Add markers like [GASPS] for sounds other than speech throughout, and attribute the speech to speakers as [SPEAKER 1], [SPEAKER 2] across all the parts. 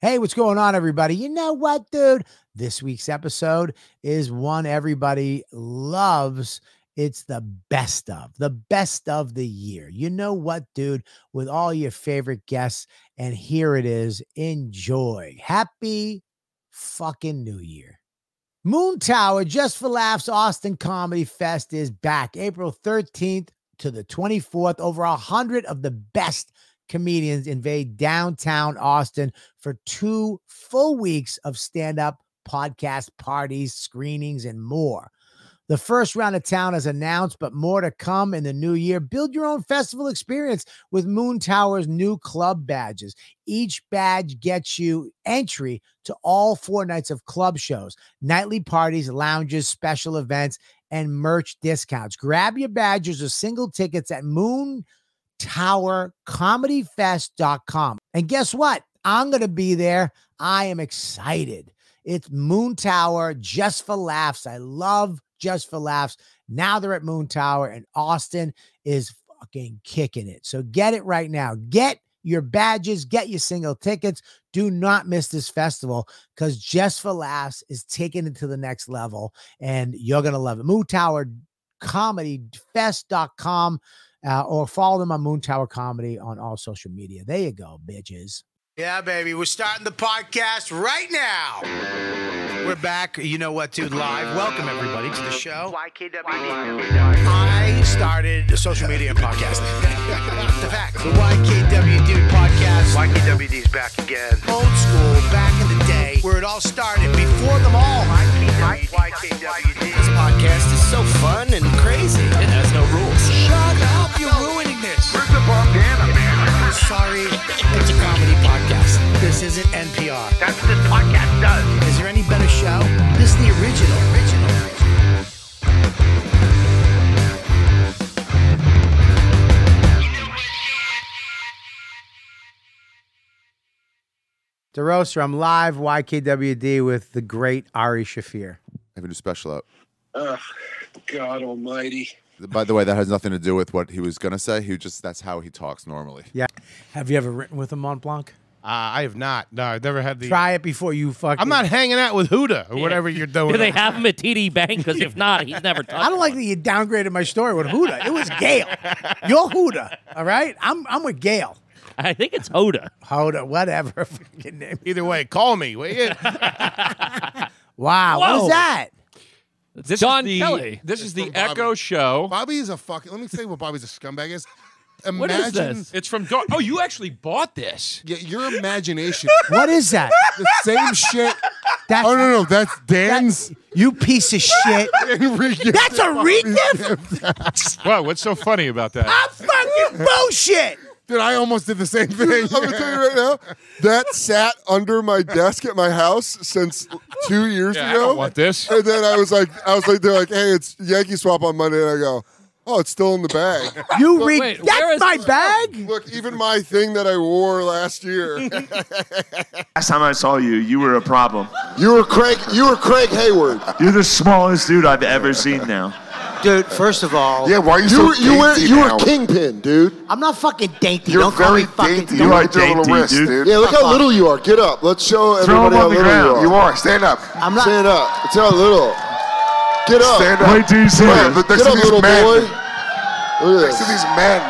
[SPEAKER 1] Hey, what's going on, everybody? You know what, dude? This week's episode is one everybody loves. It's the best of the best of the year. You know what, dude? With all your favorite guests, and here it is. Enjoy. Happy fucking New Year. Moon Tower Just for Laughs Austin Comedy Fest is back April 13th to the 24th. Over a hundred of the best comedians invade downtown Austin for two full weeks of stand up, podcast parties, screenings, and more. The first round of town is announced, but more to come in the new year. Build your own festival experience with Moon Tower's new club badges. Each badge gets you entry to all four nights of club shows, nightly parties, lounges, special events, and merch discounts. Grab your badges or single tickets at Moon towercomedyfest.com. And guess what? I'm going to be there. I am excited. It's Moon Tower just for laughs. I love just for laughs. Now they're at Moon Tower and Austin is fucking kicking it. So get it right now. Get your badges, get your single tickets. Do not miss this festival because Just for Laughs is taking it to the next level and you're going to love it. Moon Tower Comedy Fest.com uh, or follow them on Moon Tower Comedy on all social media. There you go, bitches.
[SPEAKER 2] Yeah, baby. We're starting the podcast right now. We're back. You know what, dude? Live. Welcome, everybody, to the show. I started a social media podcast. the fact. The YKWD podcast.
[SPEAKER 3] YKWD's back again.
[SPEAKER 2] Old school, back in the day, where it all started, before them all. This
[SPEAKER 3] YKWD.
[SPEAKER 2] podcast is so
[SPEAKER 4] fun and crazy. It has no rules.
[SPEAKER 2] Shut up. You're ruining this.
[SPEAKER 3] Where's the bandana, man?
[SPEAKER 2] Sorry. It's a comedy podcast. This isn't NPR.
[SPEAKER 3] That's what this podcast does.
[SPEAKER 2] Is there any better show? This is the original. Original.
[SPEAKER 1] DeRosa, I'm live YKWD with the great Ari Shafir.
[SPEAKER 5] have a new special out.
[SPEAKER 6] Ugh, God Almighty!
[SPEAKER 5] By the way, that has nothing to do with what he was gonna say. He just that's how he talks normally.
[SPEAKER 1] Yeah. Have you ever written with him Mont Blanc?
[SPEAKER 7] Uh, I have not. No, I've never had the.
[SPEAKER 1] Try it before you fucking.
[SPEAKER 7] I'm not hanging out with Huda or whatever you're
[SPEAKER 4] [LAUGHS]
[SPEAKER 7] doing.
[SPEAKER 4] Do they have him at TD Bank? Because if not, he's
[SPEAKER 7] [LAUGHS]
[SPEAKER 4] never touched.
[SPEAKER 1] I don't like that you downgraded my story with Huda. It was Gail. You're Huda. All right. I'm I'm with Gail.
[SPEAKER 4] I think it's Hoda.
[SPEAKER 1] Huda, whatever fucking name.
[SPEAKER 7] Either way, call me. will you?
[SPEAKER 1] Wow. What
[SPEAKER 4] Whoa.
[SPEAKER 1] was that?
[SPEAKER 8] This is
[SPEAKER 4] Don
[SPEAKER 8] the,
[SPEAKER 4] Kelly.
[SPEAKER 8] This is the
[SPEAKER 7] from Bobby.
[SPEAKER 8] Echo Show.
[SPEAKER 7] Bobby is a fucking. Let me tell you what Bobby's a scumbag is. Imagine
[SPEAKER 4] What is this?
[SPEAKER 8] It's from Don. Oh, you actually bought this.
[SPEAKER 5] Yeah, your imagination.
[SPEAKER 1] What is that?
[SPEAKER 5] [LAUGHS] the same shit.
[SPEAKER 1] That's
[SPEAKER 5] Oh no, no, that's Dan's.
[SPEAKER 1] you piece of [LAUGHS]
[SPEAKER 5] [LAUGHS]
[SPEAKER 1] shit.
[SPEAKER 5] Enrique. [LAUGHS]
[SPEAKER 1] That's a rediff.
[SPEAKER 8] Wow, what's so funny about that?
[SPEAKER 1] I'm fucking bullshit.
[SPEAKER 5] Dude, I almost did the same thing. [LAUGHS] I'm gonna tell you right now. That sat under my desk at my house since two years
[SPEAKER 8] Yeah, I
[SPEAKER 5] ago.
[SPEAKER 8] don't want this.
[SPEAKER 5] And then I was like, I was like, they're like, hey, it's Yankee swap on Monday, and I go, oh, it's still in the bag.
[SPEAKER 1] You re-
[SPEAKER 8] wait, where
[SPEAKER 1] That's
[SPEAKER 8] is-
[SPEAKER 1] my bag.
[SPEAKER 5] Look, even my thing that I wore last year. [LAUGHS]
[SPEAKER 9] Last time I saw you, you were a problem.
[SPEAKER 5] You were Craig. You were Craig Hayward.
[SPEAKER 9] You're the smallest dude I've ever seen now.
[SPEAKER 2] Dude, first of all,
[SPEAKER 10] Yeah, why are you,
[SPEAKER 5] You
[SPEAKER 10] so
[SPEAKER 5] were you were
[SPEAKER 10] dainty
[SPEAKER 5] you
[SPEAKER 10] now?
[SPEAKER 5] were kingpin, dude.
[SPEAKER 1] I'm not fucking dainty.
[SPEAKER 10] You're
[SPEAKER 1] Don't call
[SPEAKER 10] very
[SPEAKER 1] me fucking
[SPEAKER 10] dainty.
[SPEAKER 9] You are
[SPEAKER 10] You are your little
[SPEAKER 9] dainty,
[SPEAKER 10] wrist,
[SPEAKER 9] dude.
[SPEAKER 10] dude.
[SPEAKER 5] Yeah, look how little you are. Get up. Let's show
[SPEAKER 9] Throw
[SPEAKER 5] everybody
[SPEAKER 9] him
[SPEAKER 5] how
[SPEAKER 9] on the
[SPEAKER 5] little you are.
[SPEAKER 9] ground.
[SPEAKER 10] You are. Stand up.
[SPEAKER 1] I'm not.
[SPEAKER 5] Stand up. It's how little. Get up.
[SPEAKER 10] Stand up.
[SPEAKER 9] Wait till you see
[SPEAKER 10] Come
[SPEAKER 9] it.
[SPEAKER 10] on, look next
[SPEAKER 5] Get
[SPEAKER 10] to
[SPEAKER 5] up, little
[SPEAKER 10] these men.
[SPEAKER 5] boy. Look at
[SPEAKER 10] Next to
[SPEAKER 5] this.
[SPEAKER 10] these men.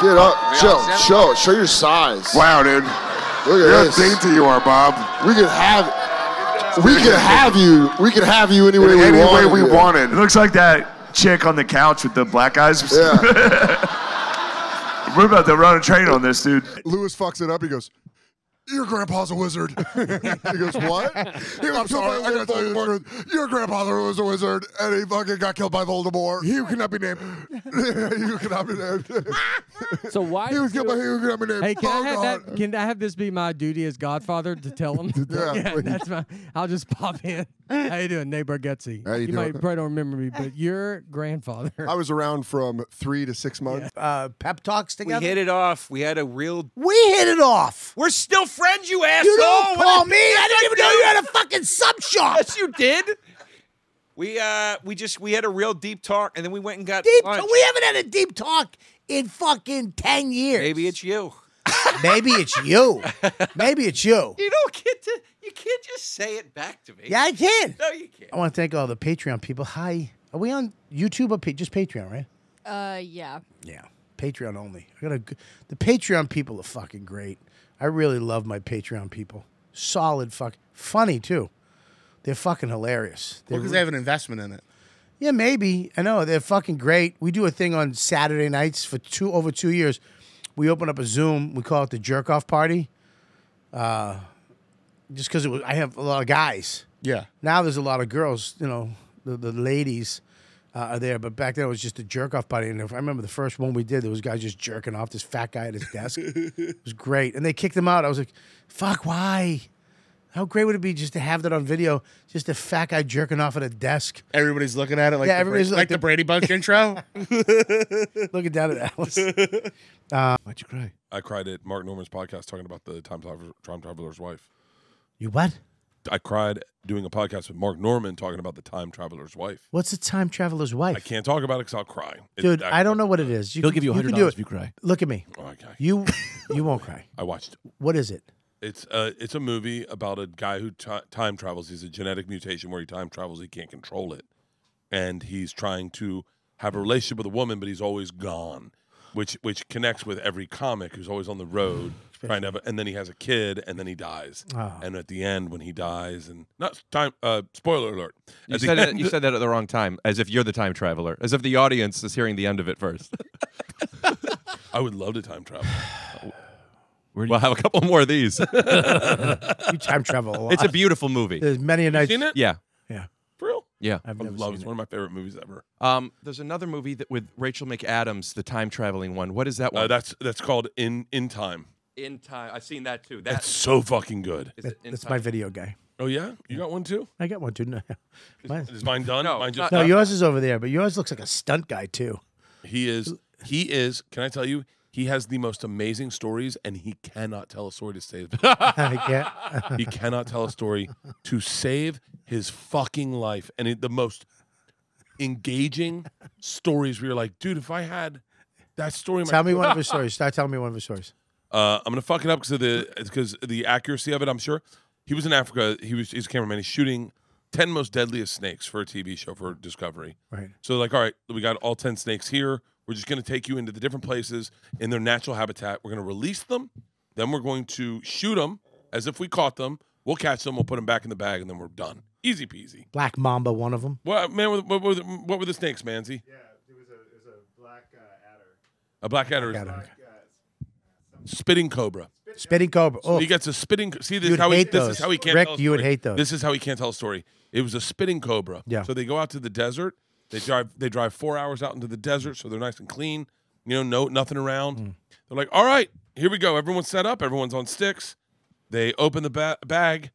[SPEAKER 5] Get up. Show. Show. Show your size.
[SPEAKER 10] Wow, dude.
[SPEAKER 5] Look
[SPEAKER 10] You're
[SPEAKER 5] at
[SPEAKER 10] how
[SPEAKER 5] this.
[SPEAKER 10] dainty you are, Bob.
[SPEAKER 5] We could have. We could have you. We could have you any way we
[SPEAKER 10] Any way
[SPEAKER 5] wanted
[SPEAKER 10] we
[SPEAKER 5] you.
[SPEAKER 9] It
[SPEAKER 10] wanted.
[SPEAKER 9] looks like that chick on the couch with the black eyes.
[SPEAKER 5] Yeah.
[SPEAKER 9] [LAUGHS] We're about to run a train on this, dude.
[SPEAKER 5] Lewis fucks it up. He goes. Your grandpa's a [LAUGHS] wizard. he goes, what? I'm sorry, I gotta tell you the truth. Your grandpa was a wizard, and he fucking got killed by Voldemort. He cannot be named. [LAUGHS] you cannot be named. [LAUGHS]
[SPEAKER 11] So why?
[SPEAKER 5] he was killed by. He cannot be named.
[SPEAKER 11] hey, can
[SPEAKER 5] oh,
[SPEAKER 11] I have
[SPEAKER 5] God.
[SPEAKER 11] that? Can I have this be my duty as godfather to tell him?
[SPEAKER 5] [LAUGHS] Yeah, please.
[SPEAKER 11] that's my. I'll just pop in. How you
[SPEAKER 5] [LAUGHS]
[SPEAKER 11] doing, neighbor Gutsy?
[SPEAKER 5] How you doing?
[SPEAKER 11] might probably don't remember me, but your grandfather.
[SPEAKER 5] I was around from three to six months.
[SPEAKER 1] Uh, pep talks
[SPEAKER 8] We
[SPEAKER 1] together.
[SPEAKER 8] hit it off. We had a real.
[SPEAKER 1] We hit it off.
[SPEAKER 8] We're still friends, you asshole.
[SPEAKER 1] You don't
[SPEAKER 8] What
[SPEAKER 1] call
[SPEAKER 8] the-
[SPEAKER 1] me. I didn't even know you had a fucking sub shop.
[SPEAKER 8] Yes, you did. We uh, we just we had a real deep talk, and then we went and got
[SPEAKER 1] Deep.
[SPEAKER 8] lunch.
[SPEAKER 1] We haven't had a deep talk in fucking ten years.
[SPEAKER 8] Maybe it's you.
[SPEAKER 1] Maybe it's
[SPEAKER 8] [LAUGHS]
[SPEAKER 1] you. Maybe it's you.
[SPEAKER 8] You don't get to. You can't just say it back to me.
[SPEAKER 1] Yeah, I can.
[SPEAKER 8] No, you can't.
[SPEAKER 1] I want to thank all the Patreon people. Hi. Are we on YouTube or pa- just Patreon, right?
[SPEAKER 12] Uh, yeah.
[SPEAKER 1] Yeah. Patreon only. I got to The Patreon people are fucking great. I really love my Patreon people. Solid fuck funny too. They're fucking hilarious.
[SPEAKER 13] Because
[SPEAKER 1] They're
[SPEAKER 13] they have an investment in it.
[SPEAKER 1] Yeah, maybe. I know they're fucking great. We do a thing on Saturday nights for two over two years. We open up a Zoom. We call it the jerk off party. Uh, just because it was, I have a lot of guys.
[SPEAKER 13] Yeah.
[SPEAKER 1] Now there's a lot of girls. You know, the the ladies uh, are there, but back then it was just a jerk off party. And if I remember the first one we did, there was guys just jerking off this fat guy at his
[SPEAKER 14] [LAUGHS]
[SPEAKER 1] desk. it was great, and they kicked him out. I was like, "Fuck, why?" How great would it be just to have that on video? Just a fat guy jerking off at a desk.
[SPEAKER 13] Everybody's looking at it like
[SPEAKER 1] Yeah,
[SPEAKER 13] the Bra-
[SPEAKER 1] everybody's
[SPEAKER 13] like,
[SPEAKER 1] like
[SPEAKER 13] the,
[SPEAKER 1] the-
[SPEAKER 13] Brady
[SPEAKER 1] [LAUGHS]
[SPEAKER 13] Bunch intro.
[SPEAKER 1] Looking down at Alice. Uh,
[SPEAKER 14] Why'd you cry? I cried at Mark Norman's podcast talking about the time traveler, time traveler's wife.
[SPEAKER 1] you what?
[SPEAKER 14] I cried doing a podcast with Mark Norman talking about the time traveler's wife.
[SPEAKER 1] What's a time traveler's
[SPEAKER 14] I
[SPEAKER 1] wife?
[SPEAKER 14] can't talk about it because I'll cry. It's
[SPEAKER 1] Dude,
[SPEAKER 14] that- Oh,
[SPEAKER 1] I don't know what it is.
[SPEAKER 14] He'll
[SPEAKER 1] can-
[SPEAKER 14] give you
[SPEAKER 1] can do
[SPEAKER 14] $100
[SPEAKER 1] it.
[SPEAKER 14] if you cry.
[SPEAKER 1] Look at me.
[SPEAKER 14] Okay. [LAUGHS]
[SPEAKER 1] You you won't cry.
[SPEAKER 14] I watched. it.
[SPEAKER 1] What is it?
[SPEAKER 14] It's uh, it's a movie about a guy who ti time travels. He's a genetic mutation where he time travels. He can't control it, and he's trying to have a relationship with a woman, but he's always gone, which which connects with every comic who's always on the road trying to have. A, and then he has a kid, and then he dies.
[SPEAKER 1] Oh.
[SPEAKER 14] And at the end, when he dies, and not time. Uh, spoiler alert.
[SPEAKER 15] You
[SPEAKER 14] At the
[SPEAKER 15] said, it,
[SPEAKER 14] end-
[SPEAKER 15] you said that at the wrong time, as if you're the time traveler, as if the audience is hearing the end of it
[SPEAKER 1] [LAUGHS]
[SPEAKER 15] first.
[SPEAKER 14] [LAUGHS] I would love to time travel.
[SPEAKER 15] we'll have a couple more of
[SPEAKER 1] [LAUGHS]
[SPEAKER 15] these. you
[SPEAKER 1] time travel a
[SPEAKER 15] [LAUGHS]
[SPEAKER 1] lot.
[SPEAKER 15] It's a beautiful movie.
[SPEAKER 1] There's many a night.
[SPEAKER 14] seen it?
[SPEAKER 15] Yeah.
[SPEAKER 1] Yeah.
[SPEAKER 14] For real?
[SPEAKER 15] [SIGHS] Yeah.
[SPEAKER 1] I've
[SPEAKER 14] I love it. It's one of my favorite movies ever.
[SPEAKER 15] Um, there's another movie that with Rachel McAdams, the time traveling one. What is that one?
[SPEAKER 14] Uh, that's that's called in in time.
[SPEAKER 15] In time. I've seen that too.
[SPEAKER 14] That's so fucking good.
[SPEAKER 1] That- that's my video guy.
[SPEAKER 14] Oh yeah, you got one too.
[SPEAKER 1] I got one too. [LAUGHS] No, Mine-
[SPEAKER 14] Is mine done? No, mine just
[SPEAKER 1] no yours is over there, but yours looks like a stunt guy too.
[SPEAKER 14] He is. He is. Can I tell you? He has the most amazing stories, and he cannot tell a story to save.
[SPEAKER 1] I can't.
[SPEAKER 14] he cannot tell a story to save his fucking life, and it, the most engaging stories. Where you're like, dude, if I had that story, in my
[SPEAKER 1] Tell
[SPEAKER 14] [LAUGHS]
[SPEAKER 1] me one of his stories. Start telling me one of his stories.
[SPEAKER 14] Uh, I'm gonna fuck it up because of the because the accuracy of it. I'm sure he was in Africa. He was he's a cameraman. He's shooting ten most deadliest snakes for a TV show for Discovery.
[SPEAKER 1] Right.
[SPEAKER 14] So like, all right, we got all ten snakes here. We're just gonna take you into the different places in their natural habitat. We're gonna release them. Then we're going to shoot them as if we caught them. We'll catch them. We'll put them back in the bag, and then we're done. Easy peasy.
[SPEAKER 1] Black Mamba, one of them.
[SPEAKER 14] Well, man, what, what, were the- what were the snakes, Manzi? Yeah, it was a, it was a black uh, adder. A black uh, adder. is- Spitting cobra.
[SPEAKER 1] Spitting cobra.
[SPEAKER 14] So
[SPEAKER 1] Oh,
[SPEAKER 14] he gets a spitting. See this?
[SPEAKER 1] You'd
[SPEAKER 14] how he,
[SPEAKER 1] hate
[SPEAKER 14] this
[SPEAKER 1] those.
[SPEAKER 14] is how he can't.
[SPEAKER 1] Rick,
[SPEAKER 14] tell a
[SPEAKER 1] you would
[SPEAKER 14] story.
[SPEAKER 1] hate those.
[SPEAKER 14] This is how he can't tell a story. It was a spitting cobra.
[SPEAKER 1] Yeah.
[SPEAKER 14] So they go out to the desert. They drive. They drive four hours out into the desert, so they're nice and clean. You know, no nothing around.
[SPEAKER 1] Hmm.
[SPEAKER 14] They're like, all right, here we go. Everyone's set up. Everyone's on sticks. They open the ba- bag.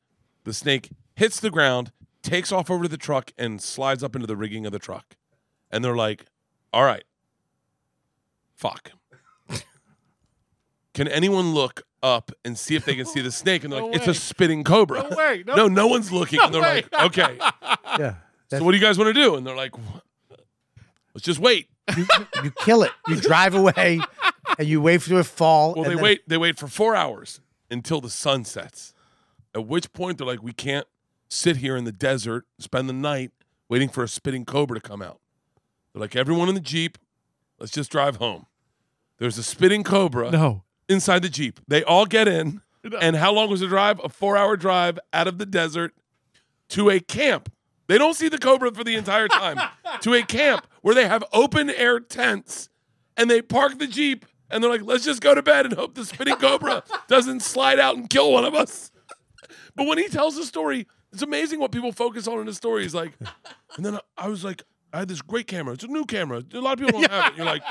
[SPEAKER 14] The snake hits the ground, takes off over to the truck, and slides up into the rigging of the truck. And they're like, all right, fuck. Can anyone look up and see if they can
[SPEAKER 13] [LAUGHS]
[SPEAKER 14] see the snake? And they're like, it's a spitting cobra.
[SPEAKER 13] No way, no-
[SPEAKER 14] No, no one's looking.
[SPEAKER 13] No
[SPEAKER 14] and they're
[SPEAKER 13] way.
[SPEAKER 14] like, okay.
[SPEAKER 1] yeah.
[SPEAKER 14] So what do you guys want to do? And they're like, "Wha- let's just wait.
[SPEAKER 1] you kill it. You
[SPEAKER 14] [LAUGHS]
[SPEAKER 1] drive away, and you wait for it to fall.
[SPEAKER 14] Well,
[SPEAKER 1] and
[SPEAKER 14] they
[SPEAKER 1] then-
[SPEAKER 14] wait. They wait for four hours until the sun sets. At which point they're like, we can't sit here in the desert, spend the night waiting for a spitting cobra to come out. They're like, everyone in the jeep, let's just drive home. There's a spitting cobra.
[SPEAKER 11] No.
[SPEAKER 14] Inside the jeep, they all get in. And how long was the drive? A four-hour drive out of the desert to a camp. They don't see the cobra for the entire
[SPEAKER 12] [LAUGHS]
[SPEAKER 14] time. to a camp where they have open air tents and they park the Jeep and they're like, let's just go to bed and hope the spitting
[SPEAKER 12] [LAUGHS]
[SPEAKER 14] cobra doesn't slide out and kill one of us. But when he tells the story, it's amazing what people focus on in the story. He's like, and then I- I was like, I had this great camera. It's a new camera. A lot of people don't have it.
[SPEAKER 12] [LAUGHS]
[SPEAKER 14] You're like,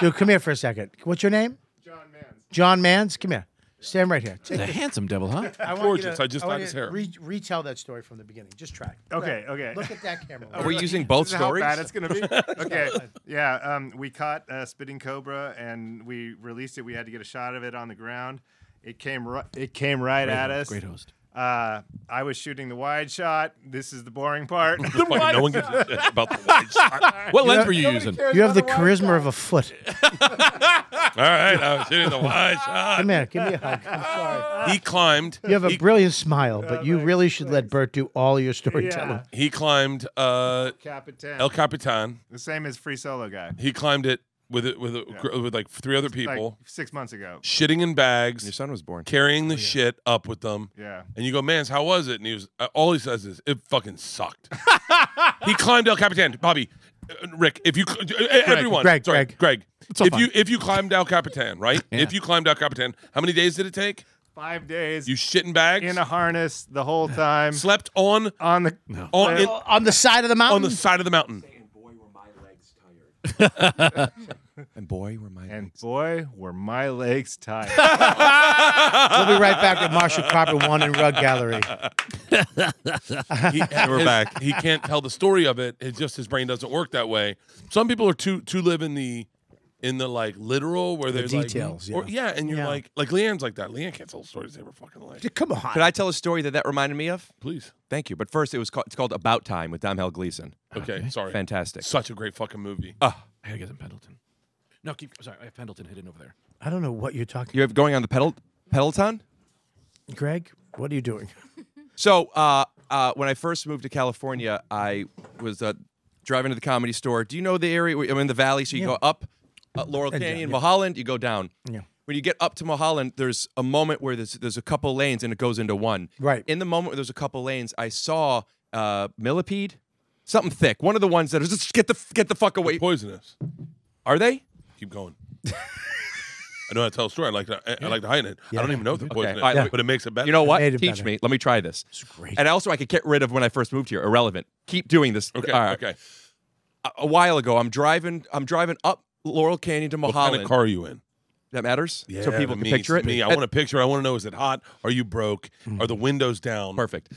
[SPEAKER 1] Dude, come here for a second. What's your name? John Mans. John Mans, come here. Stand right here.
[SPEAKER 15] He's a handsome devil, huh?
[SPEAKER 1] I want you
[SPEAKER 14] Gorgeous.
[SPEAKER 1] to-
[SPEAKER 14] I just
[SPEAKER 1] want
[SPEAKER 14] dyed
[SPEAKER 1] you
[SPEAKER 14] his
[SPEAKER 1] to
[SPEAKER 14] hair.
[SPEAKER 1] Re- retell that story from the beginning. Just [LAUGHS] try.
[SPEAKER 16] Okay,
[SPEAKER 1] Go ahead.
[SPEAKER 16] okay.
[SPEAKER 1] Look
[SPEAKER 12] [LAUGHS]
[SPEAKER 1] at
[SPEAKER 16] [LAUGHS]
[SPEAKER 1] that camera.
[SPEAKER 15] We're using both
[SPEAKER 16] this is How bad
[SPEAKER 15] stories?
[SPEAKER 16] it's gonna be?
[SPEAKER 1] [LAUGHS]
[SPEAKER 16] okay, yeah. Um, we caught a spitting cobra and we released it. We had to get a shot of it on the ground. It came right. It came right
[SPEAKER 15] Great
[SPEAKER 16] at
[SPEAKER 15] host,
[SPEAKER 16] us.
[SPEAKER 15] great host.
[SPEAKER 16] Uh, I was shooting the wide shot. This is [LAUGHS] the boring part.
[SPEAKER 14] Fucking no one gives a shit about the wide
[SPEAKER 16] [LAUGHS]
[SPEAKER 14] shot. What lens were you using?
[SPEAKER 12] You have the charisma of a foot.
[SPEAKER 14] All right, I was hitting the wide shot.
[SPEAKER 12] Come here, give me a hug.
[SPEAKER 14] [LAUGHS]
[SPEAKER 12] I'm sorry.
[SPEAKER 14] He climbed.
[SPEAKER 12] You have a
[SPEAKER 14] he,
[SPEAKER 12] brilliant smile,
[SPEAKER 15] Oh,
[SPEAKER 12] but you really should let Bert do all your
[SPEAKER 15] [LAUGHS]
[SPEAKER 12] storytelling.
[SPEAKER 14] he climbed uh,
[SPEAKER 16] Capitan.
[SPEAKER 14] El Capitan.
[SPEAKER 16] the same as Free
[SPEAKER 14] [LAUGHS]
[SPEAKER 16] Solo guy.
[SPEAKER 14] He climbed it with it with a, gr- with like three other
[SPEAKER 16] Like,
[SPEAKER 14] people.
[SPEAKER 16] six months ago.
[SPEAKER 14] Shitting in bags. Your
[SPEAKER 15] son was born.
[SPEAKER 14] Carrying the shit up with them.
[SPEAKER 16] Yeah.
[SPEAKER 14] And you go, Mans, how was it? And he was, uh, all he says is, it fucking
[SPEAKER 16] [LAUGHS]
[SPEAKER 14] sucked. he climbed El Capitan. Bobby, uh, Rick, if you, cl- uh, everyone,
[SPEAKER 12] Greg,
[SPEAKER 14] sorry,
[SPEAKER 12] Greg.
[SPEAKER 14] Greg,
[SPEAKER 12] It's all
[SPEAKER 14] if
[SPEAKER 12] fine.
[SPEAKER 14] you if you climbed El Capitan, right? If you climbed El Capitan, how many days did it take?
[SPEAKER 16] Five days.
[SPEAKER 14] You shitting bags in
[SPEAKER 16] a harness the whole time.
[SPEAKER 14] Slept on
[SPEAKER 16] on the
[SPEAKER 14] on, in-
[SPEAKER 12] on the side of the mountain.
[SPEAKER 14] On the side of the mountain.
[SPEAKER 15] and boy, were my
[SPEAKER 16] and boy, were my legs tired.
[SPEAKER 12] [LAUGHS] We'll be right back with Marshall Carpet One and Rug
[SPEAKER 2] [LAUGHS]
[SPEAKER 12] Gallery. [LAUGHS]
[SPEAKER 14] he,
[SPEAKER 12] We're
[SPEAKER 14] his-
[SPEAKER 12] back.
[SPEAKER 14] He can't tell the story of it. It's just his brain doesn't work that way. Some people are too too live in the in the like literal where
[SPEAKER 12] The
[SPEAKER 14] they're like-
[SPEAKER 12] details,
[SPEAKER 14] or-
[SPEAKER 12] yeah.
[SPEAKER 14] yeah, and you're
[SPEAKER 12] Yeah.
[SPEAKER 14] like like Leanne's like that. Leanne can't tell stories ever fucking like.
[SPEAKER 12] Come on.
[SPEAKER 15] Could I tell a story that that reminded me of?
[SPEAKER 14] Please.
[SPEAKER 15] Thank you. But first, it was called, it's called About Time with Dom Hell Gleason.
[SPEAKER 14] Okay, sorry.
[SPEAKER 15] Fantastic.
[SPEAKER 14] Such a great fucking movie.
[SPEAKER 15] Ah,
[SPEAKER 2] I gotta get some Pendleton. No, keep. Sorry, I have Pendleton hidden over there.
[SPEAKER 12] I don't know what you're talking.
[SPEAKER 15] you're going on the pedal Peloton?
[SPEAKER 12] Greg, what are you doing?
[SPEAKER 15] [LAUGHS] So uh, uh, when I first moved to California, I was uh, driving to the comedy store. Do you know the area? where- I'm in the valley, so you
[SPEAKER 12] Yeah.
[SPEAKER 15] go up uh, Laurel
[SPEAKER 12] And down,
[SPEAKER 15] Canyon,
[SPEAKER 12] yeah.
[SPEAKER 15] Mulholland, you go down.
[SPEAKER 12] Yeah.
[SPEAKER 15] When you get up to Mulholland, there's a moment where there's there's a couple lanes and it goes into one.
[SPEAKER 12] Right.
[SPEAKER 15] In the moment where there's a couple lanes, I saw uh, millipede, something thick. One of the ones that is just get the get the fuck away.
[SPEAKER 14] poisonous.
[SPEAKER 15] Are they?
[SPEAKER 14] Keep
[SPEAKER 12] [LAUGHS]
[SPEAKER 14] going. I know how to tell a story. I like to, I, I like to hide it. I don't even know if they're poisonous,
[SPEAKER 15] All right,
[SPEAKER 14] but it makes it better.
[SPEAKER 15] You know what?
[SPEAKER 14] Made it
[SPEAKER 15] Teach
[SPEAKER 14] better.
[SPEAKER 15] me. Let me try this. And also, I could get rid of when I first moved here. Irrelevant. Keep doing this.
[SPEAKER 14] Okay.
[SPEAKER 15] All right.
[SPEAKER 14] Okay.
[SPEAKER 15] A, a while ago, I'm driving. I'm driving up Laurel Canyon to
[SPEAKER 14] What
[SPEAKER 15] Mulholland.
[SPEAKER 14] kind of car are you in?
[SPEAKER 15] That matters.
[SPEAKER 14] Yeah,
[SPEAKER 15] so people
[SPEAKER 14] to
[SPEAKER 15] can
[SPEAKER 14] me,
[SPEAKER 15] picture
[SPEAKER 14] to
[SPEAKER 15] it.
[SPEAKER 14] Me, I
[SPEAKER 15] And-
[SPEAKER 14] want a picture. I want to know: is it hot? Are you broke? Are the windows down?
[SPEAKER 15] Perfect.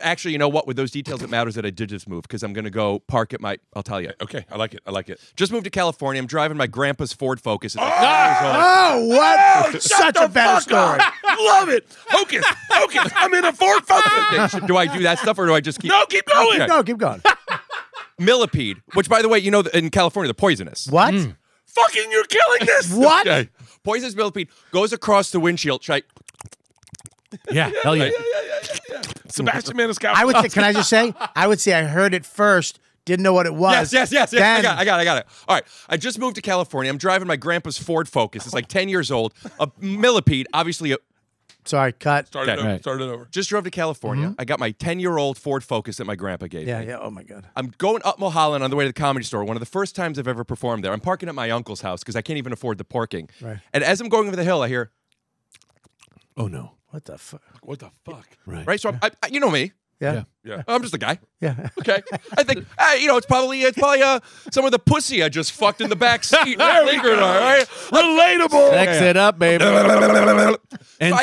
[SPEAKER 15] Actually, you know what? With those details, it matters that I did just move because I'm going to go park at my. I'll tell you.
[SPEAKER 14] Okay, I like it. I like it. Ah!
[SPEAKER 15] Just moved to California. I'm driving my grandpa's Ford Focus. It's like
[SPEAKER 12] Oh, what? Such a better story.
[SPEAKER 14] [LAUGHS] Love it. Hocus, hocus. I'm in a Ford Focus.
[SPEAKER 15] do I do that stuff or do I just keep?
[SPEAKER 14] No, keep going.
[SPEAKER 15] Okay.
[SPEAKER 12] [LAUGHS] No, keep going.
[SPEAKER 15] Millipede, which by the way, you know, in California, they're poisonous.
[SPEAKER 12] What?
[SPEAKER 14] Mm. Fucking, you're killing this.
[SPEAKER 12] [LAUGHS] What?
[SPEAKER 15] Okay. Poisonous millipede goes across the windshield. Try.
[SPEAKER 2] Yeah, hell yeah.
[SPEAKER 14] Sebastian Maniscalco.
[SPEAKER 12] I would say, can I just say? I would say I heard it first, didn't know what it was.
[SPEAKER 15] Yes, yes, yes, yes. I
[SPEAKER 12] Then
[SPEAKER 15] got, it, I got, it, I got it. All right, I just moved to California. I'm driving my grandpa's Ford Focus. It's like 10 years old. A millipede, obviously. A,
[SPEAKER 12] Sorry, cut. Mm-hmm.
[SPEAKER 14] Started
[SPEAKER 15] Okay.
[SPEAKER 14] over.
[SPEAKER 15] Right.
[SPEAKER 14] Started over.
[SPEAKER 15] just drove to California. I got my 10 year old Ford Focus that my grandpa gave
[SPEAKER 12] Yeah,
[SPEAKER 15] me.
[SPEAKER 12] yeah. Oh my god.
[SPEAKER 15] I'm going up Mulholland on the way to the comedy store. One of the first times I've ever performed there. I'm parking at my uncle's house because I can't even afford the parking.
[SPEAKER 12] Right.
[SPEAKER 15] And as I'm going over the hill, I hear
[SPEAKER 2] Oh no.
[SPEAKER 12] What the fuck?
[SPEAKER 14] What the fuck?
[SPEAKER 15] right. So I'm, I, I- you know me.
[SPEAKER 12] Yeah.
[SPEAKER 14] Yeah.
[SPEAKER 15] I'm just a guy.
[SPEAKER 12] Yeah.
[SPEAKER 15] [LAUGHS] Okay. I think hey, you know it's probably it's probably uh, some of the pussy I just fucked in the back seat.
[SPEAKER 14] There we
[SPEAKER 15] Lingered
[SPEAKER 14] go.
[SPEAKER 15] on, right?
[SPEAKER 14] Relatable.
[SPEAKER 2] Sex it up, baby.
[SPEAKER 15] So I, I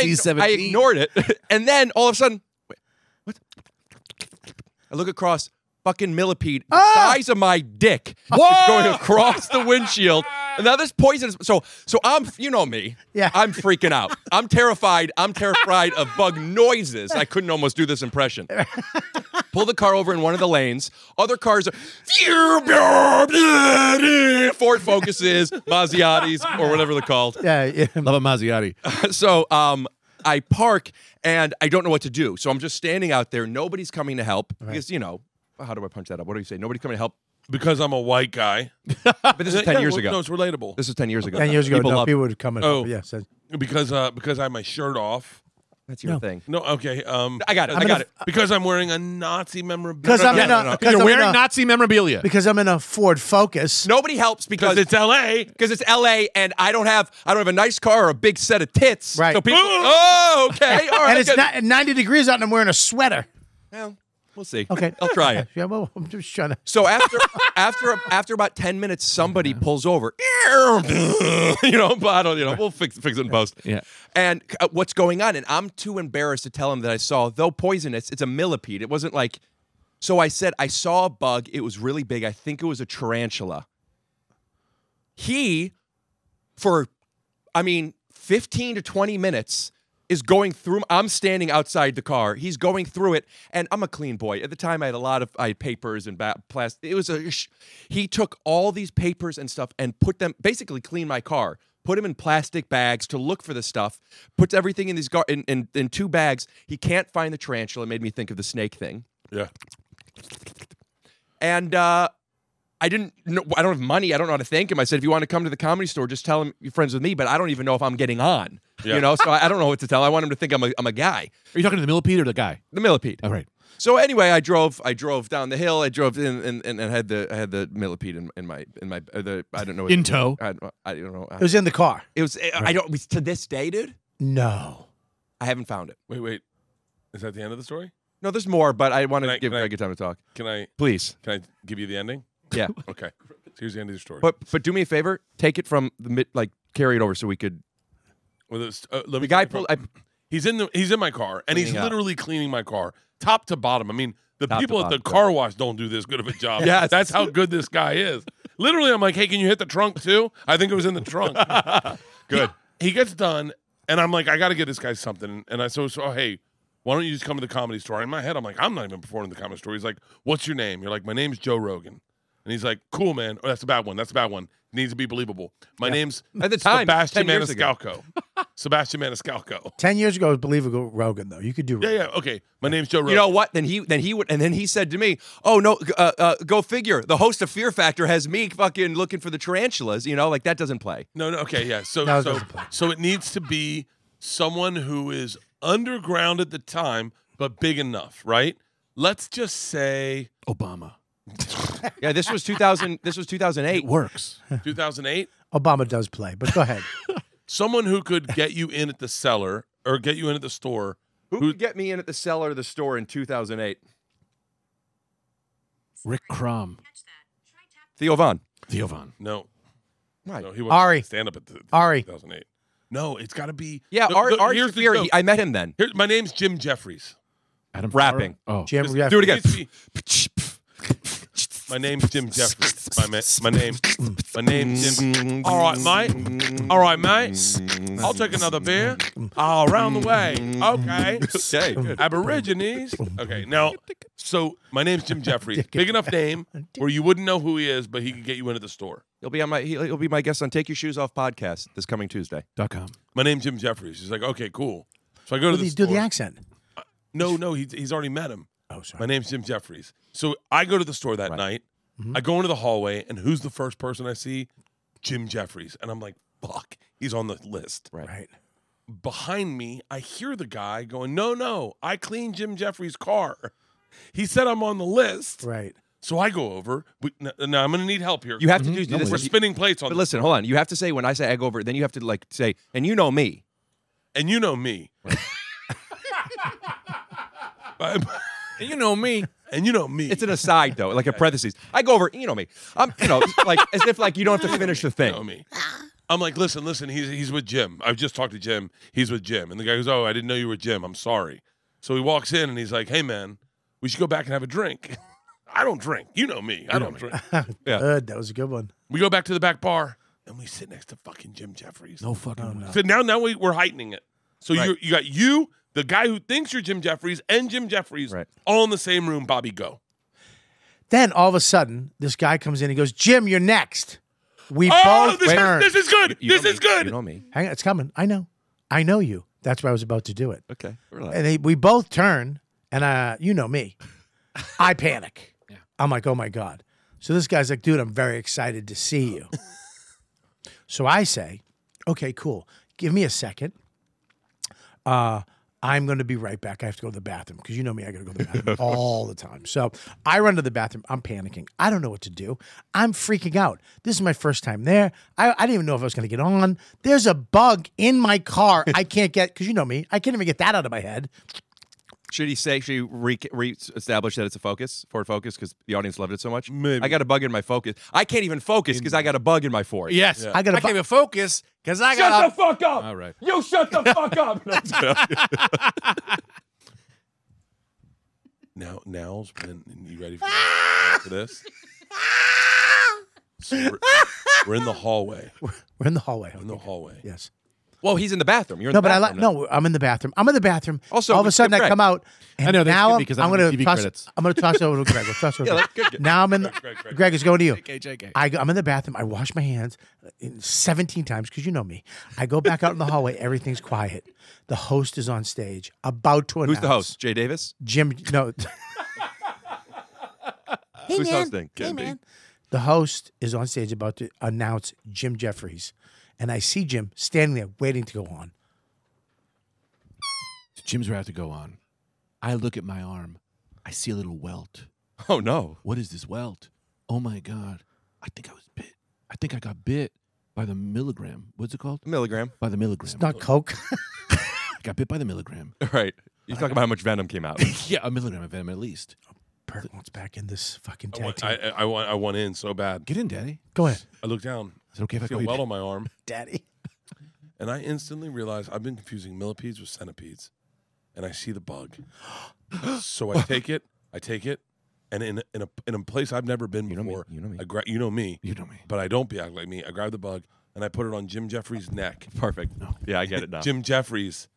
[SPEAKER 2] NC-17.
[SPEAKER 15] ignored it, [LAUGHS] and then all of a sudden, wait, what? I look across fucking millipede, the size of my dick, is going across the windshield. And now this poisonous. So, so I'm, you know me.
[SPEAKER 12] Yeah.
[SPEAKER 15] I'm freaking out. I'm terrified. I'm terrified of bug noises. I couldn't almost do this impression. Pull the car over in one of the lanes. Other cars are Ford Focuses, Maseratis, or whatever they're called
[SPEAKER 12] Yeah. yeah.
[SPEAKER 2] Love a Maserati.
[SPEAKER 15] [LAUGHS] so um I park and I don't know what to do. So I'm just standing out there. Nobody's coming to help because you know how do I punch that up? What do you say? Nobody's coming to help.
[SPEAKER 14] Because I'm a white
[SPEAKER 12] [LAUGHS]
[SPEAKER 14] guy.
[SPEAKER 15] But this is
[SPEAKER 14] Yeah,
[SPEAKER 15] ten years
[SPEAKER 14] well,
[SPEAKER 15] ago.
[SPEAKER 14] No, it's relatable.
[SPEAKER 15] This is ten years ago.
[SPEAKER 12] Ten years ago,
[SPEAKER 15] People
[SPEAKER 12] no,
[SPEAKER 15] love-
[SPEAKER 12] people would come in.
[SPEAKER 14] Oh.
[SPEAKER 12] yes. I-
[SPEAKER 14] because uh because I had my shirt off.
[SPEAKER 15] That's your
[SPEAKER 12] No.
[SPEAKER 15] thing.
[SPEAKER 14] No, okay. Um,
[SPEAKER 15] I got it.
[SPEAKER 12] I'm
[SPEAKER 15] i got
[SPEAKER 12] gonna-
[SPEAKER 15] it.
[SPEAKER 14] because I'm wearing a Nazi memorabilia.
[SPEAKER 12] Because I'm in
[SPEAKER 14] No, no,
[SPEAKER 12] a
[SPEAKER 14] no.
[SPEAKER 12] because
[SPEAKER 2] You're
[SPEAKER 12] I'm in
[SPEAKER 2] wearing
[SPEAKER 12] a,
[SPEAKER 2] Nazi memorabilia.
[SPEAKER 12] because I'm in a Ford Focus.
[SPEAKER 15] Nobody helps because
[SPEAKER 14] because it's L.A.
[SPEAKER 15] because it's L.A. and I don't have I don't have a nice car or a big set of tits.
[SPEAKER 12] Right.
[SPEAKER 15] So people. oh,
[SPEAKER 12] [LAUGHS]
[SPEAKER 15] okay. All right.
[SPEAKER 12] and it's
[SPEAKER 15] good.
[SPEAKER 12] not, 90 degrees out and I'm wearing a sweater.
[SPEAKER 15] Well, we'll see.
[SPEAKER 12] Okay.
[SPEAKER 15] I'll try it.
[SPEAKER 12] [LAUGHS] Yeah, well, I'm just trying to.
[SPEAKER 15] So after after after about ten minutes, somebody pulls over. [LAUGHS] You know, but I don't. You know, we'll fix fix it in post.
[SPEAKER 2] Yeah.
[SPEAKER 15] And uh, what's going on? And I'm too embarrassed to tell him that I saw, though poisonous. It's a millipede. It wasn't like. So I said I saw a bug. It was really big. I think it was a tarantula. He, for, I mean, fifteen to twenty minutes, is going through. I'm standing outside the car. He's going through it, and I'm a clean boy. At the time, I had a lot of I had papers and ba- plastic. It was a. sh- He took all these papers and stuff and put them basically clean my car. Put them in plastic bags to look for the stuff. Puts everything in these gar- in, in in two bags. He can't find the tarantula. It made me think of the snake thing.
[SPEAKER 14] Yeah.
[SPEAKER 15] And uh, I didn't know, I don't have money. I don't know how to thank him. I said, if you want to come to the comedy store, just tell him you're friends with me, but I don't even know if I'm getting on.
[SPEAKER 14] Yeah.
[SPEAKER 15] You know, so I, I don't know what to tell. I want him to think I'm a, I'm a guy.
[SPEAKER 2] Are you talking to the millipede or the guy?
[SPEAKER 15] The millipede.
[SPEAKER 2] All right.
[SPEAKER 15] So anyway, I drove. I drove down the hill. I drove in and, and, and had the I had the millipede in, in my in my uh, the I don't know what-
[SPEAKER 1] In tow?
[SPEAKER 15] I, don't- I don't know.
[SPEAKER 1] It was in the car.
[SPEAKER 15] It was. eh, I- I don't. it was to this day, dude.
[SPEAKER 1] No.
[SPEAKER 15] I haven't found it.
[SPEAKER 14] Wait, wait. Is that the end of the story?
[SPEAKER 15] No, there's more, but I want
[SPEAKER 14] Can
[SPEAKER 15] to
[SPEAKER 14] I-
[SPEAKER 15] give
[SPEAKER 14] can I-
[SPEAKER 15] Greg a time to talk.
[SPEAKER 14] Can I?
[SPEAKER 15] Please.
[SPEAKER 14] Can I give you the ending?
[SPEAKER 15] Yeah.
[SPEAKER 14] [LAUGHS] okay. So here's the end of the story.
[SPEAKER 15] But but do me a favor. Take it from the mid, like carry it over so we could.
[SPEAKER 14] With this- uh, let me
[SPEAKER 15] The guy
[SPEAKER 14] pull. it
[SPEAKER 15] pulled. I,
[SPEAKER 14] from- he's in the he's in my car and he's
[SPEAKER 15] Cleaning up.
[SPEAKER 14] literally cleaning my car top to bottom. I mean, the
[SPEAKER 15] Top to
[SPEAKER 14] people at the
[SPEAKER 15] bottom, yeah.
[SPEAKER 14] car wash don't do this good of a job.
[SPEAKER 15] [LAUGHS] Yes.
[SPEAKER 14] that's how good this guy is. Literally, I'm like, hey, can you hit the trunk too? I think it was in the
[SPEAKER 15] [LAUGHS]
[SPEAKER 14] trunk. good. He, he gets done, and I'm like, I got to get this guy something. And I so so oh, hey. Why don't you just come to the comedy store? In my head, I'm like, I'm not even performing at the comedy store. He's like, What's your name? You're like, My name's Joe Rogan. And he's like, Cool, man. Oh, that's a bad one. That's a bad one. It needs to be believable. My
[SPEAKER 15] Yeah.
[SPEAKER 14] name's
[SPEAKER 15] At the time,
[SPEAKER 14] Sebastian
[SPEAKER 15] 10 years ago.
[SPEAKER 14] Maniscalco.
[SPEAKER 15] [LAUGHS]
[SPEAKER 14] Sebastian Maniscalco.
[SPEAKER 1] Ten years ago, it was believable Rogan though. You could do.
[SPEAKER 14] Yeah, yeah. Okay. My name's Joe Rogan.
[SPEAKER 15] You know what? Then he then he would and then he said to me, "Oh no, g- uh, uh, go figure. The host of Fear Factor has me fucking looking for the tarantulas. You know, like that doesn't play.
[SPEAKER 14] no, no. Okay. Yeah. So,
[SPEAKER 15] No, it
[SPEAKER 14] so,
[SPEAKER 15] doesn't play.
[SPEAKER 14] so it needs to be someone who is underground at the time, but big enough, right? Let's just say
[SPEAKER 2] Obama.
[SPEAKER 15] [LAUGHS] Yeah, this was 2000. this was 2008. It
[SPEAKER 2] works. [LAUGHS]
[SPEAKER 14] 2008.
[SPEAKER 1] Obama does play, but
[SPEAKER 14] [LAUGHS]
[SPEAKER 1] go ahead.
[SPEAKER 14] Someone who could get you in at the cellar or get you in at the store.
[SPEAKER 15] Who could get me in at the cellar of the store in 2008?
[SPEAKER 2] Rick Crom.
[SPEAKER 15] Theo Vaughn.
[SPEAKER 2] Theo Von.
[SPEAKER 14] No.
[SPEAKER 15] Right.
[SPEAKER 14] No, he wasn't
[SPEAKER 1] Ari.
[SPEAKER 14] stand up at the
[SPEAKER 1] Ari.
[SPEAKER 14] 2008. No, it's got to be.
[SPEAKER 15] Yeah,
[SPEAKER 14] the-
[SPEAKER 15] Ari,
[SPEAKER 14] the-
[SPEAKER 15] Ari
[SPEAKER 14] here's the
[SPEAKER 15] Shafir.
[SPEAKER 14] joke.
[SPEAKER 15] he- I met him then.
[SPEAKER 14] Here, my name's Jim Jeffries.
[SPEAKER 2] Adam
[SPEAKER 15] Rapping.
[SPEAKER 2] Oh,
[SPEAKER 1] Jim,
[SPEAKER 14] Just
[SPEAKER 1] yeah.
[SPEAKER 15] Do it again.
[SPEAKER 14] Please be- My name's Jim Jeffries. My, ma- my name. My name's Jim. All right, mate. All right, mate. I'll take another beer. Oh, around the way. Okay.
[SPEAKER 15] Okay, good.
[SPEAKER 14] Aborigines. Okay. Now, so my name's Jim
[SPEAKER 15] [LAUGHS]
[SPEAKER 14] Jeffries. Big enough name where you wouldn't know who he is, but he could get you into the store.
[SPEAKER 15] He'll be on my. He'll, he'll be my guest on Take Your Shoes Off podcast this coming Tuesday.
[SPEAKER 2] Dot com.
[SPEAKER 14] My name's Jim Jeffries. He's like, okay, cool. So I go to
[SPEAKER 1] Well,
[SPEAKER 14] the
[SPEAKER 1] you
[SPEAKER 14] store.
[SPEAKER 1] do the accent.
[SPEAKER 14] No, no, he, he's already met him.
[SPEAKER 1] Oh,
[SPEAKER 14] My
[SPEAKER 1] sorry.
[SPEAKER 14] name's Jim Jeffries. So I go to the store that night. I go into the hallway, and who's the first person I see? Jim Jeffries. And I'm like, fuck, he's on the list.
[SPEAKER 1] Right.
[SPEAKER 14] Behind me, I hear the guy going, no, no, I cleaned Jim Jeffries' car. He said I'm on the list.
[SPEAKER 1] Right.
[SPEAKER 14] So I go over. We, now, I'm going to need help here.
[SPEAKER 15] You have to do- do this-
[SPEAKER 14] We're
[SPEAKER 15] you-
[SPEAKER 14] spinning plates on
[SPEAKER 15] Mm-hmm. But
[SPEAKER 14] this.
[SPEAKER 15] listen, hold on. You have to say when I say egg over, then you have to like say, and you know me.
[SPEAKER 14] And you know
[SPEAKER 15] [LAUGHS]
[SPEAKER 14] me. and
[SPEAKER 15] You know me.
[SPEAKER 14] you know me.
[SPEAKER 15] It's an aside though, like a parenthesis. I go over, you know me. I'm, you know, like as if like you
[SPEAKER 14] [LAUGHS]
[SPEAKER 15] don't have to finish the
[SPEAKER 14] know
[SPEAKER 15] thing.
[SPEAKER 14] me. I'm like, listen, listen, he's he's with Jim. I've just talked to Jim. He's with Jim. And the guy goes, Oh, I didn't know you were Jim. I'm sorry. So he walks in and he's like, Hey man, we should go back and have a drink. [LAUGHS] I don't drink. You know me. I don't drink.
[SPEAKER 15] Yeah.
[SPEAKER 1] Good. Uh, That was a good one.
[SPEAKER 14] We go back to the back bar and we sit next to fucking Jim Jeffries.
[SPEAKER 2] No fucking way.
[SPEAKER 14] So now now we, we're heightening it. So
[SPEAKER 15] Right.
[SPEAKER 14] you you got you, the guy who thinks you're Jim Jeffries, and Jim Jeffries
[SPEAKER 15] Right.
[SPEAKER 14] all in the same room, Bobby Go. [LAUGHS]
[SPEAKER 1] Then all of a sudden, this guy comes in. He goes, "Jim, you're next." We
[SPEAKER 14] oh,
[SPEAKER 1] both
[SPEAKER 14] this,
[SPEAKER 1] burn.
[SPEAKER 14] is, this is good.
[SPEAKER 15] You
[SPEAKER 14] this
[SPEAKER 15] know
[SPEAKER 14] is
[SPEAKER 15] me.
[SPEAKER 14] good.
[SPEAKER 15] You know me.
[SPEAKER 1] Hang on, it's coming. I know. I know you. That's why I was about to do it.
[SPEAKER 15] Okay. Relax.
[SPEAKER 1] And they, we both turn, and uh, you know me. [LAUGHS] I panic. I'm like, oh my God. So this guy's like, dude, I'm very excited to see you. so I say, okay, cool. Give me a second. Uh, I'm going to be right back. I have to go to the bathroom because you know me, I got to go to the bathroom all the time. So I run to the bathroom. I'm panicking. I don't know what to do. I'm freaking out. This is my first time there. I, I didn't even know if I was going to get on. There's a bug in my car. I can't get, because you know me, I can't even get that out of my head.
[SPEAKER 15] Should he say? Should he re- re-establish that it's a focus, Ford Focus, because the audience loved it so much?
[SPEAKER 14] Maybe.
[SPEAKER 15] I got a bug in my Focus. I can't even focus because I got a bug in my Ford.
[SPEAKER 12] Yes.
[SPEAKER 1] I got a
[SPEAKER 12] I
[SPEAKER 1] bu-
[SPEAKER 12] can't even focus because I
[SPEAKER 14] Shut
[SPEAKER 12] got.
[SPEAKER 14] the fuck up.
[SPEAKER 2] All right.
[SPEAKER 14] You shut the fuck up. [LAUGHS] now, now's when and you ready for, for this?
[SPEAKER 17] [LAUGHS]
[SPEAKER 14] So we're, we're in the hallway.
[SPEAKER 1] We're in the hallway.
[SPEAKER 14] We're in the hallway,
[SPEAKER 1] Yes.
[SPEAKER 15] Well, he's in the bathroom. You're in
[SPEAKER 1] no,
[SPEAKER 15] the
[SPEAKER 1] but I like
[SPEAKER 15] bathroom.
[SPEAKER 1] no. I'm in the bathroom. I'm in the bathroom.
[SPEAKER 15] Also,
[SPEAKER 1] all of
[SPEAKER 15] we
[SPEAKER 1] a sudden
[SPEAKER 15] skipped
[SPEAKER 1] I come
[SPEAKER 15] Greg.
[SPEAKER 1] out. And
[SPEAKER 15] I know, that's
[SPEAKER 1] now
[SPEAKER 15] good
[SPEAKER 1] I'm,
[SPEAKER 15] because
[SPEAKER 1] I'm
[SPEAKER 15] I'm in
[SPEAKER 1] gonna
[SPEAKER 15] TV
[SPEAKER 1] toss,
[SPEAKER 15] credits.
[SPEAKER 1] I'm gonna toss it over to Greg.
[SPEAKER 15] [LAUGHS]
[SPEAKER 1] We'll toss it over.
[SPEAKER 15] Yeah,
[SPEAKER 1] to
[SPEAKER 15] that's
[SPEAKER 1] Greg.
[SPEAKER 15] good, good.
[SPEAKER 1] Now I'm in. the,
[SPEAKER 15] Greg, Greg,
[SPEAKER 1] Greg is going to you.
[SPEAKER 15] JK, JK.
[SPEAKER 1] I, go- I'm in the bathroom. I wash my hands uh, 17 times because you know me. I go back out in the hallway. Everything's quiet. The host is on stage, about to announce.
[SPEAKER 15] Who's the host? Jay Davis?
[SPEAKER 1] Jim. No. [LAUGHS] Hey,
[SPEAKER 15] Who's
[SPEAKER 1] man.
[SPEAKER 15] hosting?
[SPEAKER 1] Hey,
[SPEAKER 15] Can be.
[SPEAKER 1] man. The host is on stage about to announce Jim Jeffries, and I see Jim standing there waiting to go on.
[SPEAKER 17] Jim's about to go on. I look at my arm. I see a little welt.
[SPEAKER 15] Oh no!
[SPEAKER 17] What is this welt? Oh my god! I think I was bit. I think I got bit by the milligram. What's it called?
[SPEAKER 15] Milligram.
[SPEAKER 17] By the milligram.
[SPEAKER 1] Not Coke. [LAUGHS]
[SPEAKER 17] got bit by the milligram.
[SPEAKER 15] [LAUGHS] Right. You're talking about how much venom came out.
[SPEAKER 17] [LAUGHS] yeah, a milligram of venom at least.
[SPEAKER 1] Bert wants back in this fucking
[SPEAKER 14] I
[SPEAKER 1] tag
[SPEAKER 14] want,
[SPEAKER 1] team.
[SPEAKER 14] I, I want I want in so bad.
[SPEAKER 17] Get in, Daddy.
[SPEAKER 1] Go ahead.
[SPEAKER 14] I look down.
[SPEAKER 17] Is it okay if I
[SPEAKER 14] see a
[SPEAKER 17] call you
[SPEAKER 14] welt
[SPEAKER 17] Dad-
[SPEAKER 14] on my
[SPEAKER 17] [LAUGHS]
[SPEAKER 14] arm?
[SPEAKER 1] Daddy.
[SPEAKER 14] And I instantly realize I've been confusing millipedes with centipedes. And I see the bug. so I take it. I take it. And in, in, a, in a place I've never been before, you know me. I gra- you know me.
[SPEAKER 17] You know me.
[SPEAKER 14] But I don't be act like me. I grab the bug and I put it on Jim Jeffries' neck.
[SPEAKER 15] Perfect. Yeah, I get it now.
[SPEAKER 14] Jim Jeffries,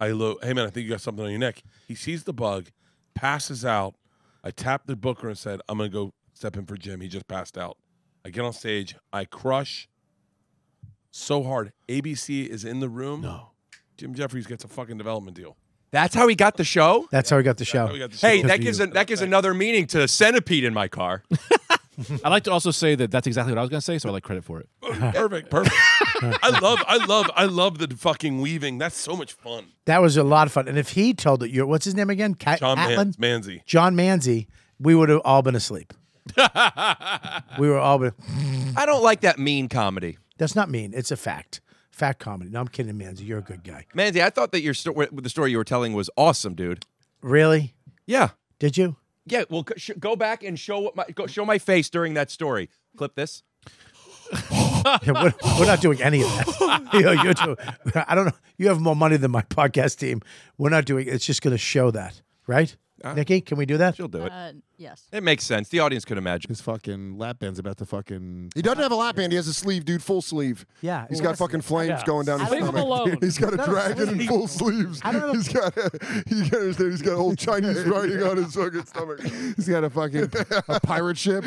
[SPEAKER 14] I lo- hey man, I think you got something on your neck. He sees the bug, passes out. I tapped the booker and said, I'm gonna go step in for Jim. He just passed out. I get on stage, I crush so hard. ABC is in the room. No. Jim Jeffries gets a fucking development deal.
[SPEAKER 15] That's how he got the show.
[SPEAKER 1] That's how we got the show.
[SPEAKER 14] how we got the show.
[SPEAKER 15] Hey,
[SPEAKER 14] Because
[SPEAKER 15] that
[SPEAKER 14] of
[SPEAKER 15] gives
[SPEAKER 14] you.
[SPEAKER 15] a, that gives another meaning to centipede in my car.
[SPEAKER 17] [LAUGHS] I like to also say that that's exactly what I was going to say, so I like credit for it.
[SPEAKER 14] [LAUGHS] Perfect, perfect. I love, I love, I love the fucking weaving. That's so much fun.
[SPEAKER 1] That was a lot of fun. And if he told it, you what's his name again? Cat-
[SPEAKER 14] John
[SPEAKER 1] Catlin?
[SPEAKER 14] Man- Manzi.
[SPEAKER 1] John Manzi. We would have all
[SPEAKER 14] [LAUGHS]
[SPEAKER 1] been asleep. we were all been.
[SPEAKER 15] [LAUGHS] I don't like that mean comedy.
[SPEAKER 1] That's not mean. It's a fact. Fact comedy. No, I'm kidding, Manzi. You're a good guy.
[SPEAKER 15] Manzi, I thought that your sto- wh- the story you were telling was awesome, dude.
[SPEAKER 1] Really?
[SPEAKER 15] Yeah.
[SPEAKER 1] Did you?
[SPEAKER 15] Yeah, well, c- sh- go back and show what my go, show my face during that story. Clip this.
[SPEAKER 1] Yeah, we're, we're not doing any of that. [LAUGHS] You know, you're doing, I don't know. You have more money than my podcast team. We're not doing. It's just going to show that, right?
[SPEAKER 10] Uh,
[SPEAKER 1] Nikki, can we do that?
[SPEAKER 15] She'll do it.
[SPEAKER 18] Uh,
[SPEAKER 12] [LAUGHS]
[SPEAKER 18] yes.
[SPEAKER 15] It makes sense. The audience could imagine.
[SPEAKER 10] His fucking lap band's about to
[SPEAKER 15] [LAUGHS]
[SPEAKER 10] fucking.
[SPEAKER 5] He doesn't have a lap band. He has a sleeve, dude, full sleeve.
[SPEAKER 1] Yeah,
[SPEAKER 5] he's
[SPEAKER 1] it
[SPEAKER 5] got
[SPEAKER 1] was-
[SPEAKER 5] fucking flames
[SPEAKER 1] yeah.
[SPEAKER 5] going down his
[SPEAKER 1] I don't- Leave him alone.
[SPEAKER 5] stomach. [LAUGHS] He's got a
[SPEAKER 1] No,
[SPEAKER 5] dragon in
[SPEAKER 1] sleeve.
[SPEAKER 5] full sleeves.
[SPEAKER 1] I don't know.
[SPEAKER 5] He's got a, [LAUGHS] you gotta understand, he's got old Chinese writing on his fucking stomach.
[SPEAKER 10] He's got a fucking a
[SPEAKER 5] [LAUGHS]
[SPEAKER 10] pirate ship.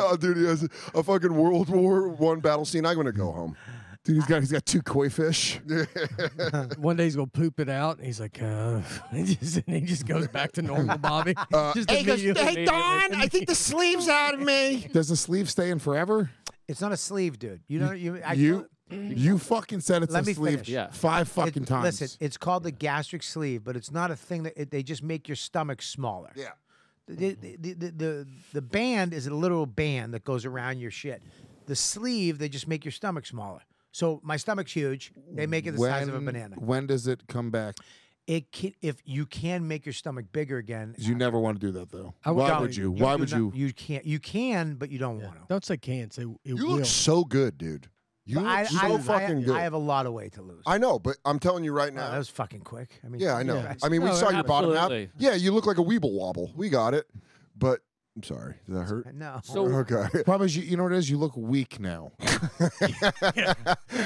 [SPEAKER 5] oh, dude, he has a fucking World War One battle scene. I'm gonna go home.
[SPEAKER 10] Dude, he's got he's got two koi
[SPEAKER 1] [LAUGHS]
[SPEAKER 10] fish.
[SPEAKER 11] One day he's gonna poop it out, and he's like, uh, [LAUGHS] and he just, and he just goes back to
[SPEAKER 5] [LAUGHS]
[SPEAKER 11] normal, Bobby.
[SPEAKER 5] Uh,
[SPEAKER 11] Just immediately-
[SPEAKER 10] the sleeve's out of me. Does the sleeve stay in forever?
[SPEAKER 1] It's not a sleeve, dude. You don't. You. I,
[SPEAKER 10] you you fucking said it's
[SPEAKER 1] Let
[SPEAKER 10] a
[SPEAKER 1] me
[SPEAKER 10] sleeve
[SPEAKER 1] finish. Yeah.
[SPEAKER 10] five
[SPEAKER 1] It-
[SPEAKER 10] fucking times.
[SPEAKER 1] Listen, it's called the gastric sleeve, but it's not a thing that it, they just make your stomach smaller.
[SPEAKER 5] Yeah.
[SPEAKER 1] The, the, the, the, the, the band is a literal band that goes around your shit. The sleeve, they just make your stomach smaller. So my stomach's huge. They make it the size of a
[SPEAKER 10] When-
[SPEAKER 1] banana.
[SPEAKER 10] When does it come back?
[SPEAKER 1] It can, if you can make your stomach bigger again.
[SPEAKER 10] 'Cause You never want to do that though.
[SPEAKER 1] I
[SPEAKER 10] Why
[SPEAKER 1] don't.
[SPEAKER 10] would you? Why
[SPEAKER 1] do
[SPEAKER 10] would
[SPEAKER 1] not-
[SPEAKER 10] you?
[SPEAKER 1] You can't. You can, but you don't want to.
[SPEAKER 11] Don't say can't. Say it
[SPEAKER 5] You
[SPEAKER 11] will.
[SPEAKER 5] look so good, dude. You
[SPEAKER 1] But
[SPEAKER 5] look
[SPEAKER 1] I,
[SPEAKER 5] so
[SPEAKER 1] I,
[SPEAKER 5] fucking
[SPEAKER 1] I,
[SPEAKER 5] good.
[SPEAKER 1] I have a lot of weight
[SPEAKER 5] [LAUGHS]
[SPEAKER 1] to lose. Oh,
[SPEAKER 5] I know, but I'm telling you right now.
[SPEAKER 1] that was fucking quick. I mean,
[SPEAKER 5] yeah, I know.
[SPEAKER 1] yeah.
[SPEAKER 5] I mean, we
[SPEAKER 1] No,
[SPEAKER 5] saw your bottom half.
[SPEAKER 1] absolutely.
[SPEAKER 5] Yeah, you look like a weeble wobble. We got it. But I'm sorry. Did that hurt?
[SPEAKER 1] No.
[SPEAKER 5] okay.
[SPEAKER 10] [LAUGHS] Problem is, you, you know what it is. You look weak now.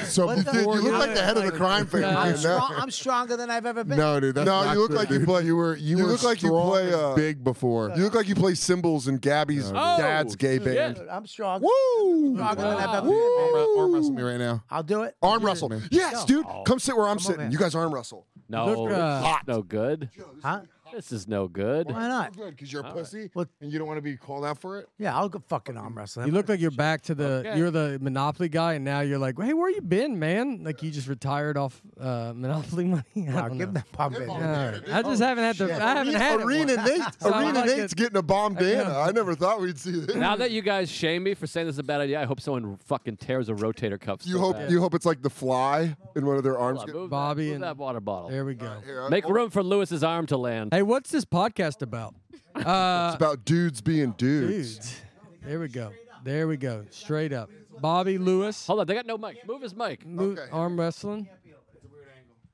[SPEAKER 10] so
[SPEAKER 1] What the-
[SPEAKER 10] before
[SPEAKER 5] you look
[SPEAKER 10] were
[SPEAKER 5] like the head of the crime family.
[SPEAKER 1] I'm,
[SPEAKER 5] man.
[SPEAKER 1] strong, I'm stronger than I've ever been.
[SPEAKER 10] [LAUGHS] No, dude. That's
[SPEAKER 5] no,
[SPEAKER 10] not
[SPEAKER 5] you look
[SPEAKER 10] good,
[SPEAKER 5] like you
[SPEAKER 10] dude.
[SPEAKER 5] play.
[SPEAKER 10] You were you,
[SPEAKER 5] you
[SPEAKER 10] were
[SPEAKER 5] look like you
[SPEAKER 10] strong
[SPEAKER 5] play
[SPEAKER 10] and
[SPEAKER 5] uh,
[SPEAKER 10] big before.
[SPEAKER 5] You look like you play cymbals in Gabby's
[SPEAKER 10] Oh,
[SPEAKER 5] dad's gay band.
[SPEAKER 1] Dude, [LAUGHS] I'm strong.
[SPEAKER 5] Woo!
[SPEAKER 1] Stronger than I've
[SPEAKER 10] Arm,
[SPEAKER 1] ever been.
[SPEAKER 10] wru- arm wrestle me right now.
[SPEAKER 1] I'll do it.
[SPEAKER 5] Arm
[SPEAKER 1] You
[SPEAKER 5] wrestle.
[SPEAKER 1] do it.
[SPEAKER 5] Yes,
[SPEAKER 1] No.
[SPEAKER 5] dude. Come sit where I'm
[SPEAKER 1] Come on,
[SPEAKER 5] sitting.
[SPEAKER 1] man.
[SPEAKER 5] You guys arm wrestle.
[SPEAKER 19] Oh. No,
[SPEAKER 5] Look,
[SPEAKER 19] it's
[SPEAKER 5] uh,
[SPEAKER 19] no good.
[SPEAKER 1] Huh?
[SPEAKER 19] This is no good.
[SPEAKER 1] Why not?
[SPEAKER 5] Good, because you're a
[SPEAKER 19] All right.
[SPEAKER 5] pussy and you don't want to be called out for it.
[SPEAKER 1] Yeah, I'll go fucking arm wrestle.
[SPEAKER 11] You
[SPEAKER 1] him.
[SPEAKER 11] look like you're back to the you're the Monopoly guy, and now you're like, hey, where you been, man? Like you just retired off uh, Monopoly money. [LAUGHS] I
[SPEAKER 1] Wow,
[SPEAKER 11] don't
[SPEAKER 1] give him
[SPEAKER 11] know.
[SPEAKER 1] that pump in.
[SPEAKER 11] Yeah. I just haven't had
[SPEAKER 5] Oh, Shit.
[SPEAKER 11] to. I haven't
[SPEAKER 5] Arena,
[SPEAKER 11] had it
[SPEAKER 5] Arena
[SPEAKER 11] once.
[SPEAKER 5] Nate.
[SPEAKER 11] [LAUGHS] So I
[SPEAKER 5] Arena
[SPEAKER 11] like
[SPEAKER 5] Nate's
[SPEAKER 11] it.
[SPEAKER 5] getting a bomb
[SPEAKER 11] know.
[SPEAKER 5] dana. I never thought we'd see this.
[SPEAKER 19] Now that you guys shame me for saying this is a bad idea, I hope someone fucking tears a rotator cuff.
[SPEAKER 5] [LAUGHS] you
[SPEAKER 19] so
[SPEAKER 5] hope
[SPEAKER 19] bad.
[SPEAKER 5] you hope it's like the fly in one of their arms.
[SPEAKER 19] Hold on,
[SPEAKER 5] Get-
[SPEAKER 19] move
[SPEAKER 11] Bobby
[SPEAKER 19] that, move
[SPEAKER 11] and-
[SPEAKER 19] that water bottle.
[SPEAKER 11] There we go.
[SPEAKER 5] here, I-
[SPEAKER 19] Make
[SPEAKER 5] oh,
[SPEAKER 19] room for Lewis's arm to land.
[SPEAKER 11] Hey, what's this podcast about?
[SPEAKER 5] It's
[SPEAKER 11] [LAUGHS] Uh,
[SPEAKER 5] about dudes being dudes.
[SPEAKER 11] dudes. There we go. There we go. Straight up. Bobby Lewis.
[SPEAKER 19] Hold on, they got no mic. Move his mic.
[SPEAKER 11] Move, Arm wrestling.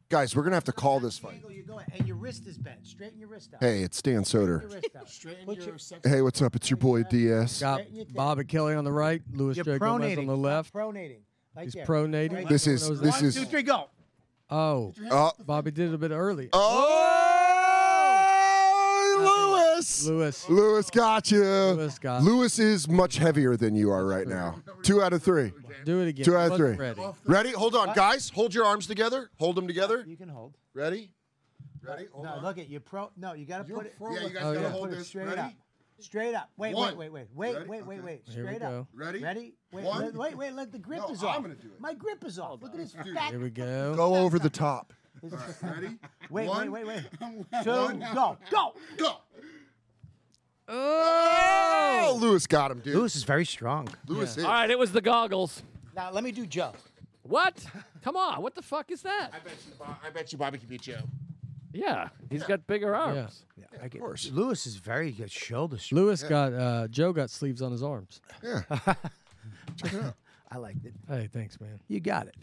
[SPEAKER 5] Guys, we're gonna have to call this fight.
[SPEAKER 1] You're going, and your wrist is bent. Straighten your wrist out.
[SPEAKER 5] Hey, it's Dan Soder.
[SPEAKER 1] Straighten your,
[SPEAKER 5] Hey, what's up? It's your boy DS.
[SPEAKER 11] Got Bobby Kelly on the right, Louis
[SPEAKER 1] You're
[SPEAKER 11] J. Gomez on
[SPEAKER 1] pronating.
[SPEAKER 11] the
[SPEAKER 1] Stop
[SPEAKER 11] left.
[SPEAKER 1] Pronating.
[SPEAKER 11] Right
[SPEAKER 5] there.
[SPEAKER 11] pronating.
[SPEAKER 5] Right This there. is- this
[SPEAKER 12] One,
[SPEAKER 5] is-
[SPEAKER 12] two, three, go.
[SPEAKER 11] Oh,
[SPEAKER 5] Oh.
[SPEAKER 11] Bobby did it a bit early.
[SPEAKER 5] Oh, Lewis.
[SPEAKER 11] Lewis.
[SPEAKER 5] Lewis got you. Lewis
[SPEAKER 11] got-
[SPEAKER 5] Lewis is much heavier than you are right now. Two out of three.
[SPEAKER 11] Do it again.
[SPEAKER 5] Two out of
[SPEAKER 11] Wasn't
[SPEAKER 5] three.
[SPEAKER 11] ready.
[SPEAKER 20] Ready? Hold on, guys. Hold your arms together. Hold them together.
[SPEAKER 1] You can hold.
[SPEAKER 20] Ready?
[SPEAKER 1] Ready? Uh, no, look at you pro. No, you got to put it.
[SPEAKER 20] pro- Yeah, you guys
[SPEAKER 1] you
[SPEAKER 20] gotta
[SPEAKER 1] gotta
[SPEAKER 20] hold
[SPEAKER 1] put it
[SPEAKER 20] this.
[SPEAKER 1] Straight
[SPEAKER 20] Ready?
[SPEAKER 1] up. Straight up. Wait,
[SPEAKER 20] One.
[SPEAKER 1] wait, wait, wait, wait,
[SPEAKER 20] Ready?
[SPEAKER 1] wait, wait, wait.
[SPEAKER 11] Here we
[SPEAKER 1] Straight
[SPEAKER 11] go.
[SPEAKER 1] up.
[SPEAKER 20] Ready?
[SPEAKER 1] Ready? Wait,
[SPEAKER 20] One.
[SPEAKER 1] wait, wait, wait. Let the grip
[SPEAKER 20] No,
[SPEAKER 1] is
[SPEAKER 20] I'm
[SPEAKER 1] off.
[SPEAKER 20] gonna do it.
[SPEAKER 1] My grip is off. Look at his fat. [LAUGHS]
[SPEAKER 11] Here we go.
[SPEAKER 5] Go over the top.
[SPEAKER 1] Ready?
[SPEAKER 20] [LAUGHS]
[SPEAKER 1] Wait,
[SPEAKER 20] One.
[SPEAKER 1] wait, wait, wait.
[SPEAKER 20] [LAUGHS] One.
[SPEAKER 1] Two, go, go,
[SPEAKER 20] go.
[SPEAKER 5] Oh, Lewis got him, dude.
[SPEAKER 1] Lewis is very strong.
[SPEAKER 5] Lewis
[SPEAKER 19] All right, it was the goggles.
[SPEAKER 1] Now let me do Joe.
[SPEAKER 19] What? Come on, what the fuck is that?
[SPEAKER 20] I bet you, Bob, I bet you Bobby can beat Joe.
[SPEAKER 1] [LAUGHS]
[SPEAKER 19] Yeah, he's got bigger arms.
[SPEAKER 1] Yeah, I get, Lewis is very good shoulder strength.
[SPEAKER 11] Lewis got uh, Joe got sleeves on his arms.
[SPEAKER 5] Yeah.
[SPEAKER 1] Check it out. [LAUGHS] I liked it.
[SPEAKER 11] [LAUGHS] Hey, thanks, man.
[SPEAKER 1] You got it.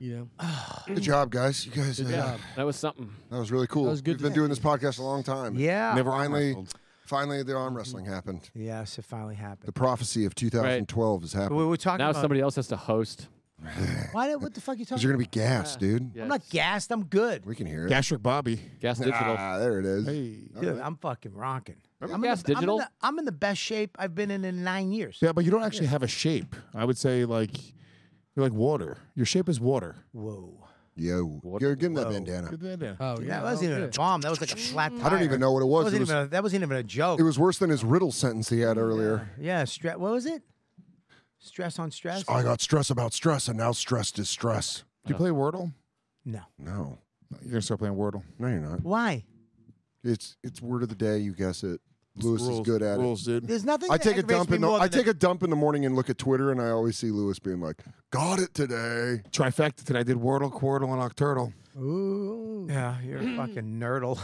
[SPEAKER 11] You know.
[SPEAKER 5] Good job, guys. You guys.
[SPEAKER 11] Good
[SPEAKER 5] uh,
[SPEAKER 11] job.
[SPEAKER 19] That was something.
[SPEAKER 5] That was really cool.
[SPEAKER 11] That was good
[SPEAKER 5] We've
[SPEAKER 11] to
[SPEAKER 5] been
[SPEAKER 11] see.
[SPEAKER 5] doing this podcast a long time.
[SPEAKER 1] Yeah.
[SPEAKER 5] Never
[SPEAKER 1] Arm
[SPEAKER 5] finally,
[SPEAKER 1] wrestled.
[SPEAKER 5] finally, the arm wrestling happened.
[SPEAKER 1] Yes, it finally happened.
[SPEAKER 5] The prophecy of 2012 has happened.
[SPEAKER 1] We were talking
[SPEAKER 19] now
[SPEAKER 1] about-
[SPEAKER 19] somebody else has to host.
[SPEAKER 1] Why? What the fuck are you talking?
[SPEAKER 5] Because you're gonna be
[SPEAKER 1] about?
[SPEAKER 5] gassed, dude.
[SPEAKER 1] I'm not gassed. I'm good.
[SPEAKER 5] We can hear it.
[SPEAKER 20] Gastric Bobby.
[SPEAKER 19] Gas Digital.
[SPEAKER 5] Ah, there it is.
[SPEAKER 1] Dude, I'm fucking rocking.
[SPEAKER 20] Remember
[SPEAKER 1] I'm in
[SPEAKER 19] Gas
[SPEAKER 1] the- I'm in
[SPEAKER 19] Digital?
[SPEAKER 1] the- I'm in the best shape I've been in in nine years.
[SPEAKER 20] Yeah, but you don't actually have a shape. I would say like you're like water. Your shape is water.
[SPEAKER 1] Whoa.
[SPEAKER 5] Yo, you're getting that bandana.
[SPEAKER 1] Oh yeah, that wasn't even a bomb. That was like a flat. Tire.
[SPEAKER 5] I don't even know what it was.
[SPEAKER 1] That
[SPEAKER 5] It
[SPEAKER 1] wasn't, even,
[SPEAKER 5] was-
[SPEAKER 1] a, that wasn't even a joke.
[SPEAKER 5] It was worse than his riddle sentence he had earlier.
[SPEAKER 1] yeah, stress. What was it? Stress on stress.
[SPEAKER 5] I got stress about stress, and now stress is stress. Uh,
[SPEAKER 20] Do you play Wordle?
[SPEAKER 1] No.
[SPEAKER 5] No,
[SPEAKER 20] You're gonna start playing Wordle.
[SPEAKER 5] no, you're not.
[SPEAKER 1] Why?
[SPEAKER 5] It's it's word of the day. You guess it. Lewis is
[SPEAKER 20] rules-
[SPEAKER 5] good at
[SPEAKER 20] rules,
[SPEAKER 5] it.
[SPEAKER 20] dude.
[SPEAKER 1] There's nothing.
[SPEAKER 5] I
[SPEAKER 1] that
[SPEAKER 5] take a
[SPEAKER 1] aggravates
[SPEAKER 5] dump
[SPEAKER 1] me
[SPEAKER 5] in the
[SPEAKER 1] more
[SPEAKER 5] I
[SPEAKER 1] than
[SPEAKER 5] take
[SPEAKER 1] a-
[SPEAKER 5] a dump in the morning and look at Twitter, and I always see Lewis being
[SPEAKER 1] [LAUGHS]
[SPEAKER 5] like, "Got it today."
[SPEAKER 20] Trifecta today. I did Wordle, Quartle, and Octurtle.
[SPEAKER 11] Ooh.
[SPEAKER 1] Yeah, you're
[SPEAKER 5] Mm.
[SPEAKER 1] a fucking nerdle.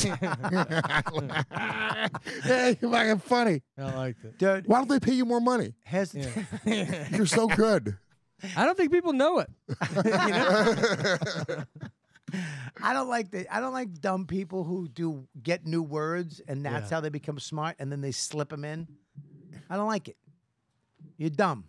[SPEAKER 20] [LAUGHS] hey, you're fucking funny.
[SPEAKER 11] I liked it.
[SPEAKER 1] Dude,
[SPEAKER 20] Why don't they pay you more money?
[SPEAKER 1] has [LAUGHS]
[SPEAKER 20] You're so good.
[SPEAKER 11] I don't think people know
[SPEAKER 1] [LAUGHS]
[SPEAKER 5] [LAUGHS]
[SPEAKER 11] it.
[SPEAKER 1] I don't like the I don't like dumb people who do get new words and that's
[SPEAKER 11] Yeah.
[SPEAKER 1] how they become smart and then they slip them in. I don't like it. You're dumb.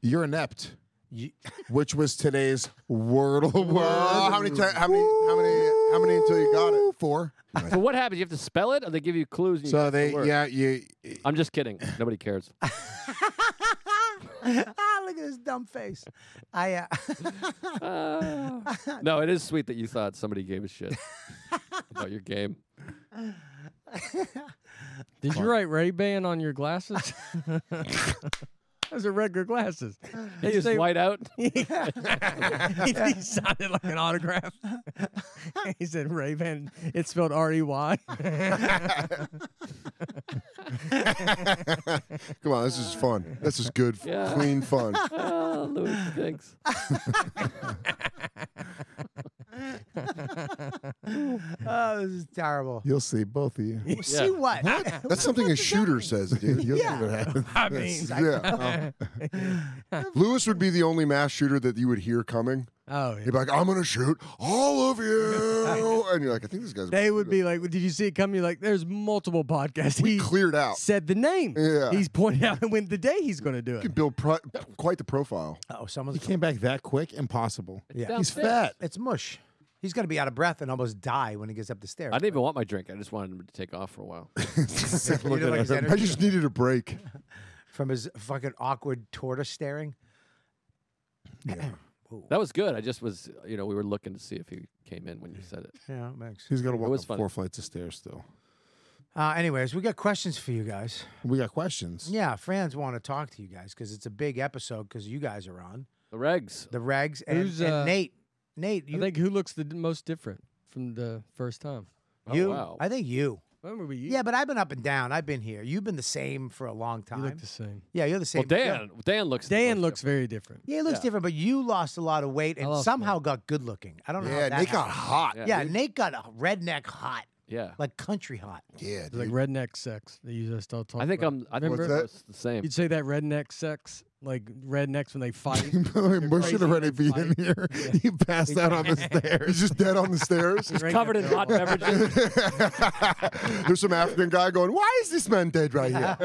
[SPEAKER 20] You're inept.
[SPEAKER 1] You-
[SPEAKER 20] Which was today's Wordle word.
[SPEAKER 5] Well, how many? T- how many? How many? How many until you got it?
[SPEAKER 20] Four.
[SPEAKER 19] So what happens? You have to spell it, or they give you clues. And you
[SPEAKER 20] So
[SPEAKER 19] guess the
[SPEAKER 20] they,
[SPEAKER 19] word?
[SPEAKER 20] yeah, you.
[SPEAKER 19] I'm just kidding. Nobody cares.
[SPEAKER 1] [LAUGHS] ah, look at his dumb face. I uh,
[SPEAKER 19] No, it is sweet that you thought somebody gave a shit about your game.
[SPEAKER 11] Did you write Ray Ban on your
[SPEAKER 1] [LAUGHS]
[SPEAKER 11] glasses? [LAUGHS] Those are regular glasses.
[SPEAKER 19] They just white
[SPEAKER 11] [LAUGHS]
[SPEAKER 19] out.
[SPEAKER 11] he, he sounded like an autograph. [LAUGHS] he said Ray Ban. It's spelled R E Y.
[SPEAKER 5] Come on, this is fun. This is good, f-
[SPEAKER 19] Yeah.
[SPEAKER 5] clean
[SPEAKER 20] [LAUGHS]
[SPEAKER 5] fun.
[SPEAKER 20] Ah,
[SPEAKER 19] Oh, Louis, thanks.
[SPEAKER 1] [LAUGHS] [LAUGHS]
[SPEAKER 20] [LAUGHS]
[SPEAKER 1] oh, this is terrible.
[SPEAKER 20] You'll see both of you.
[SPEAKER 1] See what?
[SPEAKER 11] [LAUGHS]
[SPEAKER 5] That's something a shooter says, dude. You'll
[SPEAKER 1] Yeah.
[SPEAKER 5] see what happens.
[SPEAKER 11] I mean, uh,
[SPEAKER 5] yeah.
[SPEAKER 11] [LAUGHS]
[SPEAKER 5] Oh. Lewis would be the only mass shooter that you would hear coming.
[SPEAKER 11] oh yeah.
[SPEAKER 5] He'd be like, "I'm gonna shoot all of
[SPEAKER 11] [LAUGHS]
[SPEAKER 5] you," and you're like, "I think this guy's."
[SPEAKER 11] They would be like, "Did you see it coming?" You're like, "There's multiple podcasts."
[SPEAKER 5] We
[SPEAKER 11] He
[SPEAKER 5] cleared out.
[SPEAKER 11] said the name.
[SPEAKER 5] Yeah.
[SPEAKER 11] He's pointed out when the day he's going to do
[SPEAKER 5] You
[SPEAKER 11] it.
[SPEAKER 5] could build pro- quite the profile.
[SPEAKER 1] Oh, someone's
[SPEAKER 20] Came back that quick? Impossible.
[SPEAKER 1] yeah.
[SPEAKER 20] He's fat.
[SPEAKER 1] It's mush. He's gonna be out of breath and almost die when he gets up the stairs.
[SPEAKER 19] I
[SPEAKER 1] [LAUGHS]
[SPEAKER 19] didn't even want my drink. I just wanted him to take off for a while. [LAUGHS]
[SPEAKER 1] You know, like his
[SPEAKER 5] I
[SPEAKER 1] energy
[SPEAKER 5] just needed a break.
[SPEAKER 1] [LAUGHS] from his fucking awkward tortoise staring.
[SPEAKER 19] That was good. I just was, you know, we were looking to see if he came in when you said it.
[SPEAKER 1] Yeah, it makes.
[SPEAKER 20] He's gonna
[SPEAKER 19] It
[SPEAKER 20] walk
[SPEAKER 19] was
[SPEAKER 20] up
[SPEAKER 19] funny.
[SPEAKER 20] four flights of stairs. Still,
[SPEAKER 1] [CLEARS THROAT] Uh, anyways, we got questions for you guys.
[SPEAKER 20] we got questions.
[SPEAKER 1] Yeah, fans want to talk to you guys because it's a big episode because you guys are on
[SPEAKER 19] The regs.
[SPEAKER 1] the regs and,
[SPEAKER 11] Who's,
[SPEAKER 1] and
[SPEAKER 11] uh,
[SPEAKER 1] Nate. Nate,
[SPEAKER 11] I
[SPEAKER 1] you,
[SPEAKER 11] think who looks the d- most different from the first time?
[SPEAKER 19] Oh,
[SPEAKER 1] you,
[SPEAKER 19] wow.
[SPEAKER 1] I think you.
[SPEAKER 11] Remember we?
[SPEAKER 1] Yeah, but I've been up and down. I've been here. You've been the same for a long
[SPEAKER 11] you
[SPEAKER 1] time.
[SPEAKER 11] look the same.
[SPEAKER 1] yeah, you're the same.
[SPEAKER 19] Well, Dan, Dan looks. the
[SPEAKER 11] Dan
[SPEAKER 19] most
[SPEAKER 11] looks very different.
[SPEAKER 1] Yeah, he looks
[SPEAKER 19] Yeah.
[SPEAKER 1] different, but you lost a lot of weight and
[SPEAKER 11] lost
[SPEAKER 1] somehow got good looking. I don't know.
[SPEAKER 5] Yeah,
[SPEAKER 1] how that
[SPEAKER 5] Nate got
[SPEAKER 1] happened.
[SPEAKER 5] hot.
[SPEAKER 19] Yeah,
[SPEAKER 1] Yeah,
[SPEAKER 19] dude.
[SPEAKER 1] Nate got a redneck hot,
[SPEAKER 19] different.
[SPEAKER 1] like country hot.
[SPEAKER 5] Yeah,
[SPEAKER 11] It's like
[SPEAKER 5] dude.
[SPEAKER 11] redneck sex that you just all
[SPEAKER 19] Yeah,
[SPEAKER 11] talk
[SPEAKER 19] I think
[SPEAKER 11] about.
[SPEAKER 19] I'm. I think
[SPEAKER 11] Remember?
[SPEAKER 19] we're both the same.
[SPEAKER 11] You'd say that redneck sex like rednecks when
[SPEAKER 5] [LAUGHS]
[SPEAKER 11] they fight.
[SPEAKER 5] By the way, Mush should already be in here. [LAUGHS] He passed out [LAUGHS]
[SPEAKER 11] [LAUGHS]
[SPEAKER 5] on the stairs. He's just dead on the stairs.
[SPEAKER 11] He's covered in hot
[SPEAKER 5] beverages. [LAUGHS] There's some African guy going, Why is this man dead right
[SPEAKER 11] [LAUGHS]
[SPEAKER 5] here?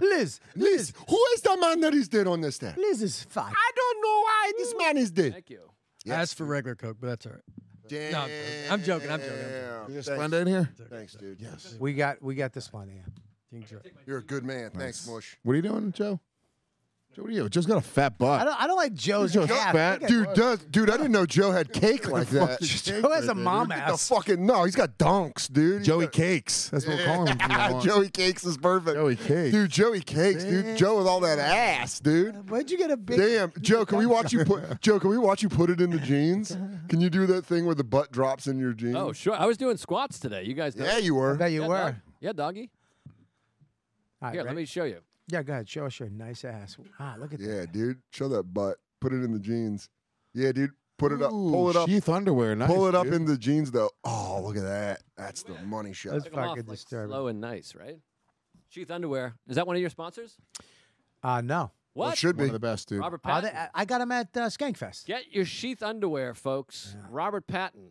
[SPEAKER 1] Liz,
[SPEAKER 5] Liz, who is the man that is dead on the stair?
[SPEAKER 1] Liz is fine.
[SPEAKER 5] I don't know why this man is dead. Thank
[SPEAKER 19] you.
[SPEAKER 11] I asked for regular Coke, but that's all right.
[SPEAKER 5] Damn.
[SPEAKER 11] No, I'm joking. I'm joking. I'm joking. I'm joking.
[SPEAKER 5] Thanks.
[SPEAKER 20] Splenda in here?
[SPEAKER 5] Thanks, dude. Yes.
[SPEAKER 1] We got we got this one here.
[SPEAKER 5] You're a good man. Thanks, Mush.
[SPEAKER 20] What are you doing, Joe? Joe, what are you? Just got a fat butt.
[SPEAKER 1] I don't I don't like Joe's
[SPEAKER 20] Joe's
[SPEAKER 1] ass.
[SPEAKER 20] fat.
[SPEAKER 1] Look at-
[SPEAKER 5] Dude does, dude. I didn't know Joe [LAUGHS] had cake like that.
[SPEAKER 1] Joe has a mom
[SPEAKER 5] Look at
[SPEAKER 1] ass.
[SPEAKER 5] The fucking no, he's got donks, dude.
[SPEAKER 20] Joey Cakes. That's what we're calling him.
[SPEAKER 5] [LAUGHS]
[SPEAKER 20] from now on.
[SPEAKER 5] Joey Cakes is perfect.
[SPEAKER 20] Joey Cakes.
[SPEAKER 5] dude. Joey Cakes, dude. Joe with all that ass, dude.
[SPEAKER 1] Where'd Uh, you get a big
[SPEAKER 5] Damn, Joe. Can we watch you put? Joe, can we watch you put it in the
[SPEAKER 1] [LAUGHS]
[SPEAKER 5] jeans? Can you do that thing where the butt drops in your jeans?
[SPEAKER 19] Oh, sure. I was doing squats today. You guys know.
[SPEAKER 5] Yeah, you were.
[SPEAKER 1] I bet you
[SPEAKER 19] yeah,
[SPEAKER 1] were.
[SPEAKER 19] dog. Yeah, doggy.
[SPEAKER 1] All right,
[SPEAKER 19] Here, let
[SPEAKER 1] ready?
[SPEAKER 19] me show you.
[SPEAKER 1] Yeah, go ahead. Show us your nice ass. Ah, look at that.
[SPEAKER 5] Yeah, dude. Show that butt. Put it in the jeans. Yeah, dude. Put it up. Pull it up.
[SPEAKER 20] Sheath underwear. Nice,
[SPEAKER 5] pull it up
[SPEAKER 20] dude.
[SPEAKER 5] in the jeans though. Oh, look at that. That's the money shot.
[SPEAKER 1] That's
[SPEAKER 19] Took 'em off,
[SPEAKER 1] fucking
[SPEAKER 19] like,
[SPEAKER 1] disturbing.
[SPEAKER 19] Slow and nice, right? Sheath Underwear. Is that one of your sponsors?
[SPEAKER 1] Uh, no.
[SPEAKER 19] What?
[SPEAKER 20] One of the best, dude.
[SPEAKER 19] Robert
[SPEAKER 1] Are they-
[SPEAKER 19] Patton.
[SPEAKER 1] I- I got him at uh, Skankfest.
[SPEAKER 19] Get your sheath underwear, folks. Robert Patton.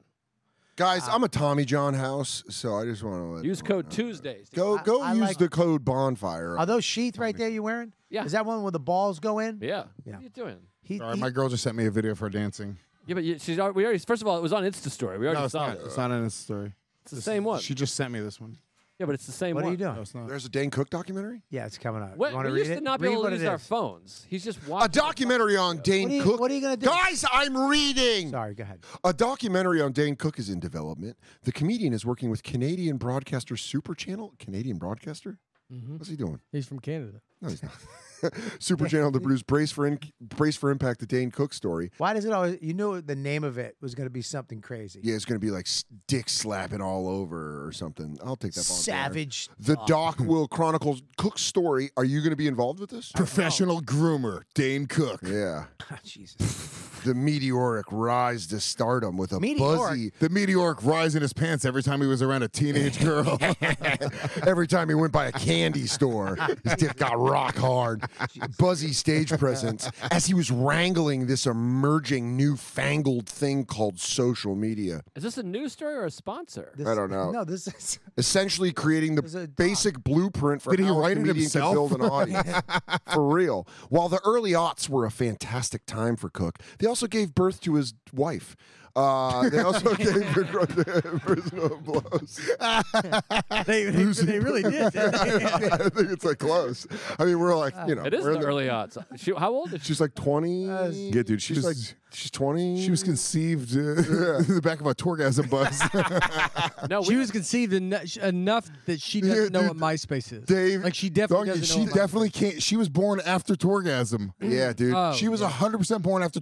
[SPEAKER 5] Guys,
[SPEAKER 1] Ah.
[SPEAKER 5] I'm a Tommy John house, so I just want to
[SPEAKER 19] Use code Tuesdays. to-
[SPEAKER 5] Go go
[SPEAKER 1] I
[SPEAKER 5] use
[SPEAKER 1] like-
[SPEAKER 5] the code bonfire.
[SPEAKER 1] Are those sheath right there you wearing?
[SPEAKER 19] Yeah.
[SPEAKER 1] Is that one where the balls go in?
[SPEAKER 19] Yeah.
[SPEAKER 1] Yeah.
[SPEAKER 19] What are you doing?
[SPEAKER 1] He,
[SPEAKER 20] Sorry,
[SPEAKER 1] he-
[SPEAKER 20] my girl just sent me a video of her dancing.
[SPEAKER 19] Yeah, but you, she's already, we already. First of all, it was on Insta story. We already
[SPEAKER 20] No, it's
[SPEAKER 19] saw
[SPEAKER 20] not.
[SPEAKER 19] it.
[SPEAKER 20] It's not in this story.
[SPEAKER 19] It's the same one.
[SPEAKER 20] She just sent me this one.
[SPEAKER 19] yeah, but it's the same
[SPEAKER 1] what are
[SPEAKER 19] one.
[SPEAKER 1] you doing?
[SPEAKER 20] No, it's not.
[SPEAKER 5] There's a Dane Cook documentary?
[SPEAKER 1] Yeah, it's coming up.
[SPEAKER 19] What,
[SPEAKER 1] you want to
[SPEAKER 19] we
[SPEAKER 1] read
[SPEAKER 19] used
[SPEAKER 1] it?
[SPEAKER 19] to not be
[SPEAKER 1] read
[SPEAKER 19] able
[SPEAKER 1] what
[SPEAKER 19] to use
[SPEAKER 1] it
[SPEAKER 19] our
[SPEAKER 1] is.
[SPEAKER 19] phones. He's just
[SPEAKER 5] A
[SPEAKER 19] watching.
[SPEAKER 5] documentary on Dane
[SPEAKER 1] What are, you,
[SPEAKER 5] Cook.
[SPEAKER 1] what are you gonna do?
[SPEAKER 5] Guys, I'm reading.
[SPEAKER 1] Sorry, go ahead.
[SPEAKER 5] A documentary on Dane Cook is in development. The comedian is working with Canadian broadcaster Super Channel. Canadian broadcaster? What's he doing?
[SPEAKER 11] He's
[SPEAKER 5] [LAUGHS]
[SPEAKER 11] from Canada.
[SPEAKER 5] No, he's not. Super Channel to produce Brace for In- Brace for Impact, the Dane Cook story.
[SPEAKER 1] Why does it always? You knew the name of it was gonna be something crazy.
[SPEAKER 5] Yeah, it's going to be like s- dick slapping all over or something. I'll take that. volunteer.
[SPEAKER 1] Savage.
[SPEAKER 5] The
[SPEAKER 1] [LAUGHS]
[SPEAKER 5] doc will chronicle Cook's story. Are you going to be involved with this?
[SPEAKER 20] Professional groomer, Dane Cook.
[SPEAKER 5] Yeah.
[SPEAKER 1] [LAUGHS] Jesus.
[SPEAKER 5] The meteoric rise to stardom with a
[SPEAKER 1] Meteoric?
[SPEAKER 5] buzzy.
[SPEAKER 20] The meteoric rise in his pants every time he was around a teenage girl.
[SPEAKER 5] [LAUGHS] Every time he went by a candy store, his dick got rock hard. Buzzy stage presence as he was wrangling this emerging newfangled thing called social media.
[SPEAKER 19] Is this a news story or a sponsor?
[SPEAKER 1] This-
[SPEAKER 5] I don't know.
[SPEAKER 1] No, this is.
[SPEAKER 5] Essentially creating
[SPEAKER 1] There's
[SPEAKER 5] the
[SPEAKER 1] a
[SPEAKER 5] basic blueprint for
[SPEAKER 20] Did he
[SPEAKER 5] how
[SPEAKER 20] write
[SPEAKER 5] a
[SPEAKER 20] it
[SPEAKER 5] comedian can
[SPEAKER 20] himself? [LAUGHS]
[SPEAKER 5] build an audience. for real. While the early aughts were a fantastic time for Cook, they also gave birth to his wife. Uh, they
[SPEAKER 11] [LAUGHS]
[SPEAKER 5] also gave [LAUGHS] her personal blows.
[SPEAKER 11] they, they, they really did.
[SPEAKER 5] [LAUGHS] I think it's like close. I mean, we're like, you know,
[SPEAKER 19] It is
[SPEAKER 5] we're
[SPEAKER 19] the
[SPEAKER 5] in the-
[SPEAKER 19] early odds. She, how old is she?
[SPEAKER 5] she's like 20.
[SPEAKER 20] yeah, dude, she
[SPEAKER 5] she's like,
[SPEAKER 20] was-
[SPEAKER 5] she's 20.
[SPEAKER 20] [LAUGHS] she was conceived uh, in the back of a tourgasm bus.
[SPEAKER 19] No,
[SPEAKER 11] She
[SPEAKER 19] we,
[SPEAKER 11] was conceived en- enough that she doesn't
[SPEAKER 5] Yeah,
[SPEAKER 11] know
[SPEAKER 5] dude.
[SPEAKER 11] what MySpace is.
[SPEAKER 5] Dave,
[SPEAKER 11] like she definitely
[SPEAKER 20] Doggy,
[SPEAKER 11] doesn't
[SPEAKER 20] she
[SPEAKER 11] know. what MySpace
[SPEAKER 20] definitely can't. She was born after tourgasm.
[SPEAKER 1] Mm.
[SPEAKER 5] yeah, dude.
[SPEAKER 11] Oh,
[SPEAKER 20] she was
[SPEAKER 11] yeah.
[SPEAKER 20] hundred percent born after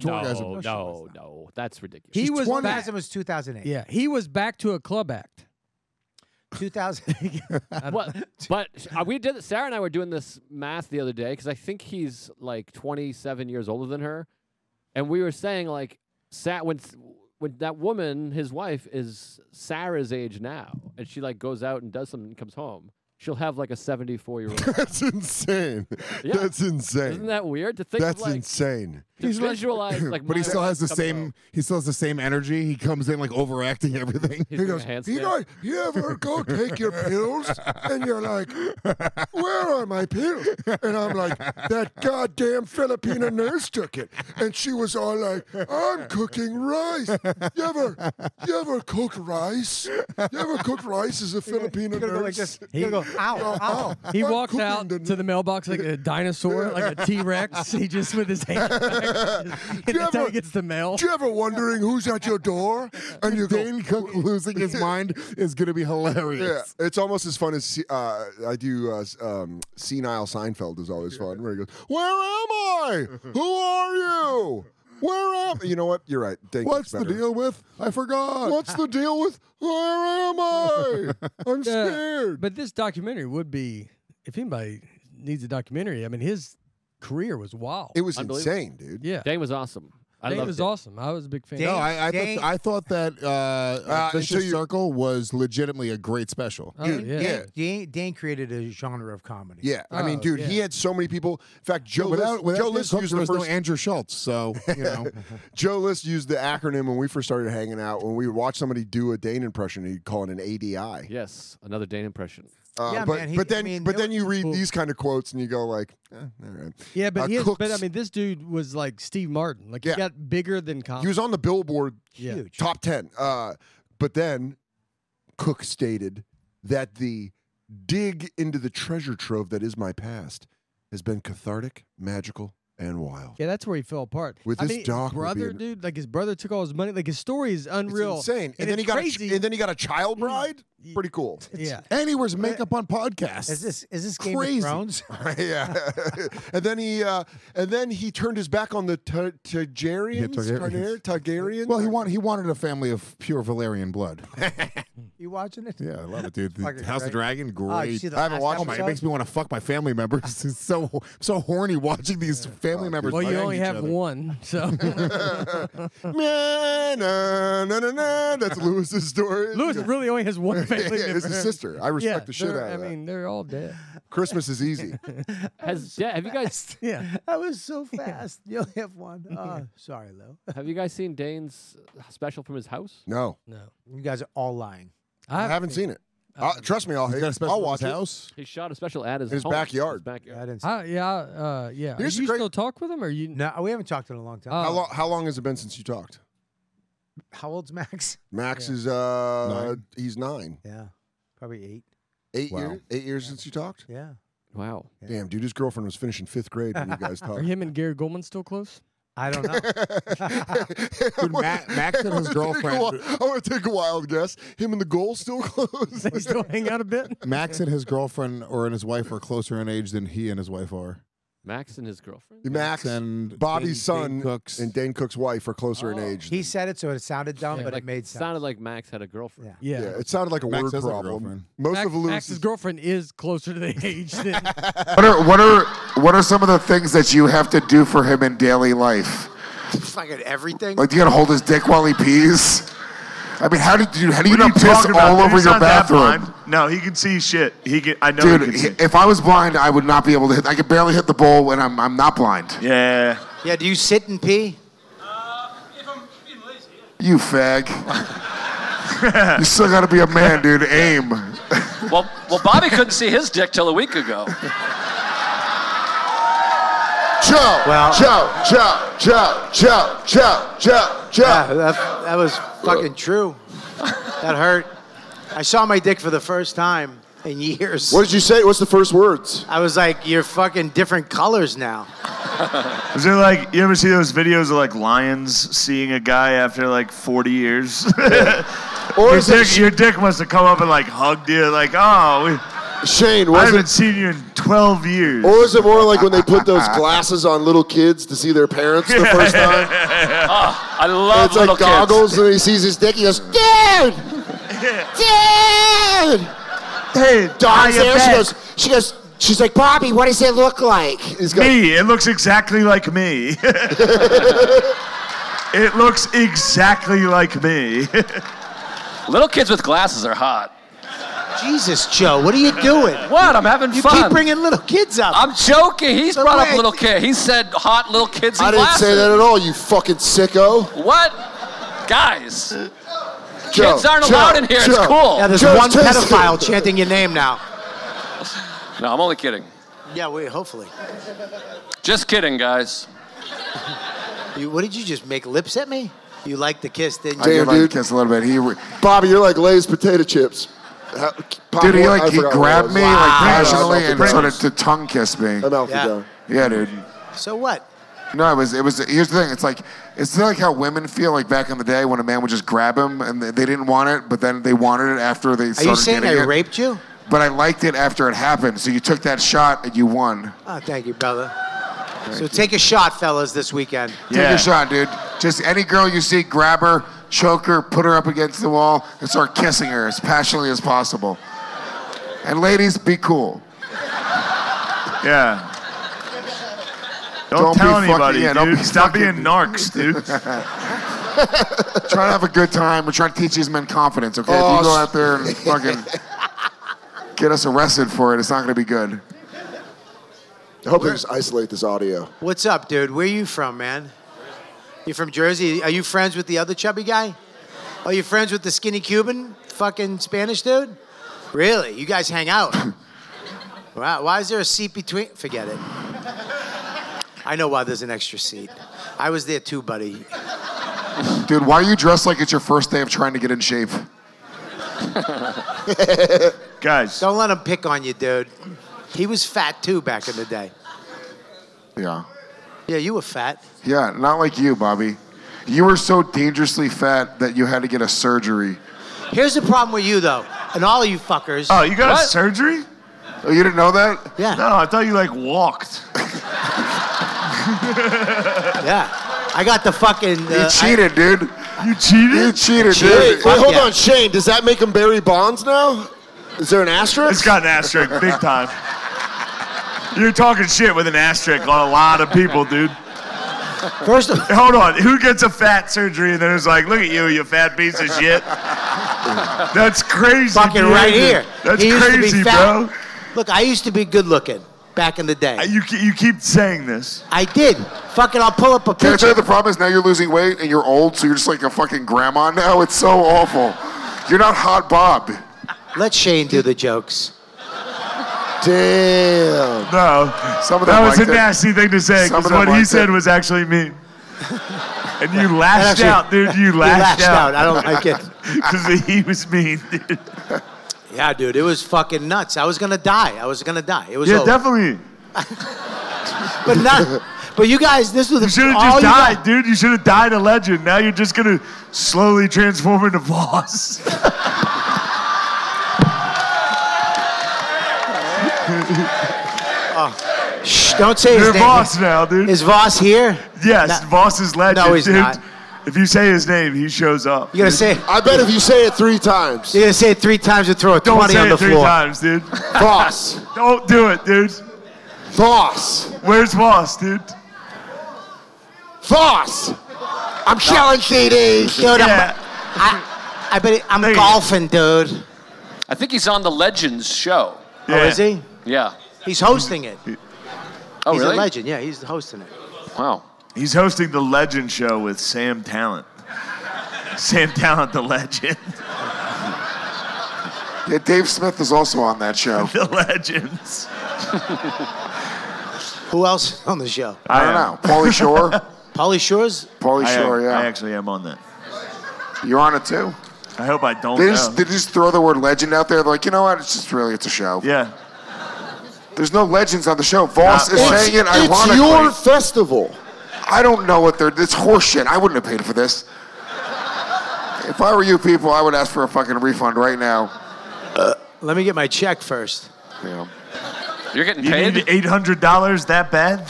[SPEAKER 19] no,
[SPEAKER 20] tourgasm.
[SPEAKER 19] no, no, that's ridiculous.
[SPEAKER 11] He was back.
[SPEAKER 1] Spasm was 2008.
[SPEAKER 11] Yeah, he was back to a club act.
[SPEAKER 1] 2000.
[SPEAKER 19] Well, but uh, we did. Sarah and I were doing this math the other day because I think he's like 27 years older than her, and we were saying like, Sa- when when that woman, his wife, is Sarah's age now, and she like goes out and does something and comes home, she'll have like a 74 year old.
[SPEAKER 5] That's [LAUGHS] insane.
[SPEAKER 19] Yeah.
[SPEAKER 5] That's insane.
[SPEAKER 19] Isn't that weird to think?
[SPEAKER 5] That's
[SPEAKER 19] of, like,
[SPEAKER 5] insane.
[SPEAKER 19] to
[SPEAKER 11] [CLEARS THROAT]
[SPEAKER 19] visualize like.
[SPEAKER 20] [LAUGHS] but he
[SPEAKER 19] my
[SPEAKER 20] still
[SPEAKER 19] wife
[SPEAKER 20] has the
[SPEAKER 19] coming
[SPEAKER 20] same.
[SPEAKER 19] home.
[SPEAKER 20] He still has the same energy. He comes in like overacting everything.
[SPEAKER 19] He's doing a handstand.
[SPEAKER 5] You know, you ever go take your pills and you're like, where are my pills? And I'm like, that goddamn Filipina nurse took it. And she was all like, I'm cooking rice. You ever, you ever cook rice? You ever cooked rice as a Filipina
[SPEAKER 1] You're gonna go like
[SPEAKER 5] nurse?
[SPEAKER 1] this. You're gonna go, ow, ow.
[SPEAKER 11] He
[SPEAKER 5] I'm
[SPEAKER 11] walked
[SPEAKER 5] cooking [LAUGHS]
[SPEAKER 11] out
[SPEAKER 5] the-
[SPEAKER 11] to the mailbox like a dinosaur, like a T
[SPEAKER 5] [LAUGHS]
[SPEAKER 11] Rex. He just with his hand back, just-
[SPEAKER 5] Do you
[SPEAKER 11] until
[SPEAKER 5] ever-
[SPEAKER 11] he gets the mail.
[SPEAKER 5] Do you ever wondering who's at your door? And you go,
[SPEAKER 20] Dane Cook losing his mind is gonna be
[SPEAKER 5] Yeah,
[SPEAKER 20] hilarious.
[SPEAKER 5] it's almost as fun as uh, I do. Uh, um, senile Seinfeld is always fun, where he goes, "Where am I? Who are you? Where am?" You know what? You're right. Thank you, it's
[SPEAKER 20] What's the
[SPEAKER 5] better.
[SPEAKER 20] deal with? I forgot.
[SPEAKER 5] What's the deal with? Where am I?
[SPEAKER 20] [LAUGHS]
[SPEAKER 5] I'm
[SPEAKER 11] Yeah,
[SPEAKER 5] scared.
[SPEAKER 11] But this documentary would be, if anybody needs a documentary, I mean, his career was wild.
[SPEAKER 5] It was
[SPEAKER 19] Unbelievable.
[SPEAKER 5] insane, dude.
[SPEAKER 11] yeah.
[SPEAKER 19] Dane was awesome.
[SPEAKER 11] I it was awesome. I was a big fan.
[SPEAKER 20] no, I I, thought, I thought that uh,
[SPEAKER 1] until
[SPEAKER 20] Vicious
[SPEAKER 1] you-
[SPEAKER 20] Circle was legitimately a great special.
[SPEAKER 1] Dude,
[SPEAKER 20] yeah.
[SPEAKER 1] Dan, Dan, Dan created a genre of comedy.
[SPEAKER 20] Yeah,
[SPEAKER 5] I
[SPEAKER 11] Oh,
[SPEAKER 5] mean, dude, he had so many people. In fact, Joe List,
[SPEAKER 20] without- without
[SPEAKER 5] Joe
[SPEAKER 20] Dan
[SPEAKER 5] List
[SPEAKER 20] Cook,
[SPEAKER 5] used
[SPEAKER 20] there
[SPEAKER 5] the
[SPEAKER 20] was no
[SPEAKER 5] first
[SPEAKER 20] Andrew Schultz, so you know.
[SPEAKER 5] [LAUGHS]
[SPEAKER 20] [LAUGHS]
[SPEAKER 5] Joe List used the acronym when we first started hanging out. When we would watch somebody do a Dane impression, he'd call it an ADI.
[SPEAKER 19] Yes, another Dane impression.
[SPEAKER 5] Uh,
[SPEAKER 19] Yeah,
[SPEAKER 5] but
[SPEAKER 19] man, he-
[SPEAKER 5] but
[SPEAKER 19] I
[SPEAKER 5] then
[SPEAKER 19] mean,
[SPEAKER 5] but
[SPEAKER 19] it
[SPEAKER 5] then you
[SPEAKER 19] was
[SPEAKER 5] read
[SPEAKER 19] cool.
[SPEAKER 5] these kind of quotes and you go like, eh, all right.
[SPEAKER 11] Yeah, but
[SPEAKER 5] Uh,
[SPEAKER 11] he is, but I
[SPEAKER 5] Cooks-
[SPEAKER 11] mean, this dude was like Steve Martin. Like he got bigger than comedy.
[SPEAKER 5] He was on the Billboard
[SPEAKER 11] Yeah. uh, Huge.
[SPEAKER 5] top 10. Uh, but then Cook stated that the dig into the treasure trove that is my past has been cathartic, magical, and wild.
[SPEAKER 11] Yeah, that's where he fell apart.
[SPEAKER 5] With
[SPEAKER 11] I
[SPEAKER 5] his
[SPEAKER 11] mean,
[SPEAKER 5] doc would be
[SPEAKER 11] brother,
[SPEAKER 5] an-
[SPEAKER 11] dude, like his brother took all his money. Like his story is unreal,
[SPEAKER 5] Insane. And, then
[SPEAKER 11] it's
[SPEAKER 5] he got
[SPEAKER 11] crazy.
[SPEAKER 5] a, ch- and then he got a child bride. Pretty cool.
[SPEAKER 11] Yeah.
[SPEAKER 20] And he wears makeup on podcasts.
[SPEAKER 1] Is this is this Game
[SPEAKER 5] Crazy.
[SPEAKER 1] of Thrones?
[SPEAKER 5] [LAUGHS] yeah. and then he uh, and then he turned his back on the Ta- Targaryens. Targar-
[SPEAKER 20] [LAUGHS]
[SPEAKER 5] Targaryens.
[SPEAKER 20] Well, he wanted he wanted a family of pure
[SPEAKER 5] [LAUGHS]
[SPEAKER 20] Valerian blood.
[SPEAKER 1] You watching it?
[SPEAKER 20] Yeah, I love it, dude. The
[SPEAKER 1] Fucking
[SPEAKER 20] House of
[SPEAKER 1] great.
[SPEAKER 20] Dragon, great.
[SPEAKER 1] Oh, you see the
[SPEAKER 20] I haven't watched.
[SPEAKER 1] last
[SPEAKER 20] Oh my, it
[SPEAKER 1] episode?
[SPEAKER 20] makes me want to fuck my family members. [LAUGHS] It's so so horny watching these family
[SPEAKER 1] Oh,
[SPEAKER 20] members.
[SPEAKER 11] well, you
[SPEAKER 20] bang
[SPEAKER 11] only
[SPEAKER 20] each
[SPEAKER 11] have
[SPEAKER 20] other.
[SPEAKER 11] one,
[SPEAKER 5] [LAUGHS]
[SPEAKER 20] [LAUGHS]
[SPEAKER 11] so
[SPEAKER 5] Na, na, na, na, na. That's Lewis's story.
[SPEAKER 11] Lewis really only has [LAUGHS] one
[SPEAKER 5] [LAUGHS]
[SPEAKER 11] family.
[SPEAKER 5] yeah, it's his
[SPEAKER 11] member.
[SPEAKER 5] sister. I respect
[SPEAKER 11] Yeah,
[SPEAKER 5] the shit
[SPEAKER 11] they're-
[SPEAKER 5] out of
[SPEAKER 11] I
[SPEAKER 5] that.
[SPEAKER 11] mean, they're all dead.
[SPEAKER 5] Christmas is
[SPEAKER 11] [LAUGHS]
[SPEAKER 5] easy.
[SPEAKER 19] Has yeah, have you guys
[SPEAKER 11] yeah
[SPEAKER 1] that was so fast. You only have
[SPEAKER 11] [LAUGHS]
[SPEAKER 1] one. Oh, sorry, Lou.
[SPEAKER 19] [LAUGHS] have you guys seen Dane's uh, special from his house?
[SPEAKER 5] No,
[SPEAKER 11] No,
[SPEAKER 1] you guys are all lying.
[SPEAKER 5] I haven't seen it. Uh, trust me, I'll, I'll watch it.
[SPEAKER 19] He shot a special ad at his,
[SPEAKER 5] His
[SPEAKER 19] home,
[SPEAKER 5] backyard.
[SPEAKER 19] His backyard.
[SPEAKER 11] I, yeah, uh, yeah. Are you
[SPEAKER 5] Here's the
[SPEAKER 11] still talk with him, or you?
[SPEAKER 1] No, we haven't talked in a long time.
[SPEAKER 11] Oh.
[SPEAKER 5] How long? How long has it been since you talked?
[SPEAKER 1] How old's Max?
[SPEAKER 5] Max is uh, he's nine.
[SPEAKER 1] Yeah, probably eight.
[SPEAKER 5] Eight
[SPEAKER 1] Wow.
[SPEAKER 5] years. Eight years since you talked.
[SPEAKER 1] Yeah.
[SPEAKER 19] Wow.
[SPEAKER 5] Damn, dude, his girlfriend was finishing fifth grade when you guys
[SPEAKER 11] [LAUGHS] Are
[SPEAKER 5] talked.
[SPEAKER 11] him and Gary Goldman still close?
[SPEAKER 1] I don't
[SPEAKER 5] [LAUGHS]
[SPEAKER 1] know.
[SPEAKER 20] Dude, Ma- Max and his
[SPEAKER 5] I want to
[SPEAKER 20] girlfriend.
[SPEAKER 5] take a wi- I wanna take a wild guess. Him and the goal still [LAUGHS] close.
[SPEAKER 11] They still hang out a bit. [LAUGHS]
[SPEAKER 20] Max and his girlfriend or and his wife are closer in age than he and his wife are.
[SPEAKER 19] Max and his girlfriend.
[SPEAKER 5] Max
[SPEAKER 20] and
[SPEAKER 5] Bobby's
[SPEAKER 20] Dane- Dane
[SPEAKER 5] son
[SPEAKER 20] Cook's.
[SPEAKER 5] and Dane Cook's wife are closer in age.
[SPEAKER 1] Oh. He said it, so it sounded dumb, but
[SPEAKER 19] like,
[SPEAKER 1] it made sense.
[SPEAKER 19] sounded like Max had a girlfriend.
[SPEAKER 11] Yeah.
[SPEAKER 5] it sounded like a
[SPEAKER 20] Max
[SPEAKER 5] word
[SPEAKER 20] has a
[SPEAKER 5] problem.
[SPEAKER 20] girlfriend.
[SPEAKER 5] Most
[SPEAKER 11] Max-
[SPEAKER 5] of Lewis's
[SPEAKER 11] Max's girlfriend is closer
[SPEAKER 5] [LAUGHS]
[SPEAKER 11] to the age than
[SPEAKER 10] What are what are what are some of the things that you have to do for him in daily life?
[SPEAKER 1] Fucking everything.
[SPEAKER 10] Like, do you gotta hold his dick while he pees? I mean, how do you how do you
[SPEAKER 1] What
[SPEAKER 10] not
[SPEAKER 1] are you
[SPEAKER 10] piss
[SPEAKER 1] talking about,
[SPEAKER 10] all
[SPEAKER 1] dude?
[SPEAKER 10] over
[SPEAKER 1] He's
[SPEAKER 10] your
[SPEAKER 1] not that
[SPEAKER 10] bathroom?
[SPEAKER 9] No, he can see shit. He can. I know. he
[SPEAKER 10] Dude,
[SPEAKER 9] can see.
[SPEAKER 10] he- if I was blind, I would not be able to hit. I could barely hit the bowl when I'm I'm not blind.
[SPEAKER 9] Yeah.
[SPEAKER 1] Yeah. Do you sit and pee?
[SPEAKER 10] You fag. you still gotta be a man, dude. Aim.
[SPEAKER 6] Well, well, Bobby couldn't see his dick till a
[SPEAKER 19] [LAUGHS]
[SPEAKER 6] week ago.
[SPEAKER 10] Joe.
[SPEAKER 1] Well,
[SPEAKER 10] Joe. Joe. Joe. Joe. Joe. Joe. Joe.
[SPEAKER 1] that, that was fucking true. That hurt. I saw my dick for the first time in years.
[SPEAKER 5] What did you say? What's the first words?
[SPEAKER 1] I was like, "You're
[SPEAKER 9] [LAUGHS]
[SPEAKER 1] fucking different colors now."
[SPEAKER 9] Is there like you ever see those videos of like lions seeing a guy after like 40 years? [LAUGHS]
[SPEAKER 5] Or
[SPEAKER 9] your
[SPEAKER 5] is it
[SPEAKER 9] dick,
[SPEAKER 5] sh-
[SPEAKER 9] your dick must have come up and like hugged you, like oh. We,
[SPEAKER 5] Shane,
[SPEAKER 9] I
[SPEAKER 5] was
[SPEAKER 9] haven't
[SPEAKER 5] it-
[SPEAKER 9] seen you in 12 years.
[SPEAKER 5] Or is it more like when they
[SPEAKER 10] [LAUGHS]
[SPEAKER 9] [LAUGHS]
[SPEAKER 5] put those glasses on little kids to see their parents the first
[SPEAKER 10] [LAUGHS]
[SPEAKER 5] time?
[SPEAKER 6] Oh, I love
[SPEAKER 5] it's
[SPEAKER 6] little
[SPEAKER 5] like goggles, and he sees his dick. He goes, "Dude, dude."
[SPEAKER 9] Hey,
[SPEAKER 5] Don's
[SPEAKER 9] your
[SPEAKER 5] there. She
[SPEAKER 9] back.
[SPEAKER 5] goes, she goes, she's like, "Bobby, what does it look like?" He's got-
[SPEAKER 9] me. It looks exactly like
[SPEAKER 10] [LAUGHS]
[SPEAKER 9] me. it looks exactly like me.
[SPEAKER 6] [LAUGHS] Little kids with glasses are hot.
[SPEAKER 1] Jesus, Joe, what are you doing?
[SPEAKER 6] What? I'm having
[SPEAKER 1] You
[SPEAKER 6] fun.
[SPEAKER 1] keep bringing little kids up.
[SPEAKER 6] I'm joking. He's
[SPEAKER 1] The
[SPEAKER 6] brought up
[SPEAKER 1] way-
[SPEAKER 6] little kid. He said hot little kids. in
[SPEAKER 5] I didn't say
[SPEAKER 6] glasses.
[SPEAKER 5] that at all, you fucking sicko.
[SPEAKER 6] What? Guys.
[SPEAKER 5] Joe,
[SPEAKER 6] Kids aren't
[SPEAKER 5] Joe,
[SPEAKER 6] allowed in here.
[SPEAKER 5] Joe.
[SPEAKER 6] It's cool.
[SPEAKER 1] Yeah, there's
[SPEAKER 5] Joe's
[SPEAKER 1] one
[SPEAKER 5] tasty.
[SPEAKER 1] pedophile chanting your name now.
[SPEAKER 6] No, I'm only kidding.
[SPEAKER 1] Yeah, wait, hopefully.
[SPEAKER 6] Just kidding, guys.
[SPEAKER 1] You, what did you just make lips at me? You liked the kiss, didn't
[SPEAKER 10] I did
[SPEAKER 1] you?
[SPEAKER 10] like to kiss a little bit. He, re-
[SPEAKER 5] Bobby, you're like Lay's potato chips. How- Pop
[SPEAKER 10] dude, he
[SPEAKER 5] one- I
[SPEAKER 10] like he
[SPEAKER 5] forgot what it
[SPEAKER 10] grabbed
[SPEAKER 5] was.
[SPEAKER 10] me like passionately and sort of to tongue kiss me.
[SPEAKER 5] I'm Alfie Yeah. Dunn.
[SPEAKER 10] Yeah, dude.
[SPEAKER 1] So what?
[SPEAKER 10] No, it was it was. Here's the thing. It's like it's like how women feel like back in the day when a man would just grab him and they, they didn't want it, but then they wanted it after they
[SPEAKER 1] Are
[SPEAKER 10] started
[SPEAKER 1] you saying
[SPEAKER 10] getting
[SPEAKER 1] I
[SPEAKER 10] it.
[SPEAKER 1] raped you?
[SPEAKER 10] But I liked it after it happened. So you took that shot and you won.
[SPEAKER 1] Oh, thank you, brother. so take a shot, fellas, this weekend.
[SPEAKER 10] Take a shot, dude. Just any girl you see, grab her, choke her, put her up against the wall, and start kissing her as passionately as possible. And ladies, be cool.
[SPEAKER 9] Yeah. Don't,
[SPEAKER 10] Don't be
[SPEAKER 9] tell
[SPEAKER 10] fucking-
[SPEAKER 9] anybody,
[SPEAKER 10] yeah,
[SPEAKER 9] dude.
[SPEAKER 10] don't be
[SPEAKER 9] Stop
[SPEAKER 10] fucking-
[SPEAKER 9] being narcs, dude.
[SPEAKER 10] try to have a good time. We're trying to teach these men confidence, okay? if
[SPEAKER 9] Oh,
[SPEAKER 10] you go
[SPEAKER 9] s-
[SPEAKER 10] out there and fucking get us arrested for it, it's not going to be good.
[SPEAKER 5] [LAUGHS] I hope they just isolate this audio.
[SPEAKER 1] What's up, dude? Where you from, man? You from Jersey? Are you friends with the other chubby guy? Are you friends with the skinny Cuban fucking Spanish dude? Really? You guys
[SPEAKER 10] [LAUGHS]
[SPEAKER 1] hang out? wow. Why is there a seat between? Forget it. I know why there's an extra seat. I was there too, buddy.
[SPEAKER 10] Dude, why are you dressed like it's your first day of trying to get in shape?
[SPEAKER 1] [LAUGHS]
[SPEAKER 9] Guys.
[SPEAKER 1] Don't let him pick on you, dude. He was fat too back in the day.
[SPEAKER 10] Yeah.
[SPEAKER 1] Yeah, you were fat.
[SPEAKER 10] Yeah, not like you, Bobby. You were so dangerously fat that you had to get a surgery.
[SPEAKER 1] Here's the problem with you, though, and all of you fuckers.
[SPEAKER 10] Oh, you got a
[SPEAKER 9] surgery?
[SPEAKER 10] [LAUGHS] Oh, you didn't know that?
[SPEAKER 1] Yeah.
[SPEAKER 9] No, I thought you like walked.
[SPEAKER 1] yeah. I got the fucking.
[SPEAKER 10] You cheated, dude.
[SPEAKER 9] You cheated?
[SPEAKER 10] You cheated,
[SPEAKER 5] Wait,
[SPEAKER 10] dude.
[SPEAKER 5] wait, hold on, Shane. Does that make him Barry Bonds now? Is there an asterisk?
[SPEAKER 9] It's got an asterisk, big time. You're talking shit with an asterisk on a lot of people, dude.
[SPEAKER 1] First of
[SPEAKER 9] [LAUGHS] hold on, who gets a fat surgery and then is like, "Look at you, you fat piece of shit." That's crazy.
[SPEAKER 1] Fucking
[SPEAKER 9] dude.
[SPEAKER 1] right here.
[SPEAKER 9] That's
[SPEAKER 1] He used to be
[SPEAKER 9] crazy,
[SPEAKER 1] fat.
[SPEAKER 9] bro.
[SPEAKER 1] Look, I used to be good looking back in the day.
[SPEAKER 9] You you keep saying this.
[SPEAKER 1] I did. Fucking, I'll pull up a
[SPEAKER 10] Can I
[SPEAKER 1] picture.
[SPEAKER 10] tell you the problem is now you're losing weight and you're old, so you're just like a fucking grandma now. It's so awful. You're not hot Bob.
[SPEAKER 1] Let Shane do the jokes.
[SPEAKER 5] Damn.
[SPEAKER 9] No.
[SPEAKER 10] Some of them
[SPEAKER 9] that was a
[SPEAKER 10] liked it.
[SPEAKER 9] nasty thing to say
[SPEAKER 10] Some of
[SPEAKER 9] because
[SPEAKER 10] them
[SPEAKER 9] what he
[SPEAKER 10] liked
[SPEAKER 9] said
[SPEAKER 10] it.
[SPEAKER 9] was actually
[SPEAKER 1] [LAUGHS]
[SPEAKER 9] mean. And you lashed
[SPEAKER 10] actually-
[SPEAKER 9] out, dude.
[SPEAKER 10] You
[SPEAKER 9] You lashed,
[SPEAKER 1] lashed out. I don't
[SPEAKER 9] [LAUGHS]
[SPEAKER 1] like it.
[SPEAKER 9] Because he was mean, dude.
[SPEAKER 10] [LAUGHS]
[SPEAKER 1] Yeah, dude, it was fucking nuts. I was gonna die. I was gonna die. It was
[SPEAKER 9] yeah,
[SPEAKER 1] over.
[SPEAKER 9] definitely.
[SPEAKER 1] [LAUGHS] But not. But you guys, this was the.
[SPEAKER 9] You should have
[SPEAKER 1] all
[SPEAKER 9] just
[SPEAKER 1] you
[SPEAKER 9] died,
[SPEAKER 1] guys-
[SPEAKER 9] dude. You should have died a legend. Now you're just gonna slowly transform into Voss.
[SPEAKER 1] Oh. Shh, don't say his
[SPEAKER 9] You're
[SPEAKER 1] name.
[SPEAKER 9] Voss now, dude.
[SPEAKER 1] Is Voss here?
[SPEAKER 9] Yes,
[SPEAKER 1] No.
[SPEAKER 9] Voss is legend.
[SPEAKER 1] No, he's
[SPEAKER 9] dude.
[SPEAKER 1] not.
[SPEAKER 9] If you say his name, he shows up.
[SPEAKER 1] You gotta say.
[SPEAKER 5] I bet if you say it three times.
[SPEAKER 1] You're gonna say it three times and throw a
[SPEAKER 9] Don't
[SPEAKER 1] twenty
[SPEAKER 9] say
[SPEAKER 1] on the
[SPEAKER 9] it three
[SPEAKER 1] floor.
[SPEAKER 9] times, dude.
[SPEAKER 5] Voss.
[SPEAKER 9] [LAUGHS] Don't do it, dude.
[SPEAKER 5] Voss.
[SPEAKER 9] Where's Voss, dude?
[SPEAKER 5] Voss. I'm selling CDs.
[SPEAKER 1] Dude,
[SPEAKER 9] Yeah.
[SPEAKER 1] I'm, I, I bet it- I'm golfing, dude.
[SPEAKER 19] I think he's on the Legends show.
[SPEAKER 1] Oh, is he?
[SPEAKER 19] Yeah.
[SPEAKER 1] He's hosting it.
[SPEAKER 19] Oh,
[SPEAKER 1] he's
[SPEAKER 19] really?
[SPEAKER 1] a legend. Yeah, he's hosting it.
[SPEAKER 9] Wow. He's hosting the Legend Show with Sam Talent. Sam Talent, the legend.
[SPEAKER 10] Yeah, Dave Smith is also on that show.
[SPEAKER 9] [LAUGHS] the legends.
[SPEAKER 1] [LAUGHS] Who else is on the show?
[SPEAKER 10] I don't know. Paulie Shore.
[SPEAKER 9] [LAUGHS]
[SPEAKER 1] Paulie Shore's.
[SPEAKER 10] Paulie
[SPEAKER 9] I-
[SPEAKER 10] Shore, yeah.
[SPEAKER 9] I actually am on that. Oh,
[SPEAKER 10] You're on it too.
[SPEAKER 9] I hope I don't
[SPEAKER 10] They
[SPEAKER 9] know.
[SPEAKER 10] just, they just throw the word legend out there. They're like, you know what? It's just really, it's a show.
[SPEAKER 9] Yeah.
[SPEAKER 10] There's no legends on the show. Voss
[SPEAKER 5] Not
[SPEAKER 10] is
[SPEAKER 5] one.
[SPEAKER 10] saying it
[SPEAKER 5] It's- it's
[SPEAKER 10] ironically.
[SPEAKER 5] your festival.
[SPEAKER 10] I don't know what they're. It's horseshit. I wouldn't have paid for this. If I were you people, I would ask for a fucking refund right now.
[SPEAKER 1] Uh, Let me get my check first.
[SPEAKER 10] Yeah.
[SPEAKER 19] You're getting
[SPEAKER 9] you
[SPEAKER 19] paid?
[SPEAKER 9] need eight hundred dollars that bad?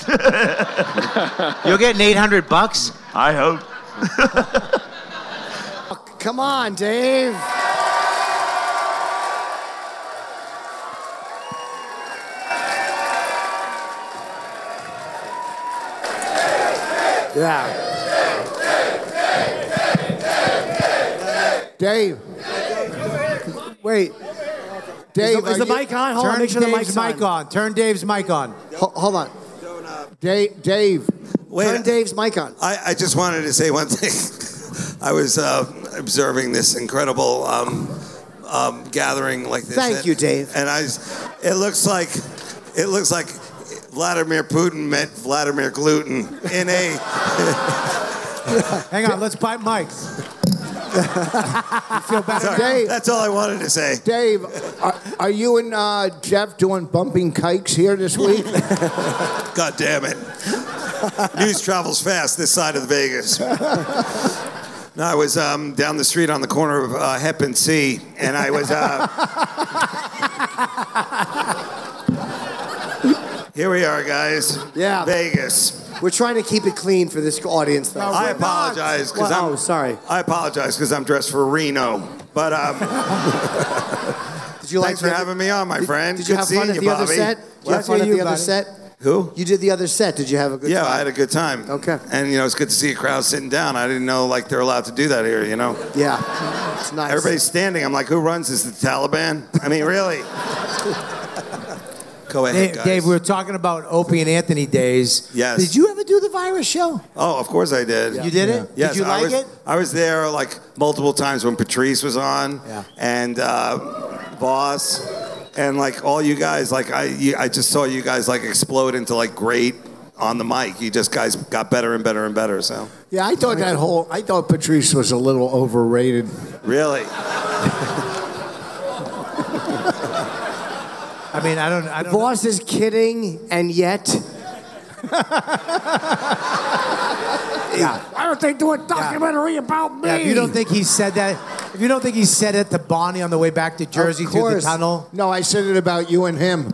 [SPEAKER 1] [LAUGHS] You're getting eight hundred bucks.
[SPEAKER 9] I
[SPEAKER 1] [LAUGHS]
[SPEAKER 9] hope.
[SPEAKER 1] Oh,
[SPEAKER 5] Come on, Dave. Yeah.
[SPEAKER 12] [LAUGHS]
[SPEAKER 5] Dave. Wait. Dave,
[SPEAKER 1] Is the-
[SPEAKER 5] are
[SPEAKER 1] is the
[SPEAKER 5] you-
[SPEAKER 1] mic on? Hold on,
[SPEAKER 5] turn
[SPEAKER 1] make sure the
[SPEAKER 5] Dave's
[SPEAKER 1] mic's on. Turn Dave's mic on.
[SPEAKER 5] Ho- hold on. Dave, Dave, turn Dave's mic on.
[SPEAKER 12] I, I just wanted to say one thing. I was uh, observing this incredible um, um, gathering like this.
[SPEAKER 5] Thank
[SPEAKER 12] and-
[SPEAKER 5] you, Dave.
[SPEAKER 12] And I, was- it looks like, it looks like Vladimir Putin met Vladimir Gluten [LAUGHS] in a.
[SPEAKER 1] [LAUGHS] Hang on, let's bite [LAUGHS] mics.
[SPEAKER 12] Sorry,
[SPEAKER 5] Dave.
[SPEAKER 12] That's all I wanted to say.
[SPEAKER 5] Dave, are, are you and uh, Jeff doing bumping kikes here
[SPEAKER 12] [LAUGHS]
[SPEAKER 5] this week?
[SPEAKER 12] God damn it. News travels fast this side of Vegas. No, I was um, down the street on the corner of uh, Hep and C, and I was. Uh... Here we are, guys.
[SPEAKER 5] Yeah.
[SPEAKER 12] Vegas.
[SPEAKER 5] We're trying to keep it clean for this audience, though.
[SPEAKER 12] I apologize because
[SPEAKER 5] Well,
[SPEAKER 12] I'm.
[SPEAKER 5] oh, sorry.
[SPEAKER 12] I apologize because I'm dressed for Reno, but um.
[SPEAKER 5] Did you
[SPEAKER 12] thanks for
[SPEAKER 5] like the other-
[SPEAKER 12] having me on, my
[SPEAKER 5] [LAUGHS] Did-
[SPEAKER 12] friend.
[SPEAKER 5] Did you
[SPEAKER 12] Good
[SPEAKER 5] have fun
[SPEAKER 12] seeing
[SPEAKER 5] at
[SPEAKER 12] you,
[SPEAKER 5] the other
[SPEAKER 12] Bobby.
[SPEAKER 5] set? Did you have fun at the other set?
[SPEAKER 12] Who?
[SPEAKER 6] You did the other set. Did you have a good
[SPEAKER 12] yeah,
[SPEAKER 6] time?
[SPEAKER 12] I had a good time. Okay. And you know, it's good to see a crowd sitting down. I didn't know like they're allowed to do that here. You know.
[SPEAKER 6] Yeah. [LAUGHS] It's nice.
[SPEAKER 12] Everybody's standing. I'm like, who runs this? The Taliban? [LAUGHS] I mean, really? Go ahead,
[SPEAKER 1] Dave,
[SPEAKER 12] guys.
[SPEAKER 1] Dave, we were talking about Opie and Anthony days.
[SPEAKER 12] Yes.
[SPEAKER 1] Did you ever do the virus show?
[SPEAKER 12] Oh, of course I did.
[SPEAKER 1] You did it?
[SPEAKER 12] Yes,
[SPEAKER 1] Did you
[SPEAKER 12] I
[SPEAKER 1] like
[SPEAKER 12] was,
[SPEAKER 1] it?
[SPEAKER 12] I was there like multiple times when Patrice was on and uh, Boss and like all you guys. Like I, you, I just saw you guys like explode into like great on the mic. You just guys got better and better and better. So
[SPEAKER 6] Yeah, I thought that whole. I thought Patrice was a little overrated.
[SPEAKER 12] really,
[SPEAKER 1] I mean, I don't. I don't
[SPEAKER 6] Boss is kidding, and
[SPEAKER 1] [LAUGHS]
[SPEAKER 6] yet.
[SPEAKER 9] [LAUGHS]
[SPEAKER 6] yeah. Why don't they do a documentary about me?
[SPEAKER 1] Yeah, if you don't think he said that, if you don't think he said it to Bonnie on the way back to Jersey
[SPEAKER 6] Of
[SPEAKER 1] through the
[SPEAKER 6] course.
[SPEAKER 1] tunnel,
[SPEAKER 6] No, I said it about you and him.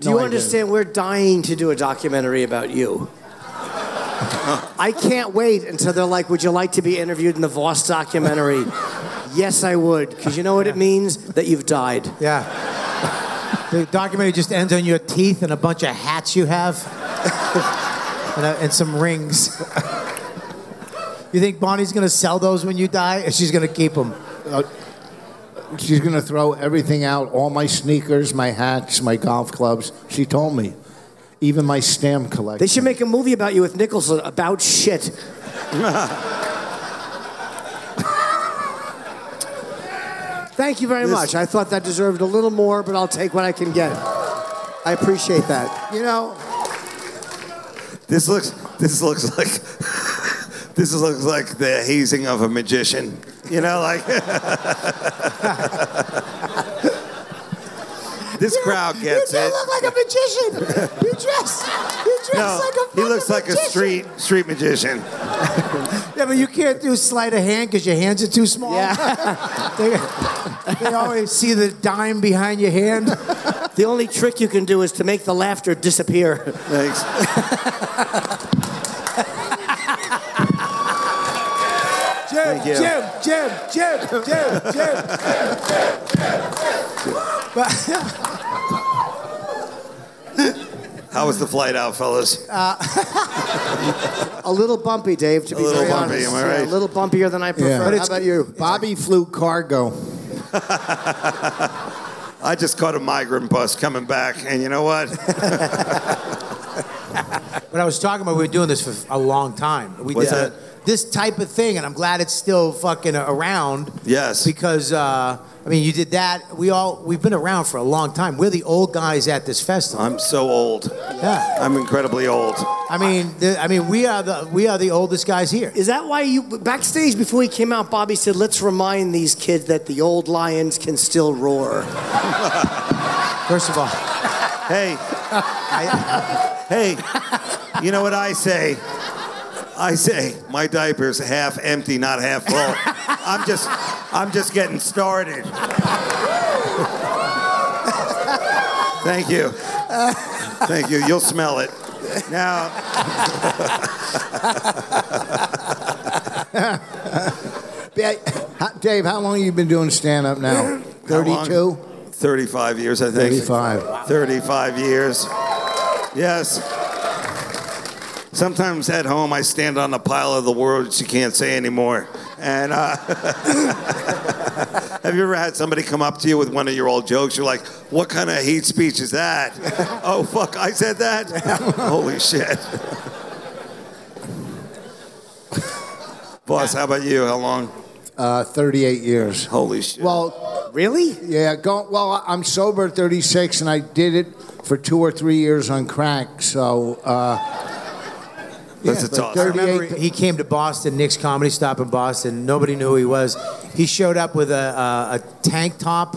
[SPEAKER 6] do
[SPEAKER 2] you understand? We're dying to do a documentary about you. I can't wait until they're like, "Would you like to be interviewed in the Voss documentary?" yes, I would, because you know what it means that you've died.
[SPEAKER 1] Yeah. the documentary just ends on your teeth and a bunch of hats
[SPEAKER 6] [LAUGHS]
[SPEAKER 1] you have, and, uh, and some rings. you think Bonnie's gonna sell those when you die, or she's gonna keep them?
[SPEAKER 6] Uh, She's going to throw everything out all my sneakers, my hats, my golf clubs. She told me. Even my stamp collection.
[SPEAKER 2] They should make a movie about you with Nicholson
[SPEAKER 6] [LAUGHS]
[SPEAKER 2] about shit. Thank you very
[SPEAKER 6] This-
[SPEAKER 2] much. I thought that deserved a little more, but I'll take what I can get. I appreciate
[SPEAKER 6] [LAUGHS]
[SPEAKER 2] that.
[SPEAKER 6] You know,
[SPEAKER 12] this looks this looks like [LAUGHS] this looks like the hazing of a magician. [LAUGHS] You know, like [LAUGHS] this crowd gets it.
[SPEAKER 6] like a magician.
[SPEAKER 12] You
[SPEAKER 6] dress, you
[SPEAKER 12] dress like a He looks like a street street [LAUGHS] magician.
[SPEAKER 1] Yeah, but you can't do sleight of hand because your hands are too small. [LAUGHS] they, they always see the dime behind your hand.
[SPEAKER 2] The only trick you can do is to make the laughter disappear.
[SPEAKER 12] Thanks.
[SPEAKER 1] Jim,
[SPEAKER 12] you.
[SPEAKER 1] Jim, Jim, Jim, Jim, Jim. But, [LAUGHS]
[SPEAKER 12] How was the flight out, fellas? [LAUGHS]
[SPEAKER 2] Uh, [LAUGHS] A little bumpy, Dave, to
[SPEAKER 12] A
[SPEAKER 2] be
[SPEAKER 12] little
[SPEAKER 2] very
[SPEAKER 12] bumpy,
[SPEAKER 2] honest.
[SPEAKER 12] am I
[SPEAKER 2] Yeah,
[SPEAKER 12] right?
[SPEAKER 2] a little bumpier than I prefer.
[SPEAKER 12] But
[SPEAKER 2] How
[SPEAKER 12] it's-
[SPEAKER 2] about you?
[SPEAKER 6] Bobby flew cargo.
[SPEAKER 12] I just caught a migrant bus coming back, and you know what? [LAUGHS]
[SPEAKER 1] but I was talking about we were doing this for a long time. We
[SPEAKER 12] What's
[SPEAKER 1] did a-
[SPEAKER 12] that?
[SPEAKER 1] this type of thing, and I'm glad it's still fucking around.
[SPEAKER 12] Yes.
[SPEAKER 1] Because uh, I mean, you did that. We all we've been around for a long time. We're the old guys at this festival.
[SPEAKER 12] I'm so old.
[SPEAKER 1] Yeah.
[SPEAKER 12] I'm incredibly old.
[SPEAKER 1] I mean, the, I mean, we are the we are the oldest guys here.
[SPEAKER 2] Is that why you backstage before he came out? Bobby said, "Let's remind these kids that the old lions can still roar."
[SPEAKER 1] First of all,
[SPEAKER 12] Hey. hey. You know what I say? I say my diaper's half empty, not half full. I'm just I'm just getting started. Thank you. Thank you. You'll smell it. Now
[SPEAKER 6] Yeah, how- Dave, how long you been doing stand up now? 32?
[SPEAKER 12] 35 years, I think.
[SPEAKER 6] 35.
[SPEAKER 12] 35 years. Yes. Sometimes at home, I stand on a pile of the words you can't say anymore. And uh, [LAUGHS] have you ever had somebody come up to you with one of your old jokes? You're like, what kind of hate speech is
[SPEAKER 6] [LAUGHS]
[SPEAKER 12] that? oh, fuck, I said that? Holy shit. Boss, how about you? How long?
[SPEAKER 6] Uh, 38 years.
[SPEAKER 12] Holy shit.
[SPEAKER 6] Well,
[SPEAKER 2] really?
[SPEAKER 6] Yeah, go, well, I'm sober at 36 and I did it for two or three years on crack, so. Uh,
[SPEAKER 12] That's
[SPEAKER 6] yeah,
[SPEAKER 12] a
[SPEAKER 6] but
[SPEAKER 12] toss.
[SPEAKER 1] I remember
[SPEAKER 6] 38
[SPEAKER 1] he came to Boston, Nick's comedy stop in Boston. Nobody knew who he was. He showed up with a, a, a tank top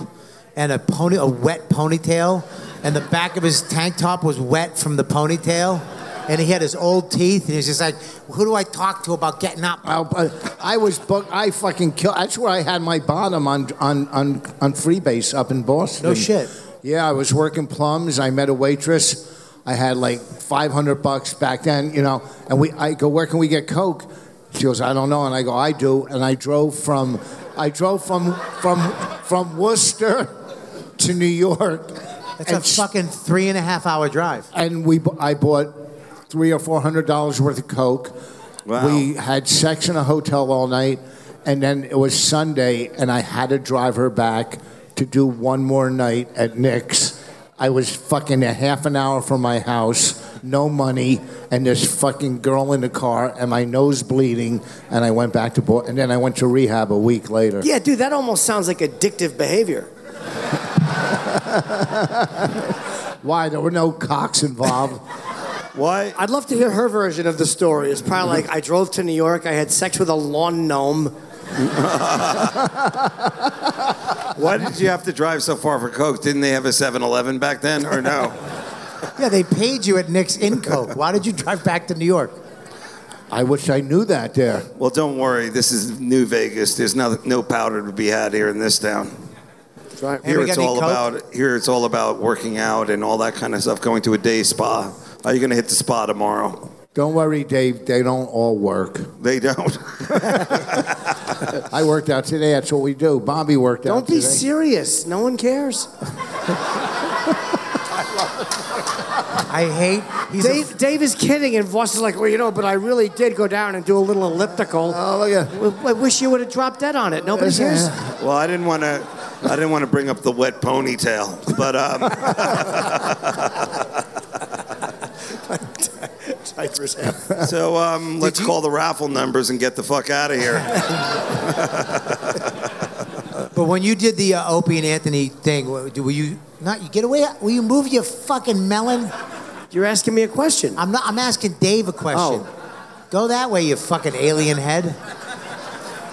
[SPEAKER 1] and a pony, a wet ponytail, and the back of his tank top was wet from the ponytail. And he had his old teeth, and he was just like, "Who do I talk to about getting up?"
[SPEAKER 6] I, I was booked. I fucking killed. That's where I had my bottom on on on on Freebase up in Boston.
[SPEAKER 1] No shit.
[SPEAKER 6] Yeah, I was working plums. I met a waitress. I had like 500 bucks back then, you know. And we, I go, where can we get coke? She goes, I don't know. And I go, I do. And I drove from, I drove from from from Worcester to New York
[SPEAKER 1] That's a fucking three and a half hour drive.
[SPEAKER 6] and we bu- I bought three or four hundred dollars worth of coke.
[SPEAKER 1] Wow.
[SPEAKER 6] We had sex in a hotel all night, and then it was Sunday, and I had to drive her back to do one more night at Nick's. I was fucking a half an hour from my house, no money, and this fucking girl in the car, and my nose bleeding, and I went back to boy, and then I went to rehab a week later.
[SPEAKER 2] Yeah, dude, that almost sounds like addictive behavior.
[SPEAKER 6] [LAUGHS] Why? There were no cocks involved.
[SPEAKER 2] Why? I'd love to hear her version of the story. It's probably like I drove to New York, I had sex with a
[SPEAKER 6] [LAUGHS]
[SPEAKER 2] lawn gnome.
[SPEAKER 12] Why did you have to drive so far for Coke? Didn't they have a 7 Eleven back then, or no?
[SPEAKER 1] Yeah, they paid you at Nick's in Coke. Why did you drive back to New York?
[SPEAKER 6] I wish I knew that there.
[SPEAKER 12] Well, don't worry. This is New Vegas. There's no, no powder to be had here in this town.
[SPEAKER 6] Right.
[SPEAKER 12] Here it's all about here it's all about working out and all that kind of stuff. Going to a day spa. Are you going to hit the spa tomorrow?
[SPEAKER 6] Don't worry, Dave. They don't all work.
[SPEAKER 12] They don't.
[SPEAKER 6] [LAUGHS] I worked out today. That's what we do. Bobby worked out.
[SPEAKER 2] Don't be
[SPEAKER 6] today.
[SPEAKER 2] serious. No one cares.
[SPEAKER 1] I hate.
[SPEAKER 2] Dave, Dave is kidding, and Voss is like, well, you know, but I really did go down and do a little elliptical. Oh,
[SPEAKER 6] look at
[SPEAKER 2] I wish you would have dropped dead on it. Nobody cares.
[SPEAKER 12] Well, I didn't want to. I didn't want to bring up the wet ponytail, but
[SPEAKER 1] [LAUGHS]
[SPEAKER 12] um, so um, let's call the raffle numbers and get the fuck out of
[SPEAKER 1] [LAUGHS]
[SPEAKER 12] here.
[SPEAKER 1] But when you did the uh, Opie and Anthony thing, were were you not? You get away? Will you move your fucking melon?
[SPEAKER 2] You're asking me a question.
[SPEAKER 1] I'm not. I'm asking Dave a question.
[SPEAKER 12] Oh.
[SPEAKER 1] Go that way, you fucking alien head.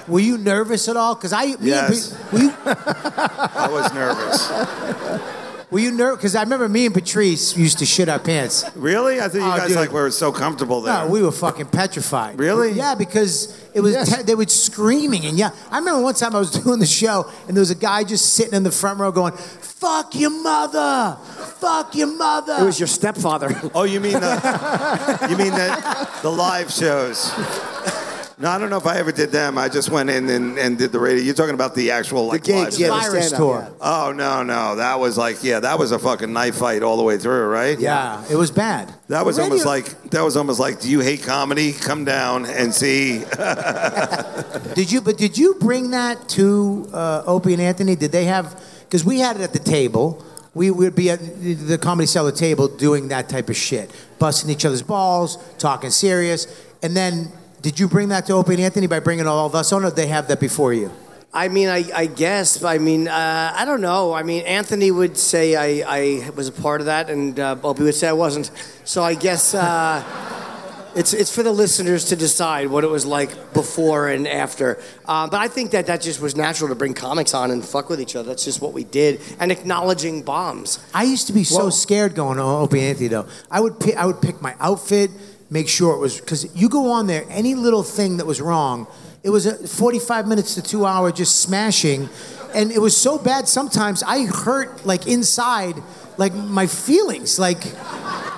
[SPEAKER 1] Were you nervous at all? Because I, me
[SPEAKER 12] Yes.
[SPEAKER 1] and, Pa- were you, [LAUGHS]
[SPEAKER 12] I was nervous.
[SPEAKER 1] Oh, were you nervous? Because I remember me and Patrice used to shit our pants.
[SPEAKER 12] Really? I think you
[SPEAKER 1] Oh,
[SPEAKER 12] guys
[SPEAKER 1] dude.
[SPEAKER 12] like were so comfortable there.
[SPEAKER 1] No, we were fucking petrified.
[SPEAKER 12] Really?
[SPEAKER 1] Yeah, because it was te- they were screaming and yeah. I remember one time I was [LAUGHS] doing the show and there was a guy just sitting in the front row going, "Fuck your mother, fuck your mother."
[SPEAKER 2] It was your stepfather.
[SPEAKER 12] [LAUGHS] Oh, you mean the, you mean the, the live shows? No, I don't know if I ever did them. I just went in and, and did the radio. You're talking about the actual like live
[SPEAKER 2] gigs, yeah, the
[SPEAKER 12] shows.
[SPEAKER 2] Virus stand-up, tour.
[SPEAKER 12] Oh no, no, that was like yeah, that was a fucking knife fight all the way through, right?
[SPEAKER 1] Yeah, it was bad.
[SPEAKER 12] That was
[SPEAKER 1] The
[SPEAKER 12] almost
[SPEAKER 1] radio-
[SPEAKER 12] like that was almost like, do you hate comedy? Come down and see.
[SPEAKER 2] [LAUGHS]
[SPEAKER 1] Did you? But did you bring that to uh, Opie and Anthony? Did they have? Because we had it at the table. We would be at the comedy cellar table doing that type of shit, busting each other's balls, talking serious, and then. Did you bring that to Opie and Anthony by bringing all of us on, or did they have that before you?
[SPEAKER 2] I mean, I, I guess. but I mean, uh, I don't know. I mean, Anthony would say I, I was a part of that, and uh, Bobby would say I wasn't. So I guess uh, it's it's for the listeners to decide what it was like before and after. Uh, but I think that that just was natural to bring comics on and fuck with each other. That's just what we did, and acknowledging bombs.
[SPEAKER 1] I used to be so
[SPEAKER 2] Whoa.
[SPEAKER 1] scared going on Opie and Anthony though. I would pick, I would pick my outfit, make sure it was because you go on there, any little thing that was wrong, it was a 45 minutes to two hour just smashing, and it was so bad. Sometimes I hurt like inside, like my feelings, like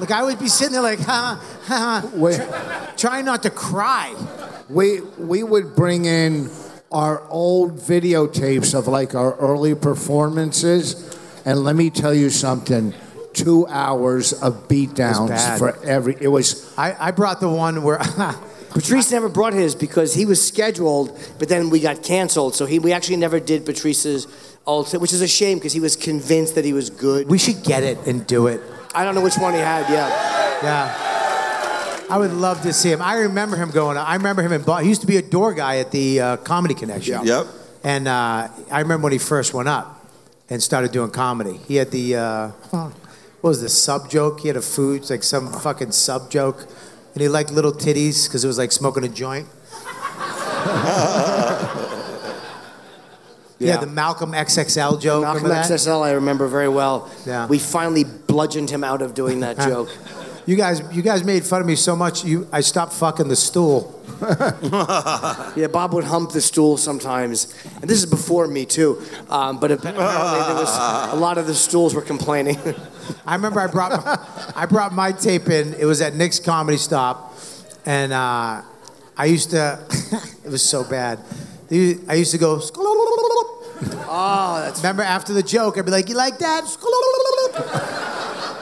[SPEAKER 1] like I would be sitting there like [LAUGHS] ha ha, ha try, trying not to cry.
[SPEAKER 6] We we would bring in our old videotapes of like our early performances, and let me tell you something: two hours of beatdowns
[SPEAKER 1] bad.
[SPEAKER 6] for every. It was.
[SPEAKER 1] I, I brought the one where.
[SPEAKER 2] [LAUGHS] Patrice never brought his because he was scheduled, but then we got canceled. So he, we actually never did Patrice's ultimate, which is a shame because he was convinced that he was good.
[SPEAKER 1] We should get it and do it.
[SPEAKER 2] I don't know which one he had. Yeah.
[SPEAKER 1] Yeah. I would love to see him. I remember him going. I remember him in. Bo- He used to be a door guy at the uh, Comedy Connection.
[SPEAKER 12] Yep.
[SPEAKER 1] And uh, I remember when he first went up and started doing comedy. He had the uh, what was the sub joke? He had a food like some fucking sub joke, and he liked little titties because it was like smoking a joint. yeah. the Malcolm XXL joke.
[SPEAKER 2] Malcolm
[SPEAKER 1] remember that?
[SPEAKER 2] XSL, I remember very well.
[SPEAKER 1] Yeah.
[SPEAKER 2] We finally bludgeoned him out of doing
[SPEAKER 1] [LAUGHS]
[SPEAKER 2] that joke.
[SPEAKER 1] You guys, you guys made fun of me so much. You, I stopped fucking the stool.
[SPEAKER 2] yeah, Bob would hump the stool sometimes, and this is before me too. Um, but apparently, there
[SPEAKER 1] [LAUGHS]
[SPEAKER 2] was a lot of the stools were complaining. [LAUGHS]
[SPEAKER 1] I remember I brought my, I brought my tape in. It was at Nick's Comedy Stop, and uh, [LAUGHS] I used to. it was so bad. I used to go. Oh, that's remember after the joke, I'd be like, "You like that?"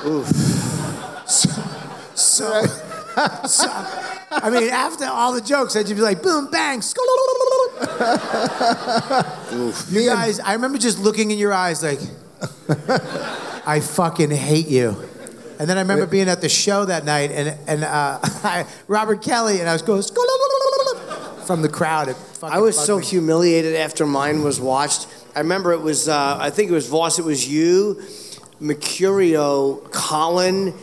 [SPEAKER 1] Oof.
[SPEAKER 7] So, so, I mean, after all the jokes, I'd just be like, boom, bang,
[SPEAKER 1] You guys, I remember just looking in your eyes like, I fucking hate you. And then I remember being at the show that night, and and uh, [LAUGHS] I, Robert Kelly, and I was going from the crowd. It fucking
[SPEAKER 7] I was
[SPEAKER 1] bugged
[SPEAKER 7] so
[SPEAKER 1] me.
[SPEAKER 7] humiliated after mine was watched. I remember it was, uh, I think it was Voss, it was you, Mercurio, Colin,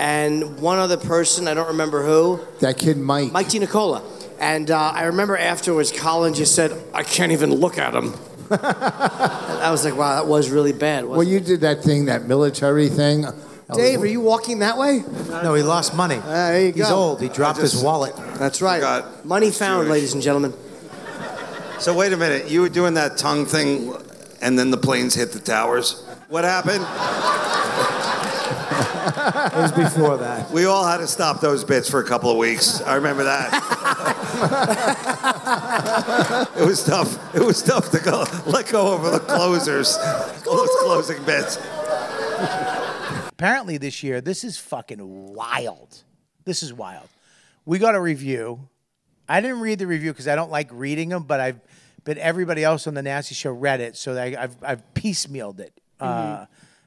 [SPEAKER 7] and one other person, I don't remember who.
[SPEAKER 12] That kid Mike.
[SPEAKER 7] Mike T. Nicola. And uh, I remember afterwards, Colin just said, I can't even look at him. And [LAUGHS] I was like, wow, that was really bad.
[SPEAKER 12] Well, you did that thing, that military thing.
[SPEAKER 7] Dave, are you walking that way?
[SPEAKER 1] No, he lost money.
[SPEAKER 7] there you
[SPEAKER 1] He's
[SPEAKER 7] go.
[SPEAKER 1] old. He dropped
[SPEAKER 7] I just-
[SPEAKER 1] his wallet.
[SPEAKER 7] That's right. Money found, ladies and gentlemen.
[SPEAKER 21] So wait a minute. You were doing that tongue thing, and then the planes hit the towers. What happened?
[SPEAKER 1] It was before that.
[SPEAKER 21] We all had to stop those bits for a couple of weeks. I remember that.
[SPEAKER 7] [LAUGHS]
[SPEAKER 16] [LAUGHS]
[SPEAKER 21] It was tough. It was tough to go let go of the closers, those closing bits.
[SPEAKER 1] Apparently, this year, this is fucking wild. This is wild. We got a review. I didn't read the review because I don't like reading them, but I've but everybody else on the Nasty Show read it, so I, I've I've piecemealed it uh,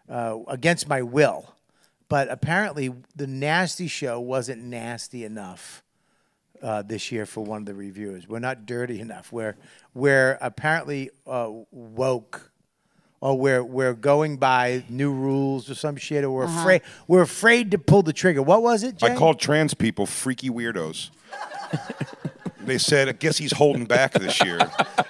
[SPEAKER 1] uh, against my will. But apparently, the Nasty Show wasn't nasty enough uh, this year for one of the reviewers. We're not dirty enough. We're we're apparently uh, woke, or we're we're going by new rules or some shit, or we're
[SPEAKER 22] Uh-huh.
[SPEAKER 1] afraid we're afraid to pull the trigger. What was it?
[SPEAKER 22] I
[SPEAKER 1] Jay?
[SPEAKER 22] called trans people freaky weirdos. they said, I guess he's holding back this year.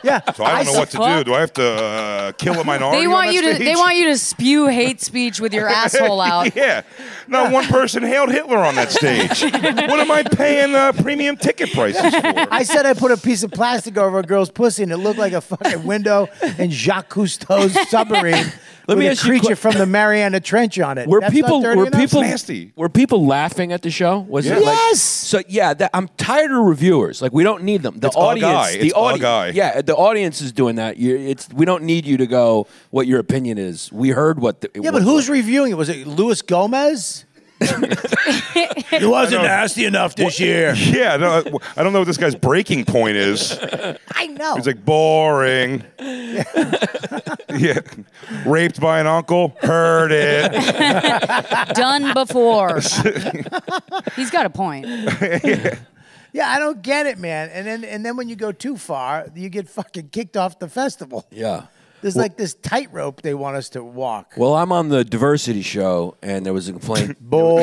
[SPEAKER 1] Yeah.
[SPEAKER 22] So I
[SPEAKER 23] I
[SPEAKER 22] don't know what to do.
[SPEAKER 23] support-
[SPEAKER 22] Do I have to uh, kill a minority?
[SPEAKER 23] [LAUGHS] They
[SPEAKER 22] on
[SPEAKER 23] want
[SPEAKER 22] that
[SPEAKER 23] you to. They
[SPEAKER 22] stage?
[SPEAKER 23] want you to spew hate speech with
[SPEAKER 16] [LAUGHS]
[SPEAKER 23] your
[SPEAKER 22] [LAUGHS]
[SPEAKER 23] asshole out.
[SPEAKER 22] yeah. Not one person hailed Hitler on that stage. what am I paying uh, premium ticket
[SPEAKER 1] [LAUGHS]
[SPEAKER 22] prices for?
[SPEAKER 1] I said I put a piece of plastic over a girl's pussy and it looked like a fucking window in Jacques
[SPEAKER 17] [LAUGHS]
[SPEAKER 1] Cousteau's submarine.
[SPEAKER 17] Let
[SPEAKER 1] with
[SPEAKER 17] me
[SPEAKER 1] a
[SPEAKER 17] ask you a
[SPEAKER 1] creature from the Mariana Trench on it.
[SPEAKER 17] Were
[SPEAKER 1] That's not
[SPEAKER 17] people
[SPEAKER 1] dirty
[SPEAKER 17] were
[SPEAKER 1] enough?
[SPEAKER 17] people were people laughing at the show? Was
[SPEAKER 1] Yeah.
[SPEAKER 17] it like,
[SPEAKER 1] Yes!
[SPEAKER 17] So yeah, that, I'm tired of reviewers. Like we don't need them. The
[SPEAKER 14] It's all
[SPEAKER 17] audience,
[SPEAKER 14] guy.
[SPEAKER 17] the
[SPEAKER 14] It's all
[SPEAKER 17] audi-
[SPEAKER 14] guy.
[SPEAKER 17] Yeah, the audience is doing that. you it's we don't need you to go what your opinion is. We heard what. The,
[SPEAKER 1] Yeah, but who's reviewing it? Was it Luis Gomez?
[SPEAKER 22] It
[SPEAKER 1] wasn't nasty enough this year.
[SPEAKER 22] Yeah, no, I- I don't know what this guy's breaking point is.
[SPEAKER 1] I know.
[SPEAKER 22] He's like
[SPEAKER 23] [LAUGHS]
[SPEAKER 22] boring. yeah, raped by an uncle. Heard it.
[SPEAKER 23] [LAUGHS] Done before.
[SPEAKER 22] [LAUGHS]
[SPEAKER 23] [LAUGHS] He's got a point.
[SPEAKER 1] [LAUGHS] Yeah, I don't get it, man. And then and then when you go too far, you get fucking kicked off the festival.
[SPEAKER 17] Yeah.
[SPEAKER 1] There's like this tightrope they want us to walk.
[SPEAKER 17] Well, I'm on the diversity show, and there was a
[SPEAKER 1] [LAUGHS]
[SPEAKER 17] complaint. [LAUGHS]
[SPEAKER 1] More.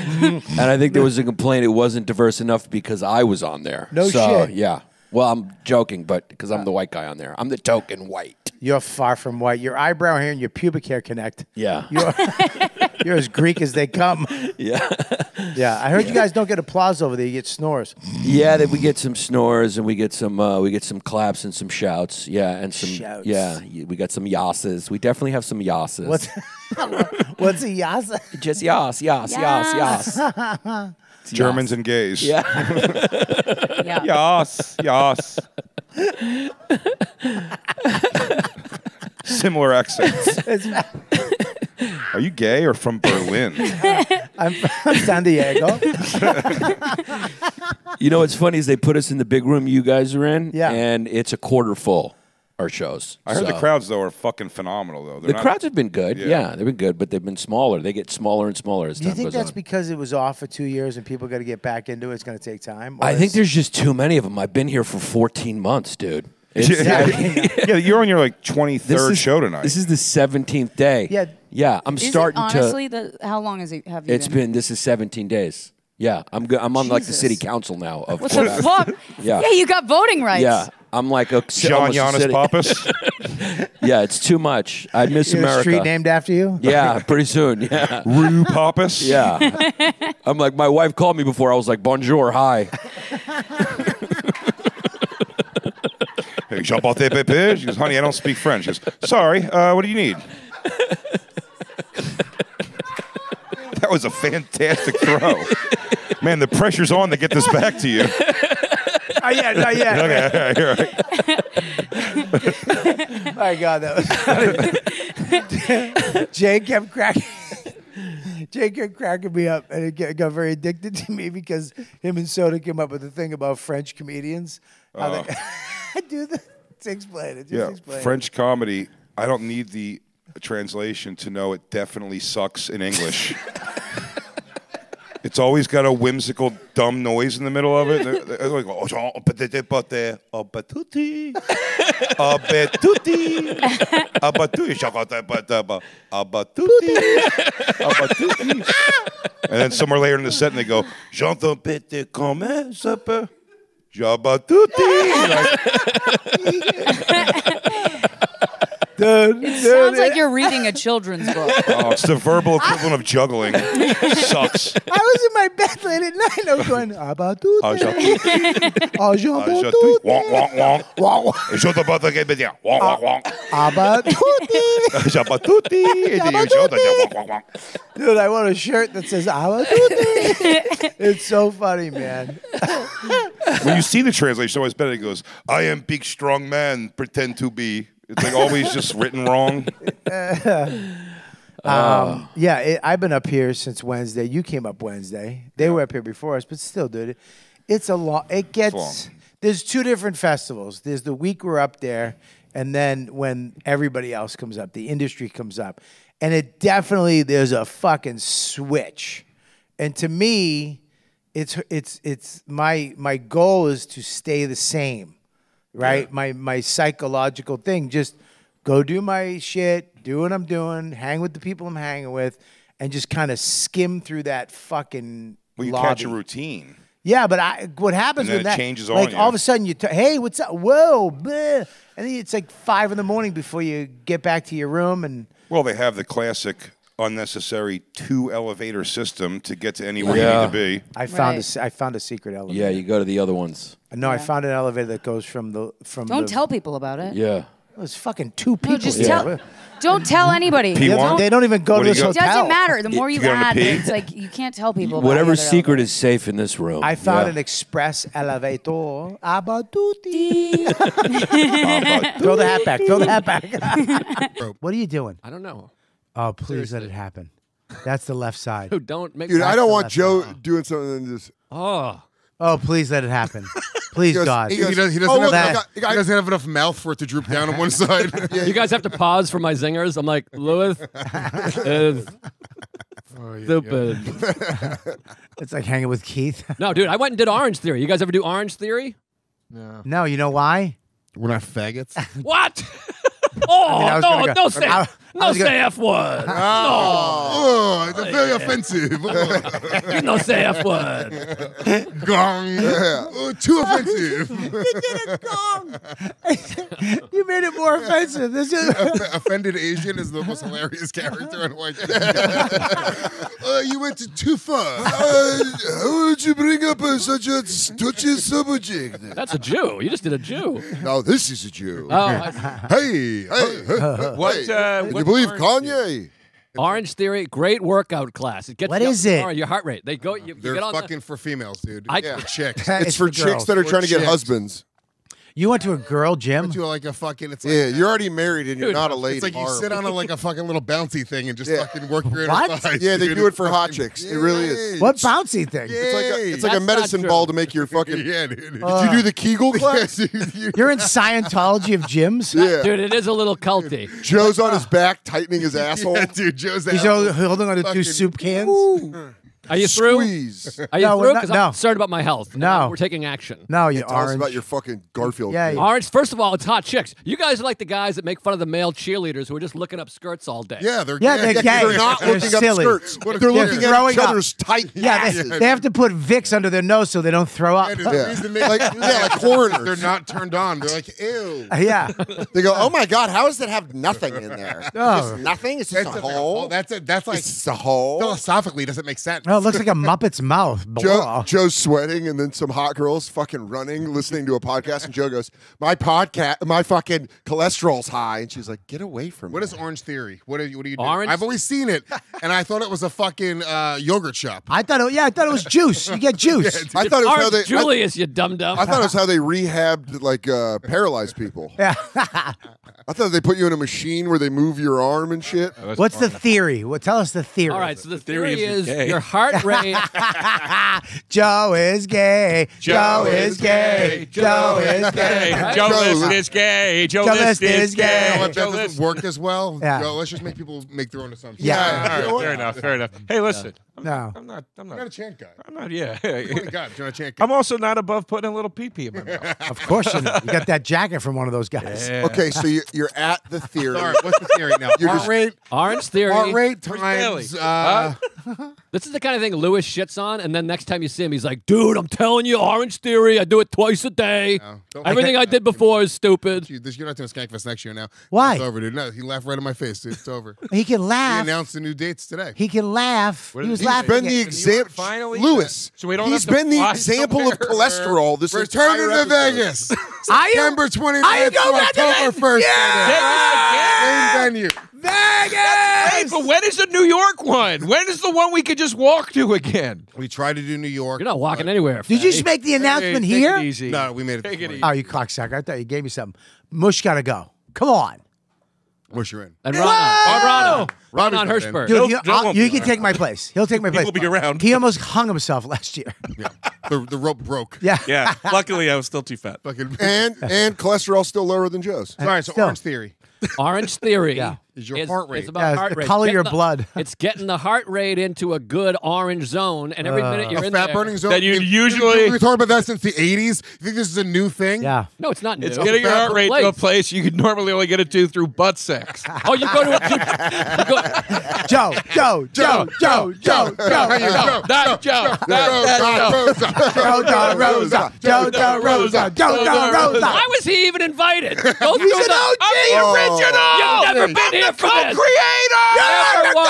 [SPEAKER 17] and I think there was a complaint. It wasn't diverse enough because I was on there.
[SPEAKER 1] No
[SPEAKER 17] so,
[SPEAKER 1] shit.
[SPEAKER 17] Yeah. Well, I'm joking, but because I'm the white guy on there, I'm the token white.
[SPEAKER 1] You're far from white. Your eyebrow hair and your pubic hair connect.
[SPEAKER 17] Yeah.
[SPEAKER 1] You're,
[SPEAKER 17] [LAUGHS]
[SPEAKER 1] you're as Greek as they come.
[SPEAKER 17] Yeah.
[SPEAKER 1] Yeah. I heard you guys don't get applause over there. You get
[SPEAKER 17] [LAUGHS]
[SPEAKER 1] snores.
[SPEAKER 17] Yeah, that we get some snores and we get some uh, we get some claps and some shouts. Yeah, and some
[SPEAKER 1] Shouts.
[SPEAKER 17] yeah, y- we got some yasses. We definitely have some yasses.
[SPEAKER 1] What's, what's a yas?
[SPEAKER 17] [LAUGHS] Just yas, yas, yas, yas.
[SPEAKER 1] [LAUGHS] yas.
[SPEAKER 22] Germans and gays.
[SPEAKER 17] Yeah. [LAUGHS]
[SPEAKER 23] Yeah.
[SPEAKER 22] Yas. Yas. Similar accents.
[SPEAKER 17] [LAUGHS]
[SPEAKER 22] Are you gay or from Berlin?
[SPEAKER 1] [LAUGHS] I'm from San Diego.
[SPEAKER 17] [LAUGHS] You know what's funny is they put us in the big room you guys are in, yeah, and it's a quarter full. Our shows.
[SPEAKER 22] I heard
[SPEAKER 17] So-
[SPEAKER 22] the crowds though are fucking phenomenal though. They're
[SPEAKER 17] The
[SPEAKER 22] not-
[SPEAKER 17] crowds have been good.
[SPEAKER 22] Yeah.
[SPEAKER 17] Yeah. they've been good, but they've been smaller. They get smaller and smaller as
[SPEAKER 1] Do you
[SPEAKER 17] time
[SPEAKER 1] think
[SPEAKER 17] goes
[SPEAKER 1] that's
[SPEAKER 17] on.
[SPEAKER 1] because it was off for two years and people got to get back into it? It's going to take time. Or
[SPEAKER 17] I think
[SPEAKER 1] is-
[SPEAKER 17] there's just too many of them. I've been here for 14 months, dude. It's-
[SPEAKER 22] [LAUGHS] Yeah, yeah, you're on your like 23rd
[SPEAKER 17] is-
[SPEAKER 22] show tonight.
[SPEAKER 17] This is the 17th day.
[SPEAKER 23] Yeah.
[SPEAKER 17] Yeah, I'm
[SPEAKER 23] Is it
[SPEAKER 17] starting
[SPEAKER 23] honestly, the, how long has it have
[SPEAKER 17] to.
[SPEAKER 23] you
[SPEAKER 17] It's
[SPEAKER 23] been?
[SPEAKER 17] been this is 17 days. Yeah, I'm good. I'm on like the city council now of
[SPEAKER 23] What the
[SPEAKER 17] Quebec.
[SPEAKER 12] [LAUGHS]
[SPEAKER 23] fuck?
[SPEAKER 17] [LAUGHS] Yeah.
[SPEAKER 23] Yeah, you got voting rights.
[SPEAKER 17] Yeah, I'm like a
[SPEAKER 22] John Giannis Pappas.
[SPEAKER 17] [LAUGHS] yeah, it's too much. I miss
[SPEAKER 1] You have a
[SPEAKER 17] America.
[SPEAKER 1] street named after you?
[SPEAKER 17] [LAUGHS] Yeah, pretty soon. Yeah.
[SPEAKER 22] Rue Pappas.
[SPEAKER 17] [LAUGHS] Yeah. I'm like, my wife called me before. I was like, bonjour, hi.
[SPEAKER 22] Hey, Jean Paul Pepe. She goes, honey, I don't speak French. She goes, sorry, uh, what do you
[SPEAKER 17] [LAUGHS]
[SPEAKER 22] need? that was a fantastic throw. Man, the pressure's on to get this back to you.
[SPEAKER 1] [LAUGHS] Oh, yeah, no, yeah.
[SPEAKER 22] [LAUGHS] okay, all right, all right.
[SPEAKER 1] [LAUGHS] My God, that was funny. [LAUGHS] Jay kept cracking. Jay kept cracking [LAUGHS] me up, and it get- got very addicted to me because him and Soda came up with a thing about French comedians. How they,
[SPEAKER 17] Oh.
[SPEAKER 1] [LAUGHS] do the just explain it. Just
[SPEAKER 22] Yeah,
[SPEAKER 1] explain
[SPEAKER 22] French comedy. I don't need the translation to know it definitely sucks in
[SPEAKER 1] [LAUGHS]
[SPEAKER 22] English. it's always got a whimsical, dumb noise in the middle of it. They're- they're like, "Oh, Jean, but they- they- but they- oh, but tutti. Oh, but tutti. Oh, but tutti. Chocolate, but, uh, but- oh, but tutti. Oh, but tutti." And then somewhere later in the set, and they go, "J'entends péter comme ça peut." Jabatuti.
[SPEAKER 1] Dude,
[SPEAKER 24] It sounds like you're reading a
[SPEAKER 1] [LAUGHS]
[SPEAKER 24] children's book.
[SPEAKER 22] Oh, it's the verbal equivalent of juggling. Sucks.
[SPEAKER 1] it. I was in my bed late at night, and I was going,
[SPEAKER 22] [LAUGHS]
[SPEAKER 1] about tutti.
[SPEAKER 22] Ah, Jean-Paul.
[SPEAKER 1] Ah, Jean-Paul
[SPEAKER 22] Uh,
[SPEAKER 1] tutti.
[SPEAKER 22] Wonk, wonk, wonk.
[SPEAKER 1] Wonk, wonk.
[SPEAKER 22] Uh, shut the butt again, but yeah, wonk, wonk, wonk.
[SPEAKER 1] [LAUGHS] About tutti.
[SPEAKER 22] [LAUGHS] Uh, Jabatuti. Uh, you shut the- yeah, wonk, wonk, wonk.
[SPEAKER 1] Dude, I want a shirt that says "Awa Tutti." It's so funny, man.
[SPEAKER 22] When you see the translation, it's always better. It goes, I am big, strong man, pretend to be. It's like always just written
[SPEAKER 1] [LAUGHS]
[SPEAKER 22] wrong.
[SPEAKER 1] um, yeah, it, I've been up here since Wednesday. You came up Wednesday. They were up here before us, but still, dude, it, it's a long. It gets
[SPEAKER 22] long.
[SPEAKER 1] there's two different festivals. There's the week we're up there, and then when everybody else comes up, the industry comes up, and it definitely there's a fucking switch. And to me, it's it's it's my my goal is to stay the same right? My my psychological thing. Just go do my shit, do what I'm doing, hang with the people I'm hanging with, and just kind of skim through that fucking.
[SPEAKER 22] Well, you
[SPEAKER 1] lobby.
[SPEAKER 22] catch a routine.
[SPEAKER 1] Yeah, but I, what happens
[SPEAKER 22] And then
[SPEAKER 1] when
[SPEAKER 22] it
[SPEAKER 1] that
[SPEAKER 22] changes on
[SPEAKER 1] like
[SPEAKER 22] you.
[SPEAKER 1] all of a sudden you t- hey what's up whoa bleh. and then it's like five in the morning before you get back to your room and
[SPEAKER 22] Well, they have the classic unnecessary two elevator system to get to anywhere
[SPEAKER 1] Yeah.
[SPEAKER 22] you need to be.
[SPEAKER 1] I found a s I found a secret elevator.
[SPEAKER 17] Yeah, you go to the other ones.
[SPEAKER 1] No, I found an elevator that goes from the from.
[SPEAKER 24] Don't
[SPEAKER 1] the,
[SPEAKER 24] tell people about it.
[SPEAKER 17] Yeah.
[SPEAKER 1] It was fucking two people.
[SPEAKER 24] No, just
[SPEAKER 1] here.
[SPEAKER 24] tell. Don't tell anybody.
[SPEAKER 1] P1?
[SPEAKER 24] Don't-
[SPEAKER 1] They don't even go What to do you this go-
[SPEAKER 24] It doesn't
[SPEAKER 1] hotel.
[SPEAKER 24] matter. The more
[SPEAKER 1] You
[SPEAKER 24] you,
[SPEAKER 1] get on the
[SPEAKER 24] add,
[SPEAKER 1] P?
[SPEAKER 24] it's like you can't tell people. about
[SPEAKER 17] Whatever
[SPEAKER 24] the other
[SPEAKER 17] secret is safe in this room.
[SPEAKER 1] I found
[SPEAKER 17] Yeah.
[SPEAKER 1] an express elevator. Abatuti.
[SPEAKER 17] Abatuti.
[SPEAKER 1] Throw the hat back. Throw the hat back.
[SPEAKER 24] Bro.
[SPEAKER 1] what are you doing?
[SPEAKER 19] I don't know.
[SPEAKER 1] Oh, please let it happen. That's the left side.
[SPEAKER 19] Dude, don't make-
[SPEAKER 5] Dude, I
[SPEAKER 1] That's
[SPEAKER 5] don't
[SPEAKER 1] the
[SPEAKER 5] want
[SPEAKER 1] left
[SPEAKER 5] Joe doing something and just.
[SPEAKER 19] Oh.
[SPEAKER 1] Oh, please let
[SPEAKER 5] [LAUGHS]
[SPEAKER 1] it happen. Please,
[SPEAKER 5] He goes-
[SPEAKER 1] God.
[SPEAKER 5] he goes,
[SPEAKER 10] does, he
[SPEAKER 5] "Oh,
[SPEAKER 10] doesn't have,
[SPEAKER 5] look, I got-
[SPEAKER 10] he doesn't have enough mouth for it to droop down on
[SPEAKER 5] [LAUGHS]
[SPEAKER 10] one
[SPEAKER 1] [LAUGHS]
[SPEAKER 10] side.
[SPEAKER 19] You guys have to pause for my zingers. I'm like, Lewis is stupid.
[SPEAKER 1] Oh, [LAUGHS] it's like hanging with Keith.
[SPEAKER 19] [LAUGHS] no, dude, I went and did Orange Theory. You guys ever do Orange Theory?
[SPEAKER 1] No. you know why?
[SPEAKER 10] [LAUGHS] We're
[SPEAKER 5] [LAUGHS]
[SPEAKER 10] not
[SPEAKER 1] [LAUGHS]
[SPEAKER 10] faggots.
[SPEAKER 19] What? Oh,
[SPEAKER 1] I mean, I was
[SPEAKER 19] no,
[SPEAKER 1] gonna go-
[SPEAKER 19] don't say,
[SPEAKER 1] I- I
[SPEAKER 19] no
[SPEAKER 1] was
[SPEAKER 19] say
[SPEAKER 1] gonna-
[SPEAKER 19] F word.
[SPEAKER 10] Oh, it's very offensive.
[SPEAKER 19] No. [LAUGHS] You no say F word.
[SPEAKER 10] Gong. Oh, too
[SPEAKER 1] [LAUGHS]
[SPEAKER 10] offensive. [LAUGHS]
[SPEAKER 5] [LAUGHS]
[SPEAKER 1] you made it more offensive. This is
[SPEAKER 10] Off- offended Asian is the most hilarious character in white. uh, you went to too far.
[SPEAKER 5] Uh, how would you bring up uh, such a touchy subject?
[SPEAKER 19] That's a Jew. You just did a Jew.
[SPEAKER 5] Now this is a Jew.
[SPEAKER 19] Oh, I-
[SPEAKER 5] hey, hey, hey,
[SPEAKER 19] What,
[SPEAKER 5] hey.
[SPEAKER 19] uh,
[SPEAKER 5] Can
[SPEAKER 19] what
[SPEAKER 5] you believe
[SPEAKER 19] orange
[SPEAKER 5] Kanye?
[SPEAKER 19] Orange Theory, great workout class. It gets
[SPEAKER 5] What
[SPEAKER 19] you up
[SPEAKER 5] is
[SPEAKER 19] in the
[SPEAKER 5] it?
[SPEAKER 19] morning, Your heart rate. They go. You, you
[SPEAKER 10] They're
[SPEAKER 19] get on the-
[SPEAKER 10] fucking for females, dude.
[SPEAKER 19] I-
[SPEAKER 10] yeah. chicks.
[SPEAKER 5] It's, for, chicks that are trying to get husbands.
[SPEAKER 1] You went to a girl gym?
[SPEAKER 10] To like a fucking. It's like,
[SPEAKER 5] Yeah,
[SPEAKER 10] [LAUGHS]
[SPEAKER 5] you're already married and you're not a lady.
[SPEAKER 10] It's like you sit on a, like a fucking little bouncy thing and just
[SPEAKER 5] [LAUGHS] Yeah.
[SPEAKER 10] fucking work your inner
[SPEAKER 5] What?
[SPEAKER 10] thighs,
[SPEAKER 5] Yeah, they
[SPEAKER 10] dude.
[SPEAKER 5] do it for
[SPEAKER 10] It's
[SPEAKER 5] hot
[SPEAKER 10] fucking-
[SPEAKER 5] chicks. It really is.
[SPEAKER 1] What bouncy thing?
[SPEAKER 5] It's like a, it's like a
[SPEAKER 10] That's not
[SPEAKER 5] medicine
[SPEAKER 10] true.
[SPEAKER 5] ball to [LAUGHS] make your fucking.
[SPEAKER 10] Yeah, dude.
[SPEAKER 5] [LAUGHS] Did you do the Kegel class? [LAUGHS]
[SPEAKER 1] You're in Scientology of gyms?
[SPEAKER 5] Yeah.
[SPEAKER 19] Dude, it is a little culty.
[SPEAKER 5] Joe's on his back, tightening his asshole.
[SPEAKER 10] uh, [LAUGHS] Yeah, dude, Joe's
[SPEAKER 1] He's all holding on to two soup cans.
[SPEAKER 19] Are
[SPEAKER 5] [LAUGHS]
[SPEAKER 19] you through? Are you
[SPEAKER 1] No, we're
[SPEAKER 19] through?
[SPEAKER 1] not-
[SPEAKER 19] Because
[SPEAKER 1] no.
[SPEAKER 19] I'm concerned about my health. and
[SPEAKER 1] No.
[SPEAKER 19] we're taking action.
[SPEAKER 1] No, you
[SPEAKER 5] Tell us
[SPEAKER 1] orange.
[SPEAKER 5] about your fucking Garfield.
[SPEAKER 1] Yeah,
[SPEAKER 5] kid.
[SPEAKER 19] Orange. First of all, it's hot chicks. You guys are like the guys that make fun of the male cheerleaders who are just looking up skirts all day.
[SPEAKER 10] Yeah, they're
[SPEAKER 1] Yeah, they're gay.
[SPEAKER 5] [LAUGHS] They're not
[SPEAKER 1] They're
[SPEAKER 5] looking
[SPEAKER 1] silly.
[SPEAKER 5] up skirts.
[SPEAKER 10] What a
[SPEAKER 5] They're
[SPEAKER 10] queer.
[SPEAKER 5] looking
[SPEAKER 1] They're
[SPEAKER 5] at
[SPEAKER 1] growing
[SPEAKER 5] each
[SPEAKER 1] up.
[SPEAKER 5] other's tight
[SPEAKER 1] Yeah,
[SPEAKER 5] asses.
[SPEAKER 1] they,
[SPEAKER 19] [LAUGHS]
[SPEAKER 1] they have to put Vicks under their nose so they don't throw up.
[SPEAKER 10] And the reason they-
[SPEAKER 5] Like- yeah, like coroners.
[SPEAKER 10] They're not turned on. They're
[SPEAKER 5] [LAUGHS]
[SPEAKER 10] like, ew.
[SPEAKER 1] Uh, yeah.
[SPEAKER 5] They go, oh my god, how does that have nothing in there?
[SPEAKER 1] [LAUGHS]
[SPEAKER 10] No.
[SPEAKER 5] Just nothing. It's just
[SPEAKER 10] That's
[SPEAKER 5] a
[SPEAKER 10] a-
[SPEAKER 5] hole.
[SPEAKER 10] That's it. That's like
[SPEAKER 5] It's a hole.
[SPEAKER 10] philosophically doesn't make sense.
[SPEAKER 1] No, it looks like a Muppet's mouth.
[SPEAKER 5] [LAUGHS] Joe, Joe's sweating, and then some hot girls fucking running, listening to a podcast, and Joe goes, "My podcast, my fucking cholesterol's high," and she's like, "Get away from
[SPEAKER 10] What
[SPEAKER 5] me."
[SPEAKER 10] is Orange Theory? What are you? What are you doing?
[SPEAKER 5] Orange-
[SPEAKER 10] I've always seen it, and I thought it was a fucking uh, yogurt shop.
[SPEAKER 1] I thought it. Yeah, I thought it was juice. You
[SPEAKER 10] [LAUGHS]
[SPEAKER 1] get juice.
[SPEAKER 5] I thought it was how they I-
[SPEAKER 19] you dumb dumb.
[SPEAKER 5] I thought it was how they rehabbed like uh, paralyzed people.
[SPEAKER 1] [LAUGHS] Yeah.
[SPEAKER 5] I thought they put you in a machine where they move your arm and shit.
[SPEAKER 1] What's the theory? Well, tell us the theory.
[SPEAKER 19] All right, so the
[SPEAKER 1] theory
[SPEAKER 19] theory,
[SPEAKER 1] is
[SPEAKER 19] is
[SPEAKER 1] you're gay.
[SPEAKER 19] your
[SPEAKER 1] [LAUGHS]
[SPEAKER 19] heart rate.
[SPEAKER 1] Joe is gay. Joe, is gay. Joe is gay.
[SPEAKER 10] Right? Joe Liston
[SPEAKER 1] is gay. Joe Liston is
[SPEAKER 10] You know
[SPEAKER 1] gay.
[SPEAKER 10] what, that doesn't work as well.
[SPEAKER 1] Yeah.
[SPEAKER 10] Joe, let's just make people make their own assumptions.
[SPEAKER 1] Yeah.
[SPEAKER 10] all right,
[SPEAKER 8] fair enough. Fair enough. Hey, listen.
[SPEAKER 1] No.
[SPEAKER 8] I'm not. I'm
[SPEAKER 10] I'm
[SPEAKER 8] not.
[SPEAKER 10] not a chant guy.
[SPEAKER 8] I'm not.
[SPEAKER 10] [LAUGHS]
[SPEAKER 8] Yeah.
[SPEAKER 10] Swear to God, John Chant.
[SPEAKER 8] I'm also not above putting a little pee pee in my mouth.
[SPEAKER 1] [LAUGHS] Of course you know. You got that jacket from one of those guys.
[SPEAKER 8] Yeah.
[SPEAKER 5] Okay, so you- you're at
[SPEAKER 10] [LAUGHS]
[SPEAKER 5] the theory.
[SPEAKER 10] All right, what's the theory now?
[SPEAKER 5] You're
[SPEAKER 10] Heart
[SPEAKER 5] just-
[SPEAKER 10] rate.
[SPEAKER 19] Orange theory.
[SPEAKER 10] Heart rate
[SPEAKER 19] Where's
[SPEAKER 10] times.
[SPEAKER 19] Bailey?
[SPEAKER 10] Uh,
[SPEAKER 19] [LAUGHS] This is the kind of thing Lewis shits on, and then next time you see him, he's like, "Dude, I'm telling you, Orange Theory. I do it twice a day.
[SPEAKER 10] don't
[SPEAKER 19] Everything I
[SPEAKER 10] like
[SPEAKER 19] did before is stupid."
[SPEAKER 10] you, this, you're not doing Skankfest next year now.
[SPEAKER 1] Why?
[SPEAKER 10] It's over, dude. No, he laughed right in my face. It's over.
[SPEAKER 1] He can
[SPEAKER 10] He
[SPEAKER 1] laugh.
[SPEAKER 10] announced the new dates today.
[SPEAKER 1] He can laugh.
[SPEAKER 10] What
[SPEAKER 1] he
[SPEAKER 10] did
[SPEAKER 1] was
[SPEAKER 10] he
[SPEAKER 1] laughing.
[SPEAKER 10] say?
[SPEAKER 1] at-
[SPEAKER 10] He
[SPEAKER 5] the example. Lewis.
[SPEAKER 10] So we don't
[SPEAKER 5] he's
[SPEAKER 10] have to
[SPEAKER 5] been the
[SPEAKER 10] fly
[SPEAKER 5] example of
[SPEAKER 10] somewhere.
[SPEAKER 5] cholesterol this
[SPEAKER 10] Return to
[SPEAKER 5] entire
[SPEAKER 10] Vegas.
[SPEAKER 1] Are you-
[SPEAKER 10] September 29th
[SPEAKER 1] Are you
[SPEAKER 10] to
[SPEAKER 1] going back to
[SPEAKER 10] October
[SPEAKER 1] Vegas?
[SPEAKER 10] 1st.
[SPEAKER 1] Yeah!
[SPEAKER 10] Same venue.
[SPEAKER 1] Vegas!
[SPEAKER 8] But when is the New York one? When is the one we could just walk to again?
[SPEAKER 10] We tried to do New York.
[SPEAKER 19] You're not walking anywhere.
[SPEAKER 1] Did you just make the announcement here?
[SPEAKER 10] No, we made it. Take it
[SPEAKER 1] Oh, you cocksucker. I thought you gave me something. Mush got to go. Come on.
[SPEAKER 10] Mush, you're in.
[SPEAKER 19] And
[SPEAKER 1] Whoa!
[SPEAKER 19] Rana. Rana.
[SPEAKER 10] Robbie's
[SPEAKER 19] Rana
[SPEAKER 10] not in.
[SPEAKER 19] Hirschberg.
[SPEAKER 1] Dude, you, I'll- you can take my place. He'll take my place.
[SPEAKER 10] will be around.
[SPEAKER 1] He almost hung himself last year.
[SPEAKER 10] The, the rope broke.
[SPEAKER 1] Yeah.
[SPEAKER 19] [LAUGHS]
[SPEAKER 8] Yeah. Luckily, I was still too fat.
[SPEAKER 10] Fucking
[SPEAKER 5] And and cholesterol's still lower than Joe's.
[SPEAKER 10] All right, so
[SPEAKER 5] Still.
[SPEAKER 10] Orange Theory.
[SPEAKER 19] Orange Theory
[SPEAKER 10] Yeah. Is your heart rate.
[SPEAKER 19] It's about
[SPEAKER 1] Yeah, it's
[SPEAKER 19] heart
[SPEAKER 1] the
[SPEAKER 19] rate.
[SPEAKER 1] color of
[SPEAKER 19] Getting
[SPEAKER 1] your
[SPEAKER 19] the-
[SPEAKER 1] blood. [LAUGHS]
[SPEAKER 19] It's getting the heart rate into a good orange zone, and every
[SPEAKER 1] Uh,
[SPEAKER 19] minute
[SPEAKER 10] a
[SPEAKER 19] you're in
[SPEAKER 10] fat
[SPEAKER 19] there,
[SPEAKER 10] burning zone.
[SPEAKER 8] That you
[SPEAKER 10] If-
[SPEAKER 8] usually-
[SPEAKER 10] we were talking about that since the '80s. You think this is a new thing?
[SPEAKER 1] Yeah.
[SPEAKER 19] No, it's not new.
[SPEAKER 8] It's getting your
[SPEAKER 19] Fat
[SPEAKER 8] heart rate to a
[SPEAKER 19] place.
[SPEAKER 8] place you could normally only get it to through butt
[SPEAKER 1] [LAUGHS]
[SPEAKER 8] sex.
[SPEAKER 19] Oh, you go to a. You, you go,
[SPEAKER 1] Joe, Joe, Joe, Joe, Joe, Joe, Joe,
[SPEAKER 8] Not Joe. Not
[SPEAKER 1] Joe,
[SPEAKER 8] that Joe.
[SPEAKER 1] Rosa, Joe, Joe, Rosa, Joe, Joe, Rosa, Joe, Joe, Rosa.
[SPEAKER 19] Why was he even
[SPEAKER 10] [LAUGHS]
[SPEAKER 19] invited? Go
[SPEAKER 1] He's
[SPEAKER 19] through
[SPEAKER 1] an
[SPEAKER 19] the-
[SPEAKER 1] OG.
[SPEAKER 8] I'm the original.
[SPEAKER 19] Yo, I've never been
[SPEAKER 8] I'm
[SPEAKER 19] here
[SPEAKER 8] the
[SPEAKER 19] for this.
[SPEAKER 8] co-creator.
[SPEAKER 19] Never once.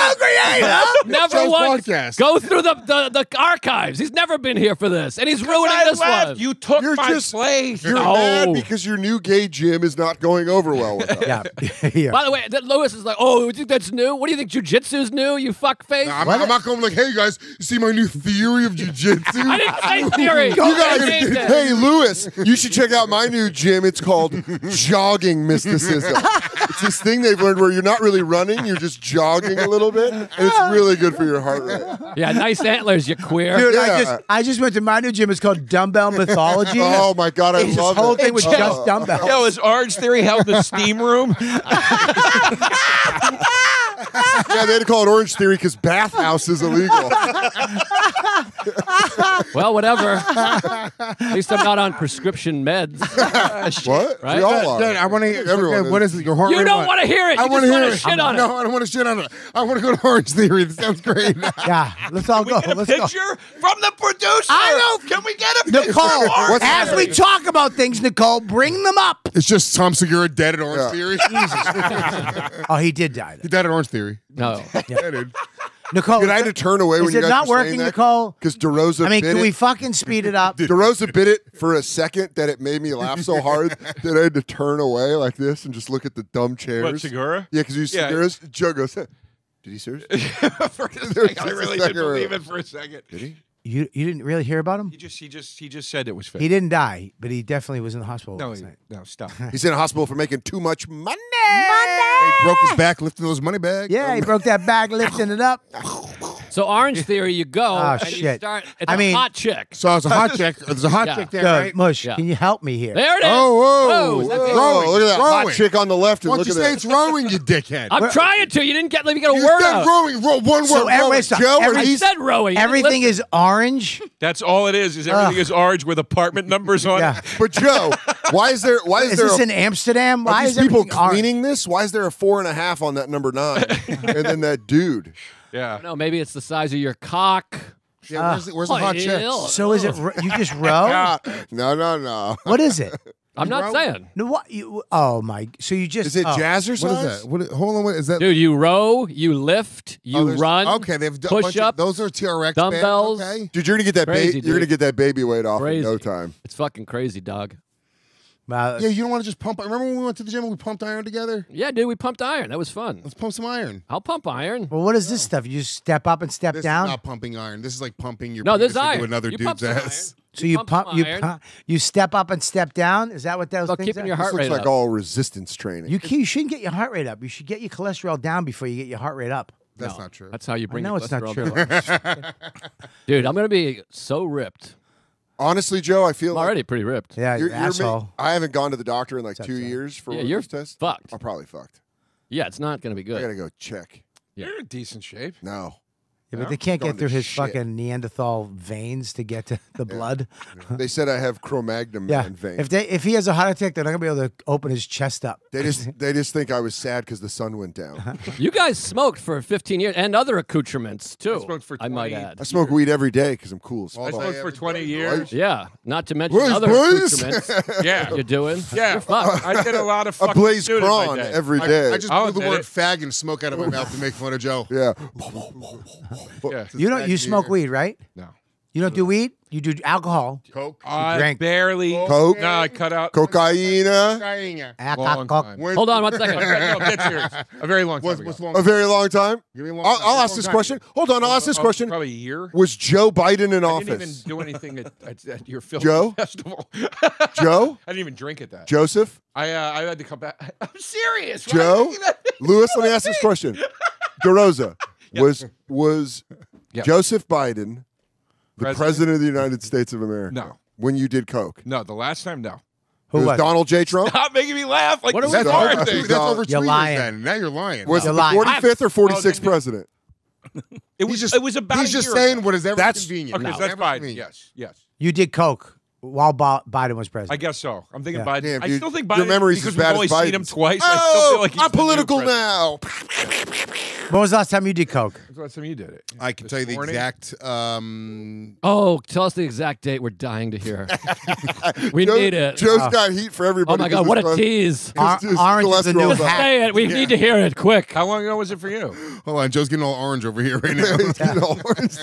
[SPEAKER 19] [LAUGHS] Never
[SPEAKER 10] Joe's
[SPEAKER 19] once.
[SPEAKER 10] podcast.
[SPEAKER 19] Go through the, the the archives. He's never been here for this, and he's ruining
[SPEAKER 8] I
[SPEAKER 19] this
[SPEAKER 8] left.
[SPEAKER 19] one.
[SPEAKER 8] You took
[SPEAKER 5] You're
[SPEAKER 8] my
[SPEAKER 5] just-
[SPEAKER 8] place.
[SPEAKER 5] You're mad because your new gay gym is not going over well with us.
[SPEAKER 19] [LAUGHS]
[SPEAKER 1] Yeah. yeah.
[SPEAKER 19] By the way, that Lewis is like, "Oh, you think that's new? What do you think jujitsu's new? You fuckface."
[SPEAKER 10] I'm, I'm not going like, hey you guys, you see my new theory of jujitsu?
[SPEAKER 19] I didn't say theory.
[SPEAKER 10] you
[SPEAKER 19] I
[SPEAKER 10] guys,
[SPEAKER 19] named it.
[SPEAKER 5] Hey, Lewis, you should check out my new gym. It's called jogging mysticism. It's this thing they've learned where you're not really running, you're just jogging a little bit, and it's really good for your heart rate.
[SPEAKER 19] [LAUGHS] yeah, nice antlers, you queer.
[SPEAKER 1] Dude,
[SPEAKER 5] Yeah.
[SPEAKER 1] I just I just went to my new gym. It's called
[SPEAKER 5] [LAUGHS]
[SPEAKER 1] Dumbbell Mythology.
[SPEAKER 5] Oh my god, I
[SPEAKER 1] It's
[SPEAKER 5] love
[SPEAKER 1] this whole
[SPEAKER 5] it.
[SPEAKER 1] thing with
[SPEAKER 5] Oh.
[SPEAKER 1] just dumbbells.
[SPEAKER 5] [LAUGHS]
[SPEAKER 8] Yo, is Orange Theory held in the steam room?
[SPEAKER 5] Yeah, they had to call it Orange Theory because bathhouse is
[SPEAKER 10] [LAUGHS]
[SPEAKER 5] illegal.
[SPEAKER 19] well,
[SPEAKER 1] [LAUGHS]
[SPEAKER 19] whatever. At least I'm not on prescription
[SPEAKER 10] [LAUGHS]
[SPEAKER 19] meds.
[SPEAKER 5] What?
[SPEAKER 19] [LAUGHS] Right?
[SPEAKER 5] We all are.
[SPEAKER 10] Dad, I want to.
[SPEAKER 5] Everyone
[SPEAKER 10] Everyone, what
[SPEAKER 5] is.
[SPEAKER 10] is it? Your heart
[SPEAKER 19] You
[SPEAKER 10] rate?
[SPEAKER 19] don't
[SPEAKER 10] what?
[SPEAKER 19] wanna hear it.
[SPEAKER 10] I
[SPEAKER 19] You
[SPEAKER 10] wanna
[SPEAKER 19] just
[SPEAKER 10] hear
[SPEAKER 19] wanna
[SPEAKER 10] it.
[SPEAKER 19] shit on it.
[SPEAKER 10] No, I don't want to shit on it. I want to go to Orange Theory. This sounds great.
[SPEAKER 1] Yeah, let's all go.
[SPEAKER 8] A
[SPEAKER 1] Let's go.
[SPEAKER 8] picture from the producer.
[SPEAKER 1] I don't-
[SPEAKER 8] Can we get a picture?
[SPEAKER 1] Nicole,
[SPEAKER 8] of Orange
[SPEAKER 1] as we
[SPEAKER 8] Theory?
[SPEAKER 1] talk about things, Nicole, bring them up.
[SPEAKER 10] it's just Tom Segura dead at Orange
[SPEAKER 5] Yeah. [LAUGHS]
[SPEAKER 10] Theory. Jesus,
[SPEAKER 1] Oh, he did die.
[SPEAKER 10] he dead at Orange Theory.
[SPEAKER 5] [LAUGHS]
[SPEAKER 19] No.
[SPEAKER 10] Yeah, dude.
[SPEAKER 1] Nicole,
[SPEAKER 5] Did I had to turn away when
[SPEAKER 1] is
[SPEAKER 5] you
[SPEAKER 1] it
[SPEAKER 5] guys
[SPEAKER 1] not
[SPEAKER 5] were saying
[SPEAKER 1] working,
[SPEAKER 5] that?
[SPEAKER 1] Nicole?
[SPEAKER 5] Because DeRosa
[SPEAKER 1] I mean,
[SPEAKER 5] bit
[SPEAKER 1] can
[SPEAKER 5] it.
[SPEAKER 1] we fucking speed it up?
[SPEAKER 5] DeRosa bit it for a second that it made me laugh so hard that I had to turn away like this and just look at the dumb chairs.
[SPEAKER 8] What, Segura?
[SPEAKER 5] Yeah, because you
[SPEAKER 8] Yeah.
[SPEAKER 5] Segura's Joe goes, "Huh, Did he seriously? [LAUGHS]
[SPEAKER 8] [LAUGHS] For a second,
[SPEAKER 5] There's
[SPEAKER 8] I
[SPEAKER 5] just a
[SPEAKER 8] really
[SPEAKER 5] second
[SPEAKER 8] didn't believe
[SPEAKER 5] row.
[SPEAKER 8] it for a second. Did he?
[SPEAKER 1] You you didn't really hear about him?
[SPEAKER 8] He just he just he just said it was fake.
[SPEAKER 1] He didn't die, but he definitely was in the hospital
[SPEAKER 8] No,
[SPEAKER 1] last
[SPEAKER 8] he-
[SPEAKER 1] night.
[SPEAKER 8] no, stop.
[SPEAKER 5] He's in a hospital for making too much
[SPEAKER 1] [LAUGHS]
[SPEAKER 5] money.
[SPEAKER 10] He broke his back lifting those money bags.
[SPEAKER 1] Yeah, he broke
[SPEAKER 5] [LAUGHS]
[SPEAKER 1] that
[SPEAKER 10] [LAUGHS]
[SPEAKER 1] bag, lifting it up.
[SPEAKER 19] So Orange Theory, you go
[SPEAKER 10] Ah,
[SPEAKER 1] Oh,
[SPEAKER 19] and you
[SPEAKER 1] shit.
[SPEAKER 19] start. It's
[SPEAKER 1] I
[SPEAKER 19] a
[SPEAKER 1] mean-
[SPEAKER 19] hot chick.
[SPEAKER 10] So it's a [LAUGHS] hot
[SPEAKER 19] [LAUGHS]
[SPEAKER 10] chick. There's a hot
[SPEAKER 19] Yeah.
[SPEAKER 10] chick there,
[SPEAKER 1] Dude,
[SPEAKER 10] right?
[SPEAKER 1] Mush,
[SPEAKER 19] Yeah.
[SPEAKER 1] can you help me here?
[SPEAKER 19] There it is.
[SPEAKER 5] Oh, whoa.
[SPEAKER 19] Whoa, is that
[SPEAKER 5] whoa.
[SPEAKER 19] big?
[SPEAKER 5] Look at that hot
[SPEAKER 10] Rowing.
[SPEAKER 5] chick on the left. And
[SPEAKER 10] Why
[SPEAKER 5] look
[SPEAKER 10] don't you
[SPEAKER 5] at
[SPEAKER 10] say
[SPEAKER 5] that.
[SPEAKER 10] it's rowing, you dickhead?
[SPEAKER 19] I'm trying to. You didn't get. You got a
[SPEAKER 10] You
[SPEAKER 19] word
[SPEAKER 10] said
[SPEAKER 19] out.
[SPEAKER 10] rowing. Row, one word.
[SPEAKER 1] So
[SPEAKER 10] rowing.
[SPEAKER 1] every- stop.
[SPEAKER 5] Joe, are
[SPEAKER 1] Every-
[SPEAKER 19] I
[SPEAKER 5] these
[SPEAKER 19] said rowing. You didn't
[SPEAKER 1] Everything
[SPEAKER 19] listen.
[SPEAKER 1] is orange.
[SPEAKER 8] That's all it is. Is everything is orange with apartment numbers on
[SPEAKER 1] Yeah.
[SPEAKER 8] it?
[SPEAKER 5] But Joe, [LAUGHS] why is there? Why is,
[SPEAKER 1] Is
[SPEAKER 5] there?
[SPEAKER 1] this
[SPEAKER 5] a,
[SPEAKER 1] in Amsterdam?
[SPEAKER 5] are
[SPEAKER 1] Why
[SPEAKER 5] these
[SPEAKER 1] is
[SPEAKER 5] people
[SPEAKER 1] everything orange?
[SPEAKER 5] cleaning this? Why is there a four and a half on that number nine? and then that dude.
[SPEAKER 8] Yeah.
[SPEAKER 19] No, maybe it's the size of your cock.
[SPEAKER 10] Yeah, where's the, where's the
[SPEAKER 19] Oh,
[SPEAKER 10] hot
[SPEAKER 19] [LAUGHS]
[SPEAKER 10] chick?
[SPEAKER 19] ew.
[SPEAKER 1] So is it? You just row?
[SPEAKER 5] No, no, no.
[SPEAKER 1] What is it?
[SPEAKER 19] I'm not
[SPEAKER 1] Bro-
[SPEAKER 19] saying.
[SPEAKER 1] No, what? You, [LAUGHS] oh my! So you just oh.
[SPEAKER 10] What is that? What, hold on, what is that?
[SPEAKER 19] Dude, you row, you lift, you
[SPEAKER 10] Oh, there's-
[SPEAKER 19] run.
[SPEAKER 10] Okay, they've done
[SPEAKER 19] push up.
[SPEAKER 10] Those are TRX bands,
[SPEAKER 19] dumbbells.
[SPEAKER 10] okay?
[SPEAKER 5] Dude, you're gonna get that. Ba-
[SPEAKER 19] Crazy,
[SPEAKER 5] you're gonna
[SPEAKER 19] dude.
[SPEAKER 5] get that baby weight off
[SPEAKER 19] Crazy.
[SPEAKER 5] in no time.
[SPEAKER 19] It's fucking crazy, dog.
[SPEAKER 10] Yeah, you don't want to just pump. Remember when we went to the gym and we pumped iron together?
[SPEAKER 19] Yeah, dude, we pumped iron. That was fun.
[SPEAKER 10] Let's pump some iron.
[SPEAKER 19] I'll pump
[SPEAKER 5] [LAUGHS]
[SPEAKER 19] iron.
[SPEAKER 1] Well, what is this stuff? You just step up and step
[SPEAKER 10] This
[SPEAKER 1] down.
[SPEAKER 10] is not pumping iron. This is like pumping your
[SPEAKER 1] No,
[SPEAKER 10] penis
[SPEAKER 1] this is
[SPEAKER 10] into
[SPEAKER 1] iron.
[SPEAKER 10] another
[SPEAKER 1] You pump
[SPEAKER 10] dude's
[SPEAKER 1] some
[SPEAKER 10] ass.
[SPEAKER 1] so you pump,
[SPEAKER 10] some
[SPEAKER 1] you
[SPEAKER 10] iron.
[SPEAKER 1] pu- you step up and step down. Is that what those things are?
[SPEAKER 19] your
[SPEAKER 5] this looks like all resistance training. [LAUGHS]
[SPEAKER 1] You, [LAUGHS] ke- you shouldn't get your heart rate up. You should get your cholesterol down before you get your heart rate up.
[SPEAKER 19] That's No, not true. that's how you
[SPEAKER 1] I
[SPEAKER 19] bring
[SPEAKER 1] know
[SPEAKER 19] your
[SPEAKER 1] it's not [LAUGHS]
[SPEAKER 19] cholesterol
[SPEAKER 1] true.
[SPEAKER 19] Dude, I'm gonna be so ripped.
[SPEAKER 5] Honestly, Joe, I feel
[SPEAKER 19] I'm already pretty ripped.
[SPEAKER 1] Yeah,
[SPEAKER 5] You're- you're ma- I haven't gone to the doctor in like two years for
[SPEAKER 19] Yeah,
[SPEAKER 5] one of
[SPEAKER 19] you're
[SPEAKER 5] these tests.
[SPEAKER 19] Fucked.
[SPEAKER 5] I'm probably fucked.
[SPEAKER 19] Yeah, it's not gonna be good.
[SPEAKER 5] I gotta go check.
[SPEAKER 19] You're
[SPEAKER 8] in decent shape.
[SPEAKER 5] No.
[SPEAKER 1] Yeah, but they can't
[SPEAKER 5] Going
[SPEAKER 1] get through
[SPEAKER 5] to
[SPEAKER 1] his
[SPEAKER 5] shit.
[SPEAKER 1] fucking Neanderthal veins to get to the
[SPEAKER 10] [LAUGHS]
[SPEAKER 1] blood.
[SPEAKER 5] [LAUGHS] They said I have Cro-Magnon
[SPEAKER 1] Yeah,
[SPEAKER 5] man vein.
[SPEAKER 1] if they if he has a heart attack, they're not gonna be able to open his chest up.
[SPEAKER 5] They just they just think I was sad because the sun went down.
[SPEAKER 19] You guys smoked for 15 years and other accoutrements too. I smoked for might
[SPEAKER 5] 20
[SPEAKER 19] add.
[SPEAKER 5] I smoke weed every day because I'm cool. As
[SPEAKER 19] I
[SPEAKER 5] fuck.
[SPEAKER 19] smoked
[SPEAKER 8] for 20 years.
[SPEAKER 19] Yeah, not to mention
[SPEAKER 5] Blaze,
[SPEAKER 19] other
[SPEAKER 5] Blaze.
[SPEAKER 19] accoutrements.
[SPEAKER 10] [LAUGHS]
[SPEAKER 8] Yeah.
[SPEAKER 19] you're doing.
[SPEAKER 8] Yeah,
[SPEAKER 19] You're fucked.
[SPEAKER 8] [LAUGHS] [LAUGHS] I did a lot of fucking
[SPEAKER 5] Blaze
[SPEAKER 8] shooting my
[SPEAKER 5] Cron
[SPEAKER 8] day.
[SPEAKER 5] every
[SPEAKER 8] I-
[SPEAKER 5] day.
[SPEAKER 8] I
[SPEAKER 10] Just
[SPEAKER 8] Oh,
[SPEAKER 10] blew the
[SPEAKER 8] did
[SPEAKER 10] word
[SPEAKER 8] it?
[SPEAKER 10] "fag" and smoke out of my mouth to make fun of Joe.
[SPEAKER 5] Oh. Yeah.
[SPEAKER 8] Yeah.
[SPEAKER 1] You don't you smoke weed, right?
[SPEAKER 8] No.
[SPEAKER 1] You don't do weed. You do alcohol.
[SPEAKER 10] Coke.
[SPEAKER 8] I
[SPEAKER 1] drank.
[SPEAKER 8] barely
[SPEAKER 5] Coke.
[SPEAKER 8] No, I cut out
[SPEAKER 5] Cocaina.
[SPEAKER 8] Long time.
[SPEAKER 5] Hold on one
[SPEAKER 1] second.
[SPEAKER 8] No,
[SPEAKER 5] [LAUGHS]
[SPEAKER 8] that's serious. A very long time. ago.
[SPEAKER 5] A very long time.
[SPEAKER 8] Give me a long
[SPEAKER 5] I'll,
[SPEAKER 8] time.
[SPEAKER 5] I'll
[SPEAKER 8] Long
[SPEAKER 5] ask this
[SPEAKER 8] time.
[SPEAKER 5] question. Hold on. I'll ask this
[SPEAKER 8] Oh,
[SPEAKER 5] question.
[SPEAKER 8] Probably a year.
[SPEAKER 5] Was Joe Biden in
[SPEAKER 8] I
[SPEAKER 5] office?
[SPEAKER 8] didn't even do anything at, at, at your film
[SPEAKER 5] Joe?
[SPEAKER 8] festival. [LAUGHS]
[SPEAKER 5] Joe?
[SPEAKER 8] I didn't even drink at that.
[SPEAKER 5] Joseph?
[SPEAKER 8] I uh, I had to come back. [LAUGHS] I'm serious. Why are you
[SPEAKER 5] Joe,
[SPEAKER 8] thinking that?
[SPEAKER 5] [LAUGHS] Lewis, let me ask this question. [LAUGHS] DeRosa was was
[SPEAKER 8] Yeah.
[SPEAKER 5] Joseph Biden the
[SPEAKER 8] President?
[SPEAKER 5] president? of the United States of America?
[SPEAKER 8] No.
[SPEAKER 5] When you did coke,
[SPEAKER 8] No, the last time, no.
[SPEAKER 5] Who was, Donald J.
[SPEAKER 19] [LAUGHS]
[SPEAKER 5] Trump? [LAUGHS]
[SPEAKER 8] Stop making me laugh. Like
[SPEAKER 5] What are
[SPEAKER 8] this
[SPEAKER 5] we
[SPEAKER 8] is
[SPEAKER 5] talking
[SPEAKER 8] hard
[SPEAKER 5] about?
[SPEAKER 8] thing. Oh,
[SPEAKER 5] Dude, that's over You're two years lying.
[SPEAKER 10] And now you're lying.
[SPEAKER 5] was
[SPEAKER 10] Wow.
[SPEAKER 5] the 45th or 46th president?
[SPEAKER 8] It was just. It was about.
[SPEAKER 10] He's
[SPEAKER 8] a
[SPEAKER 10] just
[SPEAKER 8] year
[SPEAKER 10] saying
[SPEAKER 8] ago.
[SPEAKER 10] what is ever
[SPEAKER 8] That's-
[SPEAKER 10] convenient.
[SPEAKER 8] Okay, so that's Biden. Yes, yes.
[SPEAKER 1] You did coke while Bi- Biden was
[SPEAKER 8] I
[SPEAKER 1] president.
[SPEAKER 8] guess so. I'm thinking
[SPEAKER 1] Yeah.
[SPEAKER 8] Biden.
[SPEAKER 1] Damn,
[SPEAKER 8] I
[SPEAKER 1] dude,
[SPEAKER 8] still think
[SPEAKER 1] your
[SPEAKER 8] Biden.
[SPEAKER 1] memory's
[SPEAKER 8] because
[SPEAKER 1] as
[SPEAKER 8] we've
[SPEAKER 1] bad as
[SPEAKER 8] only seen him
[SPEAKER 1] Biden's.
[SPEAKER 8] twice. I still feel like he's the new president.
[SPEAKER 5] now.
[SPEAKER 1] When was the last time you did coke?
[SPEAKER 8] That's the last time you did it.
[SPEAKER 10] I can tell you the
[SPEAKER 8] morning?
[SPEAKER 10] exact. Um,
[SPEAKER 19] Oh, tell us the exact date. We're dying to
[SPEAKER 10] [LAUGHS]
[SPEAKER 19] hear. we
[SPEAKER 10] Joe-
[SPEAKER 19] need it.
[SPEAKER 10] Joe's
[SPEAKER 19] Joe's [LAUGHS]
[SPEAKER 10] got heat for everybody
[SPEAKER 19] Oh my
[SPEAKER 10] 'cause
[SPEAKER 19] god,
[SPEAKER 10] his
[SPEAKER 19] what a
[SPEAKER 10] cholesterol-
[SPEAKER 5] [LAUGHS]
[SPEAKER 19] tease!
[SPEAKER 10] 'cause his Orange is the new cholesterol's up. hack.
[SPEAKER 19] Say it. We
[SPEAKER 10] Yeah.
[SPEAKER 19] need to hear it quick.
[SPEAKER 8] How long ago was it for you?
[SPEAKER 10] Hold on, Joe's getting all orange over here right now. [LAUGHS] He's
[SPEAKER 5] getting all [LAUGHS]
[SPEAKER 10] orange.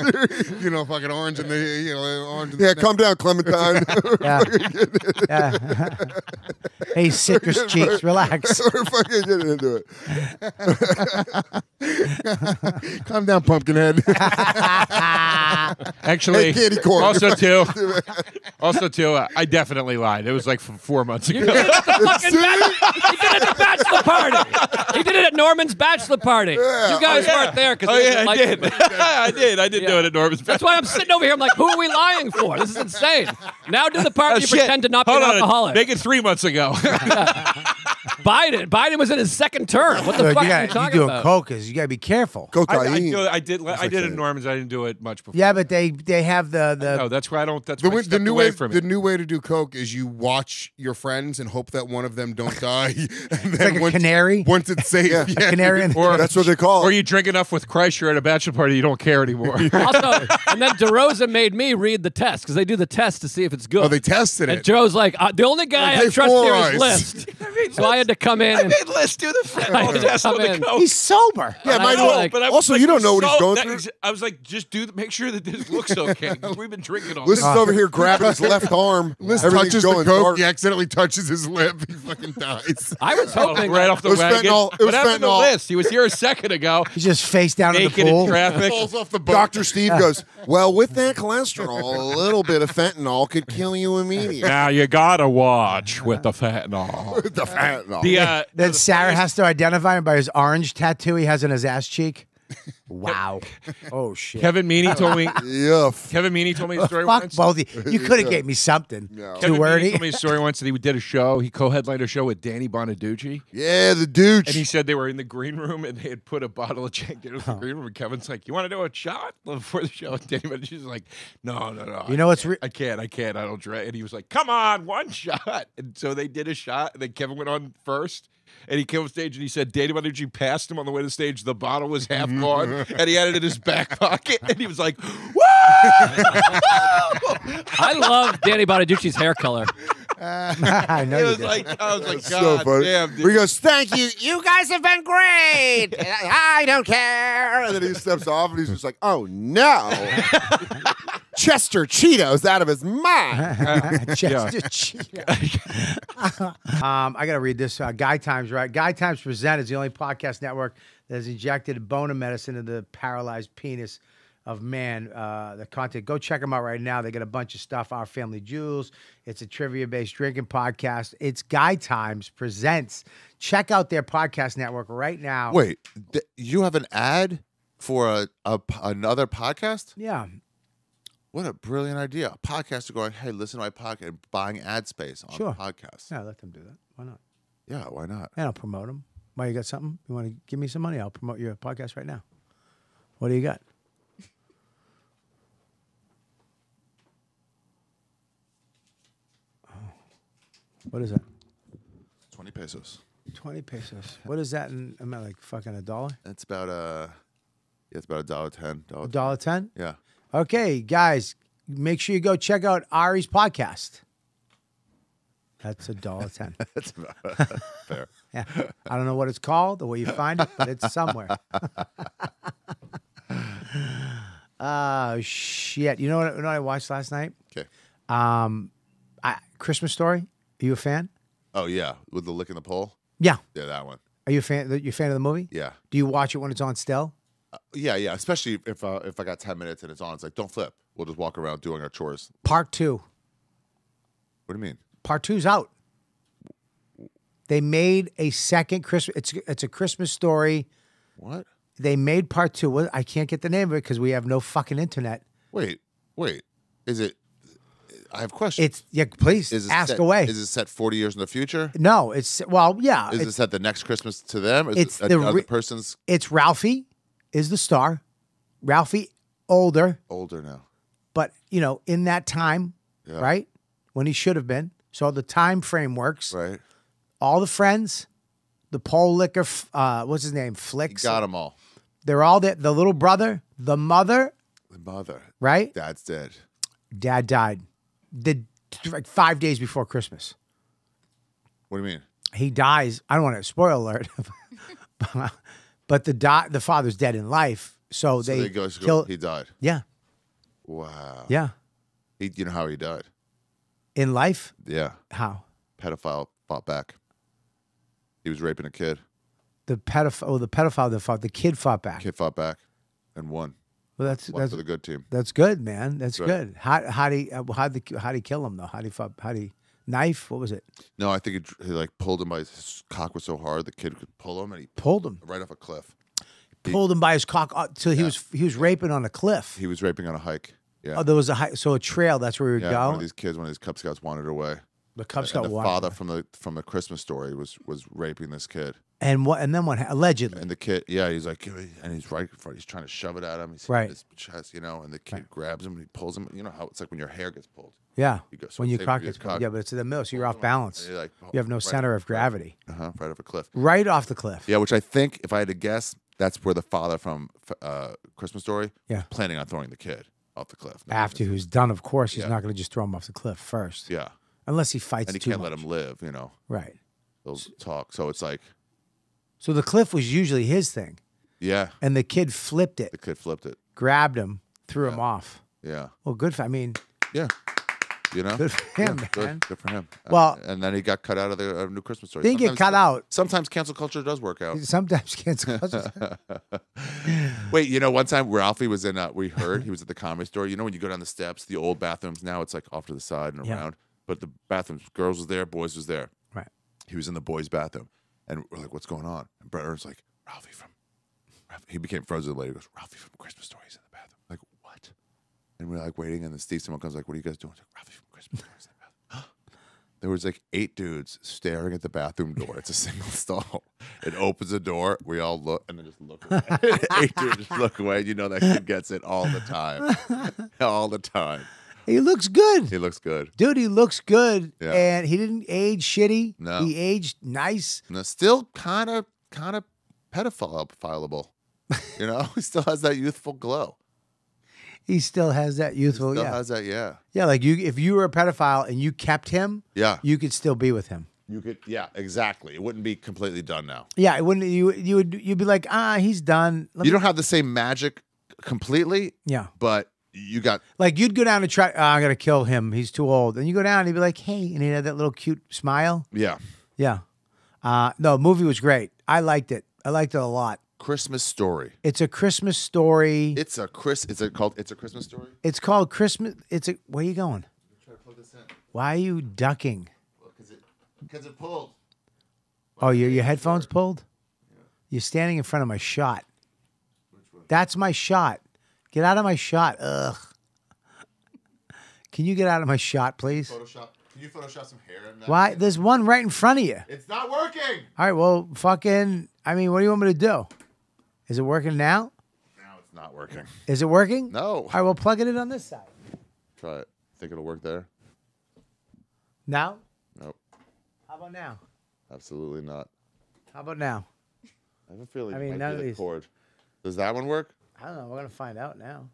[SPEAKER 10] you know, fucking orange in the you know, orange. In
[SPEAKER 5] Yeah,
[SPEAKER 10] the
[SPEAKER 5] calm down,
[SPEAKER 10] [LAUGHS]
[SPEAKER 5] Clementine. [LAUGHS]
[SPEAKER 10] Yeah.
[SPEAKER 1] Yeah. [LAUGHS] hey, citrus cheeks, relax.
[SPEAKER 5] [LAUGHS] We're fucking getting into it.
[SPEAKER 10] [LAUGHS] calm down, Pumpkinhead. Hey,
[SPEAKER 8] Actually,
[SPEAKER 10] candy corn.
[SPEAKER 5] [LAUGHS]
[SPEAKER 8] also too,
[SPEAKER 10] You're
[SPEAKER 8] also too, uh, I definitely lied. It was like f- four months ago. [LAUGHS]
[SPEAKER 19] fucking bachelor, he did it at the bachelor party. He did it at Norman's bachelor party. You guys
[SPEAKER 8] Oh, yeah.
[SPEAKER 19] weren't there because
[SPEAKER 8] Oh, yeah, I did.
[SPEAKER 19] I
[SPEAKER 8] did. [LAUGHS] I did do it
[SPEAKER 19] [LAUGHS]
[SPEAKER 8] at Norman's.
[SPEAKER 19] That's why I'm sitting over here. I'm like, who are we lying for? This is insane. Now do the part
[SPEAKER 8] Oh,
[SPEAKER 19] where you
[SPEAKER 8] shit.
[SPEAKER 19] pretend to not be
[SPEAKER 8] Hold
[SPEAKER 19] an
[SPEAKER 8] on.
[SPEAKER 19] alcoholic.
[SPEAKER 8] Make it three months ago.
[SPEAKER 19] Biden. Biden was in his second term. What the
[SPEAKER 1] Dude,
[SPEAKER 19] fuck
[SPEAKER 1] you
[SPEAKER 19] are you
[SPEAKER 1] gotta, you
[SPEAKER 19] talking
[SPEAKER 1] doing
[SPEAKER 19] about?
[SPEAKER 1] coke is you gotta be careful.
[SPEAKER 8] I, I, do- I did. I did it at Norman's. I didn't do it much before.
[SPEAKER 1] Yeah, but they they have the the
[SPEAKER 8] No, that's why I don't. That's
[SPEAKER 10] The,
[SPEAKER 8] why I
[SPEAKER 10] way- the
[SPEAKER 8] stepped
[SPEAKER 10] new
[SPEAKER 8] away
[SPEAKER 10] way
[SPEAKER 8] from
[SPEAKER 10] the
[SPEAKER 8] it.
[SPEAKER 10] new way to do coke is you watch your friends and hope that one of them don't die. [LAUGHS] And
[SPEAKER 1] it's like a canary.
[SPEAKER 10] Once it's safe, yeah.
[SPEAKER 8] Or-
[SPEAKER 5] what they call.
[SPEAKER 8] Or you drink enough with Christ, you're at a bachelor party, you don't care anymore. [LAUGHS]
[SPEAKER 19] also, and then DeRosa made me read the test because they do the test to see if it's good.
[SPEAKER 8] Oh, they tested
[SPEAKER 19] and
[SPEAKER 8] it.
[SPEAKER 19] Joe's like, uh, the only guy
[SPEAKER 8] Like,
[SPEAKER 19] I
[SPEAKER 8] hey,
[SPEAKER 19] trust here is
[SPEAKER 8] fluoride. [LAUGHS]
[SPEAKER 19] List. so I had to come in.
[SPEAKER 8] I
[SPEAKER 19] and,
[SPEAKER 8] made List do the fentanyl
[SPEAKER 19] I
[SPEAKER 8] test on
[SPEAKER 19] come
[SPEAKER 8] the
[SPEAKER 19] in.
[SPEAKER 8] coke.
[SPEAKER 1] He's
[SPEAKER 8] [LAUGHS]
[SPEAKER 1] sober.
[SPEAKER 19] Yeah,
[SPEAKER 8] And
[SPEAKER 19] might
[SPEAKER 8] I
[SPEAKER 19] as
[SPEAKER 8] know,
[SPEAKER 19] well.
[SPEAKER 8] but I was
[SPEAKER 5] Also,
[SPEAKER 8] like,
[SPEAKER 5] you don't know what he's
[SPEAKER 8] so-
[SPEAKER 5] going
[SPEAKER 8] that
[SPEAKER 5] through.
[SPEAKER 8] ex- I was like, just do the, make sure that this
[SPEAKER 5] [LAUGHS]
[SPEAKER 8] looks okay. 'cause We've been drinking all.
[SPEAKER 5] Liz is
[SPEAKER 8] night.
[SPEAKER 5] over here grabbing
[SPEAKER 8] [LAUGHS]
[SPEAKER 5] his left arm.
[SPEAKER 10] Liz
[SPEAKER 5] Everything's
[SPEAKER 10] touches the
[SPEAKER 5] going
[SPEAKER 10] coke.
[SPEAKER 5] dark.
[SPEAKER 10] He accidentally touches his lip. He fucking dies.
[SPEAKER 19] I was hoping
[SPEAKER 8] Oh, right off [LAUGHS] the
[SPEAKER 10] It was
[SPEAKER 8] wagon.
[SPEAKER 10] fentanyl. It
[SPEAKER 8] what
[SPEAKER 10] was
[SPEAKER 8] happened
[SPEAKER 10] fentanyl.
[SPEAKER 8] to List? He was here a
[SPEAKER 5] [LAUGHS]
[SPEAKER 8] second ago.
[SPEAKER 1] He's just face down in
[SPEAKER 8] Naked
[SPEAKER 1] the
[SPEAKER 8] in
[SPEAKER 1] pool.
[SPEAKER 8] traffic.
[SPEAKER 10] Falls off the boat.
[SPEAKER 5] Dr. Steve goes, Well, with that cholesterol, a little bit of fentanyl could kill you immediately.
[SPEAKER 8] Now you gotta watch with the
[SPEAKER 10] [LAUGHS]
[SPEAKER 8] fentanyl.
[SPEAKER 5] the fentanyl.
[SPEAKER 8] The, uh,
[SPEAKER 1] then Sarah has to identify him by his orange tattoo he has on his ass cheek.
[SPEAKER 8] [LAUGHS]
[SPEAKER 1] Wow. oh shit.
[SPEAKER 8] Kevin Meaney told
[SPEAKER 1] [LAUGHS]
[SPEAKER 8] me.
[SPEAKER 5] Yuff.
[SPEAKER 8] Kevin Meaney told me a story
[SPEAKER 1] Fuck
[SPEAKER 8] once.
[SPEAKER 1] both. of You, you could have gave me something. Too
[SPEAKER 8] Kevin Meaney
[SPEAKER 1] wordy.
[SPEAKER 8] told me a story once that he did a show. He co-headlined a show with Danny Bonaducci.
[SPEAKER 5] Yeah, the douche.
[SPEAKER 8] And he said they were in the green room and they had put a bottle of [LAUGHS] Jack Daniels in the green room. And Kevin's like, "You want to do a shot before the show?" [LAUGHS] And Danny Bonaducci's like, "No, no, no.
[SPEAKER 1] You
[SPEAKER 8] I
[SPEAKER 1] know what's
[SPEAKER 8] can't. I can't. I can't. I don't drink." And he was like, "Come on, one [LAUGHS] shot." And so they did a shot. And then Kevin went on first. And he came on stage and he said Danny Bonaducci passed him on the way to stage. The bottle was half
[SPEAKER 1] [LAUGHS]
[SPEAKER 8] gone, and he had it in his back pocket. And he was like, "Woo!"
[SPEAKER 1] [LAUGHS]
[SPEAKER 19] I love Danny Bonaducci's hair color.
[SPEAKER 1] [LAUGHS] I know
[SPEAKER 8] it
[SPEAKER 1] you
[SPEAKER 8] was
[SPEAKER 1] did.
[SPEAKER 8] like I was like,
[SPEAKER 13] So
[SPEAKER 8] God
[SPEAKER 13] funny.
[SPEAKER 8] damn, dude.
[SPEAKER 13] He goes, "Thank you."
[SPEAKER 15] [LAUGHS] You guys have been great. I don't care.
[SPEAKER 13] And then he steps off and he's just like, oh no. [LAUGHS] Chester Cheeto's out of his
[SPEAKER 16] [LAUGHS]
[SPEAKER 13] mind.
[SPEAKER 1] [LAUGHS] Chester
[SPEAKER 13] [LAUGHS]
[SPEAKER 1] um, I got to read this. Uh, Guy Times, right? Guy Times Present is the only podcast network that has injected boner medicine into the paralyzed penis of man. Uh, the content, go check them out right now. They got a bunch of stuff. Our Family Jewels. It's a trivia-based drinking podcast. It's Guy Times Presents. Check out their podcast network right now.
[SPEAKER 16] Wait, th- you have an ad for a, a p- another podcast?
[SPEAKER 1] Yeah.
[SPEAKER 16] What a brilliant idea! A podcaster going, "Hey, listen to my podcast," buying ad space on
[SPEAKER 1] Sure.
[SPEAKER 16] the podcast.
[SPEAKER 1] Yeah, let them do that. Why not?
[SPEAKER 16] Yeah, why not?
[SPEAKER 1] And I'll promote them. Why you got something? You want to give me some money? I'll promote your podcast right now. What do you got? Oh. What is that?
[SPEAKER 16] Twenty pesos.
[SPEAKER 1] Twenty pesos. What is that? In, am I like fucking a dollar?
[SPEAKER 16] That's about uh, yeah, it's about a dollar ten.
[SPEAKER 1] A dollar ten?
[SPEAKER 16] Yeah.
[SPEAKER 1] Okay, guys, make sure you go check out Ari's podcast. That's a dollar ten.
[SPEAKER 16] [LAUGHS] That's about fair.
[SPEAKER 1] [LAUGHS] Yeah. I don't know what it's called or where you find it, but
[SPEAKER 16] [LAUGHS]
[SPEAKER 1] it's somewhere. oh shit! You know what? You know what I watched last night?
[SPEAKER 16] Okay.
[SPEAKER 1] Um, I, Christmas Story. Are you a fan?
[SPEAKER 16] Oh yeah, with the lick in the pole.
[SPEAKER 1] Yeah.
[SPEAKER 16] Yeah, that one.
[SPEAKER 1] Are you a fan? You a fan of the movie?
[SPEAKER 16] Yeah.
[SPEAKER 1] Do you watch it when it's on still?
[SPEAKER 16] Yeah, yeah. Especially if uh, if I got ten minutes and it's on, it's like don't flip. We'll just walk around doing our chores.
[SPEAKER 1] Part two.
[SPEAKER 16] What do you mean?
[SPEAKER 1] Part two's out. They made a second Christmas. It's it's a Christmas story.
[SPEAKER 16] What?
[SPEAKER 1] They made part two. What- I can't get the name of it because we have no fucking internet.
[SPEAKER 16] Wait, wait. Is it? I have questions.
[SPEAKER 1] It's yeah. Please
[SPEAKER 16] Is it
[SPEAKER 1] ask
[SPEAKER 16] set-
[SPEAKER 1] away.
[SPEAKER 16] Is it set forty years in the future?
[SPEAKER 1] no, it's well, yeah.
[SPEAKER 16] Is
[SPEAKER 1] it's-
[SPEAKER 16] it set the next Christmas to them? Is
[SPEAKER 1] it's
[SPEAKER 16] it a-
[SPEAKER 1] the
[SPEAKER 16] other
[SPEAKER 1] re-
[SPEAKER 16] person's
[SPEAKER 1] It's Ralphie is the star. Ralphie older,
[SPEAKER 16] older now?
[SPEAKER 1] but you know, in that time,
[SPEAKER 16] Yeah.
[SPEAKER 1] right? When he should have been. So the time frame works.
[SPEAKER 16] Right.
[SPEAKER 1] All the friends, the Paul Licker, f- uh, what's his name? Flicks.
[SPEAKER 16] Got them all.
[SPEAKER 1] They're all there. The little brother, the mother,
[SPEAKER 16] The mother.
[SPEAKER 1] right?
[SPEAKER 16] Dad's dead.
[SPEAKER 1] Dad died. The like five days before Christmas.
[SPEAKER 16] What do you mean?
[SPEAKER 1] he dies. I don't want to spoil alert, [LAUGHS] but the di- the father's dead in life, so,
[SPEAKER 16] So
[SPEAKER 1] they,
[SPEAKER 16] they go- so
[SPEAKER 1] kill.
[SPEAKER 16] he died. Oh.
[SPEAKER 1] Yeah,
[SPEAKER 16] Wow.
[SPEAKER 1] yeah,
[SPEAKER 16] He, you know how he died?
[SPEAKER 1] in life.
[SPEAKER 16] Yeah.
[SPEAKER 1] How
[SPEAKER 16] Pedophile fought back. He was raping a kid.
[SPEAKER 1] the pedophile? Oh, the pedophile that fought the kid fought back.
[SPEAKER 16] Kid fought back, and won.
[SPEAKER 1] Well, that's
[SPEAKER 16] One
[SPEAKER 1] that's
[SPEAKER 16] for the good team.
[SPEAKER 1] that's good, man. That's
[SPEAKER 16] Right.
[SPEAKER 1] good. How how do how did how he kill him though? How do he how do he knife? What was it?
[SPEAKER 16] No, I think he, dr- he like pulled him by his cock was so hard the kid could pull him and he
[SPEAKER 1] Pulled him.
[SPEAKER 16] right off a cliff.
[SPEAKER 1] Pulled him by his cock uh, till he was he was raping on a cliff.
[SPEAKER 16] He was raping on a hike. Yeah.
[SPEAKER 1] Oh, there was a high, so a trail. That's where we would
[SPEAKER 16] yeah,
[SPEAKER 1] go.
[SPEAKER 16] one of these kids, one of these Cub Scouts wandered away.
[SPEAKER 1] The Cub
[SPEAKER 16] And
[SPEAKER 1] Scout
[SPEAKER 16] the
[SPEAKER 1] wandered
[SPEAKER 16] father from the from the Christmas story was was raping this kid.
[SPEAKER 1] and what? And then what? ha- Allegedly.
[SPEAKER 16] And the kid, yeah, he's like, "Give me-" and he's right in front. He's trying to shove it at him. He's hitting
[SPEAKER 1] Right.
[SPEAKER 16] his chest, you know. And the kid grabs him and he pulls him. You know how it's like when your hair gets pulled.
[SPEAKER 1] Yeah.
[SPEAKER 16] You go, so
[SPEAKER 1] when you
[SPEAKER 16] same
[SPEAKER 1] cock
[SPEAKER 16] with your
[SPEAKER 1] it.
[SPEAKER 16] cock.
[SPEAKER 1] Yeah, but it's in the middle, so you're off
[SPEAKER 16] And
[SPEAKER 1] balance.
[SPEAKER 16] you're like,
[SPEAKER 1] you have no
[SPEAKER 16] right,
[SPEAKER 1] center of gravity.
[SPEAKER 16] Uh huh. Right off a cliff.
[SPEAKER 1] Right off the cliff.
[SPEAKER 16] Yeah, which I think, if I had to guess, that's where the father from f- uh, Christmas Story
[SPEAKER 1] Yeah.
[SPEAKER 16] was planning on throwing the kid off the cliff. No,
[SPEAKER 1] After who's done, of course, he's
[SPEAKER 16] Yeah.
[SPEAKER 1] not going to just throw him off the cliff first.
[SPEAKER 16] Yeah.
[SPEAKER 1] Unless he fights
[SPEAKER 16] and he
[SPEAKER 1] too
[SPEAKER 16] can't
[SPEAKER 1] much.
[SPEAKER 16] let him live, you know.
[SPEAKER 1] Right.
[SPEAKER 16] They'll talk. So it's like,
[SPEAKER 1] So the cliff was usually his thing,
[SPEAKER 16] yeah,
[SPEAKER 1] and the kid flipped it,
[SPEAKER 16] the kid flipped it.
[SPEAKER 1] grabbed him, threw him off.
[SPEAKER 16] Yeah.
[SPEAKER 1] Well, good for. I mean,
[SPEAKER 16] Yeah. You know?
[SPEAKER 1] Good for him,
[SPEAKER 16] good,
[SPEAKER 1] man.
[SPEAKER 16] Good for him. Uh,
[SPEAKER 1] Well-
[SPEAKER 16] and then he got cut out of the uh, new Christmas story.
[SPEAKER 1] Didn't get
[SPEAKER 16] Sometimes- Oh.
[SPEAKER 1] cut out.
[SPEAKER 16] Sometimes cancel culture does work out.
[SPEAKER 1] sometimes cancel. culture-
[SPEAKER 16] [LAUGHS] Wait, you know, one time Ralphie was in, uh, we heard he was at the comedy store. You know, when you go down the steps, the old bathrooms, now it's like off to the side and
[SPEAKER 1] Yeah.
[SPEAKER 16] around, but the bathrooms, girls was there, boys was there.
[SPEAKER 1] Right.
[SPEAKER 16] He was in the boys' bathroom. And we're like, what's going on? And Brett Ernst's like, Ralphie from, Ralphie. he became frozen later. He goes, Ralphie from Christmas Story is in the bathroom. Like, what? And we're like waiting, and then Steve someone comes like, "What are you guys doing?" It's Like, Ralphie from Christmas. Story is in the bathroom." [GASPS] there was like eight dudes staring at the bathroom door. It's a single [LAUGHS] stall. It opens the door. We all look and then just look away. [LAUGHS] eight dudes just look away. You know that kid gets it all the
[SPEAKER 1] [LAUGHS]
[SPEAKER 16] time, all the time.
[SPEAKER 1] He looks good.
[SPEAKER 16] He looks good.
[SPEAKER 1] Dude, he looks good,
[SPEAKER 16] Yeah.
[SPEAKER 1] and he didn't age shitty.
[SPEAKER 16] No.
[SPEAKER 1] He aged nice.
[SPEAKER 16] No, still kind of kind of [LAUGHS] pedophile fileable. You know, he still has that youthful glow.
[SPEAKER 1] He still has that youthful.
[SPEAKER 16] Still
[SPEAKER 1] yeah.
[SPEAKER 16] has that, yeah.
[SPEAKER 1] Yeah, like you, if you were a pedophile and you kept him,
[SPEAKER 16] Yeah.
[SPEAKER 1] you could still be with him.
[SPEAKER 16] You could, yeah, exactly. It wouldn't be completely done now.
[SPEAKER 1] Yeah, it wouldn't you? You would. You'd be like, ah, he's done. Let
[SPEAKER 16] you
[SPEAKER 1] me-
[SPEAKER 16] don't have the same magic completely.
[SPEAKER 1] Yeah.
[SPEAKER 16] But you got
[SPEAKER 1] like you'd go down and try. Ah, I'm gonna kill him. He's too old. And you go down and he'd be like, hey, and he had that little cute smile.
[SPEAKER 16] yeah.
[SPEAKER 1] Yeah. Uh, no, movie was great. I liked it. I liked it a lot.
[SPEAKER 16] Christmas story.
[SPEAKER 1] It's a Christmas story.
[SPEAKER 16] It's a Chris. It's a called. It's a Christmas story.
[SPEAKER 1] It's called Christmas. It's a. Where are you going? Why are you ducking?
[SPEAKER 16] Because it pulled.
[SPEAKER 1] Oh, your your headphones pulled. You're standing in front of my shot. That's my shot. Get out of my shot. Ugh. Can you get out of my shot, please?
[SPEAKER 16] Photoshop. Can you Photoshop some hair in that?
[SPEAKER 1] Why? There's one right in front of you.
[SPEAKER 16] It's not working.
[SPEAKER 1] All right. Well, fucking. I mean, what do you want me to do? Is it working now?
[SPEAKER 16] It's not working.
[SPEAKER 1] Is it working?
[SPEAKER 16] No. All
[SPEAKER 1] right. Well, plug it in on this side.
[SPEAKER 16] Try it. Think it'll work there?
[SPEAKER 1] Now?
[SPEAKER 16] Nope.
[SPEAKER 1] How about now?
[SPEAKER 16] Absolutely not.
[SPEAKER 1] How about now?
[SPEAKER 16] I have a feeling.
[SPEAKER 1] I
[SPEAKER 16] I
[SPEAKER 1] mean,
[SPEAKER 16] mean,
[SPEAKER 1] none of
[SPEAKER 16] the
[SPEAKER 1] these-
[SPEAKER 16] cord. Does that one work?
[SPEAKER 1] I don't know. We're gonna find out now.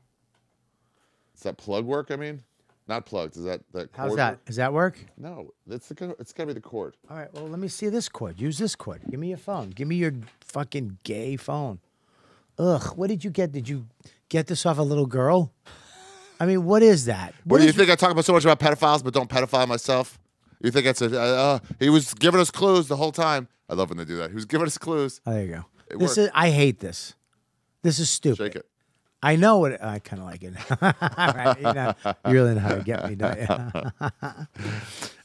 [SPEAKER 16] Does that plug work? I mean, not plug. Does that that cord?
[SPEAKER 1] How's that?
[SPEAKER 16] work?
[SPEAKER 1] Does that work?
[SPEAKER 16] No, it's the co- it's gotta be the cord.
[SPEAKER 1] All right. Well, let me see this cord. Use this cord. Give me your phone. Give me your fucking gay phone. Ugh. What did you get? Did you get this off a little girl? I mean, what is that?
[SPEAKER 16] What do you think I talk about so much about pedophiles, but don't pedophile myself? You think that's a uh, uh, he was giving us clues the whole time? I love when they do that. He was giving us clues.
[SPEAKER 1] Oh, there you go.
[SPEAKER 16] It
[SPEAKER 1] this
[SPEAKER 16] worked.
[SPEAKER 1] is. I hate this. This is stupid. Shake
[SPEAKER 16] it.
[SPEAKER 1] I know it. I kind of like it. [LAUGHS] All right, you're, not, you really know how to get me, don't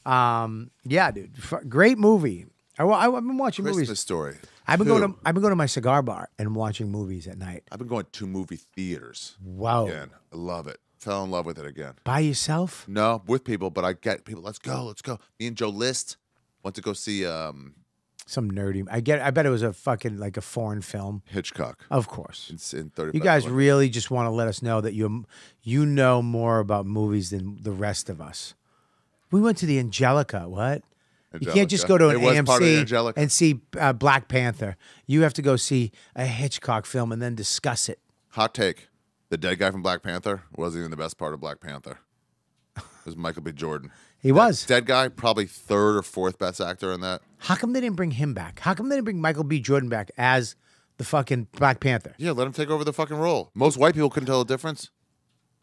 [SPEAKER 1] you? [LAUGHS] um, yeah, dude. F- great movie. I, wa- I, have been watching
[SPEAKER 16] Christmas
[SPEAKER 1] movies.
[SPEAKER 16] story.
[SPEAKER 1] I've been
[SPEAKER 16] Two.
[SPEAKER 1] going to I've been going to my cigar bar and watching movies at night.
[SPEAKER 16] I've been going to movie theaters.
[SPEAKER 1] Wow.
[SPEAKER 16] Again, I love it. Fell in love with it again.
[SPEAKER 1] By yourself?
[SPEAKER 16] No, with people, but I get people. Let's go, let's go. Me and Joe List went to go see um,
[SPEAKER 1] Some nerdy. I get. I bet it was a fucking like a foreign film.
[SPEAKER 16] Hitchcock.
[SPEAKER 1] Of course.
[SPEAKER 16] It's in thirty.
[SPEAKER 1] You guys really just want to let us know that you you know more about movies than the rest of us. We went to the Angelica. What? You can't just go
[SPEAKER 16] Angelica.
[SPEAKER 1] to an
[SPEAKER 16] It was part of the
[SPEAKER 1] AMC
[SPEAKER 16] Angelica.
[SPEAKER 1] and see uh, Black Panther. You have to go see a Hitchcock film and then discuss it.
[SPEAKER 16] Hot take: the dead guy from Black Panther wasn't even the best part of Black Panther. It was Michael B. Jordan.
[SPEAKER 1] He was.
[SPEAKER 16] Dead guy, probably third or fourth best actor in that.
[SPEAKER 1] How come they didn't bring him back? How come they didn't bring Michael B. Jordan back as the fucking Black Panther?
[SPEAKER 16] Yeah, let him take over the fucking role. Most white people couldn't tell the difference.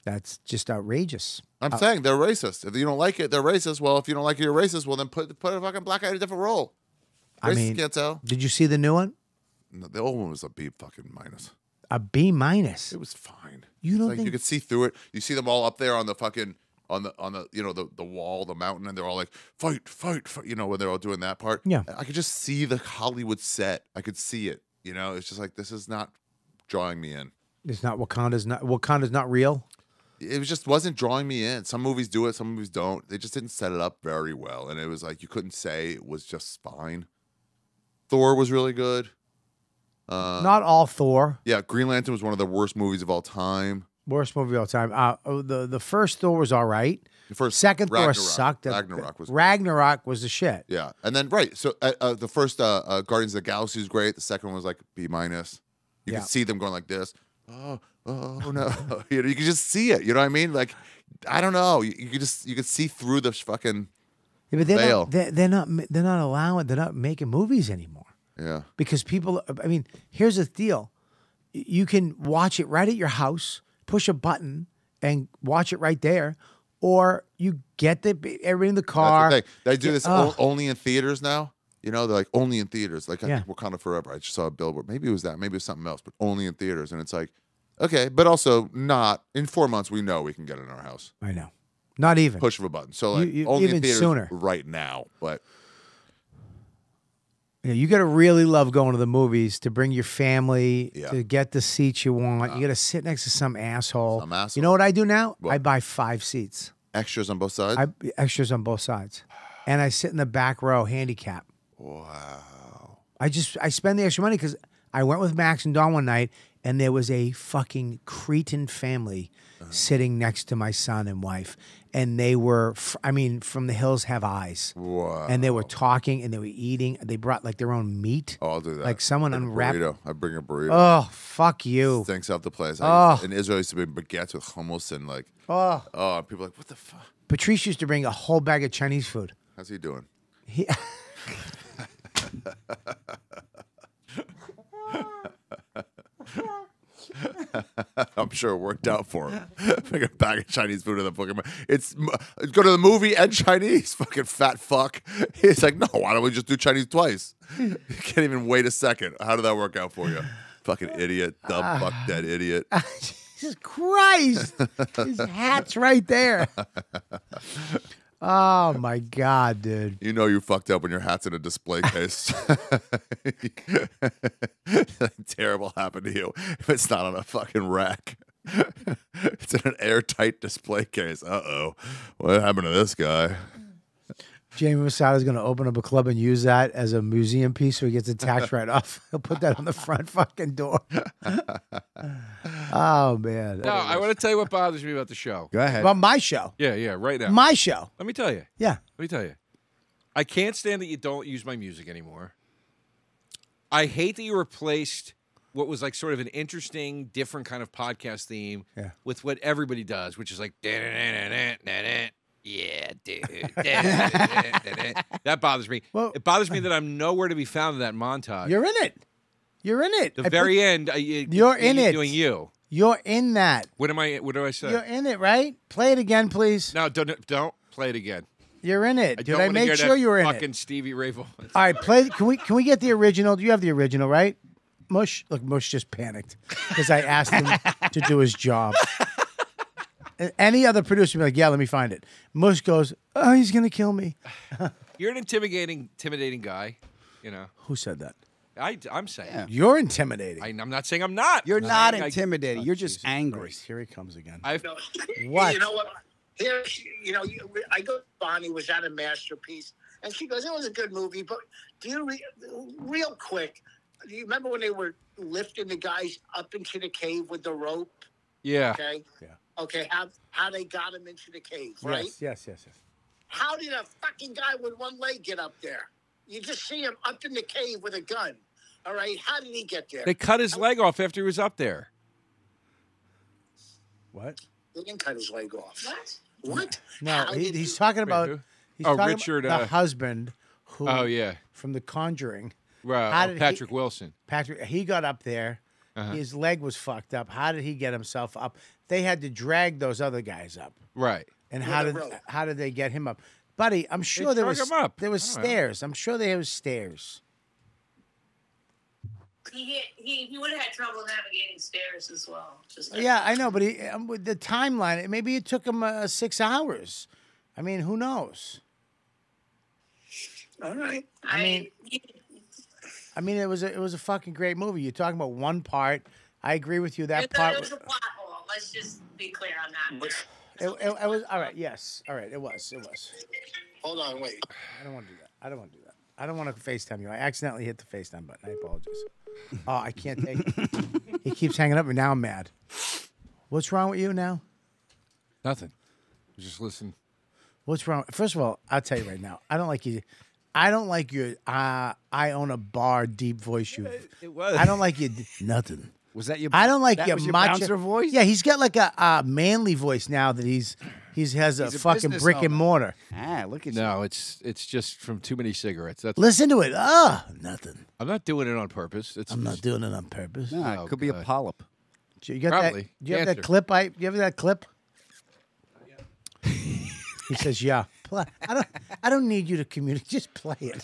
[SPEAKER 1] That's just outrageous.
[SPEAKER 16] I'm
[SPEAKER 1] Uh,
[SPEAKER 16] saying they're racist. If you don't like it, they're racist. Well, if you don't like it, you're racist. Well, then put put a fucking black guy in a different role.
[SPEAKER 1] I
[SPEAKER 16] Racist
[SPEAKER 1] mean,
[SPEAKER 16] can't tell.
[SPEAKER 1] Did you see the new one?
[SPEAKER 16] No, the old one was a B fucking minus.
[SPEAKER 1] A B minus.
[SPEAKER 16] It was fine.
[SPEAKER 1] You don't
[SPEAKER 16] Like,
[SPEAKER 1] think
[SPEAKER 16] you could see through it. You see them all up there on the fucking on the on the you know the the wall, the mountain, and they're all like fight, fight, fight. You know when they're all doing that part.
[SPEAKER 1] Yeah.
[SPEAKER 16] I could just see the Hollywood set. I could see it. You know, it's just like this is not drawing me in.
[SPEAKER 1] it's not Wakanda's not Wakanda's not real?
[SPEAKER 16] It was just wasn't drawing me in. Some movies do it, some movies don't. They just didn't set it up very well, and it was like you couldn't say it was just fine. Thor was really good. Uh,
[SPEAKER 1] not all Thor.
[SPEAKER 16] yeah, Green Lantern was one of the worst movies of all time.
[SPEAKER 1] Worst movie of all time. Uh, oh, the the first Thor was all right.
[SPEAKER 16] The first
[SPEAKER 1] Second
[SPEAKER 16] Ragnarok-
[SPEAKER 1] Thor sucked. The-
[SPEAKER 16] Ragnarok was-
[SPEAKER 1] Ragnarok was the shit.
[SPEAKER 16] Yeah, and then right. So uh, uh, the first uh, uh, Guardians of the Galaxy was great. The second one was like B minus. You
[SPEAKER 1] Yeah.
[SPEAKER 16] can see them going like
[SPEAKER 1] [LAUGHS]
[SPEAKER 16] this. Oh, oh no! [LAUGHS] you know, you can just see it. You know what I mean? Like, I don't know. You, you could just you could see through the fucking
[SPEAKER 1] Yeah, but they're
[SPEAKER 16] Fail.
[SPEAKER 1] not they're, they're not they're not allowing they're not making movies anymore
[SPEAKER 16] yeah.
[SPEAKER 1] because people. I mean, here's the deal: Y- you can watch it right at your house, push a button, and watch it right there, or you get the everybody in the car.
[SPEAKER 16] That's the thing. They do
[SPEAKER 1] Yeah,
[SPEAKER 16] this
[SPEAKER 1] ugh.
[SPEAKER 16] o- only in theaters now. You know, they're like only in theaters. Like I
[SPEAKER 1] Yeah.
[SPEAKER 16] think Wakanda Forever. I just saw a billboard. Maybe it was that. Maybe it was something else. But only in theaters. And it's like, okay, but also not in four months. We know we can get it in our house.
[SPEAKER 1] I know. Not even
[SPEAKER 16] Push of a button. So
[SPEAKER 1] You-
[SPEAKER 16] like
[SPEAKER 1] you-
[SPEAKER 16] only
[SPEAKER 1] even
[SPEAKER 16] in theaters
[SPEAKER 1] sooner.
[SPEAKER 16] right now. But
[SPEAKER 1] Yeah, you got to really love going to the movies to bring your family
[SPEAKER 16] Yeah. Uh-huh.
[SPEAKER 1] to get the seats you want. you got to sit next to some asshole.
[SPEAKER 16] Some
[SPEAKER 1] You
[SPEAKER 16] asshole.
[SPEAKER 1] know what I do now? I buy five seats,
[SPEAKER 16] extras on both sides.
[SPEAKER 1] I extras on both sides, and I sit in the back row, handicap.
[SPEAKER 16] wow.
[SPEAKER 1] I just I spend the extra money because I went with Max and Don one night, and there was a fucking Cretan family
[SPEAKER 16] Uh-huh.
[SPEAKER 1] sitting next to my son and wife, and they were, f- I mean, from the hills have eyes.
[SPEAKER 16] Wow.
[SPEAKER 1] And they were talking and they were eating. They brought like their own meat.
[SPEAKER 16] Oh, I'll do that.
[SPEAKER 1] Like someone
[SPEAKER 16] Bring a
[SPEAKER 1] unwrapped.
[SPEAKER 16] burrito. I bring a burrito.
[SPEAKER 1] Oh, fuck you.
[SPEAKER 16] Stinks up the place. I,
[SPEAKER 1] Oh.
[SPEAKER 16] In Israel, I used to be baguettes with hummus and like,
[SPEAKER 1] Oh.
[SPEAKER 16] oh, and people are like, what the fuck?
[SPEAKER 1] Patrice used to bring a whole bag of Chinese food.
[SPEAKER 16] How's he doing? [LAUGHS]
[SPEAKER 1] He, [LAUGHS]
[SPEAKER 16] I'm sure it worked out for him. [LAUGHS] Like a bag of Chinese food in the fucking. It's go to the movie and Chinese. [LAUGHS] Fucking fat fuck. [LAUGHS] He's like, no, why don't we just do Chinese twice? [LAUGHS] You can't even wait a second. How did that work out for you? Fucking idiot, dumb
[SPEAKER 1] Ah.
[SPEAKER 16] fuck, dead idiot.
[SPEAKER 1] [LAUGHS] Jesus
[SPEAKER 16] [LAUGHS]
[SPEAKER 1] Christ. [LAUGHS] His hat's right there. Oh my god, dude!
[SPEAKER 16] You know you fucked up when your hat's in a display
[SPEAKER 1] [LAUGHS]
[SPEAKER 16] case. Terrible happened to you if it's not on a fucking rack. it's in an airtight display case. Uh oh, what happened to this guy?
[SPEAKER 1] Jamie Masada is going to open up a club and use that as a museum piece so he gets a [LAUGHS] tax write off. He'll put that on the front fucking [LAUGHS] door. oh, man.
[SPEAKER 8] No, I want to tell you what bothers me about the show.
[SPEAKER 1] Go ahead. About my show.
[SPEAKER 8] Yeah, yeah, right now.
[SPEAKER 1] My show.
[SPEAKER 8] Let me tell you.
[SPEAKER 1] Yeah.
[SPEAKER 8] Let me tell you. I can't stand that you don't use my music anymore. I hate that you replaced what was like sort of an interesting, different kind of podcast theme
[SPEAKER 1] Yeah.
[SPEAKER 8] with what everybody does, which is like, [LAUGHS] "Da-da-da-da-da-da-da." yeah,
[SPEAKER 1] [LAUGHS]
[SPEAKER 8] dude. Da-da-da-da-da-da. that bothers me. it bothers me that I'm nowhere to be found in that montage.
[SPEAKER 1] uh, You're in it. You're in it.
[SPEAKER 8] The
[SPEAKER 1] I put-
[SPEAKER 8] very end, I, it-
[SPEAKER 1] You're
[SPEAKER 8] it-
[SPEAKER 1] in it.
[SPEAKER 8] Doing you.
[SPEAKER 1] You're in that.
[SPEAKER 8] What am I? What do I say?
[SPEAKER 1] You're in it, right? Play it again, please.
[SPEAKER 8] no, don't don't play it again.
[SPEAKER 1] You're in it. Did
[SPEAKER 8] don't
[SPEAKER 1] I
[SPEAKER 8] wanna
[SPEAKER 1] make
[SPEAKER 8] hear
[SPEAKER 1] sure
[SPEAKER 8] that
[SPEAKER 1] you were in it?
[SPEAKER 8] Fucking Stevie Ray Vaughan.
[SPEAKER 1] All right, play. Can we can we get the original? Do you have the original, right? Mush, look, Mush just panicked because I asked him to do
[SPEAKER 8] [LAUGHS]
[SPEAKER 1] his job. A- Any other producer would be like, "Yeah, let me find it." Mush goes, "Oh, he's gonna kill me."
[SPEAKER 8] You're an intimidating, intimidating guy. You know,
[SPEAKER 1] Who said that?
[SPEAKER 8] I am saying
[SPEAKER 1] You're intimidating.
[SPEAKER 8] I, am not saying
[SPEAKER 1] [LAUGHS]
[SPEAKER 8] I'm not.
[SPEAKER 11] You're
[SPEAKER 8] I'm
[SPEAKER 11] not
[SPEAKER 8] saying I-
[SPEAKER 11] intimidating. You're just angry.
[SPEAKER 1] Here he comes again.
[SPEAKER 8] I've
[SPEAKER 11] What? You know what? Here, she- you know, you, I go. Bonnie was that a masterpiece, and she goes, "It was a good movie." But do you re, real quick? Do you remember when they were lifting the guys up into the cave with the rope?
[SPEAKER 8] Yeah.
[SPEAKER 11] Okay. Yeah. Okay. How how they got him into the cave, right?
[SPEAKER 1] Yes, yes, yes, yes.
[SPEAKER 11] How did a fucking guy with one leg get up there? You just see him up in the cave with a gun. All right. How did he get there?
[SPEAKER 8] They cut his leg off after he was up there.
[SPEAKER 1] What?
[SPEAKER 11] They didn't cut his leg off. What? What?
[SPEAKER 1] No, he, he's talking about. He's
[SPEAKER 8] Oh,
[SPEAKER 1] talking
[SPEAKER 8] Richard,
[SPEAKER 1] about the
[SPEAKER 8] uh,
[SPEAKER 1] husband. Who?
[SPEAKER 8] Oh, yeah.
[SPEAKER 1] from The Conjuring.
[SPEAKER 8] Right,
[SPEAKER 1] How
[SPEAKER 8] oh,
[SPEAKER 1] did he-
[SPEAKER 8] Patrick Wilson.
[SPEAKER 1] Patrick, he got up there.
[SPEAKER 8] Uh-huh.
[SPEAKER 1] His leg was fucked up. How did he get himself up? They had to drag those other guys up.
[SPEAKER 8] Right.
[SPEAKER 1] And how did how did they get him up, buddy? I'm sure there
[SPEAKER 8] drug
[SPEAKER 1] was
[SPEAKER 8] him up.
[SPEAKER 1] there was
[SPEAKER 8] I don't know.
[SPEAKER 1] stairs. I'm sure there was stairs.
[SPEAKER 20] He hit, he he would have had trouble navigating stairs as well. Just
[SPEAKER 1] Yeah, I know, but he, um, with the timeline, maybe it took him uh, six hours. I mean, who knows?
[SPEAKER 11] All right.
[SPEAKER 1] I mean, I mean, it was a, it was a fucking great movie. You're talking about one part. I agree with you. That
[SPEAKER 20] It was-
[SPEAKER 1] part
[SPEAKER 20] it
[SPEAKER 1] was
[SPEAKER 20] was a plot hole. Let's just be clear on that.
[SPEAKER 1] it, it, it was all right. Yes, all right. It was. It was.
[SPEAKER 11] Hold on. Wait.
[SPEAKER 1] I don't want to do that. I don't want to do that. I don't want to FaceTime you. I accidentally hit the FaceTime button. I apologize. Oh, I can't take it. he keeps hanging up, and now I'm mad. What's wrong with you now?
[SPEAKER 8] Nothing. Just listen.
[SPEAKER 1] What's wrong? First of all, I'll tell you right now. I don't like you. I don't like your. Uh, I own a bar. Deep voice. You.
[SPEAKER 11] It was.
[SPEAKER 1] I don't like you. Nothing.
[SPEAKER 11] Was that your?
[SPEAKER 1] I don't like
[SPEAKER 11] that
[SPEAKER 1] your,
[SPEAKER 11] was your
[SPEAKER 1] macho
[SPEAKER 11] bouncer voice?
[SPEAKER 1] Yeah, he's got like a uh, manly voice now that he's he's has a
[SPEAKER 11] He's a
[SPEAKER 1] fucking
[SPEAKER 11] business
[SPEAKER 1] brick and
[SPEAKER 11] owner.
[SPEAKER 1] mortar.
[SPEAKER 11] Ah, look at
[SPEAKER 8] no, it's it's just from too many cigarettes. That's
[SPEAKER 1] Listen to it. Ah, nothing.
[SPEAKER 8] I'm not doing it on purpose. It's
[SPEAKER 1] I'm not doing it on purpose.
[SPEAKER 11] No, it could be a polyp.
[SPEAKER 1] You got
[SPEAKER 8] Probably.
[SPEAKER 1] that? Do you have
[SPEAKER 8] Cancer.
[SPEAKER 1] that clip? I. Do you have that clip? he says, "Yeah." Pl- I don't. I don't need you to communicate. [LAUGHS] Just play it.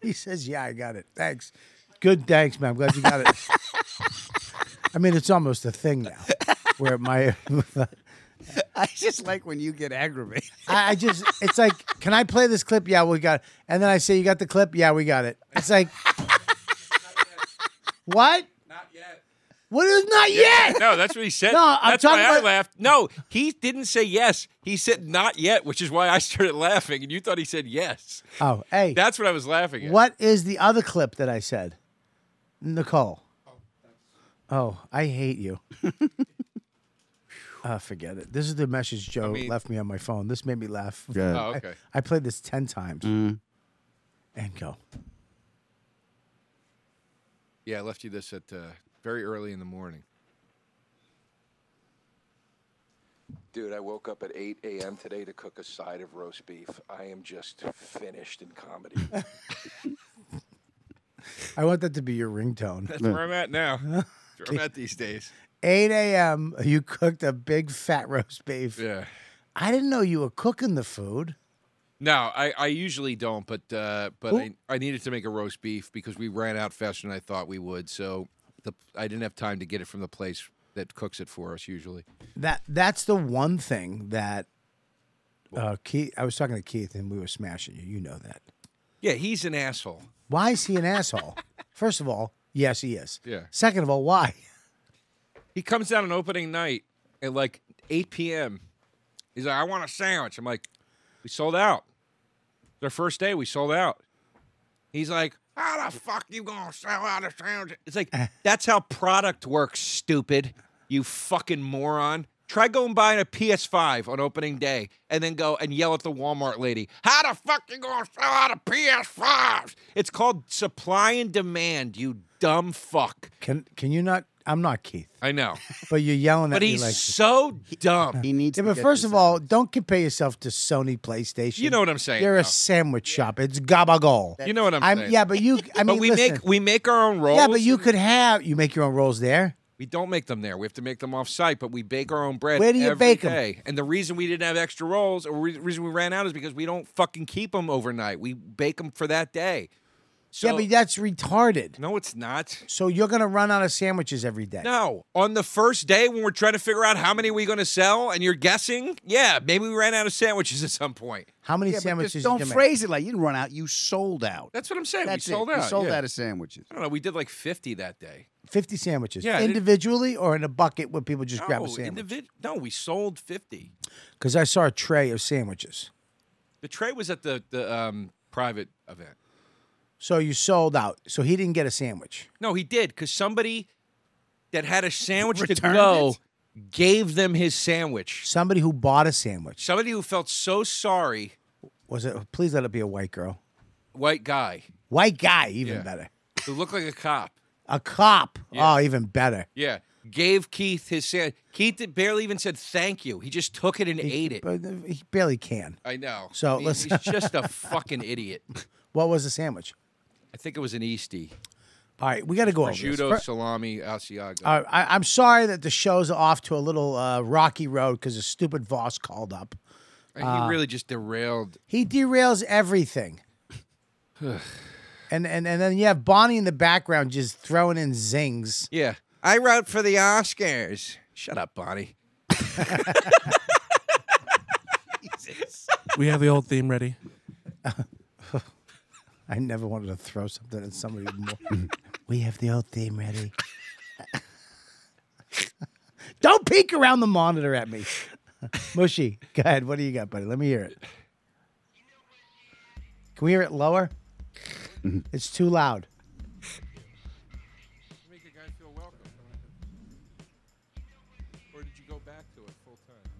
[SPEAKER 1] he says, "Yeah, I got it. Thanks. Good. Thanks, man. I'm glad you got it." [LAUGHS] I mean, it's almost a thing now. Where my, [LAUGHS] I,
[SPEAKER 11] I just like when you get
[SPEAKER 7] [LAUGHS]
[SPEAKER 11] aggravated.
[SPEAKER 1] I just, it's like, can I play this clip? Yeah, we got it. And then I say, you got the clip? Yeah, we got it. It's [LAUGHS] like, what? Not yet. What is not yet?
[SPEAKER 8] No, that's what he said.
[SPEAKER 1] No, I'm
[SPEAKER 8] that's
[SPEAKER 1] talking
[SPEAKER 8] why I
[SPEAKER 1] about-
[SPEAKER 8] laughed. No, he didn't say yes. He said not yet, which is why I started laughing, and you thought he said yes.
[SPEAKER 1] Oh, hey.
[SPEAKER 8] That's what I was laughing at.
[SPEAKER 1] What is the other clip that I said? Nicole. Oh, I hate you. [LAUGHS] uh, forget it. This is the message Joe
[SPEAKER 10] mean-
[SPEAKER 1] left me on my phone. This made me laugh.
[SPEAKER 10] Good. Oh,
[SPEAKER 1] I-
[SPEAKER 10] okay.
[SPEAKER 1] [LAUGHS] I, played this 10 times. And go.
[SPEAKER 8] Yeah, I left you this at uh, very early in the morning.
[SPEAKER 5] Dude, I woke up at 8 a.m. today to cook a side of roast beef. I am just finished in comedy.
[SPEAKER 1] I want that to be your ringtone.
[SPEAKER 8] That's [LAUGHS] where I'm
[SPEAKER 5] [LAUGHS]
[SPEAKER 8] at
[SPEAKER 1] [LAUGHS]
[SPEAKER 8] now. That's where I'm at these days.
[SPEAKER 1] 8 a.m., you cooked a big fat roast beef.
[SPEAKER 8] Yeah.
[SPEAKER 1] I didn't know you were cooking the food.
[SPEAKER 8] No, I, I usually don't, but uh, but I,
[SPEAKER 1] Who-
[SPEAKER 8] I needed to make a roast beef because we ran out faster than I thought we would. So the, I didn't have time to get it from the place that cooks it for us usually.
[SPEAKER 1] That that's the one thing that uh, Keith. I was talking to Keith and we were smashing you. You know that.
[SPEAKER 8] Yeah, he's an asshole.
[SPEAKER 1] Why is he an asshole? First of all, yes, he is.
[SPEAKER 8] Yeah.
[SPEAKER 1] Second of all, why?
[SPEAKER 8] He comes down on opening night at like 8 p.m. He's like, I want a sandwich. I'm like, we sold out. Their first day, we sold out. He's like, how the fuck you gonna sell out a sandwich? It's
[SPEAKER 1] [LAUGHS]
[SPEAKER 8] like, that's how product works, stupid. You fucking moron. Try going buying a PS5 on opening day and then go and yell at the Walmart lady, how the fuck you gonna sell out a PS5? It's called supply and demand, you dumb fuck.
[SPEAKER 1] Can can you not? I'm not Keith,
[SPEAKER 8] I know.
[SPEAKER 1] but you're yelling at
[SPEAKER 8] But
[SPEAKER 1] me
[SPEAKER 8] he's
[SPEAKER 1] like.
[SPEAKER 8] so dumb.
[SPEAKER 10] He needs
[SPEAKER 1] Yeah, but first of all, don't compare yourself to Sony PlayStation.
[SPEAKER 8] You know what I'm saying,
[SPEAKER 1] You're
[SPEAKER 8] though.
[SPEAKER 1] a sandwich shop. It's gabagol.
[SPEAKER 8] You know what I'm saying.
[SPEAKER 1] Yeah, but you. I mean,
[SPEAKER 8] but we
[SPEAKER 1] listen.
[SPEAKER 8] make we make our own rolls.
[SPEAKER 1] Yeah, but you could have. You make your own rolls there.
[SPEAKER 8] We don't make them there. We have to make them off site, but we bake our own bread.
[SPEAKER 1] Where do you bake 'em?
[SPEAKER 8] them? And the reason we didn't have extra rolls, or re- reason we ran out, is because we don't fucking keep them overnight. We bake them for that day. So
[SPEAKER 1] yeah, but that's retarded.
[SPEAKER 8] no, it's not.
[SPEAKER 1] So you're gonna run out of sandwiches every day.
[SPEAKER 8] No, on the first day when we're trying to figure out how many we're going to sell, and you're guessing, yeah, maybe we ran out of sandwiches [LAUGHS] at some point.
[SPEAKER 1] How many
[SPEAKER 10] Yeah, but just
[SPEAKER 1] sandwiches? did
[SPEAKER 10] don't
[SPEAKER 1] you make?
[SPEAKER 10] phrase it like you didn't run out. You sold out.
[SPEAKER 8] That's what I'm saying.
[SPEAKER 10] That's
[SPEAKER 8] we sold
[SPEAKER 10] it.
[SPEAKER 8] out.
[SPEAKER 10] You sold
[SPEAKER 8] yeah.
[SPEAKER 10] out of sandwiches.
[SPEAKER 8] I don't know. We did like 50 that day.
[SPEAKER 1] Fifty sandwiches.
[SPEAKER 8] Yeah, it-
[SPEAKER 1] individually or in a bucket where people just grab a
[SPEAKER 8] No,
[SPEAKER 1] sandwich.
[SPEAKER 8] individ- no, we sold 50.
[SPEAKER 1] Because I saw a tray of sandwiches.
[SPEAKER 8] The tray was at the the um, private event.
[SPEAKER 1] So you sold out. So he didn't get a sandwich.
[SPEAKER 8] No, he did because somebody that had a sandwich
[SPEAKER 1] Returned
[SPEAKER 8] to go gave them his sandwich.
[SPEAKER 1] Somebody who bought a sandwich
[SPEAKER 8] Somebody who felt so sorry,
[SPEAKER 1] was it? Please let it be a white girl.
[SPEAKER 8] white guy
[SPEAKER 1] White guy, even
[SPEAKER 8] Yeah.
[SPEAKER 1] better.
[SPEAKER 8] who looked like a cop.
[SPEAKER 1] A cop.
[SPEAKER 8] Yeah.
[SPEAKER 1] Oh, even better.
[SPEAKER 8] Yeah, gave Keith his sandwich. Keith did- barely even said thank you. He just took it and ate it.
[SPEAKER 1] But he barely can.
[SPEAKER 8] I know.
[SPEAKER 1] So
[SPEAKER 8] He-
[SPEAKER 1] let's.
[SPEAKER 8] he's just
[SPEAKER 1] [LAUGHS]
[SPEAKER 8] a fucking idiot.
[SPEAKER 1] what was the sandwich?
[SPEAKER 8] I think it was an Eastie.
[SPEAKER 1] All right, we got to go over this.
[SPEAKER 8] Prosciutto,
[SPEAKER 1] Fir-
[SPEAKER 8] salami, Asiago.
[SPEAKER 1] All right, I, I'm sorry that the show's off to a little uh, rocky road because a stupid Voss called up.
[SPEAKER 8] he
[SPEAKER 1] Uh,
[SPEAKER 8] really just derailed.
[SPEAKER 1] He derails everything. and, and and then you have Bonnie in the background just throwing in zings.
[SPEAKER 8] Yeah. I wrote for the Oscars. Shut up, Bonnie.
[SPEAKER 14] We have the old theme ready.
[SPEAKER 1] [LAUGHS] I never wanted to throw something at somebody [LAUGHS] more. [LAUGHS] we have the old theme ready. Don't peek around the monitor at me. [LAUGHS] Mushy, go ahead. What do you got, buddy? Let me hear it. Can we hear it lower?
[SPEAKER 10] Mm-hmm.
[SPEAKER 1] it's too loud.
[SPEAKER 8] Make a guy feel welcome. Or did you go back to it full time?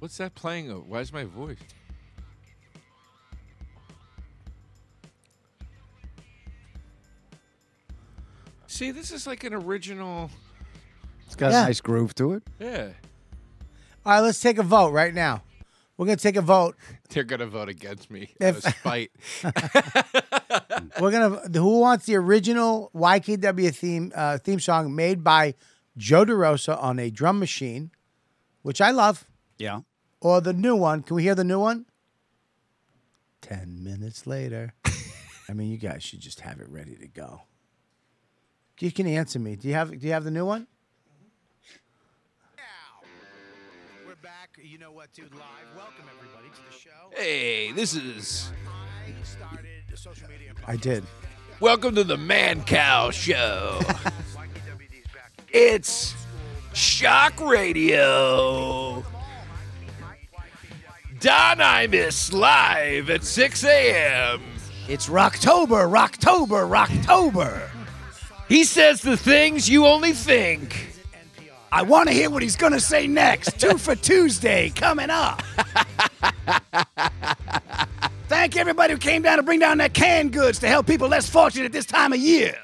[SPEAKER 8] What's that playing? Of? Why is my voice? See, this is like an original.
[SPEAKER 10] It's got
[SPEAKER 1] Yeah.
[SPEAKER 10] a nice groove to it.
[SPEAKER 8] Yeah. [LAUGHS]
[SPEAKER 1] All right, let's take a vote right now. We're gonna take a vote.
[SPEAKER 8] They're gonna vote against me
[SPEAKER 1] If-
[SPEAKER 8] out of [LAUGHS]
[SPEAKER 1] [LAUGHS]
[SPEAKER 8] spite.
[SPEAKER 1] We're gonna who wants the original YKW theme uh, theme song made by Joe DeRosa on a drum machine, which I love,
[SPEAKER 10] Yeah.
[SPEAKER 1] or the new one? Can we hear the new one? Ten minutes later. I mean, you guys should just have it ready to go. You can answer me. Do you have Do you have the new one?
[SPEAKER 6] We're back. You know what, dude? Live. Welcome everybody to the show.
[SPEAKER 8] hey, this is.
[SPEAKER 6] I started a social media.
[SPEAKER 1] I did.
[SPEAKER 8] Welcome to the Man Cow Show. [LAUGHS] it's Shock Radio. Don Imus live at 6 a.m.
[SPEAKER 6] It's Rocktober, Rocktober, Rocktober.
[SPEAKER 7] He says the things you only think.
[SPEAKER 12] I want to hear what he's
[SPEAKER 6] [LAUGHS]
[SPEAKER 12] going to say next. two for Tuesday coming
[SPEAKER 1] [LAUGHS]
[SPEAKER 12] up. Thank everybody who came down to bring down that canned goods to help people less fortunate this time of
[SPEAKER 1] [LAUGHS]
[SPEAKER 12] year.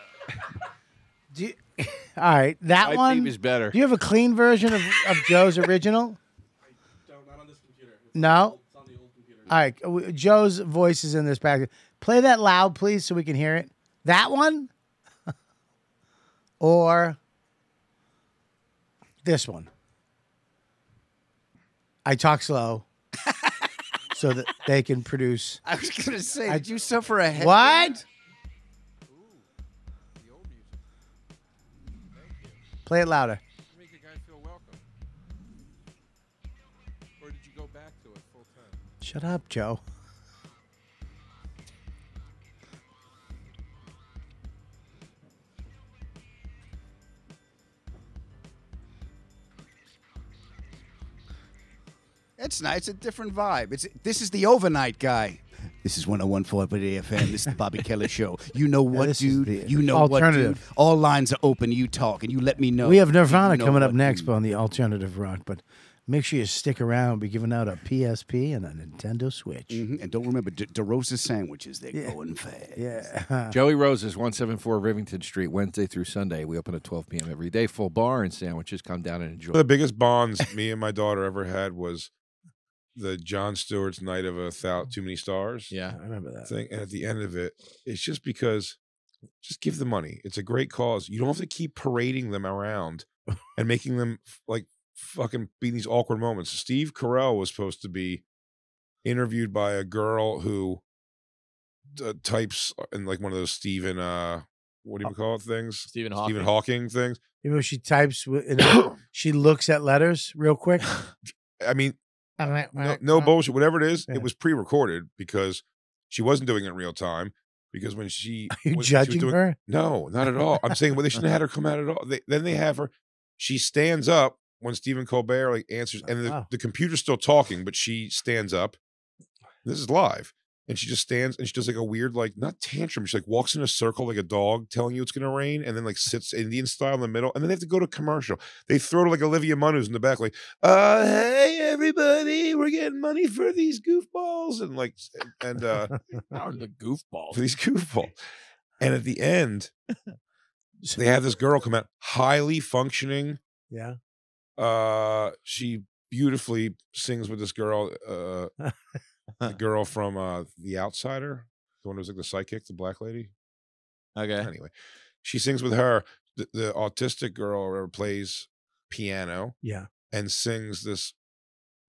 [SPEAKER 1] All right, that
[SPEAKER 8] My theme
[SPEAKER 1] one
[SPEAKER 8] is better.
[SPEAKER 1] Do you have a clean version of, of Joe's [LAUGHS] original? I don't. Not on this computer. no. All right, uh, we- Joe's voice is in this package. Play that loud, please, so we can hear it. That one, [LAUGHS] or this one. I talk slow,
[SPEAKER 7] [LAUGHS]
[SPEAKER 1] so that they can produce.
[SPEAKER 7] I was gonna say, did you suffer a head?
[SPEAKER 1] What? Play it louder.
[SPEAKER 8] Or did you go back to it full time?
[SPEAKER 1] Shut up, Joe.
[SPEAKER 10] It's nice. It's a different vibe. It's this is the overnight guy. This is 101.4 FM. This is the Bobby Kelly Show. You know what, dude? You know what, dude?
[SPEAKER 1] alternative.
[SPEAKER 10] All lines are open. You talk and you let me know.
[SPEAKER 1] We have Nirvana
[SPEAKER 10] You know
[SPEAKER 1] coming up
[SPEAKER 10] what,
[SPEAKER 1] next on the alternative rock, but make sure you stick around. We'll be giving out a PSP and a Nintendo Switch.
[SPEAKER 10] Mhm. And don't remember, De- DeRosa sandwiches, they're going fast.
[SPEAKER 1] Yeah.
[SPEAKER 8] Joey Rose's 174 Rivington Street, Wednesday through Sunday. We open at 12 p.m. every day. Full bar and sandwiches. Come down and enjoy.
[SPEAKER 22] One of the biggest bonds me and my daughter ever had was the John Stewart's Night of a Thou Too Many Stars.
[SPEAKER 8] Yeah,
[SPEAKER 1] I remember that
[SPEAKER 22] thing. And at the end of it, it's just because just give the money. It's a great cause. You don't have to keep parading them around and making them f- like fucking be in these awkward moments. Steve Carell was supposed to be interviewed by a girl who uh, types in like one of those Stephen uh what do you call it things?
[SPEAKER 17] Stephen
[SPEAKER 22] Stephen
[SPEAKER 17] Hawking.
[SPEAKER 22] Hawking things.
[SPEAKER 1] You know, she types, wi- and she looks at letters real quick.
[SPEAKER 22] I mean, no,
[SPEAKER 1] no,
[SPEAKER 22] no bullshit. Whatever it is, it was pre-recorded because she wasn't doing it in real time. Because when
[SPEAKER 1] [LAUGHS]
[SPEAKER 22] she
[SPEAKER 1] you
[SPEAKER 22] was- she was
[SPEAKER 1] judging
[SPEAKER 22] doing-
[SPEAKER 1] her?
[SPEAKER 22] No, not at all. I'm saying well, they shouldn't have had her come out at all. They, then they have her. She stands up when Stephen Colbert like answers, and the,
[SPEAKER 1] wow.
[SPEAKER 22] the computer's still talking, but she stands up. This is live, and she just stands and she does like a weird like not tantrum. She like walks in a circle like a dog telling you it's gonna rain, and then like sits Indian style in the middle, and then they have to go to commercial. They throw to like Olivia Munn who's in the back like, uh, hey everybody, we're getting money for these goofballs, and like s- and
[SPEAKER 9] [LAUGHS]
[SPEAKER 22] uh
[SPEAKER 17] the goofball.
[SPEAKER 22] for [LAUGHS] these goofballs. And at the
[SPEAKER 1] [LAUGHS]
[SPEAKER 22] end, they have this girl come out, highly functioning.
[SPEAKER 1] Yeah.
[SPEAKER 22] Uh, she beautifully sings with this girl, uh,
[SPEAKER 1] [LAUGHS]
[SPEAKER 22] the girl from uh, The Outsider, the one who was like the psychic, the black lady.
[SPEAKER 17] Okay.
[SPEAKER 22] Anyway, she sings with her. The, the autistic girl or whatever plays piano
[SPEAKER 1] Yeah.
[SPEAKER 22] and sings this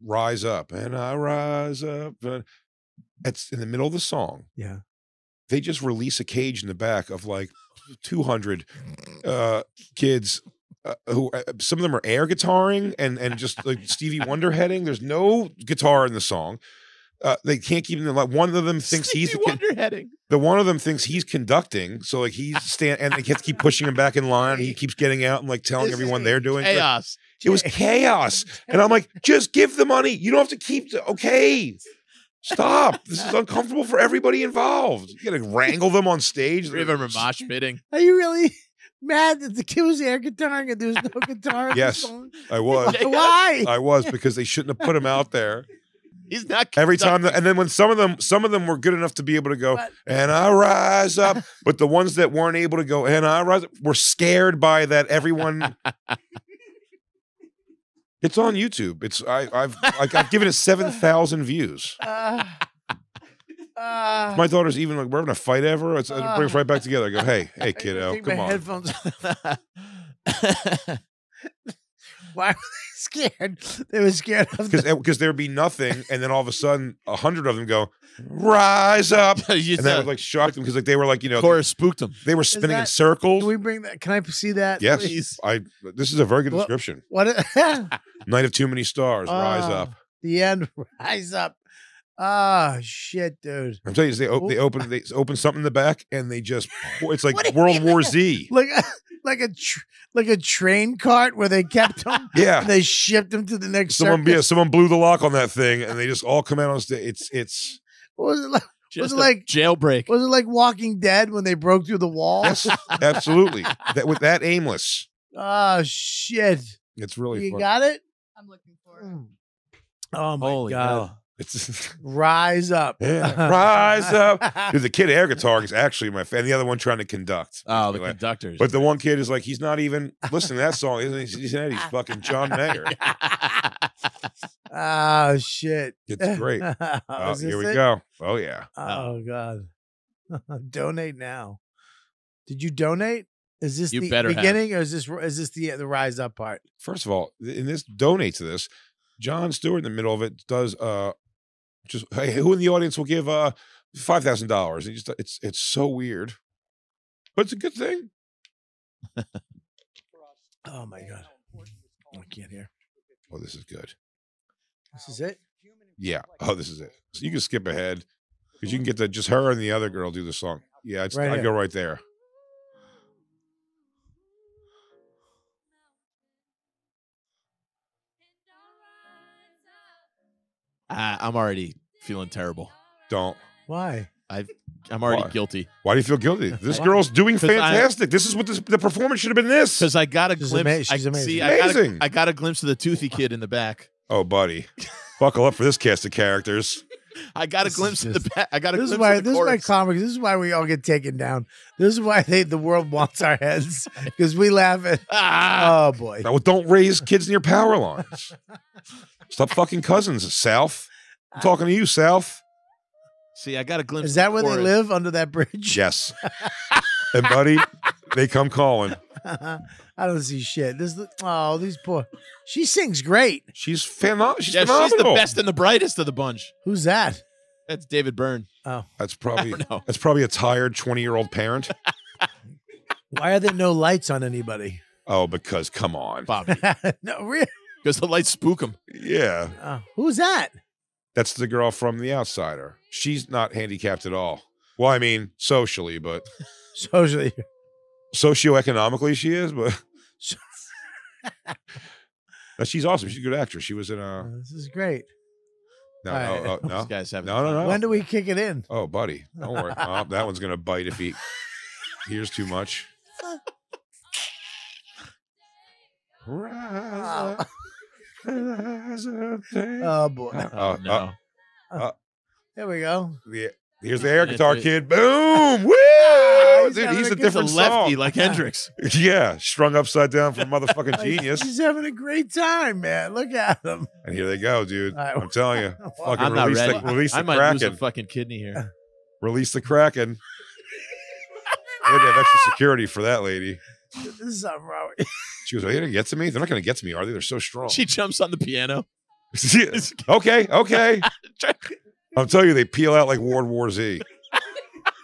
[SPEAKER 22] "Rise Up" and I rise up. And it's in the middle of the song
[SPEAKER 1] Yeah.
[SPEAKER 22] they just release a cage in the back of like 200 uh, kids uh, who uh, some of them are air guitaring and and just like Stevie Wonder heading. There's no guitar in the song. Uh, they can't keep them like one of them thinks he's the, con-
[SPEAKER 17] heading.
[SPEAKER 22] the one of them thinks he's conducting, so like he's stand and they have to keep pushing him back in line. He keeps getting out and like telling everyone they're doing like,
[SPEAKER 17] chaos.
[SPEAKER 22] it was chaos, and I'm like, just give the money. You don't have to keep. The- okay, stop. This is uncomfortable for everybody involved. You gotta wrangle them on stage.
[SPEAKER 17] River mosh pitting.
[SPEAKER 1] Are you really [LAUGHS] mad that the kid was air guitaring and there was no guitar? in the
[SPEAKER 22] Yes,
[SPEAKER 1] song?
[SPEAKER 22] I was.
[SPEAKER 1] Why?
[SPEAKER 22] I was because they shouldn't have put him out there.
[SPEAKER 17] He's not
[SPEAKER 22] Every time, the, and then when some of them, some of them were good enough to be able to go, and I rise
[SPEAKER 1] [LAUGHS]
[SPEAKER 22] up, but the ones that weren't able to go, and I rise up, were scared by that.
[SPEAKER 1] [LAUGHS]
[SPEAKER 22] Everyone, it's on YouTube. It's I, I've like I've given it seven thousand views.
[SPEAKER 1] [LAUGHS] Uh, uh,
[SPEAKER 22] My daughter's even like, we're having a fight ever. It's, it uh, brings
[SPEAKER 1] Ah.
[SPEAKER 22] right back together. I go,
[SPEAKER 1] [LAUGHS]
[SPEAKER 22] hey, hey, kiddo,
[SPEAKER 1] take my
[SPEAKER 22] come on.
[SPEAKER 1] headphones. [LAUGHS] Why were they scared? They were scared of the
[SPEAKER 22] Because eh, there'd be nothing. And then all of a sudden, a hundred of them go, rise
[SPEAKER 1] [LAUGHS]
[SPEAKER 22] up. and
[SPEAKER 17] You
[SPEAKER 22] that
[SPEAKER 17] said-
[SPEAKER 22] would like shock them because like they were like, you know,
[SPEAKER 17] Chorus spooked him.
[SPEAKER 22] they were
[SPEAKER 1] Is
[SPEAKER 22] spinning in
[SPEAKER 1] that-
[SPEAKER 22] circles.
[SPEAKER 1] Can we bring that? Can I see that?
[SPEAKER 22] yes.
[SPEAKER 1] please?
[SPEAKER 22] I, this is a very good
[SPEAKER 1] Well,
[SPEAKER 22] description.
[SPEAKER 1] [LAUGHS] What?
[SPEAKER 22] Night of too many stars, rise
[SPEAKER 1] Ah,
[SPEAKER 22] up.
[SPEAKER 1] The end. Rise up. Ah, shit, dude.
[SPEAKER 22] I'm telling you, they, op- they open they open something in the back and they just, pour-
[SPEAKER 1] [LAUGHS]
[SPEAKER 22] it's like World War Z.
[SPEAKER 1] Like, [LAUGHS] like a tr- like a train cart where they kept them.
[SPEAKER 22] [LAUGHS] Yeah.
[SPEAKER 1] And they shipped them to the next.
[SPEAKER 22] Someone,
[SPEAKER 1] circuit.
[SPEAKER 22] yeah, someone blew the lock on that thing and they just all come out on stage. It's, it's,
[SPEAKER 1] What was it like? was
[SPEAKER 9] Just
[SPEAKER 1] it
[SPEAKER 9] a
[SPEAKER 1] like
[SPEAKER 9] jailbreak?
[SPEAKER 1] Was it like Walking Dead when they broke through the wall?
[SPEAKER 22] Yes, absolutely. That with that aimless.
[SPEAKER 1] [LAUGHS] oh shit!
[SPEAKER 22] It's really
[SPEAKER 1] you
[SPEAKER 22] fun.
[SPEAKER 1] got it. Mm, I'm looking for. Oh my god!
[SPEAKER 22] It's [LAUGHS]
[SPEAKER 1] Rise up! [LAUGHS]
[SPEAKER 22] rise up. Dude, the kid air guitar is actually my fan. The other one trying to conduct.
[SPEAKER 9] Oh, the
[SPEAKER 22] Like,
[SPEAKER 9] conductors.
[SPEAKER 22] But the one kid is like, he's not even listening to that song. He's, he's, he's,
[SPEAKER 1] [LAUGHS]
[SPEAKER 22] he's fucking John Mayer.
[SPEAKER 1] Oh shit!
[SPEAKER 22] It's
[SPEAKER 1] [LAUGHS]
[SPEAKER 22] great. Oh,
[SPEAKER 1] Is this
[SPEAKER 22] here we
[SPEAKER 1] it?
[SPEAKER 22] go. Oh yeah.
[SPEAKER 1] Oh god! [LAUGHS] donate now. Did you donate? Is this
[SPEAKER 22] You
[SPEAKER 1] the
[SPEAKER 22] better have.
[SPEAKER 1] beginning, or is this is this the the rise up part?
[SPEAKER 22] First of all, th- and this donate to this. John Stewart in the middle of it does uh just hey, who in the audience will give uh five thousand dollars? It's it's it's so weird. But it's a good thing.
[SPEAKER 1] Oh my god! I can't hear.
[SPEAKER 22] Oh, this is good.
[SPEAKER 1] This is it.
[SPEAKER 22] Yeah. Oh, this is it. So
[SPEAKER 1] [LAUGHS]
[SPEAKER 22] you can skip ahead because you can get the just her and the other girl do the song. Yeah, it's
[SPEAKER 1] Right
[SPEAKER 22] I
[SPEAKER 1] here.
[SPEAKER 22] go right there.
[SPEAKER 9] Ah, I'm already feeling terrible.
[SPEAKER 22] Don't.
[SPEAKER 1] Why?
[SPEAKER 9] I've, I'm already
[SPEAKER 22] Why?
[SPEAKER 9] guilty.
[SPEAKER 22] Why do you
[SPEAKER 9] [LAUGHS]
[SPEAKER 22] feel guilty? This
[SPEAKER 9] Why?
[SPEAKER 22] girl's doing
[SPEAKER 9] 'Cause I-
[SPEAKER 22] fantastic. this is what this, the performance should have been. This
[SPEAKER 9] because I got a glimpse.
[SPEAKER 22] ama- she's
[SPEAKER 9] I,
[SPEAKER 22] amazing.
[SPEAKER 9] See, I got, a,
[SPEAKER 22] Amazing.
[SPEAKER 9] I got a glimpse of the toothy kid in the back.
[SPEAKER 22] Oh, buddy, buckle up for this cast of characters.
[SPEAKER 9] I got a glimpse of the back. I got a
[SPEAKER 1] This
[SPEAKER 9] glimpse
[SPEAKER 1] is why
[SPEAKER 9] of the
[SPEAKER 1] this is why
[SPEAKER 9] chorus.
[SPEAKER 1] comics. This is why we all get taken down. This is why they, the world [LAUGHS] wants our heads because we
[SPEAKER 22] [LAUGHS]
[SPEAKER 1] laugh at.
[SPEAKER 22] Ah.
[SPEAKER 1] Oh boy!
[SPEAKER 22] Now, don't raise kids near power
[SPEAKER 9] [LAUGHS]
[SPEAKER 22] lines. Stop fucking cousins, South. I'm talking to you, South.
[SPEAKER 9] See, I got a glimpse.
[SPEAKER 1] Is
[SPEAKER 9] of
[SPEAKER 1] that
[SPEAKER 9] the
[SPEAKER 1] where they
[SPEAKER 9] chorus.
[SPEAKER 1] live under that bridge? [LAUGHS]
[SPEAKER 22] Yes. and buddy, they come calling.
[SPEAKER 1] [LAUGHS] I don't see shit. This oh, these poor. She sings great.
[SPEAKER 22] She's phenomenal.
[SPEAKER 9] Yeah, she's the best and the brightest of the bunch.
[SPEAKER 1] Who's that?
[SPEAKER 9] That's David Byrne.
[SPEAKER 1] Oh,
[SPEAKER 9] [LAUGHS]
[SPEAKER 22] That's probably that's probably a tired twenty year old parent.
[SPEAKER 1] [LAUGHS] Why are there no lights on anybody?
[SPEAKER 22] Oh, because come on,
[SPEAKER 9] Bobby.
[SPEAKER 1] [LAUGHS] no, really.
[SPEAKER 9] Because the lights spook him.
[SPEAKER 22] Yeah,
[SPEAKER 1] Oh, who's that?
[SPEAKER 22] that's the girl from The Outsider. She's not handicapped at all. Well, I mean, socially, but
[SPEAKER 1] [LAUGHS] Socially,
[SPEAKER 22] socioeconomically she is, but [LAUGHS] But she's awesome. She's a good actress. She was in uh, a
[SPEAKER 1] this is great.
[SPEAKER 22] no,
[SPEAKER 1] All
[SPEAKER 9] [LAUGHS]
[SPEAKER 1] right.
[SPEAKER 22] no, oh, no,
[SPEAKER 9] These guys have
[SPEAKER 22] no, no, no.
[SPEAKER 1] When do we kick it in?
[SPEAKER 22] Oh, buddy,
[SPEAKER 9] [LAUGHS]
[SPEAKER 22] don't worry. Oh, that one's gonna bite if he hears too much.
[SPEAKER 1] Oh, [LAUGHS]
[SPEAKER 22] Oh,
[SPEAKER 1] boy.
[SPEAKER 9] [LAUGHS]
[SPEAKER 22] Uh, uh, uh,
[SPEAKER 1] [LAUGHS] There we go.
[SPEAKER 22] the- here's the air
[SPEAKER 1] That's
[SPEAKER 22] guitar
[SPEAKER 1] it.
[SPEAKER 22] kid. Boom! Woo!
[SPEAKER 1] he's
[SPEAKER 22] Dude,
[SPEAKER 1] having
[SPEAKER 22] he's
[SPEAKER 1] a
[SPEAKER 22] a
[SPEAKER 1] good-
[SPEAKER 22] different
[SPEAKER 1] He's a lefty
[SPEAKER 22] song.
[SPEAKER 9] like Hendrix.
[SPEAKER 22] [LAUGHS] yeah, strung upside down from motherfucking genius.
[SPEAKER 1] He's having a great time, man. Look at him.
[SPEAKER 22] And here they go, dude.
[SPEAKER 1] All right.
[SPEAKER 22] I'm telling you, fucking
[SPEAKER 9] I'm not
[SPEAKER 22] release
[SPEAKER 9] ready.
[SPEAKER 22] the release
[SPEAKER 9] I
[SPEAKER 22] the
[SPEAKER 9] might lose a
[SPEAKER 22] kraken.
[SPEAKER 9] fucking kidney
[SPEAKER 22] [LAUGHS]
[SPEAKER 9] here.
[SPEAKER 22] Release the
[SPEAKER 1] [LAUGHS]
[SPEAKER 22] kraken. They had to have extra security for that lady.
[SPEAKER 1] [LAUGHS] This is something wrong.
[SPEAKER 22] She goes, "Are they gonna get to me? They're not gonna get to me, are they? They're so strong."
[SPEAKER 9] She jumps on the piano.
[SPEAKER 22] [LAUGHS] okay, okay. I'm telling you, they peel out like World War Z.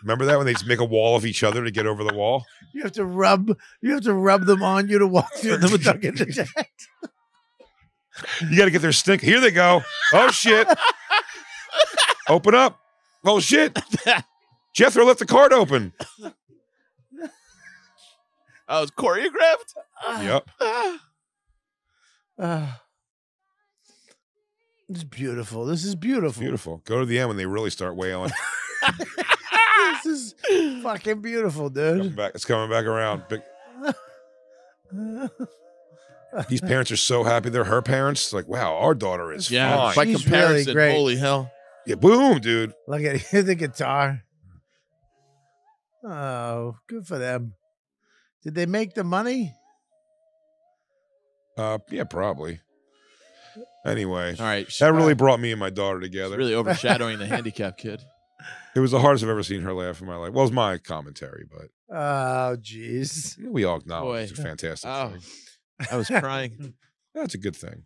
[SPEAKER 22] Remember that when they just make a wall of each other to get over the wall?
[SPEAKER 1] You have to rub. You have to rub them on you
[SPEAKER 9] [LAUGHS]
[SPEAKER 1] to walk through them without getting attacked.
[SPEAKER 22] You got to get their stink. Here they go. Oh shit! open up. Oh shit! Jethro left the card open.
[SPEAKER 9] I was Oh, choreographed. Ah.
[SPEAKER 22] Yep. Ah.
[SPEAKER 1] Uh, it's beautiful. This is beautiful.
[SPEAKER 22] Beautiful. Go to the end when they really start wailing.
[SPEAKER 1] [LAUGHS]
[SPEAKER 9] Ah!
[SPEAKER 1] this is fucking beautiful, dude.
[SPEAKER 22] Back, it's coming back around. Big-
[SPEAKER 1] [LAUGHS]
[SPEAKER 22] These parents are so happy they're her parents. Like, wow, our daughter is
[SPEAKER 9] Yeah,
[SPEAKER 22] fine.
[SPEAKER 9] by She's really comparison, great. holy hell.
[SPEAKER 22] Yeah, boom, dude.
[SPEAKER 1] Look at [LAUGHS] here's the guitar. Oh, good for them. Did they make the money?
[SPEAKER 22] Uh, yeah, probably. Anyway,
[SPEAKER 9] All right,
[SPEAKER 22] that really brought me and my daughter together.
[SPEAKER 9] Really overshadowing the handicapped kid.
[SPEAKER 22] [LAUGHS] It was the hardest I've ever seen her laugh in my life. Well, it's my commentary, but
[SPEAKER 1] Oh, jeez.
[SPEAKER 22] we all acknowledge it's a
[SPEAKER 9] Boy.
[SPEAKER 22] fantastic
[SPEAKER 9] Oh.
[SPEAKER 22] thing.
[SPEAKER 9] I
[SPEAKER 22] [LAUGHS]
[SPEAKER 1] [LAUGHS]
[SPEAKER 9] was crying.
[SPEAKER 22] That's a good thing.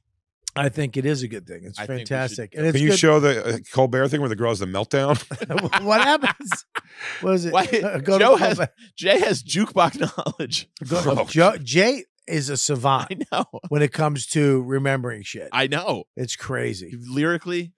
[SPEAKER 1] I think it is a good thing. It's
[SPEAKER 9] I think we should-
[SPEAKER 1] fantastic. and
[SPEAKER 22] Can
[SPEAKER 1] it's
[SPEAKER 22] you
[SPEAKER 1] good-
[SPEAKER 22] show the uh, Colbert thing where the girl's the meltdown?
[SPEAKER 1] what happens? What is it?
[SPEAKER 9] Why,
[SPEAKER 1] Uh, [LAUGHS] go to
[SPEAKER 9] Joe
[SPEAKER 1] the
[SPEAKER 9] has
[SPEAKER 1] Colbert.
[SPEAKER 9] Jay has jukebox [LAUGHS] knowledge.
[SPEAKER 1] Go-
[SPEAKER 22] Oh.
[SPEAKER 1] Joe, Jay is a savant. I
[SPEAKER 9] know.
[SPEAKER 1] When it comes to remembering shit,
[SPEAKER 9] I know.
[SPEAKER 1] it's crazy.
[SPEAKER 9] Lyrically,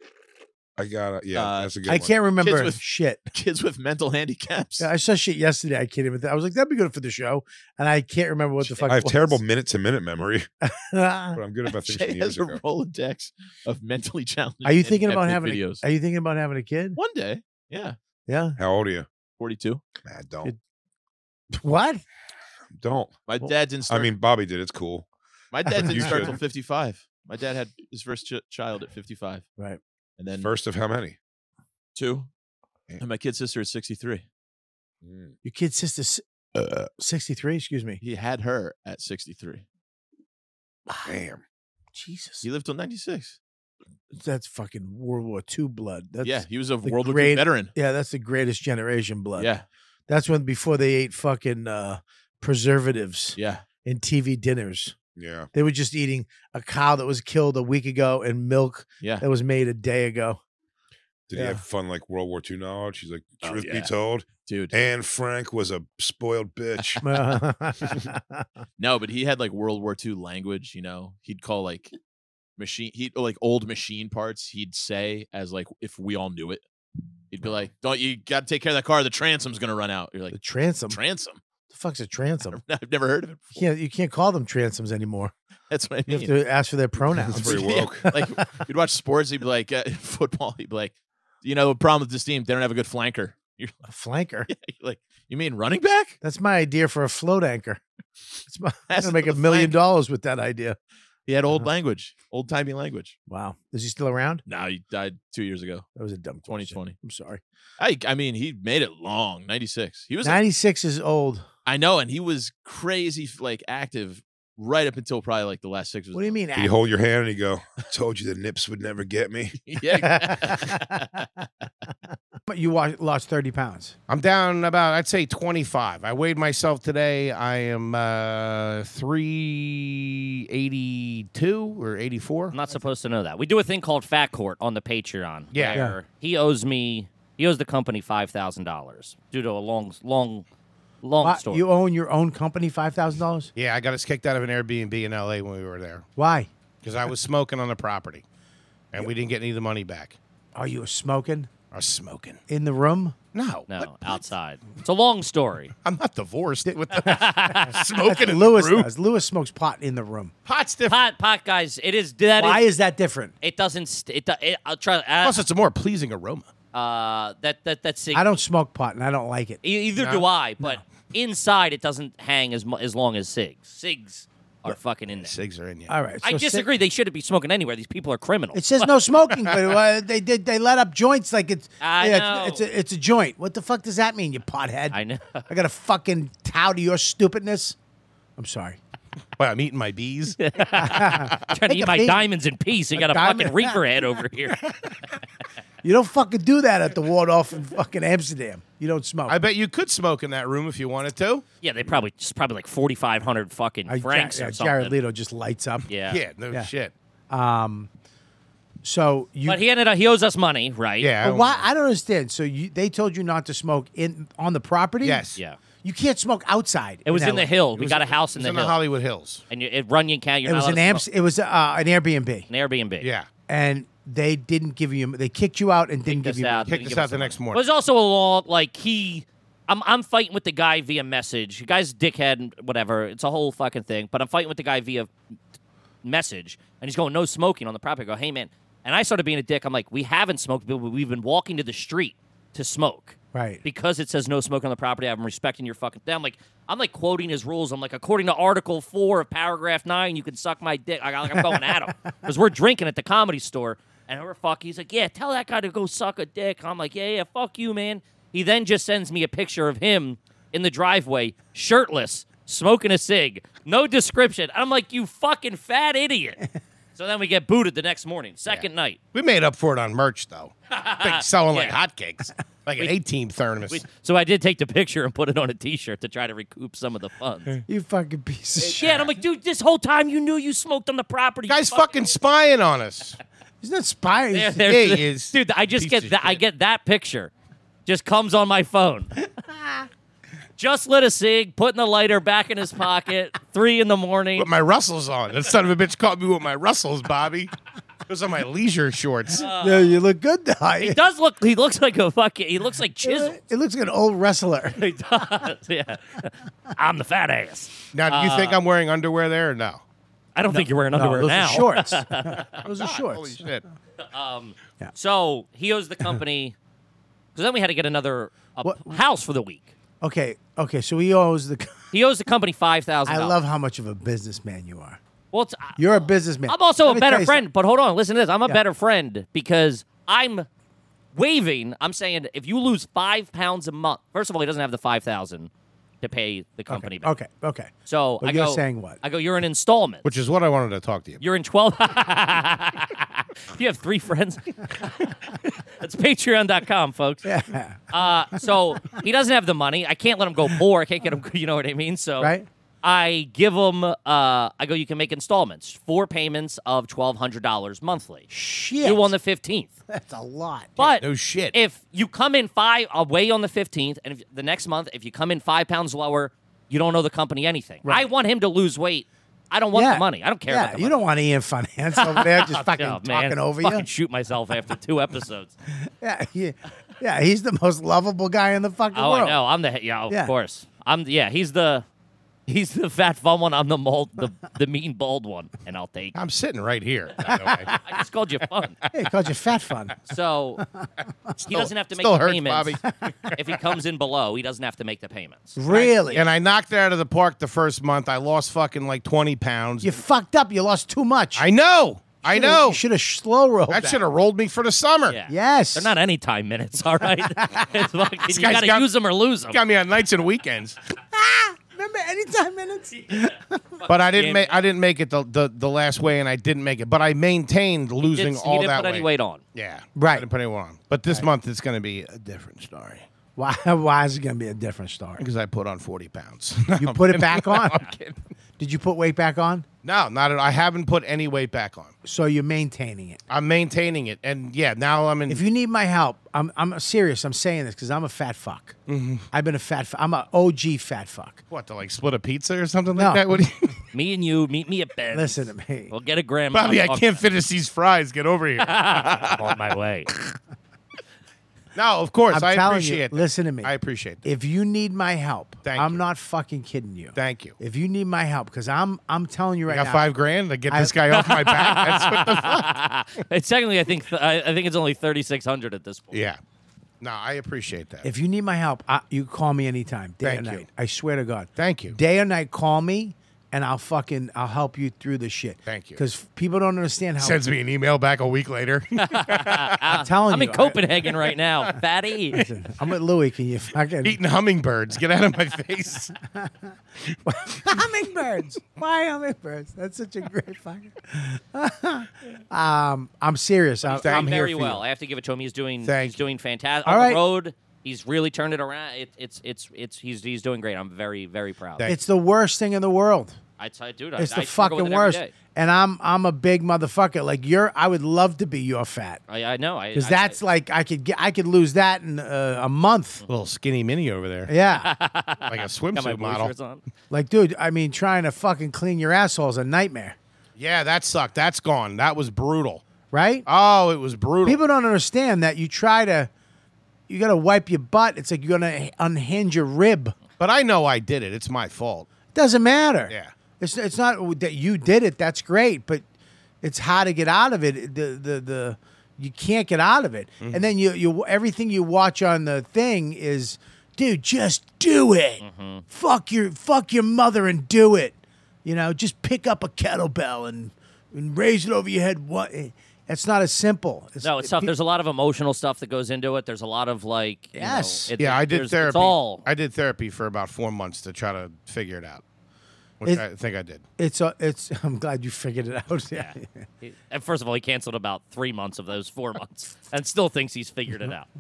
[SPEAKER 22] I got it. Yeah,
[SPEAKER 25] uh,
[SPEAKER 22] that's a good.
[SPEAKER 1] I
[SPEAKER 22] one.
[SPEAKER 1] can't remember
[SPEAKER 9] Kids with-
[SPEAKER 1] shit.
[SPEAKER 9] kids with mental handicaps.
[SPEAKER 1] I saw shit yesterday. I can't even. I was like, that'd be good for the show, and I can't remember what the [LAUGHS]
[SPEAKER 22] [LAUGHS]
[SPEAKER 1] fuck.
[SPEAKER 22] I have
[SPEAKER 1] it was.
[SPEAKER 22] terrible minute to minute memory,
[SPEAKER 1] Are [LAUGHS]
[SPEAKER 22] but I'm good about things
[SPEAKER 9] Jay
[SPEAKER 22] from
[SPEAKER 9] has
[SPEAKER 22] years
[SPEAKER 9] a
[SPEAKER 22] ago.
[SPEAKER 25] [LAUGHS]
[SPEAKER 9] Rolodex of mentally challenged.
[SPEAKER 1] you thinking about
[SPEAKER 9] handicapped
[SPEAKER 1] having?
[SPEAKER 9] videos?
[SPEAKER 1] A, are you thinking about having a kid?
[SPEAKER 9] One day, yeah.
[SPEAKER 1] Yeah.
[SPEAKER 22] How old are you?
[SPEAKER 25] 42.
[SPEAKER 22] I don't.
[SPEAKER 1] [LAUGHS] What?
[SPEAKER 22] Don't.
[SPEAKER 25] My dad didn't
[SPEAKER 22] I
[SPEAKER 25] start-
[SPEAKER 22] mean, Bobby did. It's cool.
[SPEAKER 1] [LAUGHS]
[SPEAKER 22] [LAUGHS]
[SPEAKER 25] My dad didn't
[SPEAKER 22] You
[SPEAKER 25] start
[SPEAKER 22] should.
[SPEAKER 25] till 55. My dad had his first ch- child at 55.
[SPEAKER 1] Right.
[SPEAKER 25] And then
[SPEAKER 22] First of how many?
[SPEAKER 25] two. And my kid sister is 63.
[SPEAKER 1] Your kid sister's uh, 63, excuse me.
[SPEAKER 25] He had her at 63.
[SPEAKER 22] Damn.
[SPEAKER 1] Jesus.
[SPEAKER 25] He lived till 96.
[SPEAKER 1] That's fucking World War II blood. That's
[SPEAKER 25] Yeah, he was a
[SPEAKER 1] the
[SPEAKER 25] World War II
[SPEAKER 1] great-
[SPEAKER 25] veteran.
[SPEAKER 1] Yeah, that's the greatest generation blood.
[SPEAKER 25] Yeah.
[SPEAKER 1] That's when before they ate fucking uh, preservatives.
[SPEAKER 25] Yeah.
[SPEAKER 1] In TV dinners.
[SPEAKER 22] Yeah.
[SPEAKER 1] They were just eating a cow that was killed a week ago and milk
[SPEAKER 25] Yeah.
[SPEAKER 1] that was made a day ago.
[SPEAKER 22] Did
[SPEAKER 1] Yeah.
[SPEAKER 22] he
[SPEAKER 1] [LAUGHS]
[SPEAKER 22] have fun like World War II knowledge? He's like,
[SPEAKER 25] Oh,
[SPEAKER 22] truth
[SPEAKER 25] yeah.
[SPEAKER 22] be told,
[SPEAKER 25] dude,
[SPEAKER 22] Anne Frank was a spoiled bitch.
[SPEAKER 25] No, but he had like World War II language, you know. He'd call like machine he'd like old machine parts he'd say as like if we all knew it. He'd be like, Don't you gotta take care of that car, the transom's gonna run out. You're like the
[SPEAKER 1] transom?
[SPEAKER 25] Transom. [LAUGHS]
[SPEAKER 1] the fuck's a transom?
[SPEAKER 25] I've never heard of it.
[SPEAKER 1] You can't, you can't call them transoms anymore.
[SPEAKER 25] That's what I
[SPEAKER 1] You
[SPEAKER 25] mean.
[SPEAKER 1] have to ask
[SPEAKER 22] [LAUGHS]
[SPEAKER 1] for [LAUGHS] their pronouns.
[SPEAKER 25] [LAUGHS] Yeah,
[SPEAKER 1] [LAUGHS]
[SPEAKER 25] like you'd watch sports, he'd be like uh, [LAUGHS] football, he'd be like, you know, the problem with this team, they don't have a good flanker. [LAUGHS] You're [LAUGHS]
[SPEAKER 1] a flanker.
[SPEAKER 25] like, you mean running back?
[SPEAKER 1] [LAUGHS] That's my idea for a float anchor. It's my, I'm gonna make a million dollars with that idea. Uh-huh.
[SPEAKER 25] He had old language, old timey language.
[SPEAKER 1] Wow, is he still around?
[SPEAKER 25] No, he died two years ago.
[SPEAKER 1] That was a dumb.
[SPEAKER 25] Twenty twenty.
[SPEAKER 1] I'm sorry.
[SPEAKER 25] I I mean, he made it long. Ninety six. He was. a-
[SPEAKER 1] 96
[SPEAKER 25] [LAUGHS]
[SPEAKER 1] is old.
[SPEAKER 25] I know, and he was crazy f- like active right up until probably like the last six. Was
[SPEAKER 1] What do you mean?
[SPEAKER 22] You hold your hand and you go, I told you the nips would never get
[SPEAKER 1] [LAUGHS]
[SPEAKER 22] me.
[SPEAKER 25] [LAUGHS] Yeah.
[SPEAKER 1] but you wa- lost 30 pounds.
[SPEAKER 7] I'm down about, I'd say 25. I weighed myself today. I am uh, 382 or 84.
[SPEAKER 4] I'm not supposed to know that. We do a thing called Fat Court on the Patreon.
[SPEAKER 7] Yeah. Yeah.
[SPEAKER 4] where He owes me, he owes the company $5,000 due to a long, long, long
[SPEAKER 1] Why-
[SPEAKER 4] story.
[SPEAKER 1] You own your own company, five thousand dollars.
[SPEAKER 7] Yeah, I got us kicked out of an Airbnb in LA when we were there
[SPEAKER 1] Why?
[SPEAKER 7] because I was smoking on the property and we didn't get any of the money back.
[SPEAKER 1] Are you smoking?
[SPEAKER 7] I was smoking.
[SPEAKER 1] In the room?
[SPEAKER 7] No.
[SPEAKER 4] No, outside. It's a long story.
[SPEAKER 7] I'm not divorced.
[SPEAKER 1] [LAUGHS]
[SPEAKER 7] With
[SPEAKER 25] [LAUGHS]
[SPEAKER 1] That's
[SPEAKER 7] smoking in
[SPEAKER 1] Lewis
[SPEAKER 7] the room.
[SPEAKER 1] does. Lewis smokes pot in the room.
[SPEAKER 7] Pot's
[SPEAKER 4] Pot,
[SPEAKER 7] different.
[SPEAKER 4] pot, guys. It is that.
[SPEAKER 1] Why is that different?
[SPEAKER 4] It doesn't. St- it, do- it. I'll try. Uh,
[SPEAKER 7] Plus, it's a more pleasing aroma.
[SPEAKER 4] Uh, that that that's.
[SPEAKER 1] I don't smoke pot and I don't like it.
[SPEAKER 4] E- Either do I, but inside it doesn't hang as mu- as long as cigs. Cigs are fucking in there.
[SPEAKER 7] Cigs are in there.
[SPEAKER 1] All right,
[SPEAKER 4] I
[SPEAKER 1] so cig-
[SPEAKER 4] disagree. they shouldn't be smoking anywhere. These people are [LAUGHS] criminals.
[SPEAKER 1] It says no smoking, but uh, they did. They let up joints like it's
[SPEAKER 4] I
[SPEAKER 1] yeah,
[SPEAKER 4] know.
[SPEAKER 1] it's, it's a it's a joint. What the fuck does that mean, you pothead? I
[SPEAKER 4] know.
[SPEAKER 1] I gotta fucking tout to your stupidness. I'm sorry.
[SPEAKER 7] Well, I'm eating
[SPEAKER 4] [LAUGHS]
[SPEAKER 7] my bees.
[SPEAKER 4] Trying to eat my diamonds in peace. You got a fucking reefer
[SPEAKER 1] [LAUGHS]
[SPEAKER 4] head over here.
[SPEAKER 1] You don't fucking do that at the Waldorf in fucking Amsterdam. You don't smoke.
[SPEAKER 7] I bet you could smoke in that room if you wanted to.
[SPEAKER 4] Yeah, they probably just probably like forty five hundred fucking
[SPEAKER 1] I-
[SPEAKER 4] francs
[SPEAKER 1] yeah,
[SPEAKER 4] or something.
[SPEAKER 1] Jared Leto just lights up.
[SPEAKER 4] Yeah. Yeah, no shit.
[SPEAKER 1] Um, so you.
[SPEAKER 4] but he ended up he owes us money, right?
[SPEAKER 1] But why? I don't understand. So you, they told you not to smoke in on the property.
[SPEAKER 4] Yeah.
[SPEAKER 1] You can't smoke outside.
[SPEAKER 4] It was in
[SPEAKER 1] LA.
[SPEAKER 4] the hill. We got a house in the hill.
[SPEAKER 7] Hollywood Hills.
[SPEAKER 4] And you, at Runyon County, you're
[SPEAKER 1] It
[SPEAKER 4] not
[SPEAKER 1] was
[SPEAKER 4] allowed
[SPEAKER 1] an
[SPEAKER 4] to
[SPEAKER 1] amps.
[SPEAKER 4] smoke.
[SPEAKER 1] It was uh, an Airbnb.
[SPEAKER 4] An Airbnb.
[SPEAKER 7] Yeah.
[SPEAKER 1] and they didn't give you. They kicked you out and didn't give
[SPEAKER 4] us
[SPEAKER 1] you.
[SPEAKER 4] out, Kicked didn't us give out us the
[SPEAKER 7] next
[SPEAKER 4] But it's also a long, like he, I'm I'm fighting with the guy via message. The guy's a dickhead and whatever. It's a whole fucking thing. But I'm fighting with the guy via message, and he's going no smoking on the property. I go, hey man, and I started being a dick. I'm like, we haven't smoked, but we've been walking to the street to smoke.
[SPEAKER 10] [LAUGHS]
[SPEAKER 1] Right.
[SPEAKER 4] Because it says no smoking on the property, I'm respecting your fucking thing. I'm like, I'm like quoting his rules. I'm like, according to Article Four of Paragraph Nine, you can suck my dick. I, like, I'm going at him because we're drinking at the comedy store, and we're fucking. He's like, yeah, tell that guy to go suck a dick. I'm like, yeah, yeah, fuck you, man. He then just sends me a picture of him in the driveway, shirtless, smoking a cig, no description. I'm like, you fucking fat
[SPEAKER 7] [LAUGHS]
[SPEAKER 4] idiot. so then we get booted the next morning, second night.
[SPEAKER 7] We made up for it on merch, though. Big selling like
[SPEAKER 4] Yeah.
[SPEAKER 7] hotcakes, like an 18
[SPEAKER 4] [LAUGHS]
[SPEAKER 7] thermos.
[SPEAKER 4] We- so I did take the picture and put it on a T-shirt to try to recoup some of the
[SPEAKER 7] [LAUGHS]
[SPEAKER 4] funds.
[SPEAKER 1] You fucking piece of shit.
[SPEAKER 4] Yeah, and I'm like, dude, this whole time you knew you smoked on the property. you
[SPEAKER 7] Guy's fucking spying on us.
[SPEAKER 1] He's not spying.
[SPEAKER 4] There, [LAUGHS]
[SPEAKER 1] He's-
[SPEAKER 4] there-
[SPEAKER 1] Yeah, he is.
[SPEAKER 4] Dude, I just
[SPEAKER 1] Piece
[SPEAKER 4] get
[SPEAKER 1] of
[SPEAKER 4] that. I get that picture. Just comes on my phone. just lit a cig, putting the lighter back in his pocket. Three in the morning.
[SPEAKER 7] Put my Russells on. That son of a bitch caught me with my Russells, Bobby. Those are my leisure shorts.
[SPEAKER 1] Uh, Yeah, you look good, though.
[SPEAKER 4] He does look. He looks like a fucking. He looks like chisel.
[SPEAKER 1] It looks like an old wrestler.
[SPEAKER 4] [LAUGHS] he does. Yeah. [LAUGHS] I'm the fat ass.
[SPEAKER 7] Now, do you think
[SPEAKER 4] Uh,
[SPEAKER 7] I'm wearing underwear there or no?
[SPEAKER 4] I don't
[SPEAKER 7] No.
[SPEAKER 4] think you're wearing
[SPEAKER 7] No,
[SPEAKER 4] underwear
[SPEAKER 7] those are
[SPEAKER 4] now. [LAUGHS]
[SPEAKER 1] [LAUGHS]
[SPEAKER 7] shorts.
[SPEAKER 1] Those are shorts.
[SPEAKER 7] Holy shit.
[SPEAKER 4] Um, So he owes the company. 'cause So then we had to get another uh, house for the week.
[SPEAKER 1] Okay, okay. So he owes the.
[SPEAKER 4] He owes the company five thousand.
[SPEAKER 1] I love how much of a businessman you are.
[SPEAKER 4] Well, it's, uh,
[SPEAKER 1] You're a businessman.
[SPEAKER 4] I'm also
[SPEAKER 1] Let
[SPEAKER 4] a
[SPEAKER 1] me tell
[SPEAKER 4] better
[SPEAKER 1] you
[SPEAKER 4] friend. But hold on, listen to this. I'm a
[SPEAKER 1] Yeah.
[SPEAKER 4] better friend because I'm waving. I'm saying if you lose five pounds a month, first of all, he doesn't have the five thousand to pay the company back.
[SPEAKER 1] Okay, okay.
[SPEAKER 4] So
[SPEAKER 1] But
[SPEAKER 4] I
[SPEAKER 1] you're
[SPEAKER 4] go,
[SPEAKER 1] saying what?
[SPEAKER 4] I go, you're an installment.
[SPEAKER 7] Which is what I wanted to talk to you.
[SPEAKER 4] You're in 12. [LAUGHS] you have three friends. [LAUGHS] That's patreon.com, folks.
[SPEAKER 1] Yeah.
[SPEAKER 4] Uh, so he doesn't have the money. I can't let him go poor. I can't get him, [LAUGHS] you know what I mean? So
[SPEAKER 1] Right.
[SPEAKER 4] I give him, uh, I go, you can make installments, four payments of $1,200 monthly. Shit. You on the 15th.
[SPEAKER 1] [LAUGHS] That's a lot.
[SPEAKER 4] But
[SPEAKER 7] no shit.
[SPEAKER 4] If you come in five away on the fifteenth, and if, the next month, if you come in five pounds lower, you don't owe the company anything. I want him to lose weight. I don't want
[SPEAKER 1] yeah.
[SPEAKER 4] the money. I don't care
[SPEAKER 1] Yeah,
[SPEAKER 4] about the
[SPEAKER 1] you don't want Ian Finance over there just
[SPEAKER 4] [LAUGHS]
[SPEAKER 1] fucking
[SPEAKER 4] Oh, man.
[SPEAKER 1] talking over
[SPEAKER 4] fucking
[SPEAKER 1] you.
[SPEAKER 4] shoot myself after two episodes.
[SPEAKER 1] Yeah, yeah, yeah. He's the most lovable guy in the fucking
[SPEAKER 4] oh,
[SPEAKER 1] world.
[SPEAKER 4] I know. I'm the he- yeah, of
[SPEAKER 1] Yeah. [LAUGHS]
[SPEAKER 4] course. I'm yeah. He's the he's the fat fun one. I'm the mold
[SPEAKER 1] [LAUGHS]
[SPEAKER 4] the the mean bald one, and I'll take.
[SPEAKER 7] I'm sitting right here.
[SPEAKER 4] [LAUGHS] I just called you fun.
[SPEAKER 1] Hey, called you fat fun. [LAUGHS]
[SPEAKER 4] So he
[SPEAKER 7] Still-
[SPEAKER 4] doesn't have to make
[SPEAKER 7] still
[SPEAKER 4] the
[SPEAKER 7] hurts,
[SPEAKER 4] payments. [LAUGHS] if he comes in below, he doesn't have to make the payments.
[SPEAKER 7] [LAUGHS]
[SPEAKER 1] Really?
[SPEAKER 7] And I knocked it out of the park the first month. I lost fucking like 20 pounds.
[SPEAKER 1] You fucked up. You lost too much.
[SPEAKER 7] I know. I
[SPEAKER 1] Shoulda-
[SPEAKER 7] know.
[SPEAKER 1] You should have slow rolled.
[SPEAKER 7] That should have rolled me for the summer.
[SPEAKER 1] Yes.
[SPEAKER 4] They're not any time minutes, all
[SPEAKER 1] [LAUGHS]
[SPEAKER 4] right? it's fucking,
[SPEAKER 7] This
[SPEAKER 4] you
[SPEAKER 7] guy's
[SPEAKER 4] gotta
[SPEAKER 7] got-
[SPEAKER 4] use them or lose them.
[SPEAKER 7] Got me on nights and weekends.
[SPEAKER 1] Remember anytime minutes?
[SPEAKER 4] [LAUGHS]
[SPEAKER 7] But I didn't make I didn't make it the, the the last way, and I didn't make it. But I maintained losing
[SPEAKER 4] didn't- he
[SPEAKER 7] all
[SPEAKER 4] didn't
[SPEAKER 7] that
[SPEAKER 4] put any weight on.
[SPEAKER 7] Yeah,
[SPEAKER 1] Right.
[SPEAKER 7] I didn't put any weight on. But this month it's going to be a different story
[SPEAKER 1] Why? [LAUGHS] Why is it gonna be a different story?
[SPEAKER 7] because I put on forty pounds.
[SPEAKER 1] [LAUGHS] You put
[SPEAKER 7] [LAUGHS]
[SPEAKER 1] it back on.
[SPEAKER 7] I'm kidding.
[SPEAKER 1] Did you put weight back on?
[SPEAKER 7] No, not at. all. I haven't put any weight back on.
[SPEAKER 1] So you're maintaining it.
[SPEAKER 7] I'm maintaining it, and yeah, now I'm in.
[SPEAKER 1] If you need my help, I'm I'm serious. I'm saying this because I'm a fat fuck. I've been a fat. Fu- I'm a OG fat fuck.
[SPEAKER 7] What Mm-hmm. to like split a pizza or something
[SPEAKER 1] No.
[SPEAKER 7] like that? What do
[SPEAKER 1] [LAUGHS]
[SPEAKER 7] you,
[SPEAKER 4] me and you, meet me at Ben's.
[SPEAKER 1] Listen to me.
[SPEAKER 4] We'll get a gram.
[SPEAKER 7] Bobby, I
[SPEAKER 4] I'll-
[SPEAKER 7] can't finish these fries.
[SPEAKER 4] [LAUGHS]
[SPEAKER 7] Get over here.
[SPEAKER 4] I'm on my way.
[SPEAKER 7] No, of course.
[SPEAKER 1] I'm
[SPEAKER 7] I
[SPEAKER 1] telling you,
[SPEAKER 7] appreciate that.
[SPEAKER 1] listen to me.
[SPEAKER 7] I appreciate that.
[SPEAKER 1] If you need my help,
[SPEAKER 7] Thank
[SPEAKER 1] I'm not fucking kidding you.
[SPEAKER 7] Thank you.
[SPEAKER 1] If you need my help, because I'm I'm telling you right
[SPEAKER 7] got
[SPEAKER 1] now,
[SPEAKER 7] five grand to get
[SPEAKER 1] I-
[SPEAKER 7] this guy off my
[SPEAKER 1] [LAUGHS]
[SPEAKER 7] back. That's what the fuck.
[SPEAKER 4] [LAUGHS] it's technically, I think, th- I, I think it's only thirty six hundred at this point.
[SPEAKER 7] Yeah. No, I appreciate that.
[SPEAKER 1] If you need my help, I, you call me anytime, day or
[SPEAKER 7] Thank you.
[SPEAKER 1] night. I swear to God.
[SPEAKER 7] Thank you.
[SPEAKER 1] Day or night, call me, and I'll fucking I'll help you through this shit.
[SPEAKER 7] Thank you.
[SPEAKER 1] Because people don't understand how
[SPEAKER 7] Sends me an email back a week later.
[SPEAKER 1] [LAUGHS] I'm telling
[SPEAKER 4] Uh, I'm
[SPEAKER 1] you,
[SPEAKER 4] in
[SPEAKER 1] I-
[SPEAKER 4] Copenhagen
[SPEAKER 1] [LAUGHS]
[SPEAKER 4] right now, fatty.
[SPEAKER 1] I'm with Louis. Can you
[SPEAKER 7] [LAUGHS]
[SPEAKER 1] fucking
[SPEAKER 7] Eating hummingbirds. Get out of my face.
[SPEAKER 1] hummingbirds? Why hummingbirds? That's such a great fucking. um, I'm serious. I,
[SPEAKER 4] He's doing
[SPEAKER 1] I'm here
[SPEAKER 4] very
[SPEAKER 1] for
[SPEAKER 4] well.
[SPEAKER 1] you.
[SPEAKER 4] I have to give it to him. He's doing.
[SPEAKER 1] Thank
[SPEAKER 4] he's doing fantastic.
[SPEAKER 1] All
[SPEAKER 4] on
[SPEAKER 1] right.
[SPEAKER 4] the road, he's really turned it around. It, it's it's it's he's he's doing great. I'm very very proud.
[SPEAKER 1] It's the worst thing in the world.
[SPEAKER 4] I tell you, dude, I,
[SPEAKER 1] It's
[SPEAKER 4] I
[SPEAKER 1] the
[SPEAKER 4] struggle with
[SPEAKER 1] fucking
[SPEAKER 4] it every
[SPEAKER 1] worst.
[SPEAKER 4] day.
[SPEAKER 1] And I'm I'm a big motherfucker. Like you're, I would love to be your fat.
[SPEAKER 4] I, I know. I
[SPEAKER 1] Because
[SPEAKER 4] I-
[SPEAKER 1] that's like I could get, I could lose that in uh, a month.
[SPEAKER 7] Little skinny mini over there.
[SPEAKER 1] [LAUGHS] Yeah,
[SPEAKER 7] Like a
[SPEAKER 4] [LAUGHS] Got my
[SPEAKER 7] swimsuit
[SPEAKER 4] boy
[SPEAKER 7] model.
[SPEAKER 4] shorts on.
[SPEAKER 1] like dude, I mean, trying to fucking clean your asshole is a nightmare,
[SPEAKER 7] Yeah, that sucked. That's gone. That was brutal.
[SPEAKER 1] right?
[SPEAKER 7] Oh, it was brutal.
[SPEAKER 1] People don't understand that you try to, you gotta wipe your butt. It's like you're gonna unhinge your rib.
[SPEAKER 7] But I know I did it. It's my fault.
[SPEAKER 1] Doesn't matter.
[SPEAKER 7] Yeah.
[SPEAKER 1] It's it's not that you did it. That's great, but it's how to get out of it. The the the you can't get out of it.
[SPEAKER 7] Mm-hmm.
[SPEAKER 1] And then you you everything you watch on the thing is, dude, just do it. Fuck your fuck your mother and do it. You know, just pick up a kettlebell and and raise it over your head. What? It's not as simple. It's,
[SPEAKER 4] No, it's tough. There's a lot of emotional stuff that goes into it. There's a lot of like, you know,
[SPEAKER 1] Yes.
[SPEAKER 4] it-
[SPEAKER 7] yeah, I
[SPEAKER 4] there's-
[SPEAKER 7] did therapy.
[SPEAKER 4] It's all
[SPEAKER 7] I did therapy for about four months to try to figure it out, which
[SPEAKER 1] It-
[SPEAKER 7] I think I did.
[SPEAKER 1] It's a, it's. [LAUGHS] I'm glad you figured it out. Yeah.
[SPEAKER 4] And first of all, he canceled about three months of those four months, and still thinks he's figured
[SPEAKER 1] [LAUGHS]
[SPEAKER 4] it out.
[SPEAKER 1] [LAUGHS]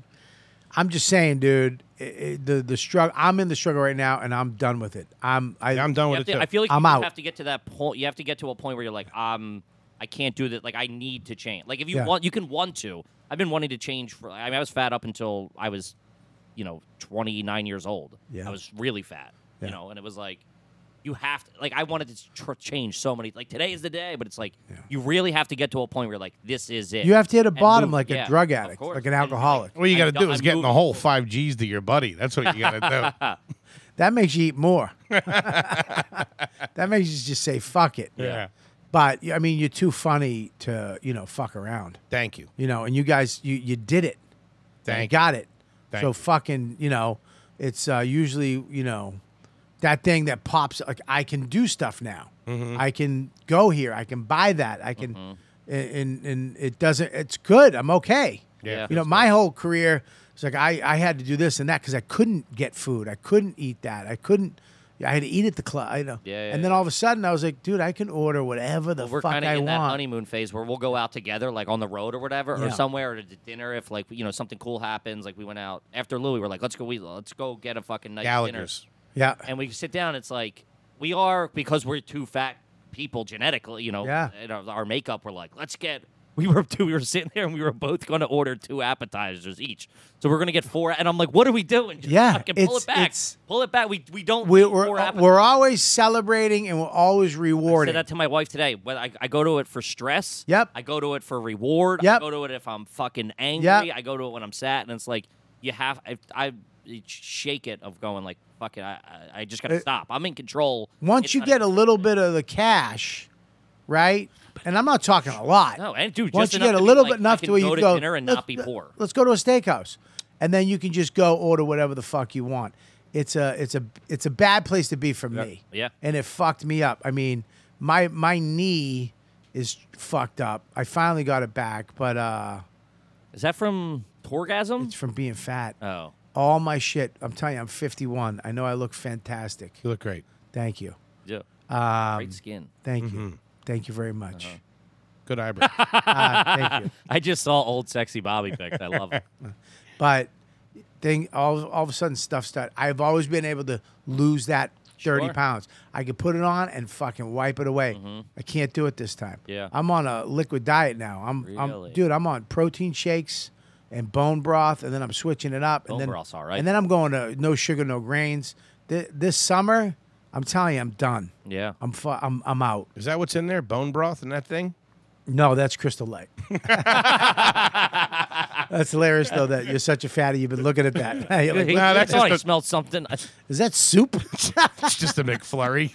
[SPEAKER 1] I'm just saying, dude. i i the the struggle. I'm in the struggle right now, and I'm done with it. I'm. I,
[SPEAKER 7] I'm done
[SPEAKER 4] You
[SPEAKER 7] with
[SPEAKER 4] have
[SPEAKER 7] it
[SPEAKER 4] to-
[SPEAKER 7] too.
[SPEAKER 4] I feel like
[SPEAKER 1] I'm
[SPEAKER 4] you
[SPEAKER 1] out.
[SPEAKER 4] have to get to that point. You have to get to a point where you're like, um, I can't do that. Like, I need to change. Like, if you
[SPEAKER 1] Yeah.
[SPEAKER 4] want, you can want to. I've been wanting to change for. I mean, I was fat up until I was, you know, 29 years old.
[SPEAKER 1] Yeah.
[SPEAKER 4] I was really fat.
[SPEAKER 1] Yeah.
[SPEAKER 4] You know, and it was like, you have to. Like, I wanted to tr- change so many. Like, today is the day, but it's like you really have to get to a point where you're like, this is it.
[SPEAKER 1] You have to hit a
[SPEAKER 4] And
[SPEAKER 1] bottom
[SPEAKER 4] move-
[SPEAKER 1] like
[SPEAKER 4] yeah,
[SPEAKER 1] a drug
[SPEAKER 4] of
[SPEAKER 1] addict,
[SPEAKER 4] course.
[SPEAKER 1] like an alcoholic.
[SPEAKER 7] All you got to
[SPEAKER 4] I
[SPEAKER 7] do
[SPEAKER 4] don't-
[SPEAKER 7] is
[SPEAKER 4] I
[SPEAKER 7] get in
[SPEAKER 4] moved-
[SPEAKER 7] the whole five G's to your buddy. That's what you got to do.
[SPEAKER 4] [LAUGHS]
[SPEAKER 1] That makes you
[SPEAKER 7] [LAUGHS]
[SPEAKER 1] eat more. that makes you just say fuck it.
[SPEAKER 7] Yeah.
[SPEAKER 1] But I mean, you're too funny to you know fuck around.
[SPEAKER 7] Thank you.
[SPEAKER 1] You know, and you guys, you you did it. You
[SPEAKER 7] Thank
[SPEAKER 1] got it.
[SPEAKER 7] Thank
[SPEAKER 1] so
[SPEAKER 7] you.
[SPEAKER 1] fucking, you know, it's uh, usually, you know, that thing that pops. Like I can do stuff now.
[SPEAKER 7] Mhm.
[SPEAKER 1] Mm-hmm. I can go here. I can buy that. I can,
[SPEAKER 7] Mm-hmm.
[SPEAKER 1] and, and and it doesn't. It's good. I'm okay.
[SPEAKER 7] Yeah, it
[SPEAKER 1] You know, [LAUGHS] my whole career, it's like I I had to do this and that because I couldn't get food. I couldn't eat that. I couldn't. I had to eat at the club. You know.
[SPEAKER 4] Yeah, yeah,
[SPEAKER 1] and then all of a sudden, I was like, dude, I can order whatever the
[SPEAKER 4] Well, we're
[SPEAKER 1] fuck
[SPEAKER 4] kind of
[SPEAKER 1] I
[SPEAKER 4] in that
[SPEAKER 1] want.
[SPEAKER 4] honeymoon phase where we'll go out together, like on the road or whatever, or
[SPEAKER 1] Yeah.
[SPEAKER 4] somewhere, or to dinner if like you know something cool happens. Like we went out after Louis, we're like, let's go, we let's go get a fucking nice
[SPEAKER 7] Gallagher's.
[SPEAKER 1] dinner.
[SPEAKER 4] Yeah, and we sit down. It's like we are because we're two fat people genetically, you know.
[SPEAKER 1] Yeah.
[SPEAKER 4] and our, our makeup, we're like, let's get. [LAUGHS] We were two. We were sitting there, and we were both going to order two appetizers each. So we're going to get four. And I'm like, "What are we doing? Just
[SPEAKER 1] Yeah,
[SPEAKER 4] fucking pull
[SPEAKER 1] it's-
[SPEAKER 4] it back. Pull it back. We we don't.
[SPEAKER 1] we,
[SPEAKER 4] need four
[SPEAKER 1] we're,
[SPEAKER 4] appetizers.
[SPEAKER 1] we're always celebrating and we're always
[SPEAKER 4] I
[SPEAKER 1] rewarding.
[SPEAKER 4] said that to my wife today. But I, I go to it for stress.
[SPEAKER 1] Yep.
[SPEAKER 4] I go to it for reward. I
[SPEAKER 1] Yep.
[SPEAKER 4] go to it if I'm fucking angry.
[SPEAKER 1] Yep.
[SPEAKER 4] I go to it when I'm sad, and it's like you have. I, I shake it of going like fuck it. I I, I just gotta
[SPEAKER 1] It-
[SPEAKER 4] stop. I'm in control.
[SPEAKER 1] Uh, Once you get a little bit of the cash, right? And I'm not talking a lot.
[SPEAKER 4] No, and dude,
[SPEAKER 1] once
[SPEAKER 4] just
[SPEAKER 1] you
[SPEAKER 4] enough
[SPEAKER 1] get a
[SPEAKER 4] to be
[SPEAKER 1] little
[SPEAKER 4] like,
[SPEAKER 1] bit
[SPEAKER 4] I
[SPEAKER 1] enough
[SPEAKER 4] can
[SPEAKER 1] to where you
[SPEAKER 4] to
[SPEAKER 1] go
[SPEAKER 4] dinner and
[SPEAKER 1] "Let's- [LAUGHS]
[SPEAKER 4] not be poor.
[SPEAKER 1] Let's go to a steakhouse, and then you can just go order whatever the fuck you want. It's a it's a it's a bad place to be for me.
[SPEAKER 4] Yeah.
[SPEAKER 1] and it fucked me up. I mean, my my knee is fucked up. I finally got it back, but uh,
[SPEAKER 4] is that from torgasm? It's
[SPEAKER 1] from being fat.
[SPEAKER 4] Oh,
[SPEAKER 1] all my shit. I'm telling you, I'm 51. I know I look fantastic. You look great. Thank you.
[SPEAKER 4] Yeah.
[SPEAKER 1] Um,
[SPEAKER 4] Great skin. Uh-huh.
[SPEAKER 1] Thank you. Thank you very much.
[SPEAKER 7] Good eyebrow.
[SPEAKER 4] [LAUGHS]
[SPEAKER 1] Ah, thank you.
[SPEAKER 4] I just saw old sexy Bobby pics. I love it.
[SPEAKER 1] But thing all all of a sudden stuff started. I've always been able to lose that 30
[SPEAKER 4] Sure.
[SPEAKER 1] pounds. I could put it on and fucking wipe it away.
[SPEAKER 11] Mm-hmm.
[SPEAKER 1] I can't do it this time.
[SPEAKER 4] Yeah.
[SPEAKER 1] I'm on a liquid diet now. I'm,
[SPEAKER 4] Really?
[SPEAKER 1] I'm dude, I'm on protein shakes and bone broth and then I'm switching it up
[SPEAKER 4] Bone
[SPEAKER 1] and then
[SPEAKER 4] broth's all right.
[SPEAKER 1] And then I'm going to no sugar, no grains. Th- this summer, I'm telling you I'm done.
[SPEAKER 4] Yeah.
[SPEAKER 1] I'm fu- I'm I'm out.
[SPEAKER 7] Is that what's in there? Bone broth and that thing?
[SPEAKER 1] No, that's Crystal
[SPEAKER 7] [LAUGHS]
[SPEAKER 1] Light. that's hilarious though that you're such a fatty. You've been looking at that. [LAUGHS] You're like,
[SPEAKER 4] He-
[SPEAKER 1] "Wow,
[SPEAKER 4] he
[SPEAKER 1] that's
[SPEAKER 4] thought he
[SPEAKER 1] just a-
[SPEAKER 4] smelled something.
[SPEAKER 1] is that soup?
[SPEAKER 7] [LAUGHS] It's just a
[SPEAKER 1] [LAUGHS]
[SPEAKER 7] McFlurry.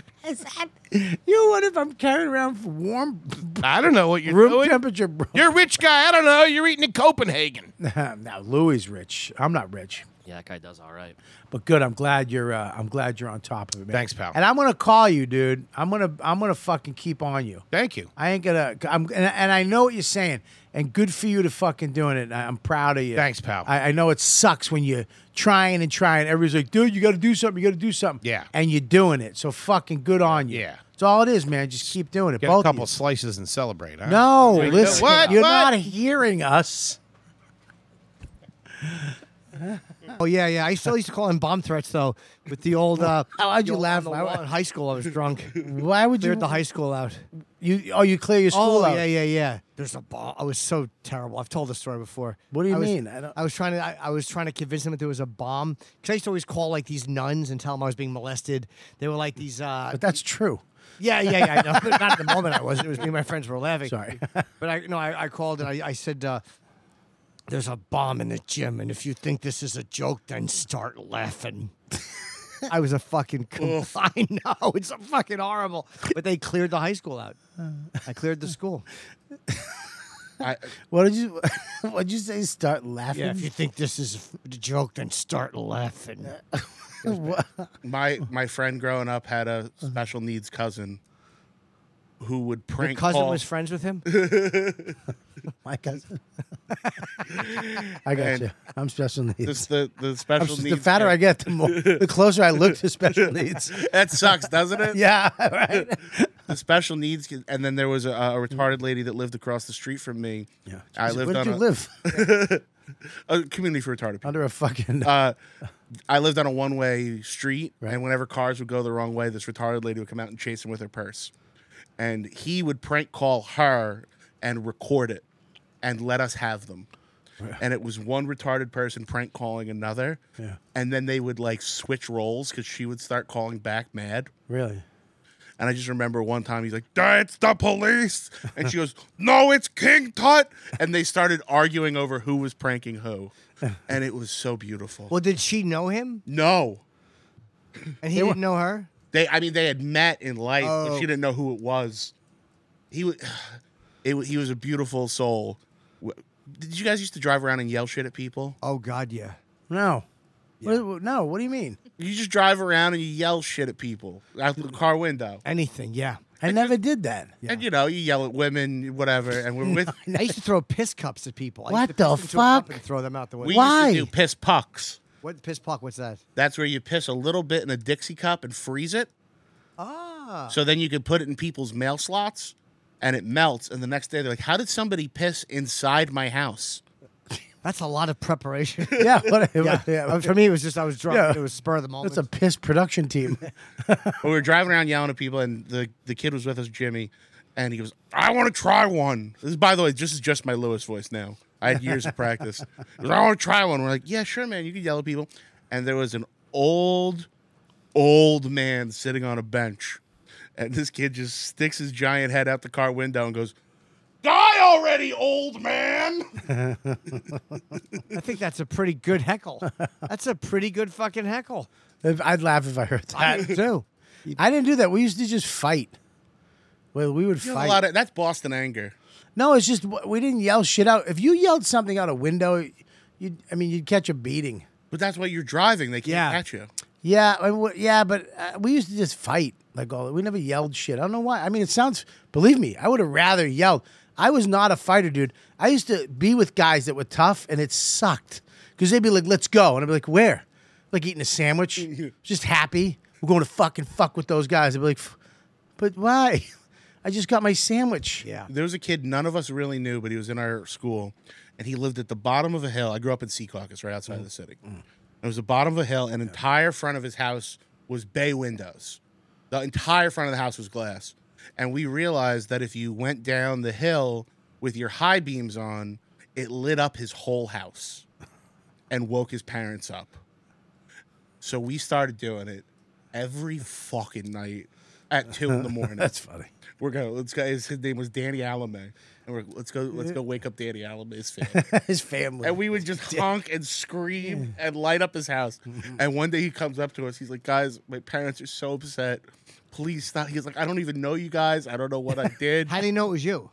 [SPEAKER 1] you know what? If I'm carrying around warm
[SPEAKER 7] I don't know what you're
[SPEAKER 1] room
[SPEAKER 7] doing.
[SPEAKER 1] temperature, [LAUGHS] bro.
[SPEAKER 7] You're a rich guy. I don't know. You're eating in Copenhagen.
[SPEAKER 1] now Louis is rich. I'm not rich,
[SPEAKER 4] Yeah, that guy does all right.
[SPEAKER 1] but good. I'm glad you're. Uh, I'm glad you're on top of it, man.
[SPEAKER 7] Thanks, pal.
[SPEAKER 1] And I'm gonna call you, dude. I'm gonna. I'm gonna fucking keep on you.
[SPEAKER 7] Thank you.
[SPEAKER 1] I ain't gonna. I'm. And, and I know what you're saying. And good for you to fucking doing it. I- I'm proud of you.
[SPEAKER 7] Thanks, pal.
[SPEAKER 1] I, I know it sucks when you're trying and trying. Everybody's like, dude, you got to do something. You got to do something.
[SPEAKER 7] Yeah.
[SPEAKER 1] And you're doing it. So fucking good on you. Yeah. It's all it is, man. Just keep doing it.
[SPEAKER 7] Get
[SPEAKER 1] Both
[SPEAKER 7] a
[SPEAKER 1] of you.
[SPEAKER 7] couple slices and celebrate. Huh?
[SPEAKER 1] No,
[SPEAKER 7] There you go.
[SPEAKER 1] listen.
[SPEAKER 7] What?
[SPEAKER 1] You're
[SPEAKER 7] What?
[SPEAKER 1] not [LAUGHS] hearing us.
[SPEAKER 2] [LAUGHS] Oh yeah, yeah. I still used to call him bomb threats though. With the old
[SPEAKER 1] [LAUGHS]
[SPEAKER 2] uh,
[SPEAKER 1] why'd
[SPEAKER 2] the
[SPEAKER 1] you
[SPEAKER 2] old
[SPEAKER 1] laugh?
[SPEAKER 2] on the
[SPEAKER 1] Why
[SPEAKER 2] wall
[SPEAKER 1] would-
[SPEAKER 2] in high school, I was drunk.
[SPEAKER 1] [LAUGHS] Why would you-
[SPEAKER 2] cleared the high school out?
[SPEAKER 1] You oh, you clear your school
[SPEAKER 2] oh,
[SPEAKER 1] out.
[SPEAKER 2] Yeah, yeah, yeah. There's a bomb. I was so terrible. I've told this story before.
[SPEAKER 1] What do you
[SPEAKER 2] I was-
[SPEAKER 1] mean? I don't-
[SPEAKER 2] I was trying to. I, I was trying to convince him that there was a bomb because I used to always call like these nuns and tell them I was being molested. They were like these. Uh,
[SPEAKER 1] But that's true.
[SPEAKER 2] yeah, yeah, yeah. I know. [LAUGHS] But not at the moment I was. It was me and my friends were laughing.
[SPEAKER 1] Sorry.
[SPEAKER 2] [LAUGHS] But I no, I, I called and I, I said, uh, "There's a bomb in the gym, and if you think this is a joke, then start laughing." [LAUGHS] I was a
[SPEAKER 7] [LAUGHS]
[SPEAKER 2] fucking
[SPEAKER 1] Oof.
[SPEAKER 2] goof. I know it's a fucking horrible. But they cleared the high school out. I cleared the school.
[SPEAKER 1] What did you? [LAUGHS] What'd you say? Start laughing.
[SPEAKER 2] Yeah, if you think this is a joke, then start
[SPEAKER 1] [LAUGHS]
[SPEAKER 2] laughing.
[SPEAKER 21] my my friend growing up had a special needs cousin who would
[SPEAKER 2] Your
[SPEAKER 21] prank
[SPEAKER 2] cousin
[SPEAKER 21] call.
[SPEAKER 2] was friends with him.
[SPEAKER 1] My cousin. [LAUGHS] [LAUGHS] I got
[SPEAKER 21] And
[SPEAKER 1] you. I'm special needs.
[SPEAKER 21] this- the the
[SPEAKER 1] I'm
[SPEAKER 21] special
[SPEAKER 1] s-
[SPEAKER 21] needs.
[SPEAKER 1] The fatter
[SPEAKER 21] kid.
[SPEAKER 1] I get,
[SPEAKER 21] [LAUGHS]
[SPEAKER 1] the more the closer I look to special needs.
[SPEAKER 21] that sucks, doesn't it?
[SPEAKER 1] Yeah, [LAUGHS] right.
[SPEAKER 21] [LAUGHS] the special needs, kid- and then there was a, a retarded lady that lived across the street from me. Yeah, I
[SPEAKER 1] Jesus,
[SPEAKER 21] lived
[SPEAKER 1] where
[SPEAKER 21] on
[SPEAKER 1] did
[SPEAKER 21] a,
[SPEAKER 1] you live?
[SPEAKER 21] [LAUGHS] a community for retarded people.
[SPEAKER 1] Under a fucking.
[SPEAKER 21] Uh, I lived on a one way street, and whenever cars would go the wrong way, this retarded lady would come out and chase him with her purse. And he would prank call her and record it and let us have them. And it was one retarded person prank calling another.
[SPEAKER 1] Yeah.
[SPEAKER 21] And then they would like switch roles because she would start calling back mad.
[SPEAKER 1] Really?
[SPEAKER 21] And I just remember one time he's like, "That's the police," and she goes, "No, it's King Tut." And they started arguing over who was pranking who, and it was so beautiful.
[SPEAKER 2] Well, did she know him?
[SPEAKER 21] No,
[SPEAKER 2] And he didn't know her.
[SPEAKER 21] they. I mean, they had met in life, but
[SPEAKER 2] Oh.
[SPEAKER 21] she didn't know who it was. He was. [SIGHS] It, wa- he was a beautiful soul. W- Did you guys used to drive around and yell shit at people?
[SPEAKER 2] Oh God, yeah.
[SPEAKER 1] No. What- no, what do you mean?
[SPEAKER 21] You just drive around and you yell shit at people out the car window.
[SPEAKER 2] Anything, yeah.
[SPEAKER 1] I never
[SPEAKER 2] [LAUGHS]
[SPEAKER 1] did that.
[SPEAKER 21] And you know, you yell at women, whatever, and we're with.
[SPEAKER 2] I used to throw piss cups at people. I used
[SPEAKER 21] What
[SPEAKER 2] to piss
[SPEAKER 21] the
[SPEAKER 2] into a cup
[SPEAKER 21] fuck?
[SPEAKER 2] And throw them out the window.
[SPEAKER 21] We used to do piss pucks.
[SPEAKER 2] What piss puck? What's that?
[SPEAKER 21] That's where you piss a little bit in a Dixie cup and freeze it.
[SPEAKER 2] Ah.
[SPEAKER 21] So then you could put it in people's mail slots, and it melts. And the next day they're like, "How did somebody piss inside my house?"
[SPEAKER 2] That's a lot of [LAUGHS] preparation.
[SPEAKER 1] Yeah, what- what- yeah.
[SPEAKER 2] Uh, For me, it was just I was drunk.
[SPEAKER 1] Yeah.
[SPEAKER 2] It was spur of the moment.
[SPEAKER 1] That's a piss production team. [LAUGHS]
[SPEAKER 21] we were driving around yelling at people, and the, the kid was with us, Jimmy, and he goes, "I want to try one." This is, by the way, this is just my lowest voice now. I had years of practice. [LAUGHS] He goes, I want to try one. We're like, "Yeah, sure, man. You can yell at people." And there was an old, old man sitting on a bench, and this kid just sticks his giant head out the car window and goes, "Die already, old man!"
[SPEAKER 2] I think that's a pretty good heckle. That's a pretty good fucking heckle.
[SPEAKER 1] If- I'd laugh if I heard
[SPEAKER 2] I
[SPEAKER 1] that
[SPEAKER 2] would, too.
[SPEAKER 1] I didn't do that. We used to just fight. Well, we would
[SPEAKER 21] You have a
[SPEAKER 1] fight.
[SPEAKER 21] lot of- that's Boston anger.
[SPEAKER 1] no, it's just we didn't yell shit out. If you yelled something out a window, you I mean, you'd catch a beating.
[SPEAKER 21] But that's why you're driving. They can't catch you.
[SPEAKER 1] Yeah, I mean, wha- yeah, but uh, we used to just fight like all. We never yelled shit. I don't know why. I mean, it sounds. Believe me, I would have rather yelled. I was not a fighter, dude. I used to be with guys that were tough, and it sucked because they'd be like, "Let's go," and I'd be like, "Where?" Like eating
[SPEAKER 2] [LAUGHS]
[SPEAKER 1] a sandwich, just happy. We're going to fucking fuck with those guys. I'd be like, "F- "But why?" [LAUGHS] I just got my sandwich.
[SPEAKER 2] Yeah.
[SPEAKER 21] There was a kid none of us really knew, but he was in our school, and he lived at the bottom of a hill. I grew up in Sea Caucus, right outside of the city. It was the bottom of a hill, and entire front of his house was bay windows. The entire front of the house was glass. And we realized that if you went down the hill with your high beams on, it lit up his whole house and woke his parents up. So we started doing it every fucking night at two in the morning.
[SPEAKER 1] That's funny.
[SPEAKER 21] We're going, let's go. His his name was Danny Alame. And we're like, let's go, let's go wake up Danny Alame's
[SPEAKER 2] [LAUGHS]
[SPEAKER 21] family.
[SPEAKER 1] his family.
[SPEAKER 21] And we would just honk and scream and light up his house.
[SPEAKER 2] Mm-hmm.
[SPEAKER 21] and one day he comes up to us. He's like, guys, my parents are so upset. Please stop. He's like, I don't even know you guys. I don't know
[SPEAKER 2] [LAUGHS]
[SPEAKER 21] what I did.
[SPEAKER 2] How do you know it was you?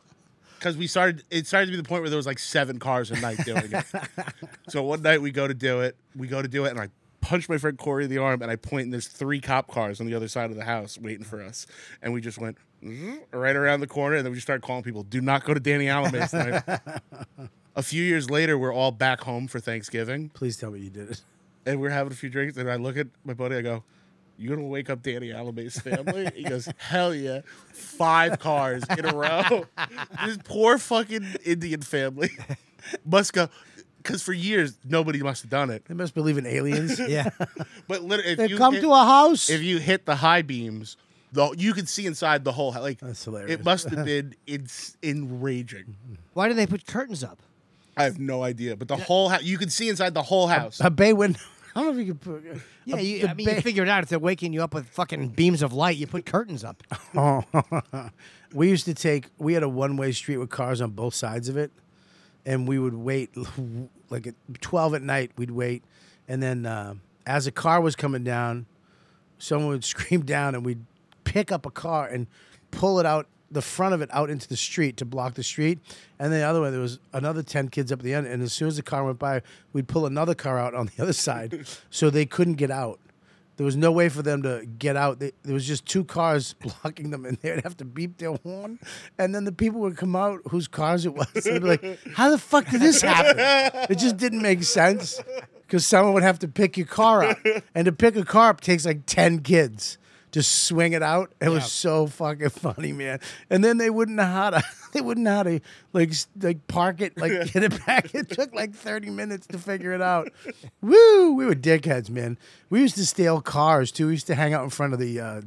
[SPEAKER 21] Because we started, it started to be the point where there was like seven cars a night doing it. so one night we go to do it. We go to do it, and I punch my friend Corey in the arm, and I point, and there's three cop cars on the other side of the house waiting for us. And we just went [LAUGHS] "Mhm," right around the corner, and then we just started calling people, "Do not go to Danny Alame's tonight."
[SPEAKER 1] [LAUGHS]
[SPEAKER 21] a few years later, we're all back home for Thanksgiving.
[SPEAKER 1] Please tell me you did it.
[SPEAKER 21] And we're having a few drinks, and I look at my buddy. I go, "You gonna wake up Danny Alame's family?" he goes, "Hell yeah, five cars in a
[SPEAKER 1] [LAUGHS]
[SPEAKER 21] row." this poor fucking Indian family must go. Because for years nobody must have done it.
[SPEAKER 1] They must believe in
[SPEAKER 21] [LAUGHS]
[SPEAKER 1] aliens. Yeah.
[SPEAKER 21] but literally, if
[SPEAKER 1] They
[SPEAKER 21] you
[SPEAKER 1] come
[SPEAKER 21] hit-
[SPEAKER 1] to a house.
[SPEAKER 21] If you hit the high beams, the you could see inside the whole house. Like that's
[SPEAKER 1] hilarious.
[SPEAKER 21] It must
[SPEAKER 1] [LAUGHS]
[SPEAKER 21] have been it's enraging.
[SPEAKER 2] Why do they put curtains up?
[SPEAKER 21] I have no idea, but the whole house you could see inside the whole house.
[SPEAKER 1] A bay window. [LAUGHS] I don't know if you could put.
[SPEAKER 2] [LAUGHS]
[SPEAKER 1] uh,
[SPEAKER 2] Yeah,
[SPEAKER 1] a-
[SPEAKER 2] you,
[SPEAKER 1] the
[SPEAKER 2] I mean, you
[SPEAKER 1] bay-
[SPEAKER 2] figure it out. If they're waking you up with fucking beams of light, you put curtains up.
[SPEAKER 1] [LAUGHS] Oh, [LAUGHS] we used to take. We had a one-way street with cars on both sides of it, and we would wait [LAUGHS] like at twelve at night. We'd wait, and then uh, as a car was coming down, someone would [LAUGHS] scream down, and we'd pick up a car and pull it out the front of it out into the street to block the street. And the other way, there was another ten kids up at the end, and as soon as the car went by, we'd pull another car out on the other side, so they couldn't get out. There was no way for them to get out. They, there was just two cars [LAUGHS] blocking them, and they'd have to beep their horn. And then the people would come out whose cars it was. They'd be like, "How the fuck did this happen? It just didn't make sense." Because someone would have to pick your car up, and to pick a car up takes like ten kids to swing it out. It was so fucking funny, man. And then they wouldn't know how to. [LAUGHS] They wouldn't know how to like s- like park it, like get it back. It took like thirty minutes to figure it out. Woo! We were dickheads, man. We used to steal cars too. We used to hang out in front of the uh,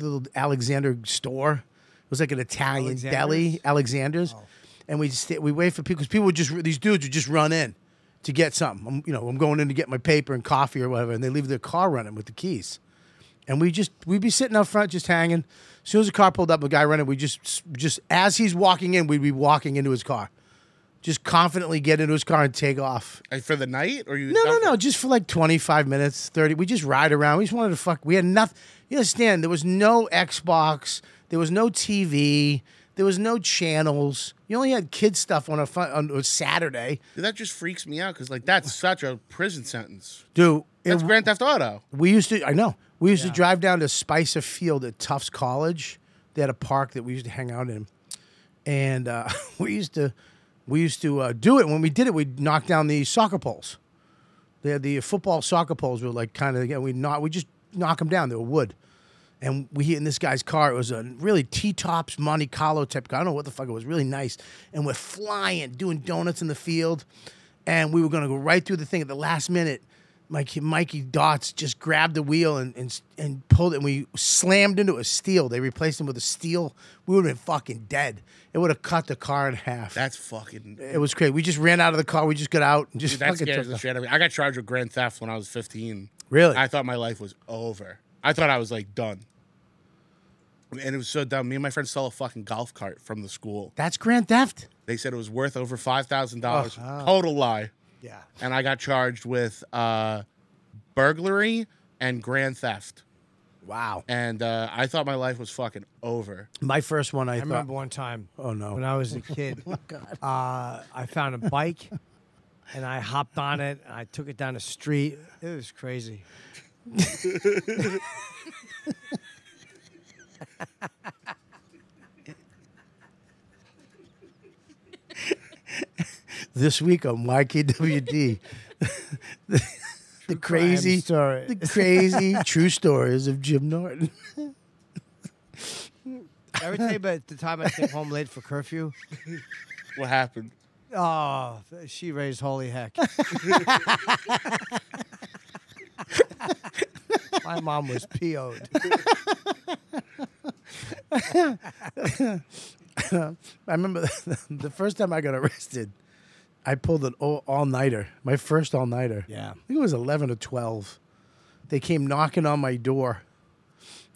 [SPEAKER 1] little Alexander store. It was like an Italian deli, Alexander's, and we sta we wait for people because people would just these dudes would just run in to get something. I'm, you know, I'm going in to get my paper and coffee or whatever, and they leave their car running with the keys. And we just we'd be sitting up front, just hanging. As soon as the car pulled up, the guy running. We just just as he's walking in, we'd be walking into his car, just confidently get into his car and take off.
[SPEAKER 21] Like, for the night, or you?
[SPEAKER 1] No, no, no. Just for like 25 minutes, 30. We just ride around. We just wanted to fuck. We had nothing. You understand? There was no Xbox. There was no TV. There was no channels. You only had kids stuff on a fun, on a Saturday.
[SPEAKER 21] That just freaks me out because like that's such a prison sentence.
[SPEAKER 1] Dude,
[SPEAKER 21] That's Grand Theft Auto.
[SPEAKER 1] We used to. I know. We used to drive down to Spicer Field at Tufts College. They had a park that we used to hang out in, and uh, [LAUGHS] we used to we used to uh, do it. When we did it, we'd knock down the soccer poles. They had the football soccer poles were like kind of again we knock we just knock them down. They were wood, and we hit in this guy's car. It was a really T tops Monte Carlo type car. I don't know what the fuck it was. Really nice, and we're flying, doing donuts in the field, and we were gonna go right through the thing at the last minute. Mikey, Mikey Dots just grabbed the wheel and, and and pulled it, and we slammed into a steel. They replaced him with a steel. We would have been fucking dead. It would have cut the car in half.
[SPEAKER 21] That's fucking.
[SPEAKER 1] It was crazy. We just ran out of the car. We just got out and just
[SPEAKER 21] Dude, that
[SPEAKER 1] fucking
[SPEAKER 21] scares
[SPEAKER 1] took
[SPEAKER 21] the
[SPEAKER 1] the-
[SPEAKER 21] shit out of me. I got charged with grand theft when I was 15.
[SPEAKER 1] Really?
[SPEAKER 21] I thought my life was over. I thought I was like done. And it was so dumb. Me and my friend stole a fucking golf cart from the school.
[SPEAKER 1] That's grand theft.
[SPEAKER 21] They said it was worth over five thousand dollars.
[SPEAKER 1] Oh.
[SPEAKER 21] Total lie.
[SPEAKER 1] Yeah.
[SPEAKER 21] And I got charged with uh, burglary and grand theft.
[SPEAKER 1] Wow.
[SPEAKER 21] And uh, I thought my life was fucking over.
[SPEAKER 1] My first one, I,
[SPEAKER 2] I
[SPEAKER 1] thought.
[SPEAKER 2] remember one time.
[SPEAKER 1] Oh, no.
[SPEAKER 2] When I was [LAUGHS] a kid, uh, I found a bike, and I hopped on it. And I took it down the street. It was [LAUGHS] crazy.
[SPEAKER 1] [LAUGHS] this week on YKWd. [LAUGHS] the, the
[SPEAKER 2] crime
[SPEAKER 1] crazy
[SPEAKER 2] story.
[SPEAKER 1] The
[SPEAKER 2] [LAUGHS]
[SPEAKER 1] crazy true stories of Jim Norton.
[SPEAKER 2] I would say, but the time I came home late for
[SPEAKER 1] [LAUGHS]
[SPEAKER 2] curfew.
[SPEAKER 21] What happened?
[SPEAKER 2] Oh, she raised holy
[SPEAKER 1] [LAUGHS]
[SPEAKER 2] heck. My mom was [LAUGHS]
[SPEAKER 1] [LAUGHS]
[SPEAKER 2] PO'd.
[SPEAKER 1] I remember [LAUGHS] the, first time I got arrested, I pulled an all nighter, my first all nighter.
[SPEAKER 2] Yeah.
[SPEAKER 1] I think it was 11 or 12. They came knocking on my door.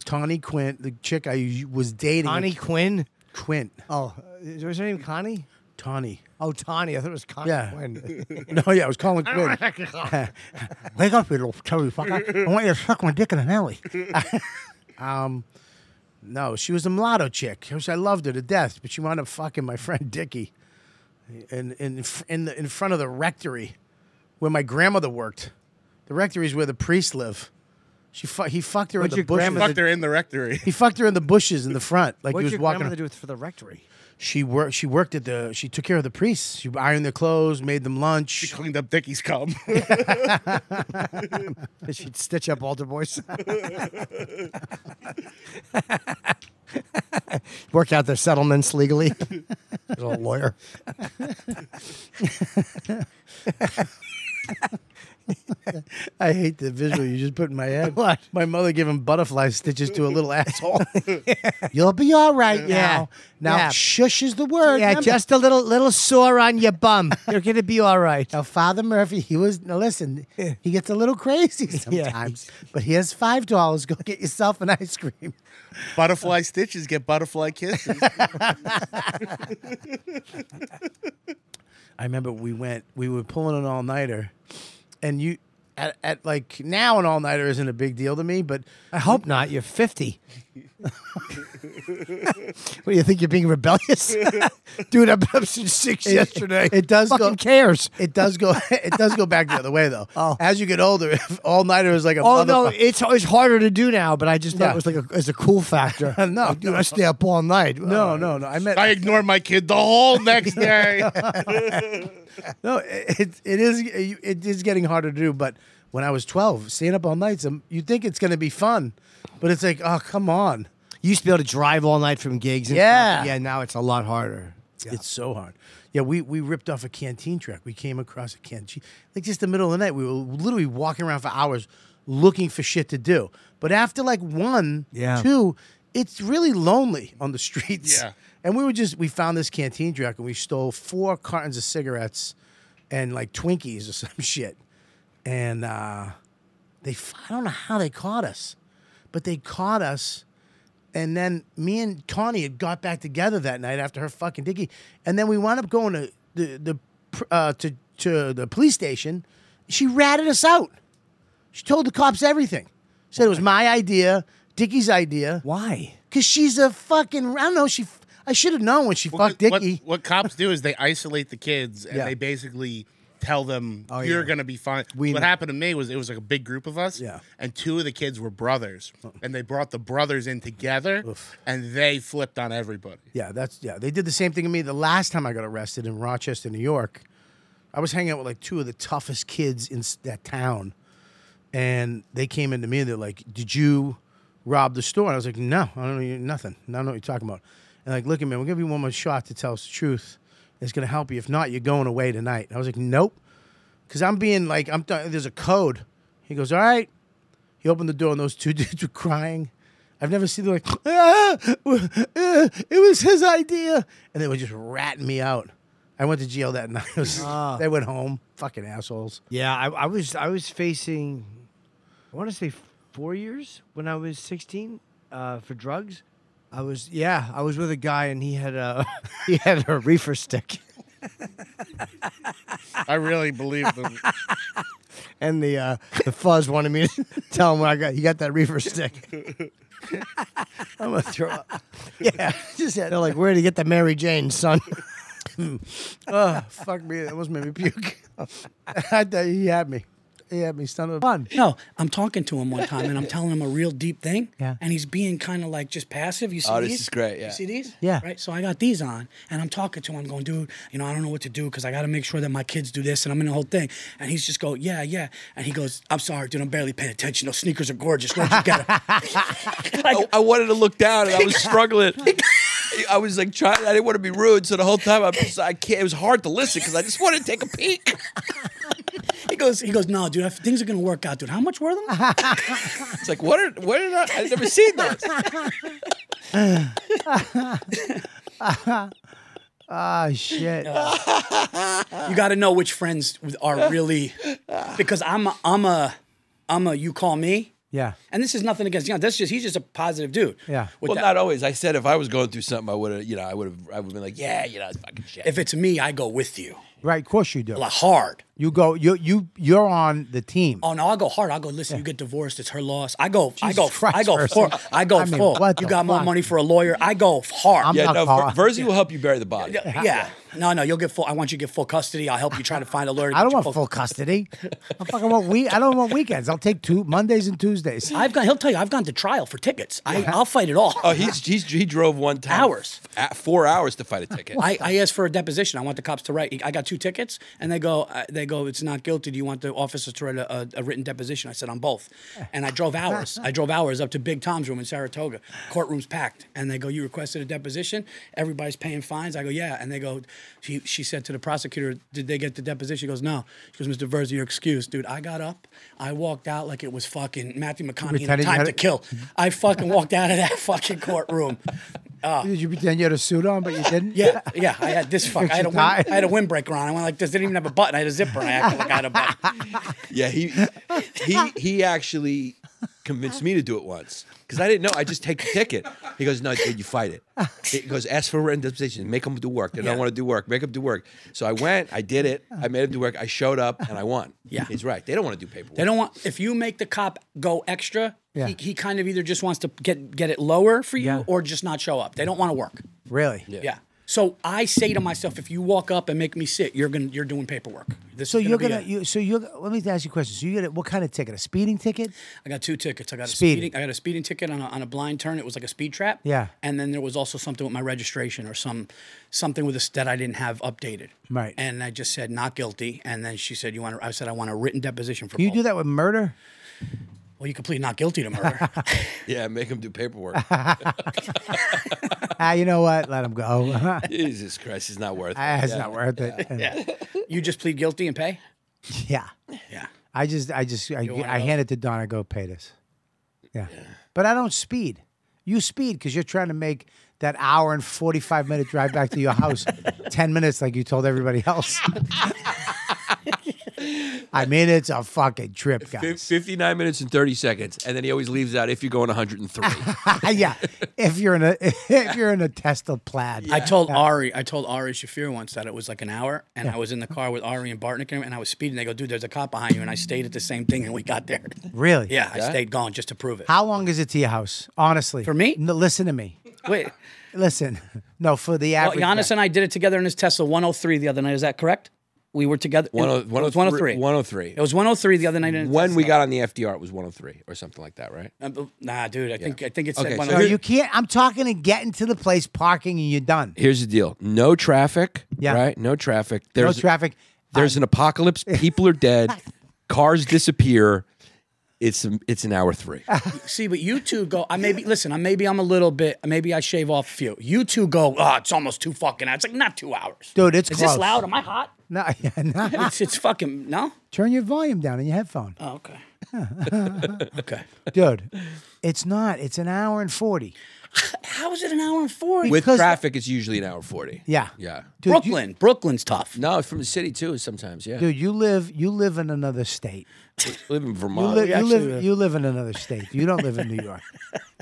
[SPEAKER 1] Tawny Quint, the chick I was dating.
[SPEAKER 2] Connie Quinn?
[SPEAKER 1] Quint.
[SPEAKER 2] Oh, is- was her name Connie?
[SPEAKER 1] Tawny.
[SPEAKER 2] Oh, Tawny. I thought it was Connie
[SPEAKER 1] Yeah.
[SPEAKER 2] Quinn.
[SPEAKER 1] [LAUGHS] No, yeah, it was
[SPEAKER 2] [LAUGHS]
[SPEAKER 1] Colin Quinn. [LAUGHS] Wake up, you little cherry fucker. I want you to suck my dick in
[SPEAKER 2] [LAUGHS]
[SPEAKER 1] an alley. um, no, she was a mulatto chick, which I loved her to death, but she wound up fucking my friend Dickie in, in, in, the, in front of the rectory where my grandmother worked. The rectory is where the priests live. She fu- he fucked her
[SPEAKER 2] What'd
[SPEAKER 1] in the
[SPEAKER 2] your
[SPEAKER 1] bushes.
[SPEAKER 2] grandmother- Fucked her
[SPEAKER 21] in the rectory.
[SPEAKER 1] He fucked her in the bushes in the front, like
[SPEAKER 2] what
[SPEAKER 1] he
[SPEAKER 2] did
[SPEAKER 1] was
[SPEAKER 2] your
[SPEAKER 1] walking.
[SPEAKER 2] grandmother do for the rectory?
[SPEAKER 1] She worked. She worked at the. She took care of the priests. She ironed their clothes, made them lunch. She
[SPEAKER 21] cleaned up Dickie's
[SPEAKER 1] [LAUGHS]
[SPEAKER 21] cum.
[SPEAKER 2] She'd stitch up altar boys. [LAUGHS] Work out their settlements
[SPEAKER 1] [LAUGHS]
[SPEAKER 2] legally. As a [LAUGHS] lawyer.
[SPEAKER 1] [LAUGHS] I hate the visual you just put in my head. [LAUGHS] What? My mother giving butterfly stitches to a [LAUGHS] little asshole. You'll be all right
[SPEAKER 2] Yeah.
[SPEAKER 1] now. Now
[SPEAKER 2] Yeah.
[SPEAKER 1] shush is the word.
[SPEAKER 2] Yeah,
[SPEAKER 1] remember.
[SPEAKER 2] just a little little sore on your
[SPEAKER 1] [LAUGHS]
[SPEAKER 2] bum. You're gonna be all right.
[SPEAKER 1] Now, Father Murphy, he was now listen, he gets a little [LAUGHS] crazy sometimes, but he has five dollars. Go get yourself an ice [LAUGHS] cream.
[SPEAKER 21] Butterfly stitches get butterfly kisses.
[SPEAKER 1] I remember we went, we were pulling an all nighter, and you at, at like now an all nighter isn't a big deal to me, but
[SPEAKER 2] I hope not. You're
[SPEAKER 1] [LAUGHS]
[SPEAKER 2] fifty.
[SPEAKER 1] What do you think? You're being [LAUGHS] rebellious,
[SPEAKER 2] Dude, I'm up since six yesterday.
[SPEAKER 1] It does go
[SPEAKER 2] Fucking cares.
[SPEAKER 1] It does
[SPEAKER 2] [LAUGHS]
[SPEAKER 1] go. It does go back the other way though. As you get older, [LAUGHS] if all nighter is like a
[SPEAKER 2] Oh no,
[SPEAKER 1] motherfucker-
[SPEAKER 2] it's it's harder to do now, but I just thought
[SPEAKER 1] Yeah.
[SPEAKER 2] it was like a, it's a cool factor.
[SPEAKER 1] [LAUGHS] no,
[SPEAKER 2] Like, dude, I stay up all night.
[SPEAKER 26] Uh,
[SPEAKER 1] No, Oh, no, no. I meant
[SPEAKER 21] I ignored my kid the whole
[SPEAKER 1] [LAUGHS]
[SPEAKER 21] next day.
[SPEAKER 1] no. It it is it is getting harder to do. But when I was twelve, staying up all nights, um, you think it's going to be fun, but it's like, oh come on.
[SPEAKER 2] You used to be able to drive all night from gigs. And
[SPEAKER 1] Yeah.
[SPEAKER 2] stuff. yeah. Now it's a lot harder.
[SPEAKER 1] It's so hard. Yeah, we we ripped off a canteen truck. We came across a canteen, like just the middle of the night. We were literally walking around for hours looking for shit to do. But after like one,
[SPEAKER 2] Yeah.
[SPEAKER 1] two, it's really lonely on the [LAUGHS] streets.
[SPEAKER 21] Yeah.
[SPEAKER 1] And we were just we found this canteen truck and we stole four cartons of cigarettes and like Twinkies or [LAUGHS] some shit. And uh, they f- I don't know how they caught us, but they caught us. And then me and Tawny had got back together that night after her fucking dicky. And then we wound up going to the the pr- uh, to to the police station. She ratted us out. She told the cops everything. Said it was my idea, Dicky's idea.
[SPEAKER 2] Why?
[SPEAKER 1] Because she's a fucking I don't know. She f- I I should have known when she fucked Dickie.
[SPEAKER 21] What, what cops do is they isolate the kids and
[SPEAKER 1] Yeah. Oh,
[SPEAKER 21] they basically tell them you're
[SPEAKER 1] yeah.
[SPEAKER 21] gonna be fine.
[SPEAKER 1] We
[SPEAKER 21] what
[SPEAKER 1] know.
[SPEAKER 21] happened to me was it was like a big group of us,
[SPEAKER 1] Yeah.
[SPEAKER 21] and two of the kids were brothers, and they brought the brothers in together, and they flipped on everybody.
[SPEAKER 1] Yeah, that's yeah. They did the same thing to me the last time I got arrested in Rochester, New York. I was hanging out with like two of the toughest kids in s- that town, and they came into me and they're like, "Did you rob the store?" And I was like, "No, I don't know you- nothing. I don't know what you're talking about." And like, "Look at me. We'll give you one more shot to tell us the truth. It's gonna help you. If not, you're going away tonight." And I was like, "Nope," because I'm being like, I'm th- there's a code. He goes, "All right." He opened the door and those two [LAUGHS] dudes were crying. I've never seen them like, ah, w- uh, it was his idea. And they were just ratting me out. I went to jail that [LAUGHS] night. It was- They went home. Fucking assholes.
[SPEAKER 26] Yeah, I, I was I was facing, I want to say four years when I was sixteen uh, for drugs. I was yeah, I was with a guy and he had a [LAUGHS] he had a reefer stick.
[SPEAKER 21] I really believe
[SPEAKER 1] [LAUGHS]
[SPEAKER 21] them.
[SPEAKER 26] and the uh, the fuzz wanted me to [LAUGHS] tell him when I got you got that reefer stick.
[SPEAKER 5] [LAUGHS]
[SPEAKER 26] I'm gonna throw
[SPEAKER 6] [LAUGHS]
[SPEAKER 26] up. Yeah, just had, they're like, where'd you get the Mary Jane,
[SPEAKER 15] [LAUGHS]
[SPEAKER 26] son?
[SPEAKER 1] oh, fuck me. That almost made me puke. [LAUGHS] I thought he had me. He had me stunned with fun.
[SPEAKER 24] No, I'm talking to him one time and I'm telling him a real deep thing.
[SPEAKER 1] Yeah.
[SPEAKER 24] And he's being kind of like just passive. You see
[SPEAKER 1] Oh,
[SPEAKER 24] these?
[SPEAKER 1] this is great, yeah.
[SPEAKER 24] You see these?
[SPEAKER 1] Yeah.
[SPEAKER 24] Right. So I got these on and I'm talking to him. I'm going, dude, you know, I don't know what to do because I got to make sure that my kids do this and I'm in the whole thing. And he's just go, yeah, yeah. And he goes, I'm sorry, dude, I'm barely paying attention. Those sneakers are gorgeous. Where'd you get 'em?"
[SPEAKER 17] I, I wanted to look down and I was struggling. I was like trying. I didn't want to be rude, so the whole time I, was, I can't. It was hard to listen because I just wanted to take a peek.
[SPEAKER 24] He goes, he goes, no, dude, if things are gonna work out, dude. How much
[SPEAKER 1] [LAUGHS]
[SPEAKER 24] were them?
[SPEAKER 17] It's like what? Are, what did I? I've never seen that.
[SPEAKER 1] [LAUGHS] Ah, shit.
[SPEAKER 24] you got to know which friends are really because I'm a, I'm a I'm a you call me.
[SPEAKER 1] Yeah.
[SPEAKER 24] And this is nothing against you. That's just he's just a positive dude.
[SPEAKER 1] Yeah.
[SPEAKER 24] With
[SPEAKER 17] well,
[SPEAKER 24] that-
[SPEAKER 17] not always. I said if I was going through something, I would have. You know, I would have. I would have been like, yeah, you know, it's fucking shit.
[SPEAKER 24] If it's me, I go with you.
[SPEAKER 1] Right, of course you do.
[SPEAKER 24] Like, hard.
[SPEAKER 1] You go you you you're on the team.
[SPEAKER 24] Oh no, I'll go hard. I'll go. Listen, you get divorced. It's her loss. I go. I go.
[SPEAKER 1] Jesus
[SPEAKER 24] I go
[SPEAKER 1] Christ,
[SPEAKER 24] full.
[SPEAKER 1] Versi.
[SPEAKER 24] I go
[SPEAKER 1] I mean,
[SPEAKER 24] full.
[SPEAKER 1] what
[SPEAKER 24] you
[SPEAKER 1] the
[SPEAKER 24] got more
[SPEAKER 1] fuck?
[SPEAKER 24] money for a lawyer. I go hard.
[SPEAKER 1] I'm Yeah, not no, Ver- calling.
[SPEAKER 17] Verzi will help you bury the body.
[SPEAKER 24] Yeah, yeah. No, no. You'll get full. I want you to get full custody. I'll help you try to find a lawyer.
[SPEAKER 1] I don't want full custody. I fucking want we I don't want weekends. I'll take two Mondays and Tuesdays.
[SPEAKER 24] I've gone. He'll tell you. I've gone to trial for tickets. I, I'll fight it all.
[SPEAKER 17] Oh, he's, he's he drove one time
[SPEAKER 24] hours,
[SPEAKER 17] four hours to fight a ticket.
[SPEAKER 24] I, I asked for a deposition. I want the cops to write. I got two tickets, and they go, uh, they go, it's not guilty. Do you want the officers to write a, a, a written deposition? I said, on both. And I drove hours. I drove hours up to Big Tom's room in Saratoga. Courtroom's packed, and they go, you requested a deposition. Everybody's paying fines. I go, yeah, and they go. She, she said to the prosecutor, did they get the deposition? She goes, no. She goes, Mr. Verzi, you're excused, dude. I got up, I walked out like it was fucking Matthew McConaughey in
[SPEAKER 1] pretended you
[SPEAKER 24] Time
[SPEAKER 1] had
[SPEAKER 24] to
[SPEAKER 1] it-
[SPEAKER 24] Kill. I fucking walked out of that fucking courtroom. Uh,
[SPEAKER 1] Did [LAUGHS] you pretend you had a suit on but you didn't?
[SPEAKER 24] yeah, yeah. I had this fuck. I had a wind, I had a windbreaker on. I went like this. Didn't even have a button. I had a zipper. I acted like I had a button.
[SPEAKER 1] [LAUGHS]
[SPEAKER 17] Yeah, he he he actually convinced me to do it once because I didn't know. I just take the ticket. He goes, "No, dude, you fight it." He goes, "Ask for a written deposition. Make them do work. They don't
[SPEAKER 24] Yeah.
[SPEAKER 17] want to do work. Make them do work." So I went. I did it. I made him do work. I showed up and I won. Yeah, he's right. They don't want to do paperwork.
[SPEAKER 24] They don't want. If you make the cop go extra,
[SPEAKER 17] Yeah.
[SPEAKER 24] he, he kind of either just wants to get get it lower for you or just not show up. They don't want to work.
[SPEAKER 1] [LAUGHS] Really?
[SPEAKER 24] Yeah. So I say to myself, if you walk up and make me sit, you're gonna you're doing paperwork. This
[SPEAKER 1] So
[SPEAKER 24] is
[SPEAKER 1] you're
[SPEAKER 24] be
[SPEAKER 1] gonna
[SPEAKER 24] it.
[SPEAKER 1] you so you're let me ask you a question. So you get a, what kind of ticket? A speeding ticket?
[SPEAKER 24] I got two tickets. I got a
[SPEAKER 1] Speeding.
[SPEAKER 24] speeding. I got a speeding ticket on a, on a blind turn. It was like a speed trap.
[SPEAKER 1] Yeah.
[SPEAKER 24] And then there was also something with my registration or some something with this that I didn't have updated.
[SPEAKER 1] Right.
[SPEAKER 24] And I just said not guilty. And then she said, "You want?" to I said, "I want a written deposition for
[SPEAKER 1] Can you
[SPEAKER 24] both."
[SPEAKER 1] do that with murder?
[SPEAKER 24] Well, you can plead not guilty to
[SPEAKER 1] [LAUGHS]
[SPEAKER 24] murder.
[SPEAKER 17] [LAUGHS] yeah, make them do paperwork. [LAUGHS]
[SPEAKER 1] ah, you know what? Let him go. [LAUGHS] ah,
[SPEAKER 17] Jesus Christ, it's not worth it.
[SPEAKER 1] it's
[SPEAKER 17] Yeah.
[SPEAKER 1] not worth it.
[SPEAKER 24] yeah. You just plead guilty and pay.
[SPEAKER 1] Yeah.
[SPEAKER 24] Yeah.
[SPEAKER 1] I just, I just, I,
[SPEAKER 24] You want
[SPEAKER 1] I
[SPEAKER 24] those?
[SPEAKER 1] hand it to Don. I go, pay this. Yeah. But I don't speed. You speed because you're trying to make that hour and 45 minute drive back to
[SPEAKER 24] [LAUGHS]
[SPEAKER 1] your house 10 minutes like you told everybody else. I mean, it's a fucking trip, guys.
[SPEAKER 17] Fif- Fifty-nine minutes and thirty seconds, and then he always leaves out if you're going 103.
[SPEAKER 1] [LAUGHS] yeah. If you're in a, [LAUGHS] if you're in a Tesla plaid.
[SPEAKER 24] I told Ari, I told Ari Shafir once that it was like an hour, and I was in the car with Ari and Bartnick, and I was speeding. They go, "Dude, there's a cop behind you," and I stayed at the same thing, and we got there.
[SPEAKER 1] Really?
[SPEAKER 24] Yeah, I
[SPEAKER 1] Yeah?
[SPEAKER 24] stayed gone just to prove it.
[SPEAKER 1] How long is it to your house? Honestly. For
[SPEAKER 24] me?
[SPEAKER 1] No, listen to me.
[SPEAKER 24] Wait,
[SPEAKER 1] Listen, no, for [LAUGHS] the
[SPEAKER 24] Well,
[SPEAKER 1] average.
[SPEAKER 24] Giannis and I did it together in his Tesla 103 the other night. Is that correct? We were together.
[SPEAKER 17] One oh-
[SPEAKER 24] it was 103.
[SPEAKER 17] 103.
[SPEAKER 24] It was 103 the other night. In his
[SPEAKER 17] When we
[SPEAKER 24] Tesla.
[SPEAKER 17] got on the FDR, it was 103 or something like that, right?
[SPEAKER 24] Uh, but- Nah, dude. I think I think it's
[SPEAKER 17] Okay,
[SPEAKER 24] one
[SPEAKER 17] so
[SPEAKER 24] of
[SPEAKER 1] No,
[SPEAKER 24] the-
[SPEAKER 1] you can't. I'm talking and getting to the place, parking, and you're done. [LAUGHS]
[SPEAKER 17] Here's the deal: no traffic.
[SPEAKER 1] Yeah.
[SPEAKER 17] Right. No traffic.
[SPEAKER 1] No
[SPEAKER 17] There's
[SPEAKER 1] traffic.
[SPEAKER 17] There's an
[SPEAKER 1] [LAUGHS]
[SPEAKER 17] apocalypse. People are dead. Cars disappear. It's it's an hour three.
[SPEAKER 24] [LAUGHS] See, but you two go. I maybe listen. I maybe I'm a little bit. Maybe I shave off a few. You two go. Oh, it's almost two fucking hours. It's like not two hours,
[SPEAKER 1] Dude, it's
[SPEAKER 24] Is
[SPEAKER 1] close.
[SPEAKER 24] this loud? Am I hot?
[SPEAKER 1] No, yeah, no.
[SPEAKER 24] [LAUGHS] it's, it's fucking no.
[SPEAKER 1] Turn your volume down in your headphone.
[SPEAKER 24] Oh, okay. [LAUGHS]
[SPEAKER 1] okay. [LAUGHS] Dude, it's not. It's an hour and 40.
[SPEAKER 24] How is it an hour and forty?
[SPEAKER 17] With
[SPEAKER 1] Because-
[SPEAKER 17] traffic, it's usually an hour forty.
[SPEAKER 1] Yeah.
[SPEAKER 17] Yeah.
[SPEAKER 1] Dude, Brooklyn.
[SPEAKER 24] Brooklyn's tough.
[SPEAKER 17] No, it's from the city too. Sometimes, yeah.
[SPEAKER 1] Dude, you live you live in another state.
[SPEAKER 17] We live in
[SPEAKER 1] You,
[SPEAKER 17] Vermont.
[SPEAKER 1] live you, live, you live in another state. You don't live in New York.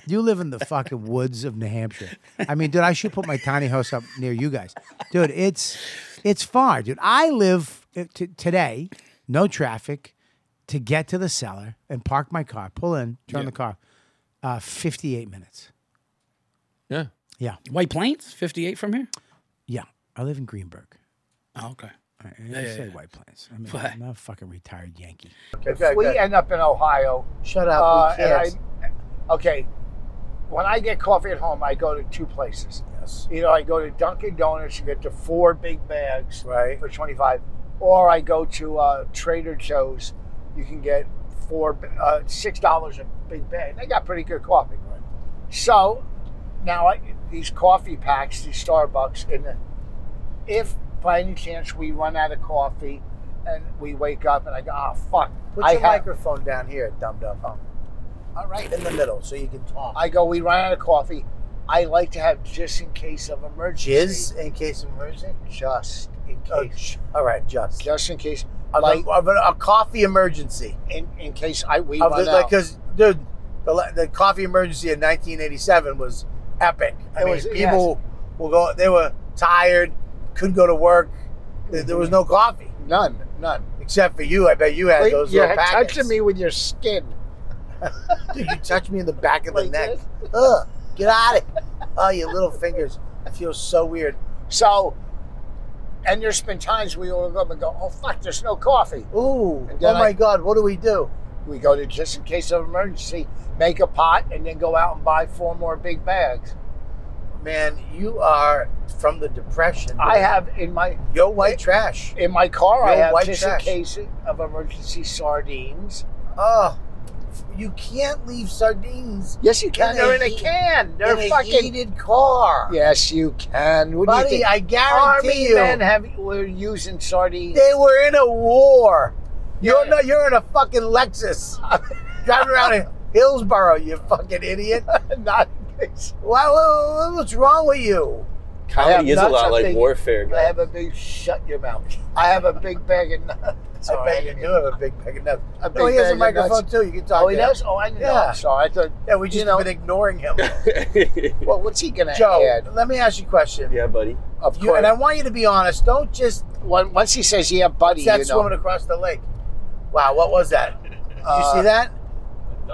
[SPEAKER 1] You live in the fucking woods of New Hampshire. I mean, dude, I should put my tiny house up near you guys. Dude, it's it's far, dude. I live uh, t- today, no traffic, to get to the cellar and park my car, pull in, turn
[SPEAKER 17] Yeah.
[SPEAKER 1] the car, uh, 58 minutes.
[SPEAKER 17] Yeah.
[SPEAKER 1] Yeah.
[SPEAKER 24] White Plains, 58 from here.
[SPEAKER 1] Yeah. I live in Greenberg.
[SPEAKER 24] Oh, okay.
[SPEAKER 1] All right,
[SPEAKER 24] Yeah,
[SPEAKER 1] I
[SPEAKER 24] yeah,
[SPEAKER 1] say
[SPEAKER 24] yeah.
[SPEAKER 1] White Plains. I mean,
[SPEAKER 24] But-
[SPEAKER 1] I'm not a fucking retired Yankee.
[SPEAKER 6] If we end up in Ohio,
[SPEAKER 1] Shut up,
[SPEAKER 6] Uh,
[SPEAKER 1] we
[SPEAKER 6] and
[SPEAKER 1] can't.
[SPEAKER 6] I- okay. When I get coffee at home, I go to two places. Yes. Either I go to Dunkin' Donuts and get the four big bags right. for twenty five, or I go to uh, Trader Joe's. You can get four b- uh, six dollars a big bag. They got pretty good coffee. Right. So now I, these coffee packs, these Starbucks, and the, if by any chance we run out of coffee and we wake up and I go, oh fuck,
[SPEAKER 15] Put
[SPEAKER 6] I
[SPEAKER 15] your
[SPEAKER 6] have- Oh.
[SPEAKER 15] microphone down here, dum dum. All right, in the middle, so you can talk.
[SPEAKER 6] I go, we run out of coffee. I like to have just in case of emergency.
[SPEAKER 15] Jizz in case of emergency.
[SPEAKER 6] Just in
[SPEAKER 15] Oh,
[SPEAKER 6] case.
[SPEAKER 15] All right, just.
[SPEAKER 6] Just in case.
[SPEAKER 15] Of
[SPEAKER 6] Like,
[SPEAKER 15] a, of a, a coffee emergency.
[SPEAKER 6] in, in case I we
[SPEAKER 15] Of
[SPEAKER 6] run
[SPEAKER 15] the,
[SPEAKER 6] out.
[SPEAKER 15] like, cause dude, the, la- the coffee emergency in 1987 was epic. I
[SPEAKER 6] It
[SPEAKER 15] mean,
[SPEAKER 6] was-
[SPEAKER 15] people will go. They were tired, couldn't go to work. There, there was no coffee.
[SPEAKER 6] Mm-hmm. None, none.
[SPEAKER 15] Except for you, I bet you had
[SPEAKER 6] Wait,
[SPEAKER 15] those
[SPEAKER 6] you're
[SPEAKER 15] little packets.
[SPEAKER 6] touching me with your [LAUGHS] skin.
[SPEAKER 15] Dude, you touched me in the back of the
[SPEAKER 6] Like
[SPEAKER 15] neck. Ugh, get out of here. Oh, your little fingers. I feel so weird.
[SPEAKER 6] So, and there's been times we will go up and go, oh fuck, there's no coffee.
[SPEAKER 15] Ooh,
[SPEAKER 6] And
[SPEAKER 15] oh
[SPEAKER 6] then
[SPEAKER 15] my
[SPEAKER 6] I-
[SPEAKER 15] God, what do we do?
[SPEAKER 6] We go to just in case of emergency, make a pot, and then go out and buy four more big bags.
[SPEAKER 15] Man, you are from the Depression.
[SPEAKER 6] I have in my
[SPEAKER 15] Yo, white trash.
[SPEAKER 6] in my car. I
[SPEAKER 15] Yo,
[SPEAKER 6] have
[SPEAKER 15] white
[SPEAKER 6] just
[SPEAKER 15] trash.
[SPEAKER 6] in case of emergency sardines.
[SPEAKER 15] Oh, you can't leave sardines.
[SPEAKER 6] Yes, you can. They're in a
[SPEAKER 15] heat-
[SPEAKER 6] can. They're
[SPEAKER 15] in a
[SPEAKER 6] fucking-
[SPEAKER 15] heated car.
[SPEAKER 6] Yes, you can. What
[SPEAKER 15] Buddy,
[SPEAKER 6] do you think?
[SPEAKER 15] I guarantee
[SPEAKER 6] Army
[SPEAKER 15] you.
[SPEAKER 6] men have were using sardines.
[SPEAKER 15] They were in a war. You're not. You're in a fucking
[SPEAKER 6] [LAUGHS]
[SPEAKER 15] Lexus, driving around in Hillsboro. You fucking idiot. not. Why, wha- wha- what's wrong with you?
[SPEAKER 6] I have nuts, I think- I
[SPEAKER 15] guys.
[SPEAKER 6] have a big shut your mouth. I have a big bag of nuts.
[SPEAKER 15] I bet you do have a big bag of nuts.
[SPEAKER 6] A big
[SPEAKER 15] Oh, he has a
[SPEAKER 6] bag of
[SPEAKER 15] microphone
[SPEAKER 6] nuts.
[SPEAKER 15] too. You can talk.
[SPEAKER 6] Oh, he
[SPEAKER 15] to him.
[SPEAKER 6] does? Oh, I didn't know.
[SPEAKER 15] Yeah.
[SPEAKER 6] I'm sorry. I thought,
[SPEAKER 15] Yeah, we just
[SPEAKER 6] you know,
[SPEAKER 15] been ignoring him.
[SPEAKER 6] [LAUGHS] well, [LAUGHS] what's he gonna
[SPEAKER 15] Joe,
[SPEAKER 6] add?
[SPEAKER 15] let me ask you a question.
[SPEAKER 6] Yeah, buddy. Of
[SPEAKER 15] You,
[SPEAKER 6] course.
[SPEAKER 15] and I want you to be honest. Don't just
[SPEAKER 6] When- once he says, "Yeah, buddy,"
[SPEAKER 15] What's that
[SPEAKER 6] you know.
[SPEAKER 15] swimming across the lake? Wow, what was that? Did
[SPEAKER 6] Uh,
[SPEAKER 15] you see that?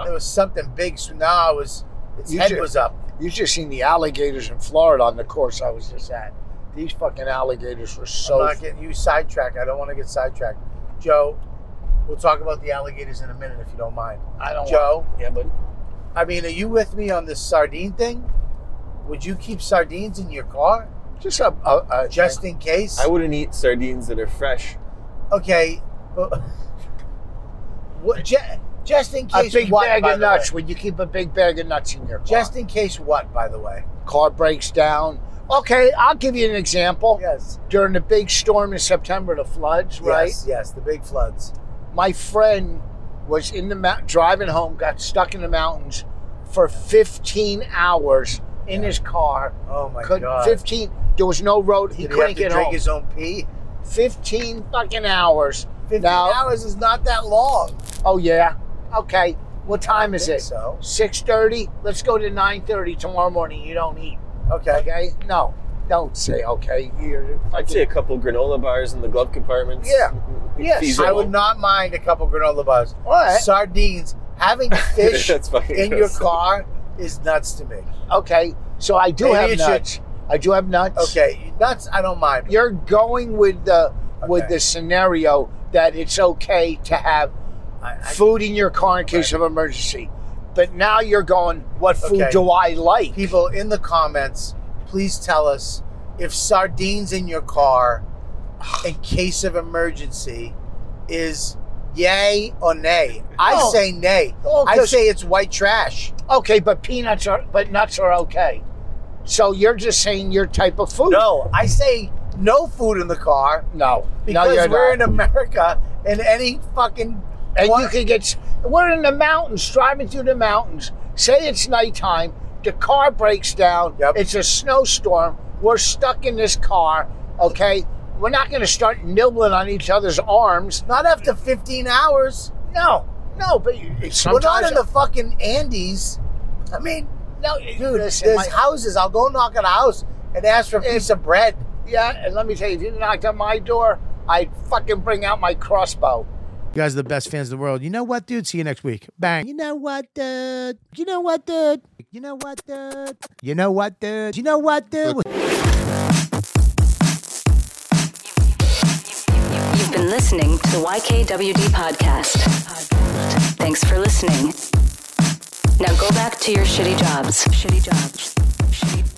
[SPEAKER 15] There was something big. sw- No, it was its
[SPEAKER 6] You
[SPEAKER 15] head
[SPEAKER 6] ju-
[SPEAKER 15] was up.
[SPEAKER 6] You just seen the alligators in Florida on the course I was just at. These fucking alligators were so.
[SPEAKER 15] I'm not getting you sidetracked. I don't want to get sidetracked. Joe, we'll talk about the alligators in a minute if you don't mind.
[SPEAKER 6] I don't.
[SPEAKER 15] Joe,
[SPEAKER 6] want- yeah, buddy.
[SPEAKER 15] I mean, are you with me on this sardine thing? Would you keep sardines in your car?
[SPEAKER 6] Just a, a, a
[SPEAKER 15] just in case.
[SPEAKER 19] I wouldn't eat sardines that are fresh.
[SPEAKER 15] Okay, but what? ju- just in
[SPEAKER 6] A
[SPEAKER 15] case.
[SPEAKER 6] big
[SPEAKER 15] what,
[SPEAKER 6] bag
[SPEAKER 15] by
[SPEAKER 6] of
[SPEAKER 15] the
[SPEAKER 6] nuts.
[SPEAKER 15] way?
[SPEAKER 6] Would you keep a big bag of nuts in your car?
[SPEAKER 15] Just in case what? By the way.
[SPEAKER 6] car breaks down. Okay, I'll give you an example.
[SPEAKER 15] Yes.
[SPEAKER 6] During the big storm in September, the floods, right?
[SPEAKER 15] Yes, yes, the big floods.
[SPEAKER 6] My friend was in the mount, driving home, got stuck in the mountains for 15 hours in his car.
[SPEAKER 15] Oh my
[SPEAKER 6] Couldn't-
[SPEAKER 15] God.
[SPEAKER 6] 15. There was no road. He
[SPEAKER 15] Did
[SPEAKER 6] couldn't
[SPEAKER 15] have to
[SPEAKER 6] get
[SPEAKER 15] drink
[SPEAKER 6] home.
[SPEAKER 15] his own pee?
[SPEAKER 6] 15 fucking hours.
[SPEAKER 15] 15
[SPEAKER 6] Now-
[SPEAKER 15] hours is not that long.
[SPEAKER 6] Oh yeah. Okay. What time is
[SPEAKER 15] think
[SPEAKER 6] it?
[SPEAKER 15] so.
[SPEAKER 6] Six thirty. Let's go to nine thirty tomorrow morning. You don't eat.
[SPEAKER 15] Okay.
[SPEAKER 6] Okay. No. Don't say okay. You're
[SPEAKER 19] I'd say a couple granola bars in the glove compartments.
[SPEAKER 6] [LAUGHS]
[SPEAKER 15] Yeah. Yes,
[SPEAKER 19] Feasible.
[SPEAKER 15] I would not mind a couple granola bars.
[SPEAKER 6] right. [LAUGHS]
[SPEAKER 15] Sardines, having fish
[SPEAKER 19] That's fucking
[SPEAKER 15] in your
[SPEAKER 19] gross.
[SPEAKER 15] car is nuts to me.
[SPEAKER 6] Okay. So I do
[SPEAKER 1] Maybe
[SPEAKER 6] have
[SPEAKER 1] you should-
[SPEAKER 6] nuts. I do have nuts.
[SPEAKER 1] Okay, nuts. I don't mind.
[SPEAKER 6] You're going with the with
[SPEAKER 1] Okay.
[SPEAKER 6] the scenario that it's okay to have food in your car in case of emergency. But now you're going, what food
[SPEAKER 1] Okay.
[SPEAKER 6] do I like?
[SPEAKER 16] People
[SPEAKER 1] in the comments, please tell us if sardines in your car in case of emergency is yay or nay. I
[SPEAKER 6] Oh.
[SPEAKER 1] say nay.
[SPEAKER 6] Oh,
[SPEAKER 1] I
[SPEAKER 6] 'cause-
[SPEAKER 1] say it's white trash.
[SPEAKER 6] Okay, but peanuts are but nuts are okay. So you're just saying your type of food.
[SPEAKER 1] No, I say no food in the car.
[SPEAKER 6] No,
[SPEAKER 1] Because
[SPEAKER 6] no, you're
[SPEAKER 1] we're
[SPEAKER 6] not.
[SPEAKER 1] in America and any fucking
[SPEAKER 6] and you can get. We're in the mountains, driving through the mountains. Say it's nighttime, the car breaks down. It's a snowstorm. We're stuck in this car. Okay, we're not going to start nibbling on each other's arms.
[SPEAKER 1] Not after 15 hours.
[SPEAKER 6] No, no, but you-
[SPEAKER 1] We're not
[SPEAKER 6] sometimes-
[SPEAKER 1] in the fucking Andes. I mean,
[SPEAKER 6] no,
[SPEAKER 1] dude,
[SPEAKER 6] listen,
[SPEAKER 1] there's
[SPEAKER 6] my-
[SPEAKER 1] houses. I'll go knock on a house and ask for a piece of bread.
[SPEAKER 6] Yeah, and let me tell you, if you knocked on my door, I'd fucking bring out my crossbow.
[SPEAKER 16] You guys are the best fans in the world. You know what, dude? See you next week. Bang. You know what, dude? You know what, dude? You know what, dude? You know what, dude? You know what, dude?
[SPEAKER 7] You've been listening to the YKWD podcast. Thanks for listening. Now go back to your shitty jobs. Shitty jobs. Shitty